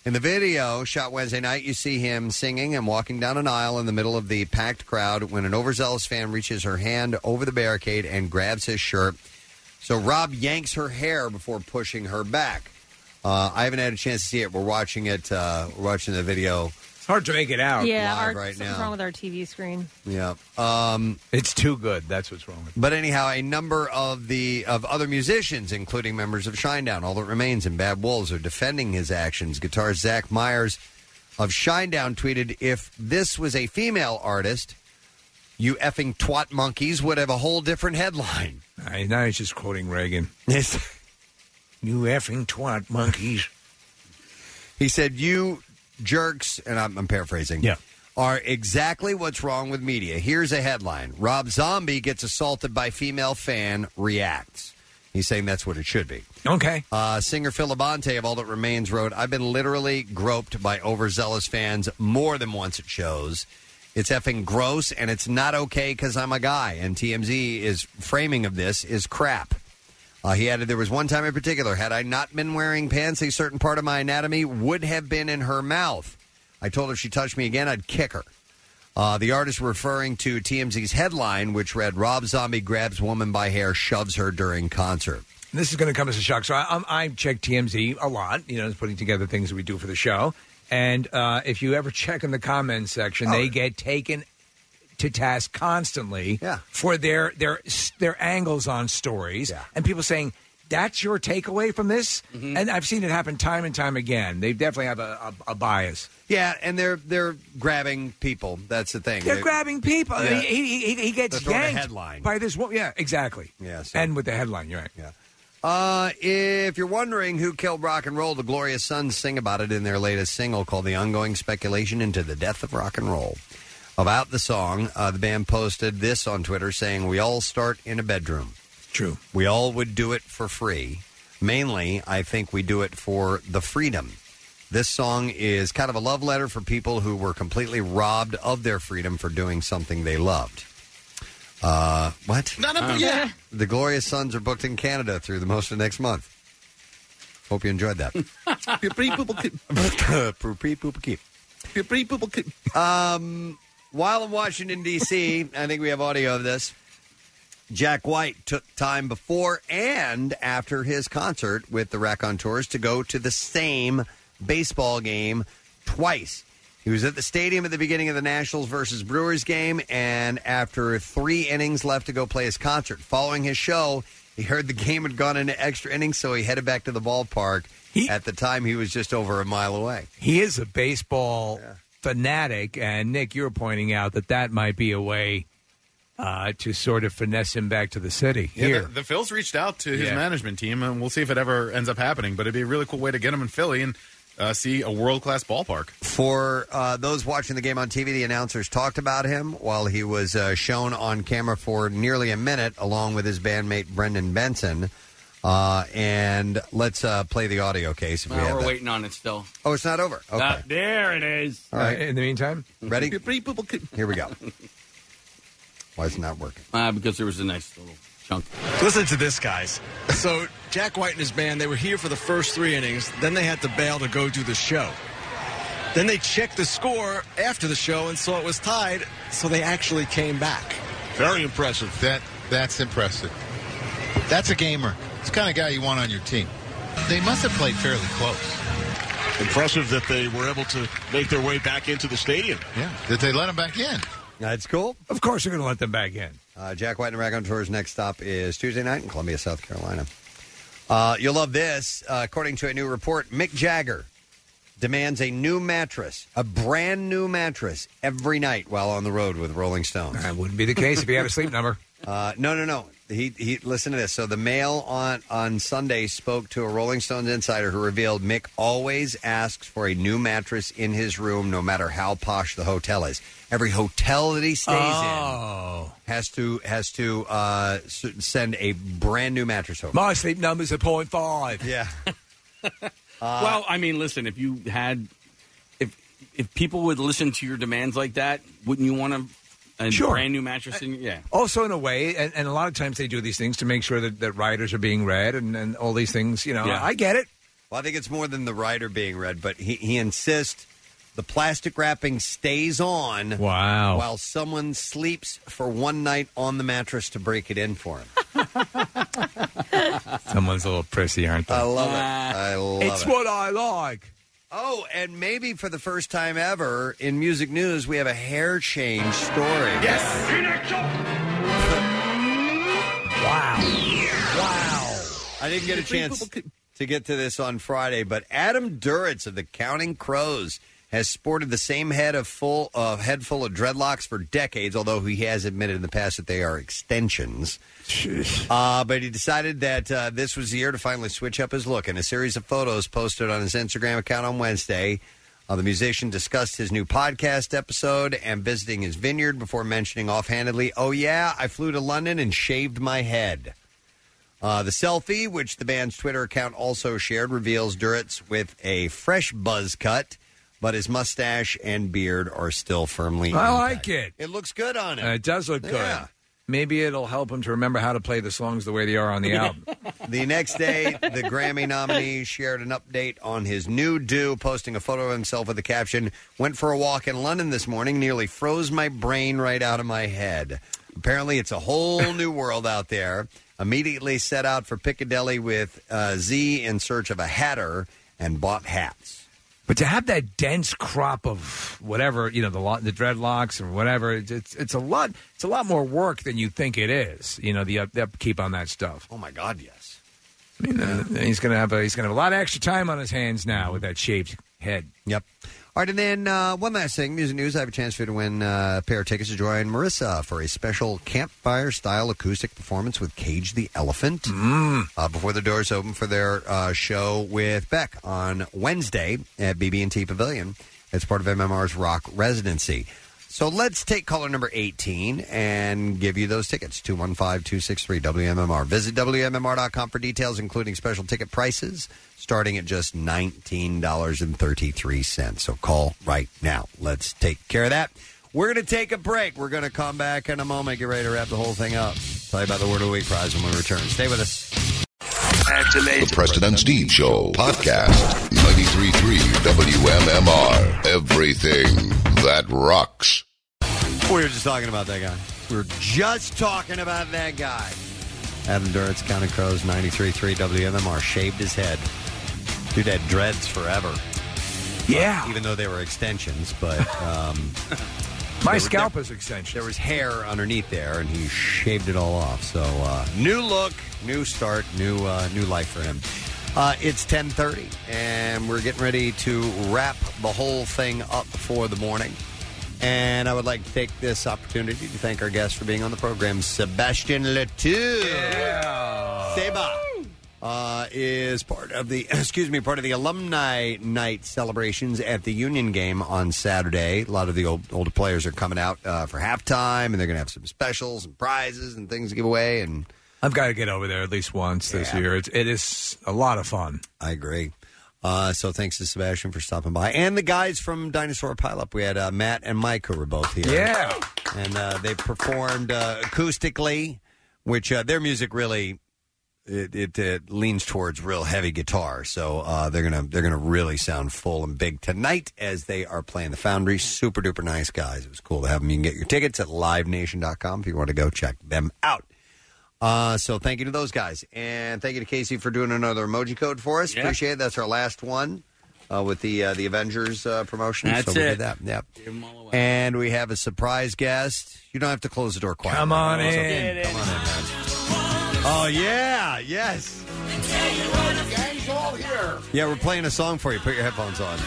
[SPEAKER 2] In the video shot Wednesday night, you see him singing and walking down an aisle in the middle of the packed crowd when an overzealous fan reaches her hand over the barricade and grabs his shirt. So Rob yanks her hair before pushing her back. Uh, I haven't had a chance to see it. We're watching it. Uh, we're watching the video. It's
[SPEAKER 4] hard to make it out
[SPEAKER 21] yeah, our,
[SPEAKER 2] live right
[SPEAKER 21] something's
[SPEAKER 2] now.
[SPEAKER 21] wrong with our TV screen.
[SPEAKER 2] Yeah. Um,
[SPEAKER 4] it's too good. That's what's wrong with
[SPEAKER 2] it. But anyhow, a number of the of other musicians, including members of Shinedown, All That Remains, and Bad Wolves, are defending his actions. Guitarist Zach Myers of Shinedown tweeted, "If this was a female artist, you effing twat monkeys would have a whole different headline."
[SPEAKER 4] I, now he's just quoting Reagan.
[SPEAKER 2] *laughs* Yes.
[SPEAKER 4] You effing twat monkeys.
[SPEAKER 2] He said, "You jerks," and I'm, I'm paraphrasing. Yeah. Are exactly what's wrong with media. Here's a headline: Rob Zombie gets assaulted by female fan, reacts. He's saying that's what it should be.
[SPEAKER 4] Okay.
[SPEAKER 2] Uh, singer Phil Labonte of All That Remains wrote, "I've been literally groped by overzealous fans more than once at shows. It's effing gross, and it's not okay because I'm a guy. And TMZ is framing of this is crap." Uh, he added, "There was one time in particular. Had I not been wearing pants, a certain part of my anatomy would have been in her mouth. I told her if she touched me again, I'd kick her." Uh, the artist referring to TMZ's headline, which read, "Rob Zombie grabs woman by hair, shoves her during concert."
[SPEAKER 4] This is going to come as a shock. So I, I'm- I check TMZ a lot. You know, it's putting together things that we do for the show. And uh, if you ever check in the comments section,
[SPEAKER 2] Oh,
[SPEAKER 4] they get taken to task constantly for their their their angles on stories and people saying that's your takeaway from this
[SPEAKER 2] Mm-hmm.
[SPEAKER 4] and i've seen it happen time and time again they definitely have a, a, a bias
[SPEAKER 2] Yeah, and they're they're grabbing people. That's the thing.
[SPEAKER 4] they're grabbing people
[SPEAKER 2] Yeah.
[SPEAKER 4] he, he, he, he
[SPEAKER 2] They're
[SPEAKER 4] gets
[SPEAKER 2] throwing a
[SPEAKER 4] yanked
[SPEAKER 2] headline.
[SPEAKER 4] by this one yeah exactly
[SPEAKER 2] Yeah, so-
[SPEAKER 4] and with the headline you're right
[SPEAKER 2] yeah Uh, if you're wondering who killed rock and roll, the Glorious Sons sing about it in their latest single called The Ongoing Speculation into the Death of Rock and Roll. About the song, uh, the band posted this on Twitter saying, We all start in a bedroom.
[SPEAKER 4] True.
[SPEAKER 2] We all would do it for free. Mainly, I think we do it for the freedom. This song is kind of a love letter for people who were completely robbed of their freedom for doing something they loved. Uh, what?
[SPEAKER 5] Not a- yeah.
[SPEAKER 2] *laughs* The Glorious Sons are booked in Canada through the most of next month. Hope you enjoyed that.
[SPEAKER 6] *laughs*
[SPEAKER 5] *laughs*
[SPEAKER 2] *laughs* um, while in Washington, D.C., I think we have audio of this. Jack White took time before and after his concert with the Raconteurs to go to the same baseball game twice. He was at the stadium at the beginning of the Nationals versus Brewers game, and after three innings left to go play his concert, following his show, He heard the game had gone into extra innings, so he headed back to the ballpark. At the time, he was just over a mile away.
[SPEAKER 4] He is a baseball fanatic, and Nick, you're pointing out that that might be a way uh, to sort of finesse him back to the city
[SPEAKER 6] Yeah,
[SPEAKER 4] here.
[SPEAKER 6] the, the Phil's reached out to his
[SPEAKER 4] Yeah.
[SPEAKER 6] management team, and we'll see if it ever ends up happening. But it'd be a really cool way to get him in Philly and uh, see a world class ballpark.
[SPEAKER 2] For uh, those watching the game on TV, the announcers talked about him while he was uh, shown on camera for nearly a minute, along with his bandmate Brendan Benson. Uh, and let's uh, play the audio case if we
[SPEAKER 22] Well,
[SPEAKER 2] have
[SPEAKER 22] we're
[SPEAKER 2] that.
[SPEAKER 22] waiting on it still.
[SPEAKER 2] Oh, it's not over. Okay.
[SPEAKER 22] Uh, there it is.
[SPEAKER 2] All right.
[SPEAKER 4] In the meantime,
[SPEAKER 2] ready?
[SPEAKER 26] *laughs*
[SPEAKER 2] Here we go. Why is it not working?
[SPEAKER 22] Uh, because there was a nice little chunk.
[SPEAKER 15] Listen to this, guys. *laughs* So Jack White and his band, they were here for the first three innings. Then they had to bail to go do the show. Then they checked the score after the show and saw it was tied. So they actually came back.
[SPEAKER 19] Very impressive. That that's impressive. That's a gamer. It's the kind of guy you want on your team. They must have played fairly close.
[SPEAKER 15] Impressive that they were able to make their way back into the stadium.
[SPEAKER 19] Yeah. Did they let him back in?
[SPEAKER 2] That's cool.
[SPEAKER 4] Of course, they're going to let them back in.
[SPEAKER 2] Uh, Jack White and the Rag Tour's next stop is Tuesday night in Columbia, South Carolina. Uh, you'll love this. Uh, according to a new report, Mick Jagger demands a new mattress, a brand new mattress, every night while on the road with Rolling Stones. That
[SPEAKER 4] wouldn't be the case if he had a sleep number.
[SPEAKER 2] Uh, no, no, no. He, he listen to this. So the Mail on on Sunday spoke to a Rolling Stones insider who revealed Mick always asks for a new mattress in his room, no matter how posh the hotel is. Every hotel that he stays
[SPEAKER 4] Oh,
[SPEAKER 2] in has to has to uh, s- send a brand new mattress over.
[SPEAKER 4] My sleep number's a point five.
[SPEAKER 2] Yeah. Uh,
[SPEAKER 22] well, I mean, listen, if you had, if if people would listen to your demands like that, wouldn't you want a, a
[SPEAKER 4] Sure.
[SPEAKER 22] brand new mattress? In, yeah.
[SPEAKER 4] Also, in a way, and, and a lot of times they do these things to make sure that, that riders are being read and, and all these things. You know,
[SPEAKER 2] Yeah.
[SPEAKER 4] uh, I get it.
[SPEAKER 2] Well, I think it's more than the writer being read, but he, he insists the plastic wrapping stays on.
[SPEAKER 4] Wow.
[SPEAKER 2] While someone sleeps for one night on the mattress to break it in for him.
[SPEAKER 4] Someone's a little prissy, aren't they? Ah.
[SPEAKER 2] I love it. I
[SPEAKER 4] *laughs*
[SPEAKER 2] love
[SPEAKER 4] it's
[SPEAKER 2] it.
[SPEAKER 4] what I like.
[SPEAKER 2] Oh, and maybe for the first time ever in music news, we have a hair change story. Wow. Wow. I didn't get a chance to get to this on Friday, but Adam Duritz of the Counting Crows has sported the same head of full uh, head full of dreadlocks for decades, although he has admitted in the past that they are extensions. Uh, but he decided that uh, this was the year to finally switch up his look. In a series of photos posted on his Instagram account on Wednesday, uh, the musician discussed his new podcast episode and visiting his vineyard before mentioning offhandedly, "Oh yeah, I flew to London and shaved my head." Uh, the selfie, which the band's Twitter account also shared, reveals Duritz with a fresh buzz cut, but his mustache and beard are still firmly.
[SPEAKER 4] I like
[SPEAKER 2] intact.
[SPEAKER 4] it.
[SPEAKER 2] It looks good on him.
[SPEAKER 4] Uh, it does look
[SPEAKER 2] Yeah.
[SPEAKER 4] good. Maybe it'll help him to remember how to play the songs the way they are on the album.
[SPEAKER 2] *laughs* The next day, the Grammy nominee shared an update on his new do, posting a photo of himself with the caption, Went for a walk in London this morning, nearly froze my brain right out of my head. Apparently, it's a
[SPEAKER 4] *laughs*
[SPEAKER 2] whole new world out there. Immediately set out for Piccadilly with uh, Z in search of a hatter and bought hats.
[SPEAKER 4] But to have that dense crop of whatever you know, the lo- the dreadlocks or whatever, it's, it's it's a lot. It's a lot more work than you think it is. You know, the, up, the upkeep on that stuff.
[SPEAKER 2] Oh my God, yes.
[SPEAKER 4] I mean, uh, he's gonna have a, he's gonna have a lot of extra time on his hands now with that shaved head.
[SPEAKER 2] Yep. All right, and then uh, one last thing, music news. I have a chance for you to win uh, a pair of tickets to join Marissa for a special campfire-style acoustic performance with Cage the Elephant uh, before the doors open for their uh, show with Beck on Wednesday at BB&T Pavilion as part of MMR's Rock Residency. So let's take caller number 18 and give you those tickets, 215-263-WMMR. Visit WMMR.com for details, including special ticket prices, starting at just $19.33. So call right now. Let's take care of that. *laughs* We're going to take a break. We're going to come back in a moment, get ready to wrap the whole thing up. Tell you about the Word of the Week prize when we return. Stay with us.
[SPEAKER 9] The Preston and Steve Show podcast. 93.3 WMMR. Everything that rocks.
[SPEAKER 2] We were just talking about that guy. We were just talking about that guy. Adam Duritz, County Crows, 93.3 WMMR, shaved his head. Dude had dreads forever.
[SPEAKER 4] Yeah.
[SPEAKER 2] even though they were extensions, but um,
[SPEAKER 4] My
[SPEAKER 2] There-
[SPEAKER 4] scalp
[SPEAKER 2] there-
[SPEAKER 4] is extension.
[SPEAKER 2] There was hair underneath there, and he shaved it all off. So uh, new look, new start, new uh, new life for him. Uh, it's ten thirty, and we're getting ready to wrap the whole thing up for the morning. And I would like to take this opportunity to thank our guest for being on the program, Sebastian Latour. Seba uh, is part of the *clears throat* excuse me part of the alumni night celebrations at the Union game on Saturday. A lot of the old older players are coming out uh, for halftime, and they're going to have some specials and prizes and things to give away. And
[SPEAKER 4] I've got to get over there at least once this
[SPEAKER 2] Yeah.
[SPEAKER 4] year. It's, it is a lot of fun.
[SPEAKER 2] I agree. Uh, so thanks to Sebastian for stopping by, and the guys from Dinosaur Pileup. We had uh, Matt and Mike who were both here.
[SPEAKER 4] Yeah.
[SPEAKER 2] and uh, they performed uh, acoustically, which uh, their music really it, it, it leans towards real heavy guitar. So uh, they're gonna they're gonna really sound full and big tonight as they are playing the Foundry. Super duper nice guys. It was cool to have them. You can get your tickets at LiveNation.com if you want to go check them out. Uh, so thank you to those guys, and thank you to Casey for doing another emoji code for us. Appreciate it. That's our last one uh, with the uh, the Avengers uh, promotion.
[SPEAKER 7] That's
[SPEAKER 2] so we
[SPEAKER 7] it.
[SPEAKER 2] Did that. Yep. And we have a surprise guest. You don't have to close the door quietly.
[SPEAKER 4] Come on
[SPEAKER 2] It's okay.
[SPEAKER 4] in.
[SPEAKER 2] Come on in, man. Oh yeah, yes.
[SPEAKER 5] Gang's all here.
[SPEAKER 2] Yeah, we're playing a song for you. Put your headphones on.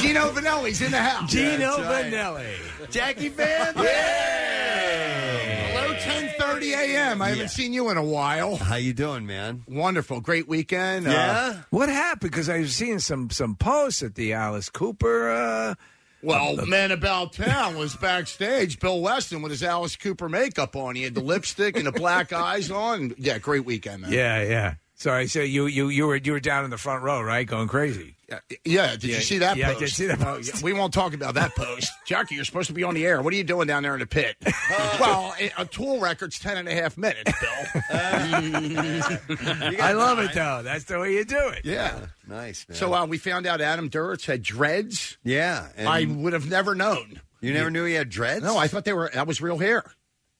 [SPEAKER 5] Gino Vanelli's in the house.
[SPEAKER 4] Gino
[SPEAKER 5] Vanelli.
[SPEAKER 2] Jackie Van.
[SPEAKER 5] Hello, 10:30 a.m. I haven't seen you in a while.
[SPEAKER 2] How you doing, man?
[SPEAKER 5] Wonderful, great weekend. Uh,
[SPEAKER 4] what happened? Because I was seeing some some posts at the Alice Cooper. Uh,
[SPEAKER 5] well, man about town was backstage. Bill Weston with his Alice Cooper makeup on. He had the lipstick and the black eyes on. Yeah, great weekend, man.
[SPEAKER 4] Yeah, yeah. Sorry, so you you you were you were down in the front row, right, going crazy.
[SPEAKER 5] Yeah, did
[SPEAKER 4] Yeah,
[SPEAKER 5] you see that
[SPEAKER 4] yeah, I
[SPEAKER 5] post?
[SPEAKER 4] did see that
[SPEAKER 5] Oh, yeah, we won't talk about that
[SPEAKER 4] *laughs*
[SPEAKER 5] post. Jackie, you're supposed to be on the air. What are you doing down there in the pit? Uh, well, a- a tool record's 10 and a half minutes, Bill.
[SPEAKER 4] *laughs* I love it though. That's the way you do it.
[SPEAKER 5] Yeah.
[SPEAKER 2] Nice, man.
[SPEAKER 5] So uh, we found out Adam Duritz had dreads.
[SPEAKER 2] Yeah, and-
[SPEAKER 5] I would have never known.
[SPEAKER 2] You never knew he had dreads?
[SPEAKER 5] No, I thought they were that was real hair.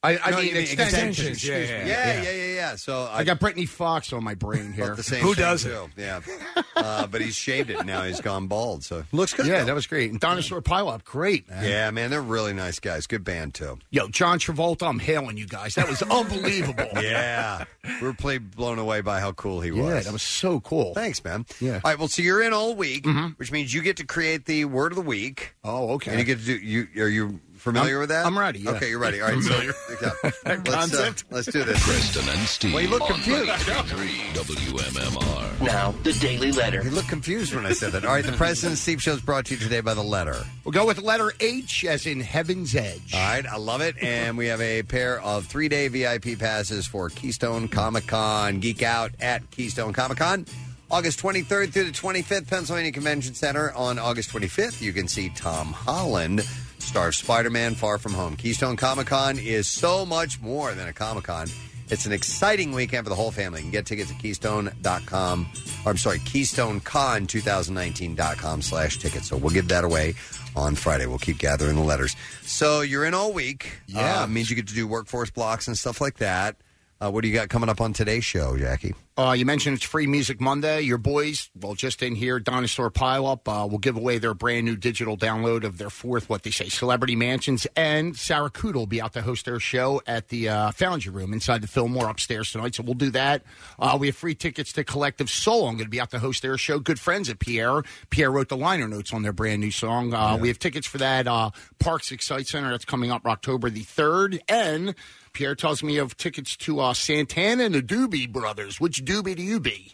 [SPEAKER 5] I, I
[SPEAKER 2] No,
[SPEAKER 5] mean,
[SPEAKER 2] you mean
[SPEAKER 5] extensions.
[SPEAKER 2] extensions, yeah,
[SPEAKER 5] excuse
[SPEAKER 2] yeah,
[SPEAKER 5] me.
[SPEAKER 2] yeah. Yeah, yeah, yeah, yeah. So
[SPEAKER 5] I,
[SPEAKER 2] I-
[SPEAKER 5] got Brittany Fox on my brain here.
[SPEAKER 2] About the same thing, too. Yeah, uh, but he's shaved it now. He's gone bald, so looks good.
[SPEAKER 5] Yeah,
[SPEAKER 2] though.
[SPEAKER 5] that was great. And Dinosaur Pileup, great man.
[SPEAKER 2] Yeah, man, they're really nice guys. Good band too.
[SPEAKER 5] Yo, John Travolta, I'm hailing you guys.
[SPEAKER 2] *laughs*
[SPEAKER 5] That was unbelievable.
[SPEAKER 2] Yeah, we were play blown away by how cool he was.
[SPEAKER 5] Yeah, that was so cool.
[SPEAKER 2] Thanks, man. Yeah. All right. Well, so you're in all week, which means you get to create the word of the week.
[SPEAKER 5] Oh, okay.
[SPEAKER 2] And you get to do. You are you familiar
[SPEAKER 5] I'm-
[SPEAKER 2] with that?
[SPEAKER 5] I'm ready, yeah.
[SPEAKER 2] Okay, you're ready. All right.
[SPEAKER 5] Familiar.
[SPEAKER 2] So,
[SPEAKER 5] *laughs*
[SPEAKER 2] yeah. let's, uh,
[SPEAKER 5] Concept.
[SPEAKER 2] let's do this.
[SPEAKER 9] Preston and Steve.
[SPEAKER 2] Well, you look
[SPEAKER 9] on
[SPEAKER 2] confused.
[SPEAKER 9] 93.3 WMMR.
[SPEAKER 2] Now, the Daily Letter. You look confused when I said that. All right, the President Steve Show is brought to you today by the letter.
[SPEAKER 5] We'll go with letter H as in Heaven's Edge.
[SPEAKER 2] All right, I love it. And we have a pair of three day VIP passes for Keystone Comic Con. Geek out at Keystone Comic Con. August 23rd through the 25th, Pennsylvania Convention Center. On August 25th, you can see Tom Holland, star of Spider Man Far From Home. Keystone Comic Con is so much more than a Comic Con. It's an exciting weekend for the whole family. You can get tickets at keystone.com, or I'm sorry, keystonecon2019.com slash tickets. So we'll give that away on Friday. We'll keep gathering the letters. So you're in all week. Yeah. Uh, means you get to do workforce blocks and stuff like that. Uh, what do you got coming up on today's show, Jackie?
[SPEAKER 5] Uh, you mentioned it's Free Music Monday. Your boys, well, just in here, Dinosaur Pileup uh, will give away their brand new digital download of their fourth, what they say, Celebrity Mansions. And Sarah Kudo will be out to host their show at the uh, Foundry Room inside the Fillmore upstairs tonight. So we'll do that. Uh, we have free tickets to Collective Soul. I'm going to be out to host their show. Good friends at Pierre. Pierre wrote the liner notes on their brand new song. Uh, We have tickets for that uh, Parks Excite Center. That's coming up October the 3rd. And Pierre tells me of tickets to uh, Santana and the Doobie Brothers. Which Doobie do you
[SPEAKER 22] *laughs*
[SPEAKER 5] be?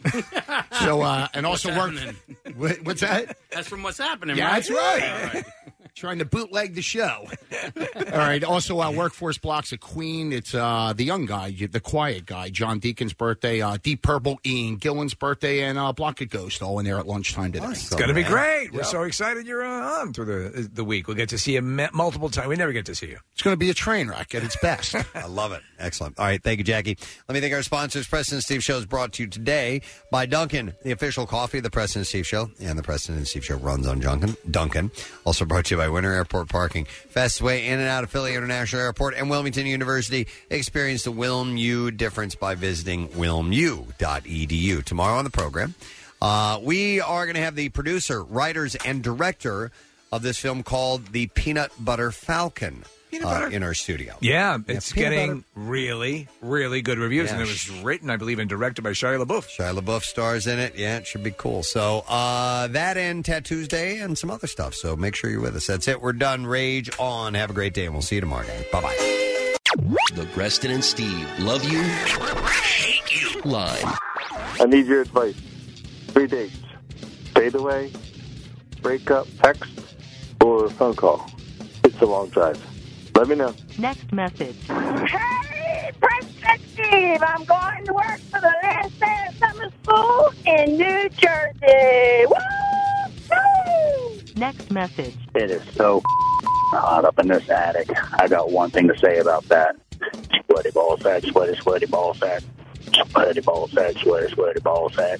[SPEAKER 5] so, uh, and
[SPEAKER 22] What's
[SPEAKER 5] also work.
[SPEAKER 22] happening?
[SPEAKER 5] *laughs* What, what's that?
[SPEAKER 22] *laughs* That's from what's happening,
[SPEAKER 5] Yeah,
[SPEAKER 22] right?
[SPEAKER 5] that's right.
[SPEAKER 22] All right.
[SPEAKER 5] *laughs* Trying to bootleg the show. *laughs* All right. Also, uh, Workforce Blocks at Queen. It's uh, the young guy, the quiet guy, John Deacon's birthday, uh, Deep Purple, Ian Gillan's birthday, and uh, Block of Ghost all in there at lunchtime today.
[SPEAKER 4] It's going to be great. We're so excited you're uh, on through the the week. We'll get to see you me- multiple times. We never get to see you.
[SPEAKER 5] It's going to be a train wreck at its best.
[SPEAKER 2] *laughs* I love it. Excellent. All right. Thank you, Jackie. Let me thank our sponsors. President Steve Show is brought to you today by Duncan, the official coffee of the President Steve Show. And the President Steve Show runs on Duncan. Duncan. Also brought to you by Winter Airport Parking. Fastest way in and out of Philly International Airport and Wilmington University. Experience E the Wilmu difference by visiting wilmu.edu. Tomorrow on the program, Uh, we are going to have the producer, writers, and director of this film called The Peanut Butter Falcon uh, in our studio.
[SPEAKER 4] Yeah, it's
[SPEAKER 2] peanut
[SPEAKER 4] getting
[SPEAKER 2] butter.
[SPEAKER 4] really, really good reviews,
[SPEAKER 2] Yeah.
[SPEAKER 4] and it was written, I believe, and directed by Shia LaBeouf.
[SPEAKER 2] Shia LaBeouf stars in it. Yeah, it should be cool. So uh, that and Tattoos Day and some other stuff. So make sure you're with us. That's it. We're done. Rage on. Have a great day, and we'll see you tomorrow, guys. Bye bye.
[SPEAKER 7] The Preston and Steve love you, hate you line.
[SPEAKER 20] I need your advice. Three dates. Fade away, break up, text, or phone call. It's a long drive. Let me know.
[SPEAKER 9] Next message.
[SPEAKER 23] Hey, Preston Steve, I'm going to work for the last day of summer school in New Jersey. Woo!
[SPEAKER 9] Next message.
[SPEAKER 14] It is so hot up in this attic. I got one thing to say about that. Sweaty ball sack, sweaty, sweaty ball sack. Sweaty ball sack, sweaty, sweaty ball sack.